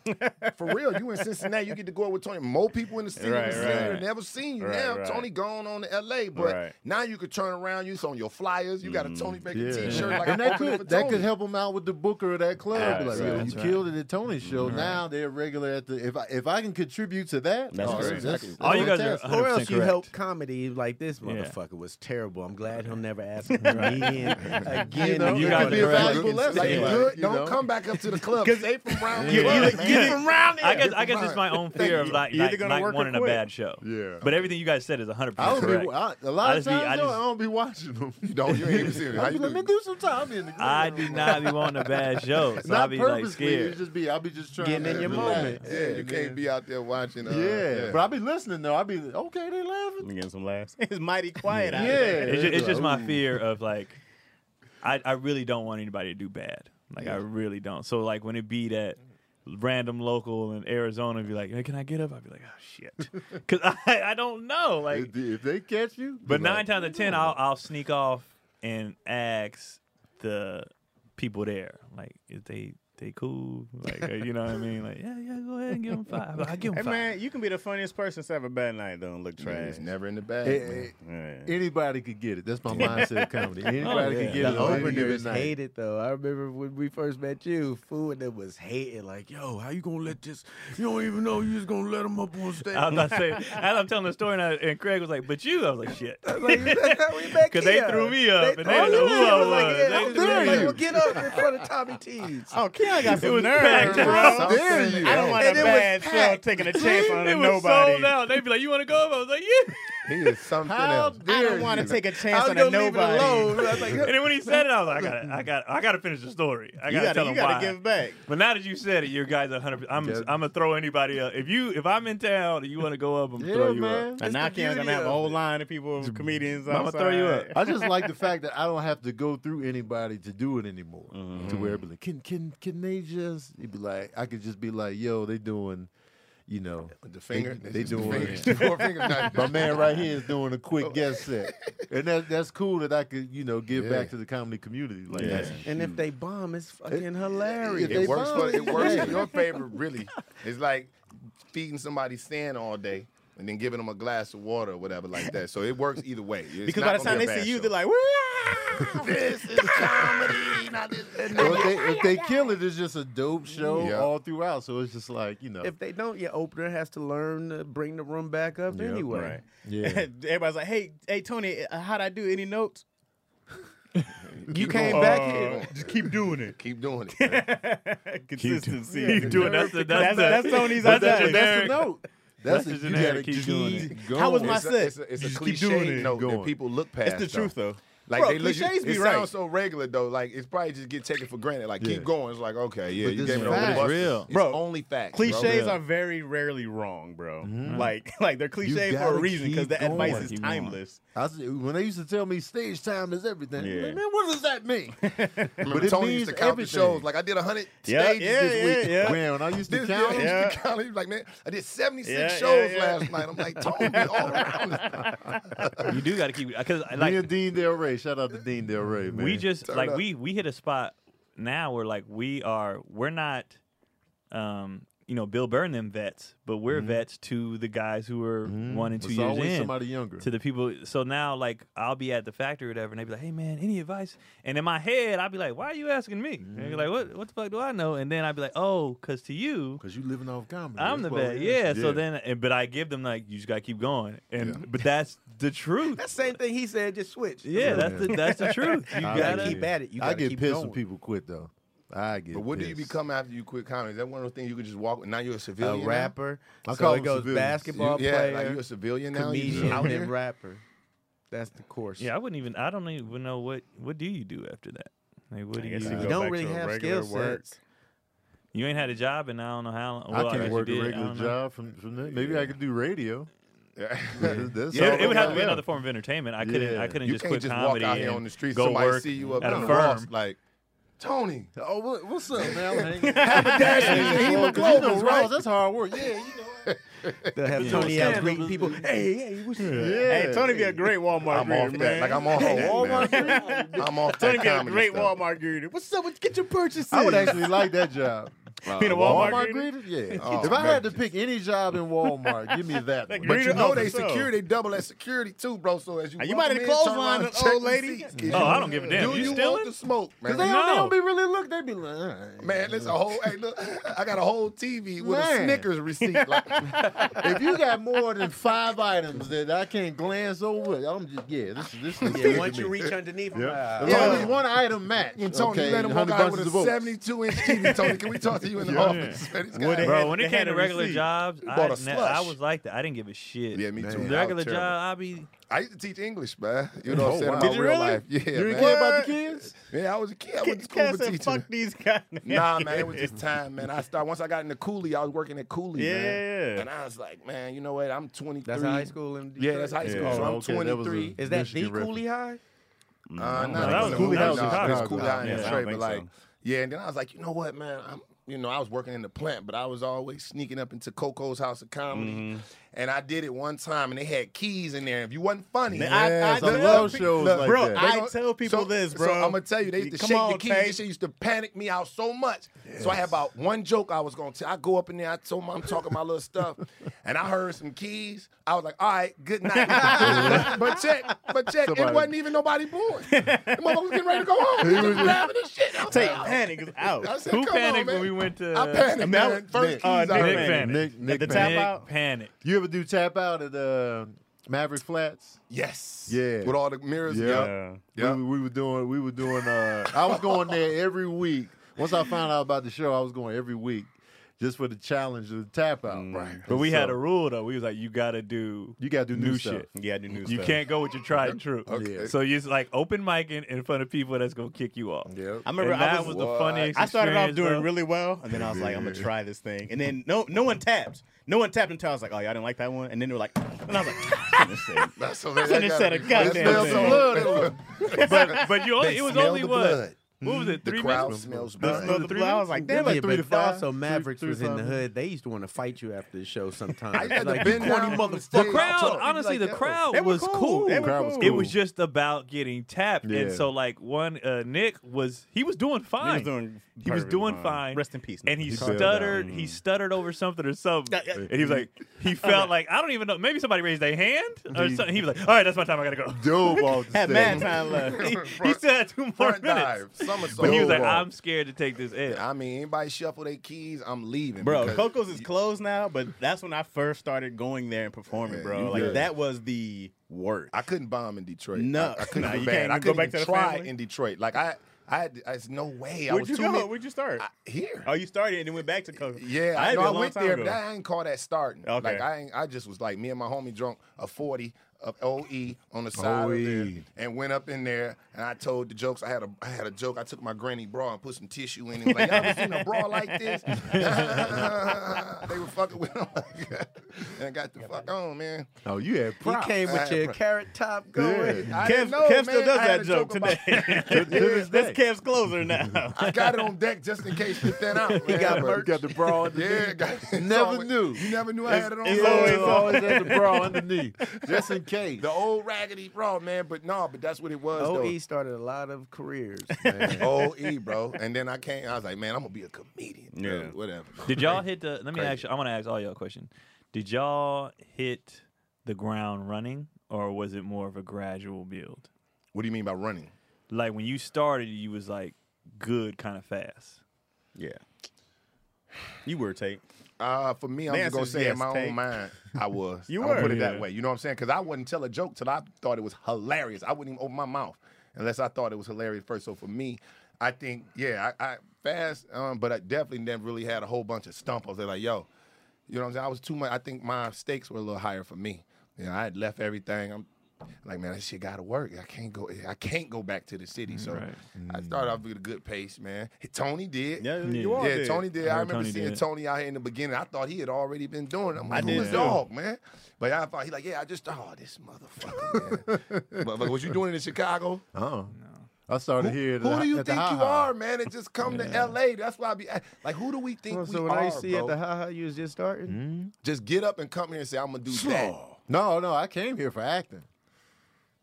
[SPEAKER 1] for real, you in Cincinnati, you get to go out with Tony. More people in the city
[SPEAKER 4] Right,
[SPEAKER 1] right,
[SPEAKER 4] right.
[SPEAKER 1] never seen you.
[SPEAKER 4] Right,
[SPEAKER 1] now
[SPEAKER 4] right.
[SPEAKER 1] Tony gone on to L.A., but
[SPEAKER 4] Right. Mm,
[SPEAKER 1] now you could turn around. You it's on your flyers. You got a Tony Baker
[SPEAKER 5] yeah,
[SPEAKER 1] T-shirt. Like
[SPEAKER 5] and
[SPEAKER 1] I'm
[SPEAKER 5] that
[SPEAKER 1] opening
[SPEAKER 5] could
[SPEAKER 1] for
[SPEAKER 5] that
[SPEAKER 1] Tony.
[SPEAKER 5] could help them out with the booker of that club.
[SPEAKER 4] That's
[SPEAKER 5] like
[SPEAKER 4] right.
[SPEAKER 5] yo,
[SPEAKER 3] That's
[SPEAKER 5] you
[SPEAKER 3] right. Mm-hmm.
[SPEAKER 5] killed it at Tony's show. Now they're regular at the. If I if I can contribute to that,
[SPEAKER 4] That's
[SPEAKER 5] oh,
[SPEAKER 4] great.
[SPEAKER 3] All you guys are
[SPEAKER 5] fantastic.
[SPEAKER 3] 100%
[SPEAKER 2] Or else you
[SPEAKER 3] correct.
[SPEAKER 2] help comedy like this motherfucker was terrible. I'm glad he'll never ask me again. again.
[SPEAKER 5] You know,
[SPEAKER 3] You
[SPEAKER 5] it
[SPEAKER 3] got
[SPEAKER 5] could be
[SPEAKER 3] it
[SPEAKER 5] a
[SPEAKER 3] right.
[SPEAKER 5] valuable lesson.
[SPEAKER 1] Like,
[SPEAKER 3] Yeah.
[SPEAKER 1] good,
[SPEAKER 5] You
[SPEAKER 1] don't
[SPEAKER 5] know?
[SPEAKER 1] come back up to the
[SPEAKER 4] <laughs>
[SPEAKER 1] club. Stay from round
[SPEAKER 4] You-
[SPEAKER 1] one,
[SPEAKER 4] you-
[SPEAKER 1] man.
[SPEAKER 4] you-
[SPEAKER 3] I guess I guess it's
[SPEAKER 4] <laughs>
[SPEAKER 3] my own fear of like
[SPEAKER 4] You're either
[SPEAKER 3] like,
[SPEAKER 4] gonna
[SPEAKER 3] like
[SPEAKER 4] work or
[SPEAKER 3] wanting a
[SPEAKER 4] quit.
[SPEAKER 3] bad show.
[SPEAKER 5] Yeah.
[SPEAKER 3] But everything you guys said is 100
[SPEAKER 5] I
[SPEAKER 3] percent
[SPEAKER 5] don't be,
[SPEAKER 3] correct.
[SPEAKER 5] I, a
[SPEAKER 3] I
[SPEAKER 5] lot of
[SPEAKER 3] just be-
[SPEAKER 5] times
[SPEAKER 3] I
[SPEAKER 5] though,
[SPEAKER 3] just-
[SPEAKER 5] I don't be watching them.
[SPEAKER 1] You don't. You ain't even serious. How
[SPEAKER 5] <laughs> I be
[SPEAKER 1] you
[SPEAKER 5] like, man,
[SPEAKER 1] do?
[SPEAKER 5] do some time. Be in the
[SPEAKER 3] I
[SPEAKER 5] crowd."
[SPEAKER 3] do not be wanting a bad show, so I
[SPEAKER 5] not
[SPEAKER 3] be
[SPEAKER 5] purposely.
[SPEAKER 3] like
[SPEAKER 5] It
[SPEAKER 3] scared.
[SPEAKER 5] just be. I'll be just trying
[SPEAKER 2] Getting
[SPEAKER 5] to
[SPEAKER 2] in your
[SPEAKER 5] relax.
[SPEAKER 2] moment.
[SPEAKER 1] Yeah, you can't be out there watching. Uh,
[SPEAKER 5] Yeah, but I'll be listening though. I'll be okay. They
[SPEAKER 4] Let
[SPEAKER 5] laughing.
[SPEAKER 4] me get some laughs. <laughs> It's mighty quiet out
[SPEAKER 5] Yeah.
[SPEAKER 4] there.
[SPEAKER 3] It's
[SPEAKER 5] It's
[SPEAKER 3] just, it's just
[SPEAKER 5] like,
[SPEAKER 3] my fear of like, I I really don't want anybody to do bad. Like I really don't. So like when it be that random local in Arizona be like, hey, can I get up? I'd be like, oh shit, because I <laughs> I don't know. Like
[SPEAKER 5] If- if they catch you,
[SPEAKER 3] But
[SPEAKER 5] be
[SPEAKER 3] nine
[SPEAKER 5] like,
[SPEAKER 3] times out of ten, I'll I'll sneak off and ask the people there, like, if they they cool? Like, uh, you know what I mean? Like, yeah, yeah, go ahead and give them five. Like, I give
[SPEAKER 4] Hey
[SPEAKER 3] them five.
[SPEAKER 4] man, you can be the funniest person to have a bad night though and look trash.
[SPEAKER 1] It's never in the bag.
[SPEAKER 5] eh,
[SPEAKER 1] man.
[SPEAKER 5] eh,
[SPEAKER 4] Yeah.
[SPEAKER 5] anybody could get it. That's my mindset of
[SPEAKER 3] <laughs>
[SPEAKER 5] comedy. Anybody
[SPEAKER 3] Oh, yeah.
[SPEAKER 5] could get
[SPEAKER 2] The
[SPEAKER 5] it. on any
[SPEAKER 2] openers
[SPEAKER 5] given night.
[SPEAKER 2] hate it though. I remember when we first met you, food and them was hating like, "Yo, how you gonna let this? You don't even know you just gonna let them up on stage."
[SPEAKER 3] I was about to say, as I'm telling the story, and, I, and Craig was like, "But you," I was like, "Shit," because they threw me up, and they
[SPEAKER 2] all
[SPEAKER 3] didn't know
[SPEAKER 2] you
[SPEAKER 3] who
[SPEAKER 2] did
[SPEAKER 3] I
[SPEAKER 2] was
[SPEAKER 3] was.
[SPEAKER 2] like, yeah,
[SPEAKER 3] They
[SPEAKER 2] how
[SPEAKER 3] just-
[SPEAKER 2] dare
[SPEAKER 5] like,
[SPEAKER 2] you.
[SPEAKER 5] well,
[SPEAKER 2] get up in front of Tommy T's.
[SPEAKER 4] Oh, Keon got some
[SPEAKER 3] was
[SPEAKER 4] nerve,
[SPEAKER 3] packed,
[SPEAKER 4] bro.
[SPEAKER 1] bro.
[SPEAKER 4] I
[SPEAKER 5] Dare you?
[SPEAKER 4] don't want
[SPEAKER 2] And
[SPEAKER 4] a
[SPEAKER 2] it was
[SPEAKER 4] bad show
[SPEAKER 2] packed.
[SPEAKER 4] taking a chance on
[SPEAKER 3] it was
[SPEAKER 4] nobody.
[SPEAKER 3] sold out. They'd be like, "You want to go?" up?" I was like, "Yeah."
[SPEAKER 1] He is something
[SPEAKER 5] How
[SPEAKER 1] else.
[SPEAKER 5] dare
[SPEAKER 4] I don't
[SPEAKER 5] you.
[SPEAKER 4] want to take a chance
[SPEAKER 2] I was
[SPEAKER 4] on a
[SPEAKER 2] gonna leave it
[SPEAKER 4] nobody.
[SPEAKER 2] alone. I was like,
[SPEAKER 3] <laughs> And then when he said it, I was like, "I got, to I got, to I got to finish the story. I
[SPEAKER 4] You
[SPEAKER 3] got to
[SPEAKER 4] gotta,
[SPEAKER 3] tell
[SPEAKER 4] you
[SPEAKER 3] them
[SPEAKER 4] gotta
[SPEAKER 3] why."
[SPEAKER 4] give back.
[SPEAKER 3] But now that you said it, your guys are hundred. I'm
[SPEAKER 5] Yeah.
[SPEAKER 3] I'm gonna throw anybody up. If you if I'm in town and you want to go up, I'm gonna
[SPEAKER 5] Yeah,
[SPEAKER 3] throw you
[SPEAKER 5] man.
[SPEAKER 3] up.
[SPEAKER 4] And now Keon's gonna have a whole line of people, comedians.
[SPEAKER 3] I'ma
[SPEAKER 4] outside.
[SPEAKER 3] throw you up.
[SPEAKER 5] I just like the fact that I don't have to go through anybody to do it anymore.
[SPEAKER 4] Mm-hmm.
[SPEAKER 5] To where it'd be like, can can can they just? It'd be like, I could just be like, yo, they doing, you know,
[SPEAKER 1] The finger.
[SPEAKER 5] They-
[SPEAKER 1] that's
[SPEAKER 5] they
[SPEAKER 1] just <laughs> the
[SPEAKER 5] doing
[SPEAKER 1] finger.
[SPEAKER 5] it.
[SPEAKER 1] Two more fingers. not-
[SPEAKER 5] my man right here is doing a quick guest set, and that that's cool that I could you know give
[SPEAKER 1] Yeah.
[SPEAKER 5] back to the comedy community like
[SPEAKER 4] Yeah.
[SPEAKER 5] that.
[SPEAKER 2] and if they bomb, it's fucking
[SPEAKER 5] if
[SPEAKER 2] hilarious.
[SPEAKER 5] they
[SPEAKER 1] It works for
[SPEAKER 5] bond.
[SPEAKER 1] it works in your favor, really. It's like feeding somebody sand all day and then giving them a glass of water or whatever like that. So it works either way. It's
[SPEAKER 4] Because
[SPEAKER 1] not
[SPEAKER 4] by the time
[SPEAKER 1] gonna
[SPEAKER 4] they
[SPEAKER 1] be a
[SPEAKER 4] see
[SPEAKER 1] bad
[SPEAKER 4] you,
[SPEAKER 1] show.
[SPEAKER 4] they're like, "Wow!"
[SPEAKER 1] "This is comedy." <laughs> Not this.
[SPEAKER 5] Or if, they, if they kill it, it's just a dope show
[SPEAKER 1] Yeah.
[SPEAKER 5] all throughout. So it's just like you know,
[SPEAKER 2] If they don't, your opener has to learn to bring the room back up <laughs>
[SPEAKER 5] Yep,
[SPEAKER 2] anyway.
[SPEAKER 4] Right.
[SPEAKER 5] Yeah.
[SPEAKER 4] <laughs> Everybody's like, "Hey, hey, Tony, uh, how'd I do? Any notes?
[SPEAKER 2] You came
[SPEAKER 3] Oh.
[SPEAKER 4] going.
[SPEAKER 2] back
[SPEAKER 4] Uh, <laughs>
[SPEAKER 2] here.
[SPEAKER 4] Just keep doing it.
[SPEAKER 1] keep doing it. man.
[SPEAKER 4] Consistency.
[SPEAKER 3] Keep doing that's the that's,
[SPEAKER 4] That's, that's Tony's.
[SPEAKER 3] that's
[SPEAKER 4] idea.
[SPEAKER 3] the
[SPEAKER 5] that's, that's the note.
[SPEAKER 3] That's
[SPEAKER 5] That's, the
[SPEAKER 3] just
[SPEAKER 5] you
[SPEAKER 3] an
[SPEAKER 5] gotta
[SPEAKER 3] ad, keep
[SPEAKER 5] keep
[SPEAKER 3] doing
[SPEAKER 4] <laughs>
[SPEAKER 5] going.
[SPEAKER 4] How was my
[SPEAKER 1] It's a,
[SPEAKER 4] set?
[SPEAKER 1] it's a, it's
[SPEAKER 4] You
[SPEAKER 1] a
[SPEAKER 4] just keep doing
[SPEAKER 1] cliche
[SPEAKER 4] it.
[SPEAKER 1] note that
[SPEAKER 5] Going.
[SPEAKER 1] people look past.
[SPEAKER 4] It's the truth, though.
[SPEAKER 1] Like
[SPEAKER 4] Bro,
[SPEAKER 1] they look,
[SPEAKER 4] cliches
[SPEAKER 1] it
[SPEAKER 4] be right.
[SPEAKER 1] sounds so regular though. Like it's probably just get taken for granted. Like
[SPEAKER 5] Yeah.
[SPEAKER 1] keep going. It's like okay, yeah,
[SPEAKER 5] But
[SPEAKER 1] you
[SPEAKER 5] this
[SPEAKER 1] gave it
[SPEAKER 5] is
[SPEAKER 1] over.
[SPEAKER 5] facts.
[SPEAKER 1] to us.
[SPEAKER 3] Real.
[SPEAKER 1] It's
[SPEAKER 4] Bro,
[SPEAKER 1] only facts. bro.
[SPEAKER 4] Cliches
[SPEAKER 3] Yeah.
[SPEAKER 4] are very rarely wrong, bro. Like, <laughs> like they're cliches for
[SPEAKER 5] gotta
[SPEAKER 4] a reason because
[SPEAKER 5] keep
[SPEAKER 4] the advice
[SPEAKER 5] going.
[SPEAKER 4] is
[SPEAKER 3] Keep going.
[SPEAKER 4] timeless.
[SPEAKER 5] I was, when they used to tell me stage time is everything,
[SPEAKER 4] Yeah.
[SPEAKER 5] like, man, what does
[SPEAKER 4] <laughs>
[SPEAKER 5] that mean? but
[SPEAKER 1] Remember,
[SPEAKER 5] it
[SPEAKER 1] Tony
[SPEAKER 5] means
[SPEAKER 1] used to count the
[SPEAKER 5] everything.
[SPEAKER 1] shows. Like I did hundred
[SPEAKER 4] Yeah,
[SPEAKER 1] stages
[SPEAKER 4] yeah,
[SPEAKER 1] this
[SPEAKER 4] yeah,
[SPEAKER 1] week.
[SPEAKER 4] yeah. <laughs>
[SPEAKER 5] man, when I used to
[SPEAKER 1] This
[SPEAKER 5] count,
[SPEAKER 1] count,
[SPEAKER 4] Yeah.
[SPEAKER 1] used to count. He was like, man, I did 76
[SPEAKER 4] Yeah, yeah,
[SPEAKER 1] shows
[SPEAKER 4] yeah.
[SPEAKER 1] last night. I'm like, Tony, we all around. this-
[SPEAKER 3] You do got to keep because
[SPEAKER 5] me
[SPEAKER 3] like
[SPEAKER 5] and Dean Del Rey, shout out to Dean Del Rey, man.
[SPEAKER 3] we just
[SPEAKER 1] Turn
[SPEAKER 3] like
[SPEAKER 1] up.
[SPEAKER 3] we we hit a spot now where like we are we're not um you know Bill Burr and them vets, but we're vets to the guys who are one and two
[SPEAKER 5] It's
[SPEAKER 3] years
[SPEAKER 5] always
[SPEAKER 3] in.
[SPEAKER 5] somebody younger.
[SPEAKER 3] to the people. So now, like, I'll be at the factory or whatever, and they be like, "Hey, man, any advice?" And in my head, I'll be like, "Why are you asking me?" And they be like, "What? What the fuck do I know?" And then I'll be like, "Oh, cause to you,
[SPEAKER 5] Cause you living off comedy.
[SPEAKER 3] I'm the
[SPEAKER 5] That's why
[SPEAKER 3] best."
[SPEAKER 5] we
[SPEAKER 3] Yeah.
[SPEAKER 5] asked.
[SPEAKER 3] So then, and, but I give them like, "You just gotta keep going," and but that's the truth.
[SPEAKER 2] That same thing he said, just switch.
[SPEAKER 3] yeah, that's the that's the truth.
[SPEAKER 2] <laughs>
[SPEAKER 3] You
[SPEAKER 5] I
[SPEAKER 2] You gotta
[SPEAKER 3] gotta.
[SPEAKER 2] keep at it. You
[SPEAKER 5] I
[SPEAKER 2] gotta
[SPEAKER 5] get
[SPEAKER 2] keep
[SPEAKER 5] pissed
[SPEAKER 2] going.
[SPEAKER 5] when people quit though. I get.
[SPEAKER 1] But what do you
[SPEAKER 5] pissed.
[SPEAKER 1] become after you quit comedy? Is that one of those things you could just walk? Now you're a
[SPEAKER 2] a
[SPEAKER 1] civilian. now?
[SPEAKER 2] rapper.
[SPEAKER 5] I
[SPEAKER 2] I
[SPEAKER 5] call
[SPEAKER 2] so it
[SPEAKER 5] them
[SPEAKER 2] goes
[SPEAKER 5] civilians.
[SPEAKER 2] basketball
[SPEAKER 1] You- yeah,
[SPEAKER 2] player,
[SPEAKER 1] like you're a civilian now. You just
[SPEAKER 2] comedian,
[SPEAKER 1] out here.
[SPEAKER 2] and rapper. That's the course.
[SPEAKER 3] Yeah, I wouldn't even. I don't even know what. What do you do after that? Like, what do you?
[SPEAKER 4] guess you
[SPEAKER 2] you
[SPEAKER 4] go
[SPEAKER 3] You,
[SPEAKER 2] don't
[SPEAKER 4] back
[SPEAKER 2] really
[SPEAKER 4] to a
[SPEAKER 2] have
[SPEAKER 4] regular
[SPEAKER 2] skill
[SPEAKER 4] work.
[SPEAKER 2] sets.
[SPEAKER 3] you ain't had a job, and I don't know how. long. well,
[SPEAKER 5] I
[SPEAKER 3] guess
[SPEAKER 5] can't
[SPEAKER 3] you
[SPEAKER 5] work
[SPEAKER 3] did,
[SPEAKER 5] a
[SPEAKER 3] I
[SPEAKER 5] regular
[SPEAKER 3] don't know.
[SPEAKER 5] job from, from there. Maybe I could do radio. That's
[SPEAKER 3] Yeah, it,
[SPEAKER 5] all
[SPEAKER 3] would have to be
[SPEAKER 5] I got.
[SPEAKER 3] another form of entertainment. I couldn't.
[SPEAKER 5] Yeah.
[SPEAKER 3] I couldn't
[SPEAKER 1] You
[SPEAKER 3] just
[SPEAKER 1] can't
[SPEAKER 3] quit
[SPEAKER 1] just walk
[SPEAKER 3] comedy
[SPEAKER 1] out here
[SPEAKER 3] and
[SPEAKER 1] on the street.
[SPEAKER 3] Go
[SPEAKER 1] Somebody
[SPEAKER 3] work
[SPEAKER 1] see you up
[SPEAKER 3] at
[SPEAKER 1] in
[SPEAKER 3] a
[SPEAKER 1] the
[SPEAKER 3] firm.
[SPEAKER 1] Ross, like Tony.
[SPEAKER 5] Oh, what, what's up, man? I'm hanging.
[SPEAKER 1] Haberdashery,
[SPEAKER 5] Hey,
[SPEAKER 1] Lehman
[SPEAKER 5] Lord, 'cause you know,
[SPEAKER 1] Global,
[SPEAKER 5] Ross,
[SPEAKER 1] right?
[SPEAKER 5] That's hard work. Yeah, you know.
[SPEAKER 2] They'll have
[SPEAKER 3] Yeah.
[SPEAKER 2] Tony
[SPEAKER 3] Yeah.
[SPEAKER 2] out greeting people. Hey, hey, what's up?
[SPEAKER 4] Hey, Tony be a great Walmart
[SPEAKER 1] <laughs> I'm
[SPEAKER 4] greeter,
[SPEAKER 1] off that.
[SPEAKER 4] man.
[SPEAKER 1] Like I'm off that.
[SPEAKER 5] <laughs> Walmart
[SPEAKER 1] man. I'm off that.
[SPEAKER 4] Tony be a
[SPEAKER 1] comedy
[SPEAKER 4] great
[SPEAKER 1] stuff.
[SPEAKER 4] Walmart greeter. What's up? With, get your purchases.
[SPEAKER 5] I would actually like that job.
[SPEAKER 4] Being a
[SPEAKER 5] Walmart,
[SPEAKER 4] Walmart
[SPEAKER 5] greeter? Yeah.
[SPEAKER 1] Oh,
[SPEAKER 5] if I
[SPEAKER 1] man.
[SPEAKER 5] had to pick any job in Walmart, give me that
[SPEAKER 4] Like,
[SPEAKER 5] one.
[SPEAKER 1] But you
[SPEAKER 4] Greeter
[SPEAKER 1] know
[SPEAKER 4] of
[SPEAKER 1] they
[SPEAKER 4] itself.
[SPEAKER 1] security, they double at security too, bro. So as you,
[SPEAKER 4] Are you
[SPEAKER 1] walk
[SPEAKER 4] about to
[SPEAKER 1] in,
[SPEAKER 4] close
[SPEAKER 1] turn around
[SPEAKER 4] line
[SPEAKER 1] and
[SPEAKER 4] the
[SPEAKER 1] check
[SPEAKER 4] old
[SPEAKER 1] the
[SPEAKER 4] lady?
[SPEAKER 1] seats, kid.
[SPEAKER 3] Oh, I don't give a damn.
[SPEAKER 1] Do
[SPEAKER 3] You
[SPEAKER 1] you,
[SPEAKER 3] stealing?
[SPEAKER 1] want the smoke,
[SPEAKER 5] Because
[SPEAKER 1] man?
[SPEAKER 5] they, don't- they
[SPEAKER 3] No.
[SPEAKER 5] don't be really look. They be like, all right.
[SPEAKER 1] Man, listen, a whole hey, look, I got a whole TV with a
[SPEAKER 5] Man.
[SPEAKER 1] Snickers receipt. Like,
[SPEAKER 5] if you got more than five items that I can't glance over, I'm just yeah. This is this is
[SPEAKER 2] Yeah, once you reach underneath them,
[SPEAKER 5] Yeah.
[SPEAKER 2] uh,
[SPEAKER 5] As
[SPEAKER 1] Yeah.
[SPEAKER 5] long as one item match.
[SPEAKER 1] and Tony,
[SPEAKER 5] okay,
[SPEAKER 1] you let him walk
[SPEAKER 5] 100
[SPEAKER 1] out
[SPEAKER 5] bunches
[SPEAKER 1] with
[SPEAKER 5] of
[SPEAKER 1] a
[SPEAKER 5] votes.
[SPEAKER 1] 72 inch TV. Tony, can we talk to you in the
[SPEAKER 5] Yeah.
[SPEAKER 1] office? Man, this guy-
[SPEAKER 4] What a-
[SPEAKER 3] Bro, when
[SPEAKER 4] They
[SPEAKER 3] it
[SPEAKER 4] had
[SPEAKER 3] came to
[SPEAKER 4] a
[SPEAKER 3] regular
[SPEAKER 4] receipt.
[SPEAKER 3] jobs, I,
[SPEAKER 1] bought a
[SPEAKER 3] ne- I
[SPEAKER 1] slush.
[SPEAKER 3] was like that. I didn't give a shit.
[SPEAKER 1] yeah, me too.
[SPEAKER 5] Man.
[SPEAKER 1] I was
[SPEAKER 3] regular job,
[SPEAKER 1] terrible.
[SPEAKER 3] I be
[SPEAKER 1] I used to teach English, man. You know what I'm
[SPEAKER 5] Oh,
[SPEAKER 1] saying
[SPEAKER 5] wow.
[SPEAKER 1] about
[SPEAKER 5] Did
[SPEAKER 4] you
[SPEAKER 1] real
[SPEAKER 4] really?
[SPEAKER 1] life. Yeah,
[SPEAKER 5] You didn't
[SPEAKER 1] man.
[SPEAKER 5] care about the kids?
[SPEAKER 1] Yeah, I was a kid. I went to school
[SPEAKER 4] Cat
[SPEAKER 1] for
[SPEAKER 4] said,
[SPEAKER 1] teaching.
[SPEAKER 4] fuck these guys.
[SPEAKER 1] Nah, man, it was just time, man. I started once I got into Cooley, I was working at Cooley, man.
[SPEAKER 4] <laughs> Yeah.
[SPEAKER 1] And I was like, man, you know what? I'm 23.
[SPEAKER 2] that's high school in Detroit.
[SPEAKER 1] Yeah, that's high school.
[SPEAKER 4] Yeah.
[SPEAKER 1] So I'm
[SPEAKER 5] Oh, okay, that was a-
[SPEAKER 1] 23.
[SPEAKER 2] Is that
[SPEAKER 5] Michigan
[SPEAKER 2] the
[SPEAKER 5] reference.
[SPEAKER 2] Cooley High?
[SPEAKER 1] Uh,
[SPEAKER 4] no, Mm. that was
[SPEAKER 1] Cooley
[SPEAKER 4] Cooley
[SPEAKER 1] House.
[SPEAKER 4] House in
[SPEAKER 1] It was
[SPEAKER 5] Chicago.
[SPEAKER 1] Cooley House in
[SPEAKER 4] Yeah, I don't
[SPEAKER 1] Detroit, but
[SPEAKER 4] think
[SPEAKER 1] like,
[SPEAKER 4] so.
[SPEAKER 1] yeah. And then I was like, you know what, man? I'm, you know, I was working in the plant, but I was always sneaking up into Coco's House of Comedy,
[SPEAKER 4] Mm-hmm.
[SPEAKER 1] and I did it one time, and they had keys in there. If you wasn't funny,
[SPEAKER 4] Man, I-
[SPEAKER 5] Yeah,
[SPEAKER 4] I
[SPEAKER 5] some
[SPEAKER 4] tell
[SPEAKER 5] love
[SPEAKER 1] pe-
[SPEAKER 5] shows
[SPEAKER 1] look,
[SPEAKER 5] like
[SPEAKER 4] bro,
[SPEAKER 5] that.
[SPEAKER 4] I
[SPEAKER 1] They gon-
[SPEAKER 4] tell people
[SPEAKER 1] so-
[SPEAKER 4] this,
[SPEAKER 1] so
[SPEAKER 4] bro.
[SPEAKER 1] I'm gonna tell you, they used to
[SPEAKER 4] Come
[SPEAKER 1] shake the
[SPEAKER 4] on,
[SPEAKER 1] keys.
[SPEAKER 4] Tate.
[SPEAKER 1] This shit used to panic me out so much. So I had about one joke I was gonna tell. I go up in there, I told my I'm talking my little <laughs> stuff, and I heard some keys. I was like, all right, good night. <laughs> but, but check, but check, it
[SPEAKER 5] Somebody-
[SPEAKER 1] wasn't even nobody <laughs> born. The motherfucker was getting ready to go home. He was grabbing his shit. I was
[SPEAKER 4] Take
[SPEAKER 1] like, "Oh."
[SPEAKER 4] panic is
[SPEAKER 1] I
[SPEAKER 4] out.
[SPEAKER 1] said,
[SPEAKER 3] Who
[SPEAKER 1] come
[SPEAKER 3] panicked
[SPEAKER 1] on, man.
[SPEAKER 3] when we went to
[SPEAKER 1] I panicked,
[SPEAKER 4] And that
[SPEAKER 1] man.
[SPEAKER 4] was
[SPEAKER 1] First
[SPEAKER 5] Nick.
[SPEAKER 1] keys
[SPEAKER 4] Uh,
[SPEAKER 1] I
[SPEAKER 4] Nick
[SPEAKER 1] heard.
[SPEAKER 3] Nick Fanning.
[SPEAKER 5] Nick, Nick
[SPEAKER 4] At the
[SPEAKER 5] Fanning.
[SPEAKER 4] tap
[SPEAKER 3] Nick
[SPEAKER 4] out.
[SPEAKER 3] panic.
[SPEAKER 5] You ever do tap out at uh, Maverick Flats?
[SPEAKER 1] Yes.
[SPEAKER 5] Yeah.
[SPEAKER 1] With all the mirrors.
[SPEAKER 5] Yeah.
[SPEAKER 1] Yeah.
[SPEAKER 4] Yeah.
[SPEAKER 1] Yeah.
[SPEAKER 5] We, we were doing. We were doing. Uh, I was going there every week. Once I found out about the show, I was going every week just for the challenge of the tap out.
[SPEAKER 1] Right.
[SPEAKER 3] But we had
[SPEAKER 5] So-
[SPEAKER 3] a rule though. We was like, you gotta do
[SPEAKER 5] You gotta do new,
[SPEAKER 3] new
[SPEAKER 5] stuff.
[SPEAKER 3] shit.
[SPEAKER 4] Yeah, I do new
[SPEAKER 3] You
[SPEAKER 4] stuff.
[SPEAKER 3] can't go with your tried and true.
[SPEAKER 1] Okay.
[SPEAKER 3] So you just like open mic in, in front of people that's gonna kick you off.
[SPEAKER 5] Yeah.
[SPEAKER 4] I remember
[SPEAKER 3] and
[SPEAKER 4] I
[SPEAKER 3] that
[SPEAKER 4] was,
[SPEAKER 3] was, the funniest.
[SPEAKER 4] I started off
[SPEAKER 3] experience,
[SPEAKER 4] doing
[SPEAKER 3] bro.
[SPEAKER 4] really well, and then I was like, I'm gonna try this thing. And then no, no one tapped. No one tapped until I was like, oh, y'all didn't like that one. And then they were like, <laughs> and I was like, this thing.
[SPEAKER 1] That's what they
[SPEAKER 4] Son, it said a goddamn
[SPEAKER 5] Smell
[SPEAKER 4] thing.
[SPEAKER 5] some blood.
[SPEAKER 3] but <laughs> but you only
[SPEAKER 1] They
[SPEAKER 3] it was
[SPEAKER 1] smell
[SPEAKER 3] only
[SPEAKER 1] the
[SPEAKER 3] what
[SPEAKER 1] blood.
[SPEAKER 3] what was it
[SPEAKER 1] The
[SPEAKER 3] three
[SPEAKER 1] crowd
[SPEAKER 3] minutes?
[SPEAKER 1] smells
[SPEAKER 4] This
[SPEAKER 1] blood.
[SPEAKER 4] mother blew- I was like, damn,
[SPEAKER 2] yeah,
[SPEAKER 4] like three
[SPEAKER 2] but
[SPEAKER 4] to five.
[SPEAKER 2] also Mavericks
[SPEAKER 5] three to
[SPEAKER 2] was in the
[SPEAKER 5] five.
[SPEAKER 2] hood. They used to want to fight you after the show sometimes.
[SPEAKER 1] I had to
[SPEAKER 2] Like,
[SPEAKER 1] bend
[SPEAKER 2] you corny
[SPEAKER 1] down
[SPEAKER 2] mother-
[SPEAKER 1] from the
[SPEAKER 3] The
[SPEAKER 1] stage.
[SPEAKER 3] crowd,
[SPEAKER 1] Talk.
[SPEAKER 3] honestly,
[SPEAKER 1] Like
[SPEAKER 3] the
[SPEAKER 1] that.
[SPEAKER 3] crowd
[SPEAKER 4] They were
[SPEAKER 3] was cool.
[SPEAKER 4] They
[SPEAKER 5] Crowd
[SPEAKER 4] were
[SPEAKER 5] was
[SPEAKER 4] cool.
[SPEAKER 3] It was just about getting tapped, and
[SPEAKER 5] Yeah.
[SPEAKER 3] so like one uh, Nick was he was doing fine.
[SPEAKER 4] He was doing,
[SPEAKER 3] He was
[SPEAKER 4] perfectly
[SPEAKER 3] doing fine.
[SPEAKER 4] Rest in peace.
[SPEAKER 3] and he,
[SPEAKER 4] Nick.
[SPEAKER 5] fell down.
[SPEAKER 3] stuttered. He stuttered over something or something,
[SPEAKER 4] Yeah, yeah.
[SPEAKER 3] and he was like, he felt like I don't even know. Maybe somebody raised their hand or something. He was like, all right, that's my time. I gotta go.
[SPEAKER 1] <laughs>
[SPEAKER 5] Dope off the
[SPEAKER 4] had
[SPEAKER 5] stage.
[SPEAKER 4] mad time left. <laughs>
[SPEAKER 3] <laughs> he, he still had two more <laughs>
[SPEAKER 1] Front
[SPEAKER 3] minutes,
[SPEAKER 1] dive. Somersault.
[SPEAKER 3] but he was like,
[SPEAKER 5] Dope off.
[SPEAKER 3] I'm scared to take this edge.
[SPEAKER 1] I mean, anybody shuffle their keys, I'm leaving.
[SPEAKER 4] Bro,
[SPEAKER 1] because-
[SPEAKER 4] Coco's is closed now, but that's when I first started going there and performing,
[SPEAKER 1] Yeah,
[SPEAKER 4] bro.
[SPEAKER 1] you
[SPEAKER 4] Like
[SPEAKER 5] good.
[SPEAKER 4] that was the worst.
[SPEAKER 1] I couldn't bomb in Detroit.
[SPEAKER 4] No.
[SPEAKER 1] I, I couldn't.
[SPEAKER 4] Nah,
[SPEAKER 1] even
[SPEAKER 4] you
[SPEAKER 1] band.
[SPEAKER 4] can't
[SPEAKER 1] I
[SPEAKER 4] even go
[SPEAKER 1] couldn't
[SPEAKER 4] back
[SPEAKER 1] even
[SPEAKER 4] to the
[SPEAKER 1] try
[SPEAKER 4] family?
[SPEAKER 1] in Detroit. Like I, I had. I, it's no way. I
[SPEAKER 4] Where'd
[SPEAKER 1] was
[SPEAKER 4] you
[SPEAKER 1] too
[SPEAKER 4] go?
[SPEAKER 1] many-
[SPEAKER 4] Where'd you start?
[SPEAKER 1] I, here.
[SPEAKER 4] oh, you started and then went back to Coco.
[SPEAKER 1] Yeah,
[SPEAKER 4] I
[SPEAKER 1] I,
[SPEAKER 4] had
[SPEAKER 1] no,
[SPEAKER 4] been a
[SPEAKER 1] I
[SPEAKER 4] long
[SPEAKER 1] went
[SPEAKER 4] time
[SPEAKER 1] there,
[SPEAKER 4] ago.
[SPEAKER 1] but I ain't call that starting.
[SPEAKER 4] Okay.
[SPEAKER 1] Like I ain't, I just was like me and my homie drunk a forty of OE on the side of there,
[SPEAKER 4] E.
[SPEAKER 5] OE.
[SPEAKER 1] and went up in there and I told the jokes. I had a I had a joke. I took my granny bra and put some tissue in it. Was Like y'all ever seen a bra like this? <laughs> they were fucking with him, <laughs> and I
[SPEAKER 4] <laughs>
[SPEAKER 1] got the fuck on, man.
[SPEAKER 5] Oh, you had
[SPEAKER 2] He
[SPEAKER 5] props.
[SPEAKER 2] came with your carrot top going.
[SPEAKER 5] Yeah.
[SPEAKER 1] I
[SPEAKER 4] Kev,
[SPEAKER 1] didn't know,
[SPEAKER 4] Kev
[SPEAKER 1] man.
[SPEAKER 4] still does
[SPEAKER 1] I had
[SPEAKER 4] that
[SPEAKER 1] a
[SPEAKER 4] joke
[SPEAKER 1] about- <laughs>
[SPEAKER 4] <laughs> today.
[SPEAKER 5] To- to this
[SPEAKER 4] That's
[SPEAKER 5] day.
[SPEAKER 4] Kev's closer now.
[SPEAKER 1] I got it on deck just in case it thin <laughs> out.
[SPEAKER 5] You
[SPEAKER 1] man,
[SPEAKER 5] got,
[SPEAKER 1] but-
[SPEAKER 5] you got the bra on the
[SPEAKER 1] Yeah, got, <laughs> it's
[SPEAKER 5] Never
[SPEAKER 1] always-
[SPEAKER 5] knew.
[SPEAKER 1] You never knew I had it on.
[SPEAKER 4] it's
[SPEAKER 1] Yeah.
[SPEAKER 4] always-
[SPEAKER 5] You always had the bra underneath,
[SPEAKER 1] <laughs>
[SPEAKER 5] just in case.
[SPEAKER 1] The old raggedy bra, man. But no, but that's what it was.
[SPEAKER 2] OE E started a lot of careers, man.
[SPEAKER 1] though. OE, bro. And then I came. I was like, man, I'm gonna be a comedian. bro.
[SPEAKER 4] Yeah.
[SPEAKER 1] whatever.
[SPEAKER 3] Did y'all hit the? Let me
[SPEAKER 1] Crazy.
[SPEAKER 3] ask. You, I want to ask all y'all a question. Did y'all hit the ground running, or was it more of a gradual build?
[SPEAKER 1] What do you mean by running?
[SPEAKER 3] Like when you started, you was like good, kind of fast.
[SPEAKER 4] yeah. You were Tate.
[SPEAKER 1] Uh, for me, I'm just
[SPEAKER 4] Nancy's
[SPEAKER 1] gonna say
[SPEAKER 4] yes,
[SPEAKER 1] in my
[SPEAKER 4] Tate.
[SPEAKER 1] own mind,
[SPEAKER 4] <laughs>
[SPEAKER 1] I was.
[SPEAKER 4] You
[SPEAKER 1] I'm gonna
[SPEAKER 4] were,
[SPEAKER 1] put it that
[SPEAKER 4] yeah.
[SPEAKER 1] way. You know what I'm saying? Because I wouldn't tell a joke till I thought it was hilarious. I wouldn't even open my mouth unless I thought it was hilarious first. So for me, I think yeah, I, I fast, um, but I definitely never really had a whole bunch of stumpers. They're like, yo, you know what I'm saying? I was too much. I think my stakes were a little higher for me. You know, I had left everything. I'm like, man, this shit gotta work. I can't go. I can't go back to the city. So
[SPEAKER 3] Right.
[SPEAKER 1] I started off with a good pace, man. Tony did.
[SPEAKER 4] Yeah,
[SPEAKER 3] Yeah.
[SPEAKER 4] you are.
[SPEAKER 1] Yeah, Tony did.
[SPEAKER 3] I
[SPEAKER 1] I,
[SPEAKER 3] heard
[SPEAKER 1] remember
[SPEAKER 3] Tony
[SPEAKER 1] seeing
[SPEAKER 3] did.
[SPEAKER 1] Tony out here in the beginning. I thought he had already been doing it. I'm like,
[SPEAKER 4] I
[SPEAKER 1] who
[SPEAKER 4] did
[SPEAKER 1] was
[SPEAKER 4] too.
[SPEAKER 1] dog, man? But I thought he like, yeah, I just oh this motherfucker. man. but, but was you doing it in Chicago?
[SPEAKER 5] Oh, I started here. at
[SPEAKER 1] Who
[SPEAKER 5] the,
[SPEAKER 1] do you
[SPEAKER 5] at
[SPEAKER 1] think
[SPEAKER 5] the
[SPEAKER 1] you
[SPEAKER 5] Hi-Hi.
[SPEAKER 1] are, man? It just come to L.A. That's why I be eh, like, who do we think
[SPEAKER 2] Oh,
[SPEAKER 1] we
[SPEAKER 2] so when
[SPEAKER 1] are,
[SPEAKER 2] I see you at
[SPEAKER 1] bro?
[SPEAKER 2] the haha, you was just starting.
[SPEAKER 1] Just get up and come here and say, I'm gonna do that.
[SPEAKER 5] No, no, I came here for acting.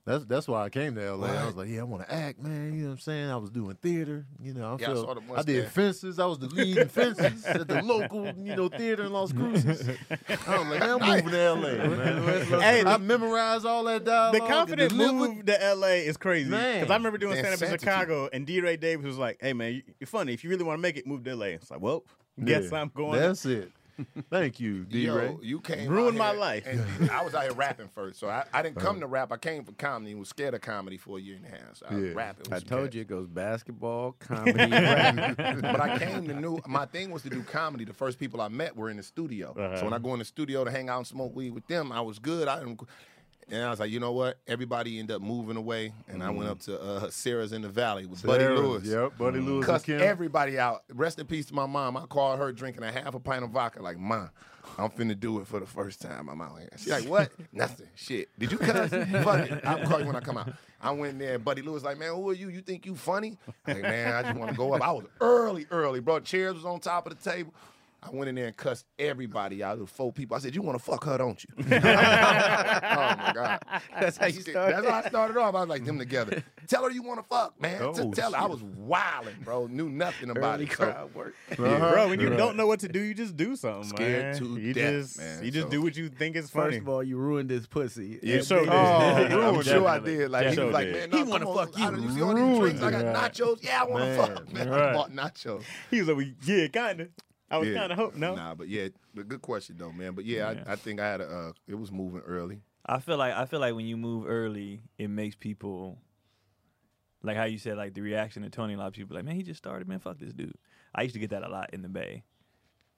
[SPEAKER 5] That's that's why I came to LA. I was like, yeah, I want to act, man. You know what I'm saying? I was doing theater. You know, I,
[SPEAKER 1] Yeah, I
[SPEAKER 5] felt-
[SPEAKER 1] saw the
[SPEAKER 5] I did
[SPEAKER 1] mustache.
[SPEAKER 5] fences. I was the lead in fences at the local, you know, theater in
[SPEAKER 1] <laughs>
[SPEAKER 5] Las Cruces. I was like, man, I'm moving to LA, man.
[SPEAKER 4] Hey,
[SPEAKER 5] I
[SPEAKER 4] the-
[SPEAKER 5] memorized all that dialogue.
[SPEAKER 4] The
[SPEAKER 5] and
[SPEAKER 4] confident
[SPEAKER 5] delivered-
[SPEAKER 4] move to LA is crazy.
[SPEAKER 5] Man.
[SPEAKER 4] Because I remember doing
[SPEAKER 1] The
[SPEAKER 4] stand up in
[SPEAKER 1] insanity.
[SPEAKER 4] Chicago, and D. Ray Davis was like, "Hey man, you- you're funny. If you really want to make it, move to LA." It's like, well, guess
[SPEAKER 5] Yeah,
[SPEAKER 4] I'm going.
[SPEAKER 5] That's it. Thank you, D. Ray.
[SPEAKER 1] Yo, you came out
[SPEAKER 4] Ruined my
[SPEAKER 1] here
[SPEAKER 4] life.
[SPEAKER 1] and- I was out here rapping first, so I, I didn't come to rap. I came for comedy. and Was scared of comedy for a year and a half. So I was
[SPEAKER 5] Yeah.
[SPEAKER 1] rapping.
[SPEAKER 2] I
[SPEAKER 1] was
[SPEAKER 2] told
[SPEAKER 1] bad.
[SPEAKER 2] you it goes <laughs> basketball, comedy, rap.
[SPEAKER 1] <laughs> but I came to new. My thing was to do comedy. The first people I met were in the studio. So when I go in the studio to hang out and smoke weed with them, I was good. I didn't. And I was like, you know what? Everybody ended up moving away, and I went up to uh, Sarah's in the Valley with Buddy
[SPEAKER 5] Sarah,
[SPEAKER 1] Lewis.
[SPEAKER 5] Yep, Buddy Lewis. and
[SPEAKER 1] Cussed
[SPEAKER 5] Kim.
[SPEAKER 1] everybody out. Rest in peace to my mom. I called her drinking a half a pint of vodka. Like, mom, I'm finna do it for the first time. I'm out here. She's like, what? Nothing. Shit. Did you cuss? Fuck it. I'll call you when I come out. I went there. Buddy Lewis like, man, who are you? You think you funny? I'm like, man, I just want to go up. I was early, early, bro. Chairs was on top of the table. I went in there and cussed everybody out. There was four people. I said, "You want to fuck her, don't you?" oh
[SPEAKER 2] Oh,
[SPEAKER 1] my <laughs> god, that's how you started. That's how I started off. I was like them together. Tell her you want to fuck, man.
[SPEAKER 5] Oh,
[SPEAKER 1] T- tell her I was wilding, bro. Knew nothing about
[SPEAKER 2] Early
[SPEAKER 1] it. So
[SPEAKER 2] crowd work.
[SPEAKER 5] Uh-huh.
[SPEAKER 4] Bro, when you
[SPEAKER 5] Right.
[SPEAKER 4] don't know what to do, you just do something.
[SPEAKER 1] Scared
[SPEAKER 4] man.
[SPEAKER 1] to
[SPEAKER 4] you
[SPEAKER 1] death,
[SPEAKER 4] just,
[SPEAKER 1] man,
[SPEAKER 4] You just
[SPEAKER 1] so-
[SPEAKER 4] do what you think is funny.
[SPEAKER 2] First of all, you ruined this pussy.
[SPEAKER 4] You
[SPEAKER 2] And
[SPEAKER 4] sure
[SPEAKER 2] <laughs> then-
[SPEAKER 4] did.
[SPEAKER 1] Oh,
[SPEAKER 4] I'm
[SPEAKER 1] ruined. <laughs> Sure, I
[SPEAKER 4] definitely-
[SPEAKER 1] did. Like he
[SPEAKER 4] sure
[SPEAKER 1] was like, man,
[SPEAKER 4] did.
[SPEAKER 2] He
[SPEAKER 1] nah,
[SPEAKER 2] wanna
[SPEAKER 1] come
[SPEAKER 2] fuck
[SPEAKER 1] on. I
[SPEAKER 2] you.
[SPEAKER 1] don't- see all these drinks. I
[SPEAKER 5] Ruined.
[SPEAKER 1] got nachos. Yeah, I want to
[SPEAKER 5] Man,
[SPEAKER 1] fuck. <laughs> Man, I
[SPEAKER 5] right.
[SPEAKER 1] bought nachos.
[SPEAKER 4] he was like, yeah, kind of. I was
[SPEAKER 1] Yeah.
[SPEAKER 4] kind of hoping. No,
[SPEAKER 1] Nah, but yeah, but good question though, man. But yeah,
[SPEAKER 3] Yeah.
[SPEAKER 1] I, I think I had a. Uh, it was moving early.
[SPEAKER 3] I feel like I feel like when you move early, it makes people like how you said like the reaction to Tony. A lot of people like, man, he just started, man, fuck this dude. I used to get that a lot in the Bay,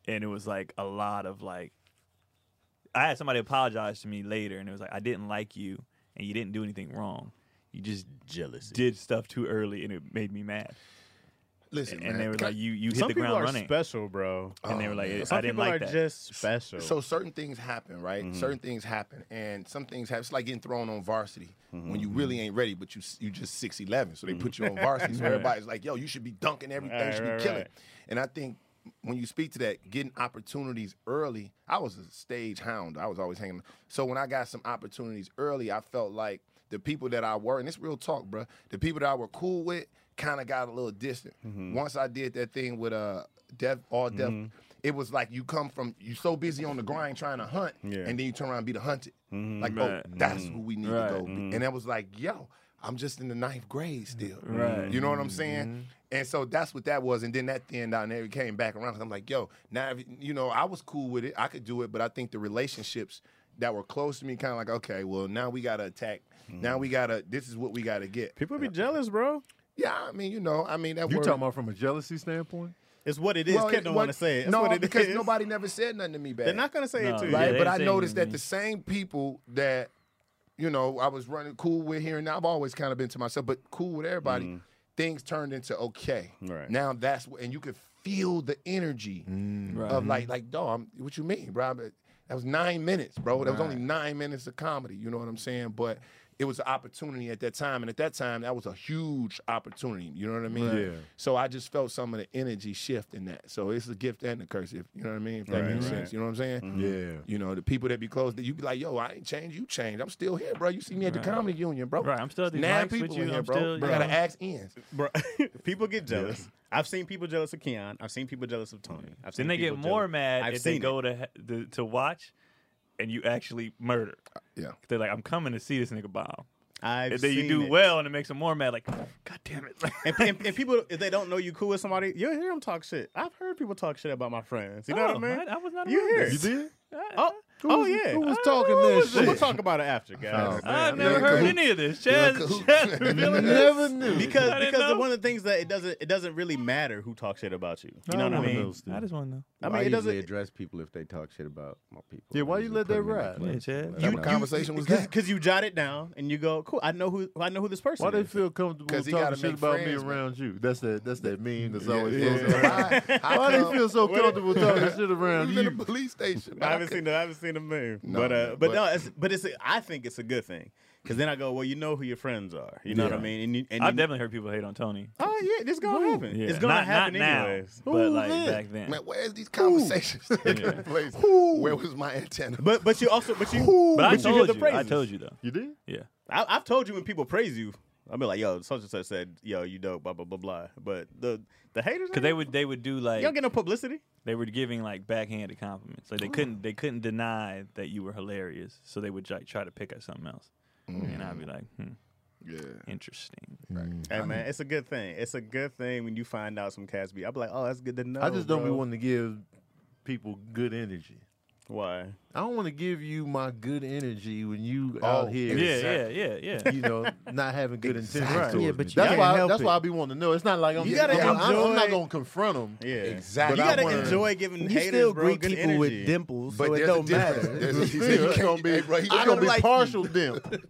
[SPEAKER 3] and it was like a lot of like. I had somebody apologize to me later, and it was like I didn't like you, and you didn't do anything wrong. You just
[SPEAKER 4] jealousy.
[SPEAKER 3] did stuff too early, and it made me mad.
[SPEAKER 1] Listen, man.
[SPEAKER 3] and they were
[SPEAKER 1] Can I-
[SPEAKER 3] like, "You you hit
[SPEAKER 4] Some
[SPEAKER 3] the
[SPEAKER 4] people
[SPEAKER 3] ground
[SPEAKER 4] are
[SPEAKER 3] running,"
[SPEAKER 4] special, bro.
[SPEAKER 3] and they were like,
[SPEAKER 4] Some
[SPEAKER 3] "I didn't
[SPEAKER 4] people are
[SPEAKER 3] like that."
[SPEAKER 4] just special.
[SPEAKER 1] So certain things happen, right? Certain things happen, and some things happen. It's like getting thrown on varsity
[SPEAKER 5] Mm-hmm.
[SPEAKER 1] when you really ain't ready, but you you just six eleven, so they put you on
[SPEAKER 4] <laughs>
[SPEAKER 1] varsity. so everybody's like, "Yo, you should be dunking everything, you
[SPEAKER 4] Mm. Right,
[SPEAKER 1] should be
[SPEAKER 4] right,
[SPEAKER 1] killing."
[SPEAKER 4] right.
[SPEAKER 1] And I think when you speak to that, getting opportunities early. I was a stage hound. I was always hanging. So when I got some opportunities early, I felt like the people that I were, and it's real talk, bruh, The people that I were cool with kind of got a little distant.
[SPEAKER 4] Mm-hmm.
[SPEAKER 1] Once I did that thing with uh, Dev, all Dev, it was like you come from you so busy on the grind trying to hunt,
[SPEAKER 4] Yeah. Mm-hmm.
[SPEAKER 1] and then you turn around and be the hunted. Like,
[SPEAKER 3] Right.
[SPEAKER 1] oh, that's
[SPEAKER 4] Mm.
[SPEAKER 1] who we need
[SPEAKER 3] Right. Mm-hmm.
[SPEAKER 1] to go. be. And that was like, yo, I'm just in the ninth grade still.
[SPEAKER 3] Right.
[SPEAKER 1] You know what I'm saying?
[SPEAKER 4] Mm-hmm.
[SPEAKER 1] And so that's what that was. And then that thing down there came back around. 'Cause I'm like, yo, now, if, you know, I was cool with it. I could do it. But I think the relationships that were close to me kind of like, okay, well, now we got to attack. Now
[SPEAKER 4] Mm.
[SPEAKER 1] we got to, this is what we got to get.
[SPEAKER 4] people
[SPEAKER 3] uh,
[SPEAKER 4] be jealous, bro.
[SPEAKER 1] Yeah, I mean, you know, I mean, that
[SPEAKER 5] You
[SPEAKER 1] word-
[SPEAKER 5] talking about from a jealousy standpoint?
[SPEAKER 4] It's what it is.
[SPEAKER 1] Well,
[SPEAKER 4] Kid don't
[SPEAKER 1] what-
[SPEAKER 4] want to say it. It's
[SPEAKER 1] no,
[SPEAKER 4] what it
[SPEAKER 1] because
[SPEAKER 4] is.
[SPEAKER 1] nobody never said nothing to me back.
[SPEAKER 4] They're not gonna say
[SPEAKER 3] No,
[SPEAKER 4] it to you.
[SPEAKER 3] Yeah,
[SPEAKER 1] right?
[SPEAKER 3] they
[SPEAKER 1] but I
[SPEAKER 3] say
[SPEAKER 1] noticed
[SPEAKER 3] anything.
[SPEAKER 1] that the same people that, you know, I was running cool with here and now, I've always kind of been to myself, but cool with everybody.
[SPEAKER 3] Mm.
[SPEAKER 1] Things turned into okay.
[SPEAKER 4] Right.
[SPEAKER 1] Now that's what, and you could feel the energy
[SPEAKER 3] Right.
[SPEAKER 1] of like, like, dog, I'm, what you mean, bro? I'm- uh, That was nine minutes, bro. That was only nine minutes of comedy. You know what I'm saying? But it was an opportunity at that time, and at that time, that was a huge opportunity. You know what I mean?
[SPEAKER 5] Right. Yeah.
[SPEAKER 1] So I just felt some of the energy shift in that. So it's a gift and a curse. If you know what I mean? If that
[SPEAKER 4] Right,
[SPEAKER 1] makes
[SPEAKER 4] right.
[SPEAKER 1] sense. You know what I'm saying?
[SPEAKER 3] Mm-hmm.
[SPEAKER 5] Yeah.
[SPEAKER 1] You know, the people that be close, that you be like, yo, I ain't changed. You changed. I'm still here, bro. You see me at the comedy union, bro.
[SPEAKER 3] Right, I'm still at these
[SPEAKER 1] Nine
[SPEAKER 3] mics with
[SPEAKER 1] people in
[SPEAKER 3] you.
[SPEAKER 1] here,
[SPEAKER 3] I'm
[SPEAKER 1] bro.
[SPEAKER 3] still-
[SPEAKER 1] bro.
[SPEAKER 3] yeah.
[SPEAKER 1] I gotta ask ends.
[SPEAKER 4] bro. <laughs> people get jealous. I've seen people jealous of Keon. I've seen people jealous of Tony. I've seen
[SPEAKER 3] Then they get
[SPEAKER 4] people
[SPEAKER 3] more
[SPEAKER 4] jealous-
[SPEAKER 3] mad
[SPEAKER 4] I've
[SPEAKER 3] if they
[SPEAKER 4] seen
[SPEAKER 3] go
[SPEAKER 4] it.
[SPEAKER 3] to he- the, to watch, and you actually murder.
[SPEAKER 1] Yeah.
[SPEAKER 3] They're like, I'm coming to see this nigga bomb.
[SPEAKER 4] I've
[SPEAKER 3] And then you
[SPEAKER 4] seen
[SPEAKER 3] do
[SPEAKER 4] it.
[SPEAKER 3] well, and it makes them more mad. Like, God damn it! <laughs>
[SPEAKER 4] And, and, and people, if they don't know you cool with somebody, you'll hear them talk shit. I've heard people talk shit about my friends. You know
[SPEAKER 3] Oh,
[SPEAKER 4] what I mean?
[SPEAKER 3] I- I was not
[SPEAKER 4] You
[SPEAKER 3] aware
[SPEAKER 4] hear?
[SPEAKER 3] of
[SPEAKER 5] You
[SPEAKER 4] it.
[SPEAKER 5] did?
[SPEAKER 4] Oh,
[SPEAKER 5] Who
[SPEAKER 4] oh
[SPEAKER 5] was-
[SPEAKER 4] yeah.
[SPEAKER 5] Who was
[SPEAKER 4] I-
[SPEAKER 5] talking that shit?
[SPEAKER 4] We'll talk about it after, guys.
[SPEAKER 5] Oh,
[SPEAKER 3] I've
[SPEAKER 5] man,
[SPEAKER 3] never
[SPEAKER 5] you're
[SPEAKER 3] heard
[SPEAKER 5] in
[SPEAKER 3] any of this.
[SPEAKER 1] You're in
[SPEAKER 3] Chaz,
[SPEAKER 1] cahoots.
[SPEAKER 3] Chaz revealing this.
[SPEAKER 5] Never knew.
[SPEAKER 4] Because
[SPEAKER 3] I didn't
[SPEAKER 4] because the,
[SPEAKER 3] know.
[SPEAKER 4] one of the things that it doesn't it doesn't really matter who talks shit about you. You know
[SPEAKER 5] I
[SPEAKER 4] what I
[SPEAKER 5] wouldn't
[SPEAKER 4] mean?
[SPEAKER 5] know.
[SPEAKER 3] I just want to know.
[SPEAKER 4] I
[SPEAKER 2] I
[SPEAKER 4] mean, it
[SPEAKER 2] usually
[SPEAKER 4] doesn't.
[SPEAKER 2] address people if they talk shit about my people.
[SPEAKER 5] Yeah, why
[SPEAKER 2] I
[SPEAKER 5] you
[SPEAKER 2] usually
[SPEAKER 5] let
[SPEAKER 2] put
[SPEAKER 5] that
[SPEAKER 2] 'em in
[SPEAKER 5] ride?
[SPEAKER 2] place.
[SPEAKER 3] Yeah, Chad.
[SPEAKER 1] That
[SPEAKER 4] You-
[SPEAKER 1] what conversation was that?
[SPEAKER 4] Because you jot it down and you go, cool. I know who I know who this person.
[SPEAKER 5] Why they
[SPEAKER 4] is.
[SPEAKER 5] feel comfortable
[SPEAKER 1] 'Cause he
[SPEAKER 5] talking
[SPEAKER 1] gotta
[SPEAKER 5] shit
[SPEAKER 1] make
[SPEAKER 5] about
[SPEAKER 1] friends,
[SPEAKER 5] me
[SPEAKER 1] man.
[SPEAKER 5] around you? That's that. That's that meme that's
[SPEAKER 1] Yeah,
[SPEAKER 5] always
[SPEAKER 1] yeah.
[SPEAKER 5] floating around.
[SPEAKER 1] Why- how
[SPEAKER 5] <laughs> Why
[SPEAKER 1] come-
[SPEAKER 5] they feel so comfortable <laughs> talking shit around
[SPEAKER 1] We was in the
[SPEAKER 5] you?
[SPEAKER 1] police station.
[SPEAKER 4] I
[SPEAKER 1] man.
[SPEAKER 4] haven't seen the I haven't seen the meme.
[SPEAKER 1] No,
[SPEAKER 4] but uh,
[SPEAKER 1] man,
[SPEAKER 4] but
[SPEAKER 1] but-
[SPEAKER 4] no, it's, but it's a, I think it's a good thing Because then I go, well, you know who your friends are. You know what I
[SPEAKER 5] Yeah.
[SPEAKER 4] mean? And, you- and
[SPEAKER 3] I've
[SPEAKER 4] you-
[SPEAKER 3] definitely heard people hate on Tony.
[SPEAKER 4] Oh yeah, this gonna happen.
[SPEAKER 3] Yeah.
[SPEAKER 4] It's gonna
[SPEAKER 3] not,
[SPEAKER 4] happen
[SPEAKER 3] not now,
[SPEAKER 4] anyways.
[SPEAKER 3] but
[SPEAKER 5] Ooh,
[SPEAKER 3] like
[SPEAKER 5] yeah.
[SPEAKER 3] back
[SPEAKER 1] <laughs>
[SPEAKER 3] then.
[SPEAKER 1] Man, where's these conversations <laughs> taking place? Where was my antenna?
[SPEAKER 4] But but you also but you
[SPEAKER 3] But I
[SPEAKER 4] you hear
[SPEAKER 3] told
[SPEAKER 4] the
[SPEAKER 3] you, I
[SPEAKER 4] praises.
[SPEAKER 3] told you though.
[SPEAKER 5] You did?
[SPEAKER 3] Yeah,
[SPEAKER 4] I, I've told you when people praise you, I'll be like, yo, such and such said, yo, you dope, blah blah blah blah. But the the haters,
[SPEAKER 3] because they would they would do like
[SPEAKER 4] you don't get no publicity.
[SPEAKER 3] they were giving like backhanded compliments. Like they couldn't they couldn't deny that you were hilarious, so they would like try to pick at something else. And I'd be like, hmm,
[SPEAKER 1] Yeah.
[SPEAKER 3] interesting.
[SPEAKER 4] Hey man, it's a good thing. It's a good thing when you find out some cats be. I'm like, oh, that's good to know.
[SPEAKER 5] I just don't be
[SPEAKER 4] bro.
[SPEAKER 5] wanting to give people good energy.
[SPEAKER 4] Why?
[SPEAKER 5] I don't want to give you my good energy when you
[SPEAKER 1] Oh,
[SPEAKER 5] out here,
[SPEAKER 3] Yeah,
[SPEAKER 1] Exactly.
[SPEAKER 3] yeah, yeah, yeah.
[SPEAKER 5] you know, not having good intentions.
[SPEAKER 1] Right.
[SPEAKER 5] towards
[SPEAKER 2] Yeah,
[SPEAKER 5] me.
[SPEAKER 2] but you
[SPEAKER 5] that's
[SPEAKER 2] can't
[SPEAKER 5] why.
[SPEAKER 2] help
[SPEAKER 5] that's
[SPEAKER 2] it.
[SPEAKER 5] why I be wanting to know. It's not like I'm.
[SPEAKER 4] You gotta
[SPEAKER 5] I'm, I'm- I'm not
[SPEAKER 4] enjoy-
[SPEAKER 5] gonna confront them.
[SPEAKER 4] Yeah,
[SPEAKER 1] Exactly.
[SPEAKER 4] But you gotta
[SPEAKER 1] I wanna-
[SPEAKER 4] enjoy giving
[SPEAKER 2] You
[SPEAKER 4] haters,
[SPEAKER 2] still
[SPEAKER 4] bro,
[SPEAKER 2] greet
[SPEAKER 4] good
[SPEAKER 2] people
[SPEAKER 4] energy.
[SPEAKER 2] with dimples,
[SPEAKER 1] But
[SPEAKER 2] so it
[SPEAKER 1] there's a
[SPEAKER 2] don't
[SPEAKER 1] difference.
[SPEAKER 2] matter.
[SPEAKER 1] There's a- he said you
[SPEAKER 5] <laughs> It's
[SPEAKER 1] can't-
[SPEAKER 5] gonna be,
[SPEAKER 1] hey, bro, he
[SPEAKER 5] it's gonna
[SPEAKER 1] gonna
[SPEAKER 5] be
[SPEAKER 1] like-
[SPEAKER 5] partial dimp, <laughs>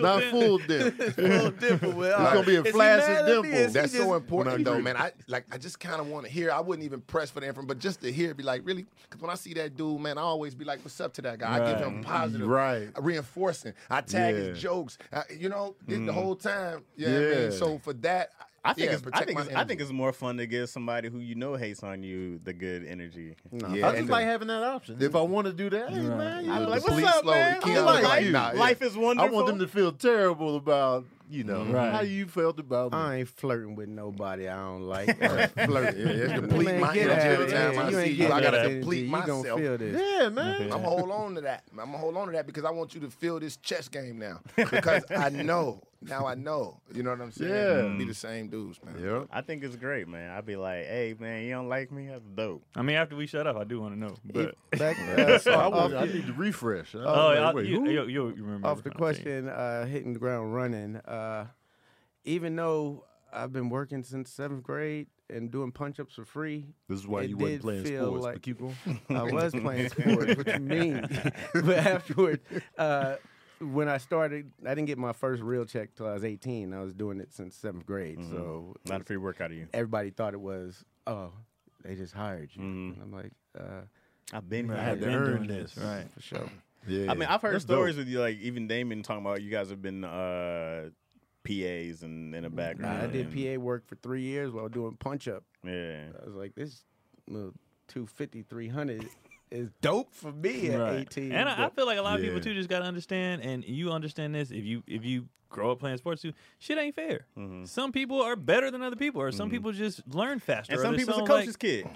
[SPEAKER 5] not full dimp. It's
[SPEAKER 2] Little dimple, well, all
[SPEAKER 5] gonna be a
[SPEAKER 2] is he
[SPEAKER 5] flaccid
[SPEAKER 2] mad at me?
[SPEAKER 5] dimple.
[SPEAKER 2] Is he
[SPEAKER 1] That's so
[SPEAKER 2] just-
[SPEAKER 1] important
[SPEAKER 5] When I
[SPEAKER 1] though,
[SPEAKER 5] drink.
[SPEAKER 1] man. I like. I just kind of want to hear. I wouldn't even press for the info, but just to hear, it be like, really, because when I see that dude, man, I always be like, "What's up to that guy?" I give him positive,
[SPEAKER 5] Right.
[SPEAKER 1] reinforcing. I tag
[SPEAKER 5] Yeah.
[SPEAKER 1] his jokes. I, you know, this the whole time. You know what I mean?
[SPEAKER 5] Yeah.
[SPEAKER 1] So for that,
[SPEAKER 4] I think
[SPEAKER 1] yeah,
[SPEAKER 4] it's, I
[SPEAKER 1] protect
[SPEAKER 4] think
[SPEAKER 1] my
[SPEAKER 4] it's, I
[SPEAKER 1] energy.
[SPEAKER 4] think it's more fun to give somebody who you know hates on you the good energy.
[SPEAKER 1] yeah.
[SPEAKER 5] I just like having that option. If I want to do that, hey, man, you
[SPEAKER 1] I'm
[SPEAKER 5] know,
[SPEAKER 4] Like,
[SPEAKER 5] just
[SPEAKER 4] what's
[SPEAKER 1] Please
[SPEAKER 4] up,
[SPEAKER 1] slowly.
[SPEAKER 4] man?
[SPEAKER 1] Keon
[SPEAKER 4] I'm
[SPEAKER 5] was
[SPEAKER 4] like,
[SPEAKER 5] like,
[SPEAKER 4] you-
[SPEAKER 1] nah, yeah.
[SPEAKER 4] life is
[SPEAKER 5] I
[SPEAKER 4] wonderful.
[SPEAKER 5] want them to feel terrible about you know
[SPEAKER 3] Right.
[SPEAKER 5] how you felt about me.
[SPEAKER 2] I ain't flirting with nobody I don't like. Right.
[SPEAKER 1] flirting. <laughs> Yeah, it's complete
[SPEAKER 2] Man,
[SPEAKER 1] my
[SPEAKER 2] get
[SPEAKER 1] energy
[SPEAKER 2] out
[SPEAKER 1] every
[SPEAKER 2] of
[SPEAKER 1] time
[SPEAKER 2] here.
[SPEAKER 1] I
[SPEAKER 2] You
[SPEAKER 1] see
[SPEAKER 2] ain't
[SPEAKER 1] you.
[SPEAKER 2] getting
[SPEAKER 1] I
[SPEAKER 2] that
[SPEAKER 1] gotta
[SPEAKER 2] energy.
[SPEAKER 1] complete
[SPEAKER 2] You gonna
[SPEAKER 1] myself.
[SPEAKER 2] feel this.
[SPEAKER 5] Yeah, man.
[SPEAKER 1] I'm gonna hold on to that. I'm gonna hold on to that because I want you to feel this chess game now. Because I know now. I know. You know what I'm saying?
[SPEAKER 5] Yeah.
[SPEAKER 1] Be the same dudes, man.
[SPEAKER 5] Yep.
[SPEAKER 4] I think it's great, man. I'd be like, hey, man, you don't like me? That's dope.
[SPEAKER 3] I mean, after we shut up, I do want to know. But
[SPEAKER 1] <laughs>
[SPEAKER 2] If- back,
[SPEAKER 5] Uh,
[SPEAKER 2] uh,
[SPEAKER 5] so I,
[SPEAKER 2] off
[SPEAKER 5] would, I
[SPEAKER 2] the-
[SPEAKER 5] need to refresh. I was
[SPEAKER 3] oh,
[SPEAKER 5] like,
[SPEAKER 3] yeah,
[SPEAKER 5] wait,
[SPEAKER 3] you,
[SPEAKER 5] who?
[SPEAKER 3] you, you remember
[SPEAKER 2] off the
[SPEAKER 3] what I'm saying.
[SPEAKER 2] question, uh, hitting the ground running. Uh, even though I've been working since seventh grade and doing punch ups for free,
[SPEAKER 5] This is why
[SPEAKER 2] it
[SPEAKER 5] you wasn't
[SPEAKER 2] did
[SPEAKER 5] playing
[SPEAKER 2] feel
[SPEAKER 5] sports,
[SPEAKER 2] like-
[SPEAKER 5] but keep going.
[SPEAKER 2] I
[SPEAKER 5] <laughs>
[SPEAKER 2] was playing sports. What you mean? <laughs> but afterward, uh, when I started, I didn't get my first real check till I was 18. I was doing it since seventh grade,
[SPEAKER 5] Mm-hmm.
[SPEAKER 2] so
[SPEAKER 4] Not a free workout of you.
[SPEAKER 2] everybody thought it was oh, they just hired you. And
[SPEAKER 3] Mm-hmm.
[SPEAKER 2] I'm like, uh,
[SPEAKER 4] I've been
[SPEAKER 2] Right.
[SPEAKER 4] here.
[SPEAKER 5] had to
[SPEAKER 3] Been
[SPEAKER 5] earn
[SPEAKER 3] doing
[SPEAKER 5] this.
[SPEAKER 3] right?
[SPEAKER 2] for sure.
[SPEAKER 5] Yeah.
[SPEAKER 4] I mean, I've heard
[SPEAKER 5] That's
[SPEAKER 4] stories
[SPEAKER 5] dope.
[SPEAKER 4] with you, like even Damon talking about you guys have been uh, PAs and in the background.
[SPEAKER 2] Nah, I did PA
[SPEAKER 4] and-
[SPEAKER 2] work for three years while doing punch up.
[SPEAKER 4] Yeah.
[SPEAKER 2] I was like, this little 250,
[SPEAKER 3] <laughs>
[SPEAKER 2] 300 is dope for me at
[SPEAKER 3] Right.
[SPEAKER 2] 18.
[SPEAKER 3] And I, I
[SPEAKER 2] but-
[SPEAKER 3] feel like a lot of people
[SPEAKER 5] Yeah.
[SPEAKER 3] too just gotta understand, and you understand this if you if you grow up playing sports too. Shit ain't fair.
[SPEAKER 5] Mm-hmm.
[SPEAKER 3] Some people are better than other people, or some people just learn faster.
[SPEAKER 4] And
[SPEAKER 3] or
[SPEAKER 4] some
[SPEAKER 3] there's
[SPEAKER 4] people's a
[SPEAKER 3] some,
[SPEAKER 4] coach's
[SPEAKER 3] like-
[SPEAKER 4] kid.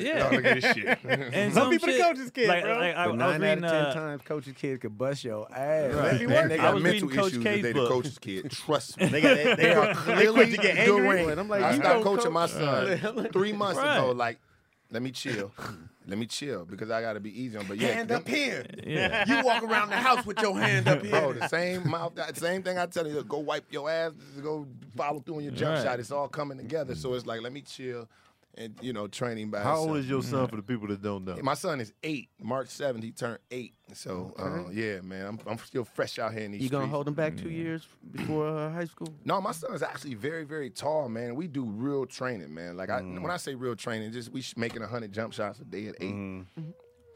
[SPEAKER 3] Yeah.
[SPEAKER 1] Y'all look at this shit.
[SPEAKER 3] And
[SPEAKER 4] Some people the
[SPEAKER 3] shit-
[SPEAKER 4] coach's kid,
[SPEAKER 3] like,
[SPEAKER 4] bro.
[SPEAKER 3] Like, I, I
[SPEAKER 2] But
[SPEAKER 3] was
[SPEAKER 2] nine
[SPEAKER 3] reading,
[SPEAKER 2] out of ten
[SPEAKER 3] uh,
[SPEAKER 2] times, Coach's Kid could bust your ass.
[SPEAKER 4] Right. They
[SPEAKER 1] Man, <laughs> they
[SPEAKER 3] I
[SPEAKER 1] got
[SPEAKER 2] <laughs>
[SPEAKER 3] was
[SPEAKER 1] mental
[SPEAKER 3] reading Coach
[SPEAKER 1] issues if
[SPEAKER 3] K's
[SPEAKER 1] they the
[SPEAKER 3] book.
[SPEAKER 1] coaches kid. Trust me.
[SPEAKER 4] <laughs> They got they, <laughs> they
[SPEAKER 1] are
[SPEAKER 4] are
[SPEAKER 1] clearly
[SPEAKER 4] quick to get angry.
[SPEAKER 2] doing. I'm like,
[SPEAKER 1] I
[SPEAKER 2] you
[SPEAKER 1] stopped
[SPEAKER 2] don't
[SPEAKER 1] coaching my
[SPEAKER 2] coach-
[SPEAKER 1] son three months
[SPEAKER 3] Right.
[SPEAKER 1] ago. Like, let me chill. Let me chill because I got to be easy on. But yeah, them-
[SPEAKER 2] here.
[SPEAKER 3] Yeah.
[SPEAKER 2] You walk around the house with your hand up
[SPEAKER 1] Bro, the same mouth, that same thing I tell you. Go wipe your ass. Go follow through on your jump
[SPEAKER 3] Right.
[SPEAKER 1] shot. It's all coming together. So it's like, let me chill, and you know, training by.
[SPEAKER 5] How old
[SPEAKER 1] himself.
[SPEAKER 5] is your son for the people that don't know?
[SPEAKER 1] My son is eight. March seventh, he turned eight. So uh, yeah, man, I'm, I'm still fresh out here in these.
[SPEAKER 2] You gonna
[SPEAKER 1] streets.
[SPEAKER 2] hold him back
[SPEAKER 3] Mm-hmm.
[SPEAKER 2] two years before uh, high school?
[SPEAKER 1] No, my son is actually very, very tall, man. We do real training, man. Like I,
[SPEAKER 2] Mm.
[SPEAKER 1] when I say real training, just we sh- making hundred jump shots a day at eight.
[SPEAKER 2] Mm. Oh,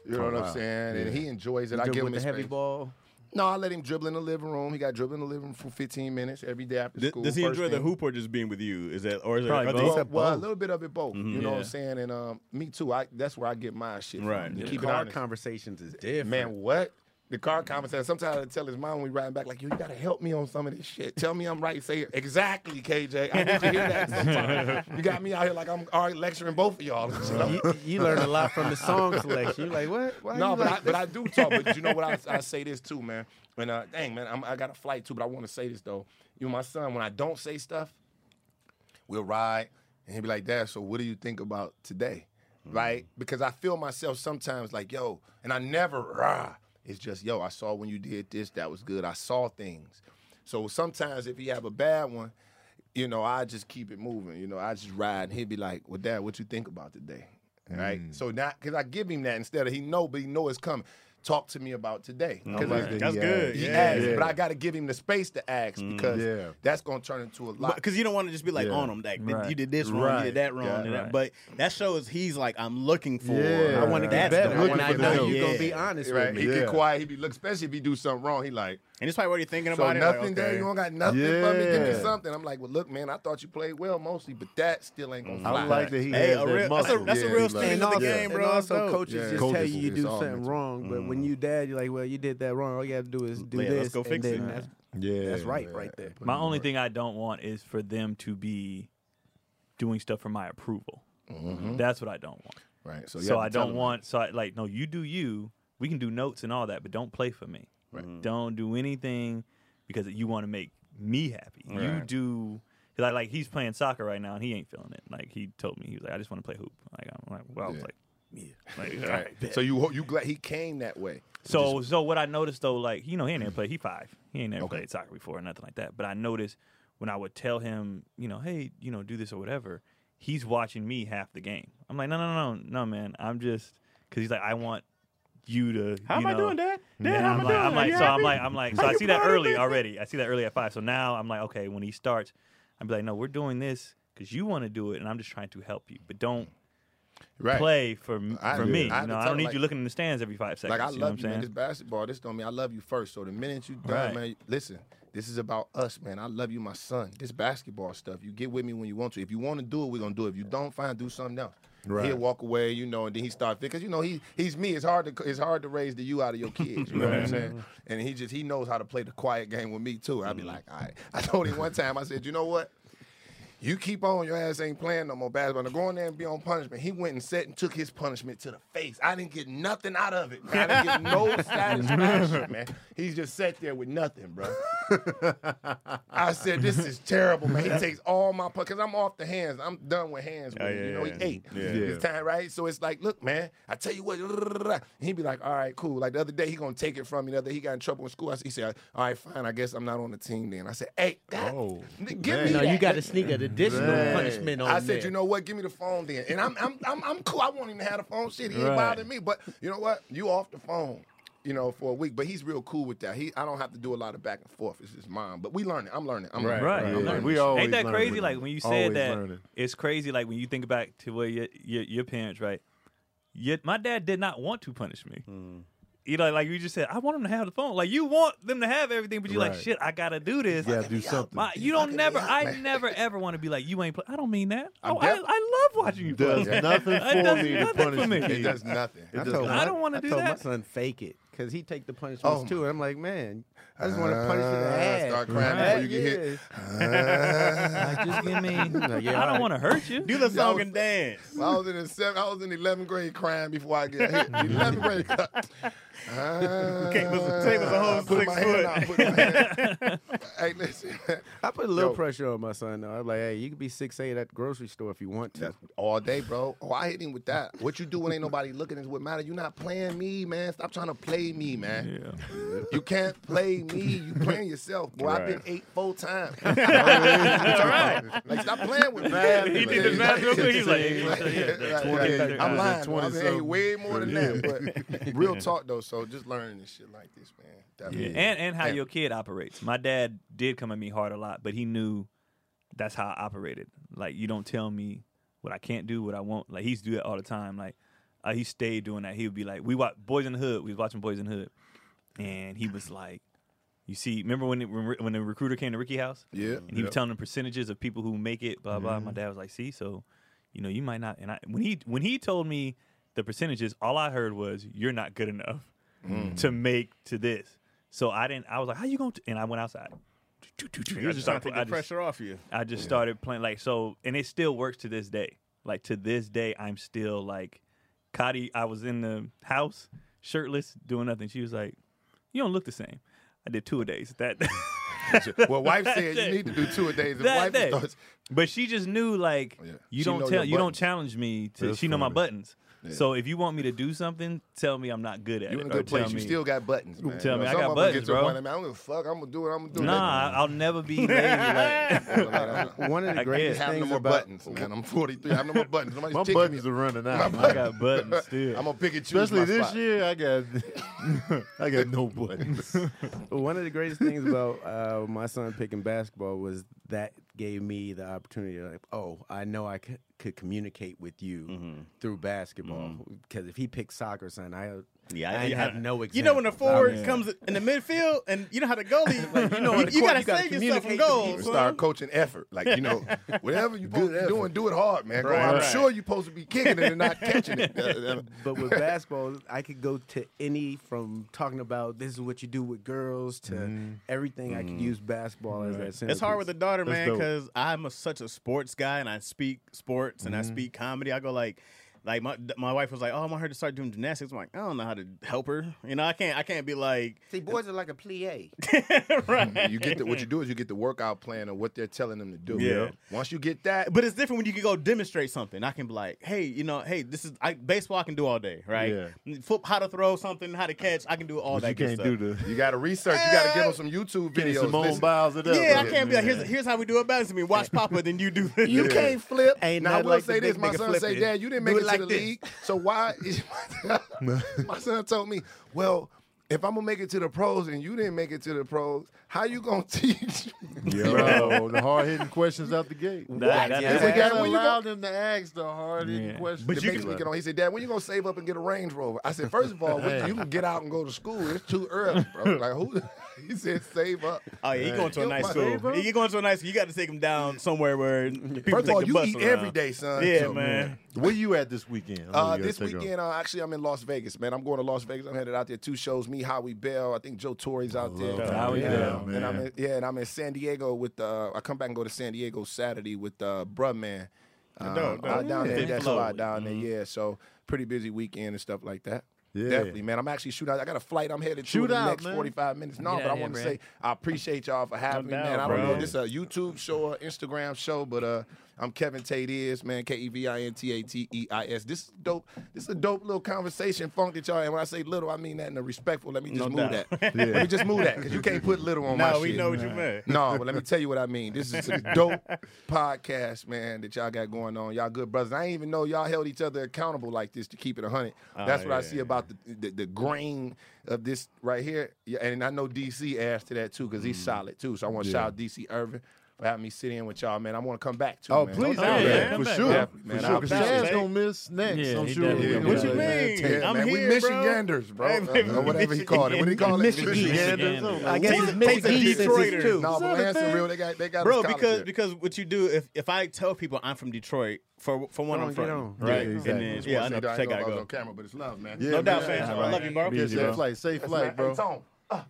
[SPEAKER 1] You know what I'm saying? And he enjoys it. I
[SPEAKER 2] Good
[SPEAKER 1] give him
[SPEAKER 2] with the
[SPEAKER 1] his
[SPEAKER 2] heavy
[SPEAKER 1] space.
[SPEAKER 2] ball.
[SPEAKER 1] No, I let him dribble in the living room. He got dribble in the living room for 15 minutes every day after
[SPEAKER 4] Th-
[SPEAKER 1] school.
[SPEAKER 4] Does he
[SPEAKER 1] first
[SPEAKER 4] enjoy the
[SPEAKER 1] thing.
[SPEAKER 4] hoop or just being with you? Is that or is there,
[SPEAKER 3] Probably both.
[SPEAKER 1] Well,
[SPEAKER 4] are these,
[SPEAKER 2] Except
[SPEAKER 1] well, a
[SPEAKER 2] both.
[SPEAKER 1] little bit of it both.
[SPEAKER 4] Mm-hmm.
[SPEAKER 1] You know what
[SPEAKER 3] Yeah.
[SPEAKER 1] I'm saying? And um, me too. I that's where I get my shit. from.
[SPEAKER 4] Right.
[SPEAKER 1] To
[SPEAKER 4] Yeah.
[SPEAKER 1] Keep it
[SPEAKER 2] Car
[SPEAKER 1] honest.
[SPEAKER 2] conversations is different.
[SPEAKER 1] Man, what? The car conversation. Sometimes I tell his mom when we riding back, like, yo, you gotta help me on some of this shit. Tell me I'm right. Say exactly, KJ. I need to hear
[SPEAKER 4] <laughs>
[SPEAKER 1] that sometime. You got me out here like I'm already lecturing both of
[SPEAKER 4] <laughs>
[SPEAKER 1] y'all. and shit. I'm-
[SPEAKER 2] you, you learn a lot from the song selection. You're like, what? Why
[SPEAKER 1] no,
[SPEAKER 2] you
[SPEAKER 1] but
[SPEAKER 2] like
[SPEAKER 1] I, but I do talk. But you know what?
[SPEAKER 2] <laughs>
[SPEAKER 1] I, I say this too, man. And uh, dang, man, I'm, I got a flight too. But I want to say this though. You, know, my son, when I don't say stuff, we'll ride, and he'll be like, "Dad, so what do you think about today?"
[SPEAKER 2] Mm.
[SPEAKER 1] Right? Because I feel myself sometimes like, "Yo," and I never. Rah, it's just, "Yo, I saw when you did this. That was good. I saw things." So sometimes if he have a bad one, you know, I just keep it moving. You know, I just ride, and he'd be like, "Well, Dad, what you think about today?" Right? So now, because I give him that instead of he know, but he know it's coming. talk to me about today. 'Cause
[SPEAKER 5] I like
[SPEAKER 1] he-
[SPEAKER 5] that
[SPEAKER 4] That's
[SPEAKER 5] he
[SPEAKER 4] good.
[SPEAKER 5] asked.
[SPEAKER 1] He
[SPEAKER 4] Yeah.
[SPEAKER 1] asked,
[SPEAKER 5] Oh, Yeah.
[SPEAKER 1] but I got to give him the space to ask because
[SPEAKER 5] Yeah.
[SPEAKER 1] that's going to turn into a lot.
[SPEAKER 4] because you don't want to just be like
[SPEAKER 5] Yeah.
[SPEAKER 4] on him like "Did-
[SPEAKER 3] Right.
[SPEAKER 4] you did this wrong,
[SPEAKER 5] Right.
[SPEAKER 4] you did that wrong,
[SPEAKER 1] Yeah,
[SPEAKER 4] and
[SPEAKER 3] right.
[SPEAKER 4] that. but that shows he's like I'm looking for.
[SPEAKER 2] I
[SPEAKER 5] Yeah.
[SPEAKER 2] want to get
[SPEAKER 4] that's
[SPEAKER 2] better.
[SPEAKER 4] the-
[SPEAKER 5] Looking
[SPEAKER 2] and I
[SPEAKER 5] for
[SPEAKER 2] know
[SPEAKER 5] the-
[SPEAKER 2] you're gonna
[SPEAKER 4] Yeah.
[SPEAKER 2] be honest
[SPEAKER 1] Right,
[SPEAKER 2] with
[SPEAKER 1] he
[SPEAKER 2] me.
[SPEAKER 5] Yeah.
[SPEAKER 1] get quiet. He be look, especially if he do something wrong. He like,
[SPEAKER 4] And it's probably already thinking
[SPEAKER 1] so
[SPEAKER 4] about it. like,
[SPEAKER 1] nothing there.
[SPEAKER 4] okay.
[SPEAKER 1] You don't got nothing for me. Give me
[SPEAKER 5] Yeah.
[SPEAKER 1] something. I'm like, well, look, man, I thought you played well mostly, but that still ain't gonna fly.
[SPEAKER 5] Mm. I like that he
[SPEAKER 4] Hey,
[SPEAKER 5] has
[SPEAKER 4] a
[SPEAKER 5] that
[SPEAKER 4] real- that's a-
[SPEAKER 5] muscle.
[SPEAKER 4] that's a
[SPEAKER 5] Yeah,
[SPEAKER 4] real
[SPEAKER 5] he like-
[SPEAKER 4] thing.
[SPEAKER 2] And
[SPEAKER 4] Into the
[SPEAKER 2] also,
[SPEAKER 4] game, bro.
[SPEAKER 2] and also
[SPEAKER 4] That's dope.
[SPEAKER 2] coaches
[SPEAKER 1] Yeah.
[SPEAKER 2] just
[SPEAKER 1] Coaches
[SPEAKER 2] tell you you
[SPEAKER 1] is
[SPEAKER 2] do
[SPEAKER 1] all
[SPEAKER 2] something
[SPEAKER 1] mental.
[SPEAKER 2] wrong, but when you dad, you're like, well, you did that wrong. All you have to do is do
[SPEAKER 4] Yeah,
[SPEAKER 2] this,
[SPEAKER 4] let's go
[SPEAKER 2] and
[SPEAKER 4] fix
[SPEAKER 2] then
[SPEAKER 4] it.
[SPEAKER 2] That's,
[SPEAKER 5] Yeah,
[SPEAKER 2] that's right,
[SPEAKER 5] man.
[SPEAKER 2] right there.
[SPEAKER 3] My only thing I don't want is for them to be doing stuff for my approval. That's what I don't want.
[SPEAKER 1] Right. So, you
[SPEAKER 3] So
[SPEAKER 1] have
[SPEAKER 3] I
[SPEAKER 1] to tell
[SPEAKER 3] don't
[SPEAKER 1] him
[SPEAKER 3] want. So I, like, no, you do you. We can do notes and all that, but don't play for me.
[SPEAKER 4] Mm-hmm.
[SPEAKER 3] Right. Don't do anything because you want to make me happy. You
[SPEAKER 4] Right.
[SPEAKER 3] do. 'cause I like he's playing soccer right now and he ain't feeling it. Like he told me he was like, I just want to play hoop. Like I'm like, well, I was
[SPEAKER 1] Yeah.
[SPEAKER 3] like, yeah. Like,
[SPEAKER 1] that.
[SPEAKER 3] all <laughs> right,
[SPEAKER 1] So you ho- you glad he came that way?
[SPEAKER 3] so so what I noticed though, like you know, he ain't never played. He five. He ain't never
[SPEAKER 1] Okay.
[SPEAKER 3] played soccer before or nothing like that. But I noticed when I would tell him, you know, hey, you know, do this or whatever, he's watching me half the game. I'm like, no, no, no, no, no, man. I'm just because he's like, I want you to.
[SPEAKER 4] How am
[SPEAKER 3] you
[SPEAKER 4] I
[SPEAKER 3] know-
[SPEAKER 4] doing, Dad? Dad,
[SPEAKER 3] yeah,
[SPEAKER 4] how am
[SPEAKER 3] I'm
[SPEAKER 4] I
[SPEAKER 3] like,
[SPEAKER 4] doing?
[SPEAKER 3] I'm
[SPEAKER 4] Are
[SPEAKER 3] like,
[SPEAKER 4] you
[SPEAKER 3] so I'm
[SPEAKER 4] happy?
[SPEAKER 3] like, I'm like, so
[SPEAKER 4] Are
[SPEAKER 3] I
[SPEAKER 4] you
[SPEAKER 3] see that
[SPEAKER 4] proud of
[SPEAKER 3] early
[SPEAKER 4] me?
[SPEAKER 3] already. I see that early at five. So now I'm like, okay, when he starts, I'm like, no, we're doing this because you want to do it, and I'm just trying to help you. But don't
[SPEAKER 1] Right.
[SPEAKER 3] play for m-
[SPEAKER 1] I
[SPEAKER 3] for
[SPEAKER 1] do.
[SPEAKER 3] me.
[SPEAKER 1] I had
[SPEAKER 3] You
[SPEAKER 1] to
[SPEAKER 3] know,
[SPEAKER 1] tell
[SPEAKER 3] I
[SPEAKER 1] him,
[SPEAKER 3] don't need
[SPEAKER 1] like-
[SPEAKER 3] you looking in the stands every five seconds.
[SPEAKER 1] Like I
[SPEAKER 3] you know what
[SPEAKER 1] love
[SPEAKER 3] I'm
[SPEAKER 1] you,
[SPEAKER 3] saying?
[SPEAKER 1] man. This basketball, this don't mean I love you first. So the minute you done,
[SPEAKER 3] Right.
[SPEAKER 1] man, listen. This is about us, man. I love you, my son. This basketball stuff, you get with me when you want to. If you want to do it, we're gonna do it. If you don't, fine, do something else.
[SPEAKER 5] Right.
[SPEAKER 1] He'll walk away, you know, and then he start because you know he he's me. It's hard to it's hard to raise the you out of your kids. You know what I'm saying? And he just he knows how to play the quiet game with me too.
[SPEAKER 3] Mm-hmm.
[SPEAKER 1] I'd be like, all right. <laughs> I told him one time, I said, you know what? You keep on, your ass ain't playing no more basketball. Now go in there and be on punishment. He went and sat and took his punishment to the face. I didn't get nothing out of it. bro. I didn't get
[SPEAKER 4] <laughs>
[SPEAKER 1] no satisfaction, man. He just sat there with nothing,
[SPEAKER 4] <laughs>
[SPEAKER 1] bro. I said, this is terrible, man. He takes all my punch because I'm off the hands. I'm done with hands. With
[SPEAKER 4] Oh,
[SPEAKER 1] it.
[SPEAKER 4] yeah,
[SPEAKER 1] you know,
[SPEAKER 4] yeah.
[SPEAKER 1] he ate.
[SPEAKER 4] Yeah.
[SPEAKER 1] It's time, right? So it's like, look, man, I tell you what, <laughs> he'd be like, all right, cool. Like the other day, he gonna take it from me. The other day, he got in trouble in school. I, said- he said, all right, fine. I guess I'm not on the team then. I said, hey, God,
[SPEAKER 5] Oh,
[SPEAKER 1] give
[SPEAKER 5] man.
[SPEAKER 1] me
[SPEAKER 5] No,
[SPEAKER 2] No, you
[SPEAKER 1] that.
[SPEAKER 2] got to sneak an additional
[SPEAKER 5] Right.
[SPEAKER 2] punishment
[SPEAKER 4] Oh,
[SPEAKER 2] on
[SPEAKER 1] I said,
[SPEAKER 2] there.
[SPEAKER 1] you know what? Give me the phone then. And I'm I'm I'm, I'm cool. I won't even have the phone. Shit, he ain't
[SPEAKER 3] Right.
[SPEAKER 1] bothering me. But you know what? You off the phone. You know, for a week, but he's real cool with that. He, I don't have to do a lot of back and forth. It's his mom, but we learning. I'm learning. I'm learning.
[SPEAKER 3] Right.
[SPEAKER 1] I'm
[SPEAKER 3] Yeah.
[SPEAKER 1] learning.
[SPEAKER 5] We always
[SPEAKER 3] Ain't that
[SPEAKER 5] learning.
[SPEAKER 3] crazy? Like when you said
[SPEAKER 5] Always
[SPEAKER 3] that,
[SPEAKER 5] learning.
[SPEAKER 3] it's crazy. Like when you think back to where your your, your parents, right? Yet my dad did not want to punish me. You know, like you just said, I want them to have the phone. Like you want them to have everything, but you're like,
[SPEAKER 5] Right.
[SPEAKER 3] shit, I gotta do this.
[SPEAKER 5] you gotta do something.
[SPEAKER 3] My, you don't never. I never ever want to be like you ain't. Play. I don't mean that.
[SPEAKER 1] I'm
[SPEAKER 3] Oh, I,
[SPEAKER 1] def-
[SPEAKER 3] I love watching <laughs> you play.
[SPEAKER 5] does nothing
[SPEAKER 3] It
[SPEAKER 5] for
[SPEAKER 3] does
[SPEAKER 5] me to
[SPEAKER 3] nothing for
[SPEAKER 5] punish
[SPEAKER 3] me.
[SPEAKER 5] the
[SPEAKER 1] It
[SPEAKER 5] kid.
[SPEAKER 1] does nothing.
[SPEAKER 5] It does
[SPEAKER 2] told
[SPEAKER 5] not.
[SPEAKER 2] my-
[SPEAKER 3] I don't wanna do
[SPEAKER 2] I told my
[SPEAKER 3] that.
[SPEAKER 2] son fake it because he take the punishments
[SPEAKER 1] Oh, my-
[SPEAKER 2] too. And I'm like, man, I just want to
[SPEAKER 1] Ah,
[SPEAKER 2] punish you in the ass.
[SPEAKER 1] start crying
[SPEAKER 2] Heck
[SPEAKER 1] before you get hit.
[SPEAKER 3] Like, just give
[SPEAKER 2] <laughs>
[SPEAKER 3] me.
[SPEAKER 2] yeah,
[SPEAKER 3] I don't
[SPEAKER 2] alright.
[SPEAKER 3] want to hurt you. <laughs>
[SPEAKER 4] Do the song and dance.
[SPEAKER 1] I was in the seven, I was in eleventh grade crying before I get
[SPEAKER 4] <laughs>
[SPEAKER 1] hit. Eleventh grade. Uh,
[SPEAKER 4] Kate was- Kate was a whole
[SPEAKER 1] put my
[SPEAKER 4] six
[SPEAKER 1] hand
[SPEAKER 4] foot.
[SPEAKER 1] out, put my hand
[SPEAKER 4] <laughs>
[SPEAKER 1] out. hey, listen.
[SPEAKER 2] I put a little
[SPEAKER 1] Yo.
[SPEAKER 2] pressure on my son though. I'm like, hey, you could be six eight at the grocery store if you want to.
[SPEAKER 1] All day, bro. Oh, I hit him with that. What you do when ain't nobody looking is what matter. You not playing me, man. Stop trying to play me, man.
[SPEAKER 3] Yeah.
[SPEAKER 1] You can't play me. You playing yourself, boy. I've been
[SPEAKER 4] Right.
[SPEAKER 1] eight full
[SPEAKER 3] <laughs>
[SPEAKER 1] times. Like stop playing with me. man. <laughs>
[SPEAKER 3] He did the math real quick. He's like, yeah, yeah, yeah,
[SPEAKER 1] Right,
[SPEAKER 3] yeah,
[SPEAKER 1] right.
[SPEAKER 3] yeah.
[SPEAKER 1] I'm lying. bro. I've
[SPEAKER 5] 20
[SPEAKER 1] been ate
[SPEAKER 5] so-
[SPEAKER 1] way more than that. But <laughs> real talk though, so just learning this shit like this, man. Definitely.
[SPEAKER 3] and and how
[SPEAKER 1] Yeah.
[SPEAKER 3] your kid operates. My dad did come at me hard a lot, but he knew that's how I operated. Like you don't tell me what I can't do, what I won't. Like he's do that all the time. Like uh, he stayed doing that. He would be like, we watch Boys in the Hood. We was watching Boys in the Hood, and he was like, you see, remember when it, when, when the recruiter came to Ricky House?
[SPEAKER 1] Yeah.
[SPEAKER 3] and he was telling them percentages of people who make it, blah
[SPEAKER 4] Mm-hmm.
[SPEAKER 3] blah. My dad was like, "See, so you know, you might not." And I, when he when he told me the percentages, all I heard was, "You're not good enough
[SPEAKER 4] Mm.
[SPEAKER 3] to make to this." So I didn't. I was like, "How you going?" to And I went outside.
[SPEAKER 4] You were just trying
[SPEAKER 3] I
[SPEAKER 4] to take
[SPEAKER 3] I
[SPEAKER 4] the
[SPEAKER 3] just-
[SPEAKER 4] pressure off you.
[SPEAKER 3] I just started playing like so, and it still works to this day. Like to this day, I'm still like, Cotty. I was in the house shirtless, doing nothing. She was like, "You don't look the same." I did two a days that. <laughs>
[SPEAKER 1] Well, wife
[SPEAKER 3] That
[SPEAKER 1] said
[SPEAKER 3] day.
[SPEAKER 1] you need to do two a days. If
[SPEAKER 3] That
[SPEAKER 1] wife
[SPEAKER 3] day.
[SPEAKER 1] starts,
[SPEAKER 3] But she just knew like
[SPEAKER 1] Yeah.
[SPEAKER 3] you
[SPEAKER 1] She know
[SPEAKER 3] don't
[SPEAKER 1] your
[SPEAKER 3] tell you don't
[SPEAKER 1] buttons.
[SPEAKER 3] challenge me to
[SPEAKER 5] That's
[SPEAKER 3] she know my
[SPEAKER 5] funny.
[SPEAKER 3] buttons. So if you want me to do something, tell me I'm not good at
[SPEAKER 1] You
[SPEAKER 3] it.
[SPEAKER 1] in a
[SPEAKER 3] or
[SPEAKER 1] good place.
[SPEAKER 3] uh, tell
[SPEAKER 1] You
[SPEAKER 3] me-
[SPEAKER 1] still got buttons, man.
[SPEAKER 3] Tell me,
[SPEAKER 1] Now,
[SPEAKER 3] I
[SPEAKER 1] some
[SPEAKER 3] got
[SPEAKER 1] of 'em get
[SPEAKER 3] buttons,
[SPEAKER 1] to the
[SPEAKER 3] bro.
[SPEAKER 1] point, man, I don't give a fuck. I'm gonna do what I'm gonna do.
[SPEAKER 3] Nah, I'll never be
[SPEAKER 2] <laughs>
[SPEAKER 3] lazy. Like, <laughs>
[SPEAKER 2] One of the
[SPEAKER 3] I
[SPEAKER 2] greatest
[SPEAKER 3] can't
[SPEAKER 1] have
[SPEAKER 2] things
[SPEAKER 1] no more
[SPEAKER 2] about
[SPEAKER 1] buttons, man. I'm 43. I have no more buttons. Nobody's
[SPEAKER 5] My
[SPEAKER 1] kicking
[SPEAKER 5] buttons
[SPEAKER 1] me.
[SPEAKER 5] are running out.
[SPEAKER 3] I got buttons still.
[SPEAKER 1] I'm gonna pick and choose
[SPEAKER 5] Especially
[SPEAKER 1] my
[SPEAKER 5] this
[SPEAKER 1] spot.
[SPEAKER 5] year, I got I got no buttons.
[SPEAKER 2] one of the greatest things about <laughs> uh, my son picking basketball was that gave me the opportunity. Like, oh, I know I c- could communicate with you
[SPEAKER 4] Mm-hmm.
[SPEAKER 2] through basketball because if he picked soccer, son, I
[SPEAKER 4] Yeah,
[SPEAKER 2] I,
[SPEAKER 4] I-
[SPEAKER 2] have
[SPEAKER 4] I-
[SPEAKER 2] no.
[SPEAKER 4] You know when the
[SPEAKER 2] example.
[SPEAKER 4] forward
[SPEAKER 2] I mean,
[SPEAKER 4] comes in the midfield and you know how the goalie, you
[SPEAKER 2] know,
[SPEAKER 4] know,
[SPEAKER 2] on
[SPEAKER 4] you,
[SPEAKER 2] the
[SPEAKER 4] you
[SPEAKER 2] court,
[SPEAKER 4] gotta
[SPEAKER 2] you gotta
[SPEAKER 4] save yourself
[SPEAKER 2] communicate
[SPEAKER 4] from
[SPEAKER 2] to
[SPEAKER 4] goals.
[SPEAKER 2] people.
[SPEAKER 4] son.
[SPEAKER 1] Start coaching effort, like you know, whatever you supposed to be doing, do it hard, man. Go-
[SPEAKER 4] Right,
[SPEAKER 1] I'm
[SPEAKER 4] right.
[SPEAKER 1] sure you're supposed to be kicking it and not catching it. Uh, uh,
[SPEAKER 2] But
[SPEAKER 4] <laughs>
[SPEAKER 2] with basketball, I could go to any from talking about this is what you do with girls to everything. I could use basketball as that.
[SPEAKER 4] Mm-hmm. It's
[SPEAKER 2] centerpiece.
[SPEAKER 4] hard with the daughter,
[SPEAKER 5] That's
[SPEAKER 4] man,
[SPEAKER 5] dope.
[SPEAKER 4] because I'm a, such a sports guy and I speak sports and I speak comedy. I go like, like my my wife was like, oh, I want her to start doing gymnastics. I'm like, I don't know how to help her. You know, I can't I can't be like,
[SPEAKER 2] See, boys are like a plie.
[SPEAKER 1] you get the, what you do is you get the workout plan of what they're telling them to do.
[SPEAKER 4] Yeah.
[SPEAKER 1] Once you get that,
[SPEAKER 4] but it's different when you can go demonstrate something. I can be like, hey, you know, hey, this is I, baseball. I can do all day, right? Foot, how to throw something, how to catch. I can do all
[SPEAKER 5] But
[SPEAKER 4] that.
[SPEAKER 5] you
[SPEAKER 4] good
[SPEAKER 5] can't
[SPEAKER 4] stuff.
[SPEAKER 5] do the
[SPEAKER 1] you got to research. You got to give them some YouTube
[SPEAKER 5] Kenny
[SPEAKER 1] videos.
[SPEAKER 5] Simone
[SPEAKER 1] Listen-
[SPEAKER 5] Biles it up.
[SPEAKER 4] Yeah, I
[SPEAKER 5] Yeah.
[SPEAKER 4] can't be like, here's, here's how we do it. Balance me. Watch Papa, then you do this.
[SPEAKER 2] You
[SPEAKER 4] Yeah.
[SPEAKER 2] can't flip. Ain't
[SPEAKER 1] Now I
[SPEAKER 2] nothing
[SPEAKER 1] will
[SPEAKER 2] like the
[SPEAKER 1] say this:
[SPEAKER 2] big
[SPEAKER 1] my
[SPEAKER 2] nigga
[SPEAKER 1] son say,
[SPEAKER 2] flipping.
[SPEAKER 1] "Dad, you didn't
[SPEAKER 2] Do
[SPEAKER 1] make
[SPEAKER 2] it
[SPEAKER 1] it
[SPEAKER 2] like
[SPEAKER 1] to the
[SPEAKER 2] this.
[SPEAKER 1] league, so why?" <laughs> is- my son told me, "Well, if I'm gonna make it to the pros and you didn't make it to the pros, how you gonna <laughs> teach?"
[SPEAKER 5] Bro, the hard hitting questions out the gate.
[SPEAKER 2] What?
[SPEAKER 3] That- that-
[SPEAKER 2] Yeah.
[SPEAKER 5] We
[SPEAKER 1] Yeah.
[SPEAKER 5] gotta
[SPEAKER 1] When you
[SPEAKER 5] allow them to ask the hard hitting
[SPEAKER 3] Yeah.
[SPEAKER 5] questions.
[SPEAKER 1] But you get on. He said, "Dad, when you gonna save up and get a Range Rover?" I said, first of all,
[SPEAKER 5] Hey.
[SPEAKER 1] you can get out and go to school. It's too early, bro. Like who?" <laughs> He said, "Save up."
[SPEAKER 4] Oh yeah, you going to a
[SPEAKER 1] Yo,
[SPEAKER 4] nice
[SPEAKER 1] my
[SPEAKER 4] school.
[SPEAKER 1] neighbor.
[SPEAKER 4] You going to a nice. You got to take him down somewhere where people
[SPEAKER 1] First of
[SPEAKER 4] take
[SPEAKER 1] all,
[SPEAKER 4] the
[SPEAKER 1] you
[SPEAKER 4] bus
[SPEAKER 1] eat
[SPEAKER 4] around.
[SPEAKER 1] every day, Oh, son.
[SPEAKER 4] Yeah,
[SPEAKER 1] So-
[SPEAKER 4] man.
[SPEAKER 5] Where you at this weekend? I know
[SPEAKER 1] Uh,
[SPEAKER 5] you gotta
[SPEAKER 1] this
[SPEAKER 5] take off.
[SPEAKER 1] weekend, uh, actually, I'm in Las Vegas, man. I'm going to Las Vegas. I'm headed out there. Two shows. Me, Howie Bell. I think Joe Torre's out there.
[SPEAKER 5] love
[SPEAKER 3] Howie
[SPEAKER 1] yeah,
[SPEAKER 3] Bell,
[SPEAKER 1] And I'm
[SPEAKER 5] man.
[SPEAKER 1] in, yeah, and I'm in San Diego with. Uh, I come back and go to San Diego Saturday with uh, Bruh Man. Um,
[SPEAKER 4] dope, dope.
[SPEAKER 1] out down there,
[SPEAKER 4] Yeah.
[SPEAKER 1] that's
[SPEAKER 4] Flow.
[SPEAKER 1] a lot down there. Yeah, so pretty busy weekend and stuff like that.
[SPEAKER 5] Mm-hmm. Yeah.
[SPEAKER 1] Definitely, man. I'm actually shooting. out. I got a flight. I'm headed to in
[SPEAKER 5] Shoot
[SPEAKER 1] the
[SPEAKER 5] out,
[SPEAKER 1] next
[SPEAKER 5] man.
[SPEAKER 1] 45 minutes. No,
[SPEAKER 6] Get
[SPEAKER 1] but
[SPEAKER 6] out
[SPEAKER 1] I
[SPEAKER 6] here,
[SPEAKER 1] want to
[SPEAKER 6] bruh.
[SPEAKER 1] say I appreciate y'all for having me,
[SPEAKER 3] doubt,
[SPEAKER 1] man. I don't
[SPEAKER 3] bro.
[SPEAKER 1] know. This is a YouTube show or Instagram show, but uh, I'm Kevin Tate is man. K e v i n t a t e i s. This is dope. This is a dope little conversation funk that y'all. And when I say little, I mean that in a respectful. Let me just
[SPEAKER 4] No
[SPEAKER 1] move
[SPEAKER 4] doubt.
[SPEAKER 1] that.
[SPEAKER 4] <laughs>
[SPEAKER 1] Let me just move that because you can't put little on my
[SPEAKER 4] No,
[SPEAKER 1] shit.
[SPEAKER 4] we know what you
[SPEAKER 1] <laughs>
[SPEAKER 4] meant.
[SPEAKER 1] No, but let me tell you what I mean. This is a dope podcast, man, that y'all got going on. Y'all good brothers. I didn't even know y'all held each other accountable like this to keep it 100. That's what I
[SPEAKER 4] Ah, yeah,
[SPEAKER 1] see about the, the the grain of this right here. Yeah, and I know DC adds to that too because
[SPEAKER 4] Mm.
[SPEAKER 1] he's solid too. So I want to shout out DC Irvin for having me sit in with y'all, man. I want to come back too.
[SPEAKER 5] Oh,
[SPEAKER 1] man.
[SPEAKER 5] please,
[SPEAKER 3] Oh,
[SPEAKER 5] come
[SPEAKER 3] yeah,
[SPEAKER 5] back,
[SPEAKER 3] come
[SPEAKER 5] for
[SPEAKER 3] back,
[SPEAKER 5] sure.
[SPEAKER 3] man.
[SPEAKER 1] Man,
[SPEAKER 5] for
[SPEAKER 1] I
[SPEAKER 5] sure, because
[SPEAKER 1] appreciate
[SPEAKER 5] Jazz
[SPEAKER 4] it.
[SPEAKER 5] gonna miss next.
[SPEAKER 3] Yeah,
[SPEAKER 5] I'm
[SPEAKER 3] he
[SPEAKER 5] sure.
[SPEAKER 3] definitely
[SPEAKER 5] we're
[SPEAKER 1] gonna
[SPEAKER 5] gonna
[SPEAKER 4] What you
[SPEAKER 5] do that.
[SPEAKER 4] mean?
[SPEAKER 1] Yeah,
[SPEAKER 4] I'm
[SPEAKER 1] man, we
[SPEAKER 4] here, bro.
[SPEAKER 1] Michiganders, bro. Uh,
[SPEAKER 4] Hey,
[SPEAKER 1] or whatever he called it. What do you call it?
[SPEAKER 3] Michiganders.
[SPEAKER 5] Michiganders.
[SPEAKER 2] I guess
[SPEAKER 4] Taste-
[SPEAKER 2] it's Michigan
[SPEAKER 4] taste of
[SPEAKER 2] defense is
[SPEAKER 4] Detroiters.
[SPEAKER 2] too.
[SPEAKER 1] No, but
[SPEAKER 5] that a
[SPEAKER 1] answer
[SPEAKER 5] thing?
[SPEAKER 1] real. They got they got
[SPEAKER 4] Bro,
[SPEAKER 1] us college
[SPEAKER 4] because
[SPEAKER 1] here.
[SPEAKER 4] because what you do if if I tell people I'm from Detroit for for one
[SPEAKER 2] Oh,
[SPEAKER 4] I'm
[SPEAKER 2] you
[SPEAKER 4] from
[SPEAKER 2] don't.
[SPEAKER 4] right
[SPEAKER 5] Yeah,
[SPEAKER 4] and
[SPEAKER 5] exactly.
[SPEAKER 4] then
[SPEAKER 1] Just
[SPEAKER 4] yeah I
[SPEAKER 1] wanna
[SPEAKER 4] know
[SPEAKER 1] say that I
[SPEAKER 4] check
[SPEAKER 1] ain't know
[SPEAKER 4] out
[SPEAKER 1] I was
[SPEAKER 4] go
[SPEAKER 1] on camera, but it's love, man.
[SPEAKER 5] Yeah,
[SPEAKER 4] no doubt
[SPEAKER 5] man.
[SPEAKER 4] fans I love you bro
[SPEAKER 5] Get
[SPEAKER 4] Yeah.
[SPEAKER 5] that flight, safe
[SPEAKER 1] That's
[SPEAKER 5] flight,
[SPEAKER 1] my- hey,
[SPEAKER 5] bro.
[SPEAKER 1] Tone, uh,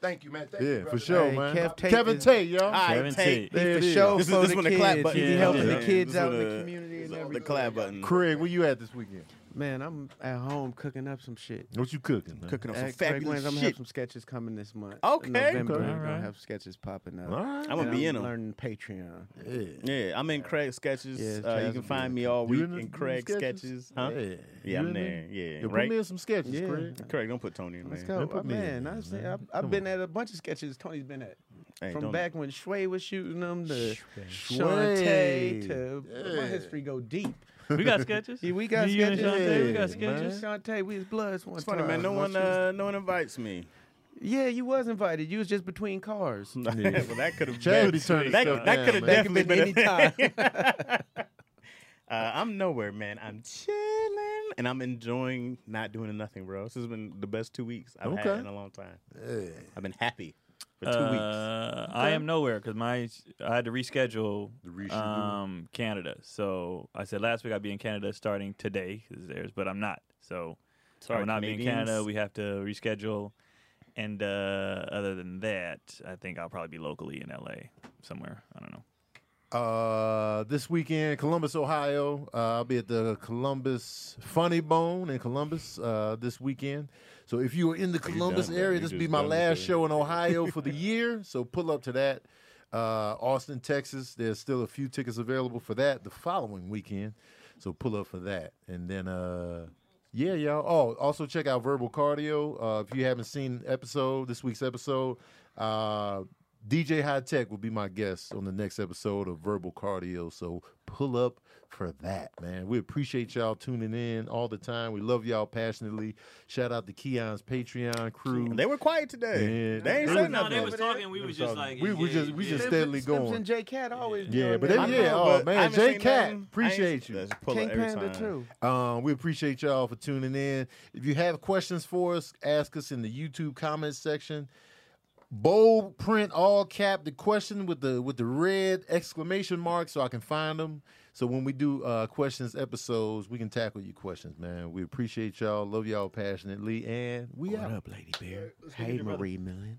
[SPEAKER 1] thank you, man. Thank you,
[SPEAKER 5] Yeah, for
[SPEAKER 1] brother.
[SPEAKER 5] sure,
[SPEAKER 2] Hey,
[SPEAKER 5] man.
[SPEAKER 2] Kev Tate
[SPEAKER 5] Kevin
[SPEAKER 2] is-
[SPEAKER 5] Tate, y'all.
[SPEAKER 4] I
[SPEAKER 3] Seven
[SPEAKER 4] take
[SPEAKER 3] T.
[SPEAKER 5] There
[SPEAKER 2] He's
[SPEAKER 5] it
[SPEAKER 2] the
[SPEAKER 5] is.
[SPEAKER 2] show
[SPEAKER 4] This is-
[SPEAKER 2] for
[SPEAKER 4] this
[SPEAKER 2] the
[SPEAKER 4] one the
[SPEAKER 2] kids.
[SPEAKER 4] clap button.
[SPEAKER 2] He
[SPEAKER 3] Yeah,
[SPEAKER 2] helping
[SPEAKER 3] yeah.
[SPEAKER 2] the kids
[SPEAKER 4] This
[SPEAKER 2] out
[SPEAKER 4] one
[SPEAKER 2] in
[SPEAKER 4] the-
[SPEAKER 2] the community and
[SPEAKER 4] the
[SPEAKER 2] everything.
[SPEAKER 4] collab button
[SPEAKER 5] Craig, where you at this weekend?
[SPEAKER 2] Man, I'm at home cooking up some shit.
[SPEAKER 5] What you cooking? Man?
[SPEAKER 4] cooking on
[SPEAKER 2] At
[SPEAKER 4] some
[SPEAKER 2] Craig
[SPEAKER 4] fabulous
[SPEAKER 2] Williams, I'm gonna have
[SPEAKER 4] shit
[SPEAKER 2] some sketches coming this month.
[SPEAKER 4] Okay.
[SPEAKER 2] in November,
[SPEAKER 5] Okay.
[SPEAKER 2] I'm gonna
[SPEAKER 3] Alright.
[SPEAKER 2] have sketches popping up.
[SPEAKER 5] All right.
[SPEAKER 4] I'm gonna
[SPEAKER 2] And
[SPEAKER 4] be in
[SPEAKER 2] I'm
[SPEAKER 4] them
[SPEAKER 2] Learning Patreon.
[SPEAKER 5] Yeah.
[SPEAKER 4] yeah I'm in Craig
[SPEAKER 2] Yeah,
[SPEAKER 4] sketches
[SPEAKER 2] it's
[SPEAKER 4] uh, you
[SPEAKER 2] jazz
[SPEAKER 4] can
[SPEAKER 2] and
[SPEAKER 4] find
[SPEAKER 2] music.
[SPEAKER 4] me all
[SPEAKER 5] You
[SPEAKER 4] week
[SPEAKER 5] in the-
[SPEAKER 4] in Craig
[SPEAKER 5] sketches?
[SPEAKER 4] sketches huh
[SPEAKER 5] Yeah, You
[SPEAKER 4] yeah I'm
[SPEAKER 5] in
[SPEAKER 4] there yeah
[SPEAKER 5] Yo, put me
[SPEAKER 4] right
[SPEAKER 5] in some sketches,
[SPEAKER 2] Yeah.
[SPEAKER 5] Craig.
[SPEAKER 4] Craig don't put Tony in
[SPEAKER 2] Let's
[SPEAKER 4] man
[SPEAKER 2] go,
[SPEAKER 5] put
[SPEAKER 2] Uh,
[SPEAKER 5] me in
[SPEAKER 2] man.
[SPEAKER 5] there,
[SPEAKER 2] I say,
[SPEAKER 5] man.
[SPEAKER 2] I've,
[SPEAKER 5] Come
[SPEAKER 2] I've been at a bunch of sketches Tony's been at.
[SPEAKER 4] Hey,
[SPEAKER 2] From
[SPEAKER 4] don't-
[SPEAKER 2] back when Shway was shooting them to
[SPEAKER 5] Shway.
[SPEAKER 2] Shantae to my history go deep.
[SPEAKER 3] we got sketches.
[SPEAKER 2] Yeah, we got
[SPEAKER 3] You and
[SPEAKER 2] sketches.
[SPEAKER 3] Shantae, we got
[SPEAKER 5] Yeah, man.
[SPEAKER 3] sketches.
[SPEAKER 2] Shantae, we was bloods one
[SPEAKER 4] It's funny,
[SPEAKER 2] time.
[SPEAKER 4] man. No
[SPEAKER 2] My
[SPEAKER 4] one,
[SPEAKER 2] shit was-
[SPEAKER 4] uh, no one invites me. <laughs>
[SPEAKER 2] Yeah, you was invited. You was just between cars.
[SPEAKER 4] well, that could have
[SPEAKER 5] Charity turned
[SPEAKER 4] That,
[SPEAKER 5] itself
[SPEAKER 4] that
[SPEAKER 5] down,
[SPEAKER 4] could have
[SPEAKER 5] man.
[SPEAKER 2] That could've
[SPEAKER 4] definitely been.
[SPEAKER 2] been
[SPEAKER 4] a-
[SPEAKER 2] any
[SPEAKER 4] uh, I'm nowhere, man. I'm chilling and I'm enjoying not doing nothing, bro. This has been the best two weeks I've
[SPEAKER 5] Okay.
[SPEAKER 4] had in a long time. I've been happy for two weeks.
[SPEAKER 3] Uh, I am nowhere because my I had to reschedule
[SPEAKER 5] reschedule.
[SPEAKER 3] um, Canada. So I said last week I'd be in Canada starting today because theirs, but I'm not. So I will not be in
[SPEAKER 4] Canadians.
[SPEAKER 3] Canada. We have to reschedule. And uh, other than that, I think I'll probably be locally in LA somewhere. I don't know.
[SPEAKER 5] Uh, this weekend, Columbus, Ohio. Uh, I'll be at the Columbus Funny Bone in Columbus uh, this weekend. So if you are in the Columbus
[SPEAKER 4] done, man.
[SPEAKER 5] area,
[SPEAKER 4] You
[SPEAKER 5] this will
[SPEAKER 4] just
[SPEAKER 5] be my
[SPEAKER 4] done with
[SPEAKER 5] last
[SPEAKER 4] it.
[SPEAKER 5] show
[SPEAKER 4] <laughs>
[SPEAKER 5] in Ohio for the year. So pull up to that. Uh, Austin, Texas. There's still a few tickets available for that the following weekend. So pull up for that. And then uh yeah, y'all. Oh, also check out Verbal Cardio. Uh if you haven't seen episode, this week's episode, uh DJ High Tech will be my guest on the next episode of Verbal Cardio. So pull up for that, man. We appreciate y'all tuning in all the time. We love y'all passionately. Shout out to Keon's Patreon crew.
[SPEAKER 4] They were quiet today.
[SPEAKER 5] Yeah.
[SPEAKER 4] They ain't
[SPEAKER 5] No,
[SPEAKER 4] saying
[SPEAKER 6] No,
[SPEAKER 4] nothing.
[SPEAKER 6] they was
[SPEAKER 4] over
[SPEAKER 6] talking. We was just like
[SPEAKER 5] We- we
[SPEAKER 6] yeah,
[SPEAKER 5] just- we
[SPEAKER 6] yeah.
[SPEAKER 5] just-
[SPEAKER 2] Slips
[SPEAKER 5] steadily
[SPEAKER 2] and- Slips
[SPEAKER 5] going.
[SPEAKER 2] and J Cat always.
[SPEAKER 5] Yeah,
[SPEAKER 2] doing
[SPEAKER 5] but
[SPEAKER 2] that.
[SPEAKER 5] they-
[SPEAKER 4] there.
[SPEAKER 5] yeah,
[SPEAKER 4] I know,
[SPEAKER 5] oh,
[SPEAKER 4] but
[SPEAKER 5] man,
[SPEAKER 4] I haven't
[SPEAKER 5] J
[SPEAKER 4] seen
[SPEAKER 5] Cat,
[SPEAKER 4] nothing.
[SPEAKER 5] appreciate
[SPEAKER 4] I ain't-
[SPEAKER 5] you.
[SPEAKER 4] Let's pull
[SPEAKER 2] King
[SPEAKER 4] up every
[SPEAKER 2] Panda
[SPEAKER 4] time.
[SPEAKER 2] too.
[SPEAKER 5] Um, we appreciate y'all for tuning in. If you have questions for us, ask us in the YouTube comments section. Bold print all cap the question with the with the red exclamation mark so I can find them. So when we do uh, questions episodes, we can tackle your questions, man. We appreciate y'all. Love y'all passionately, and we out.
[SPEAKER 2] up, Lady Bear? Hey, Marie Millen.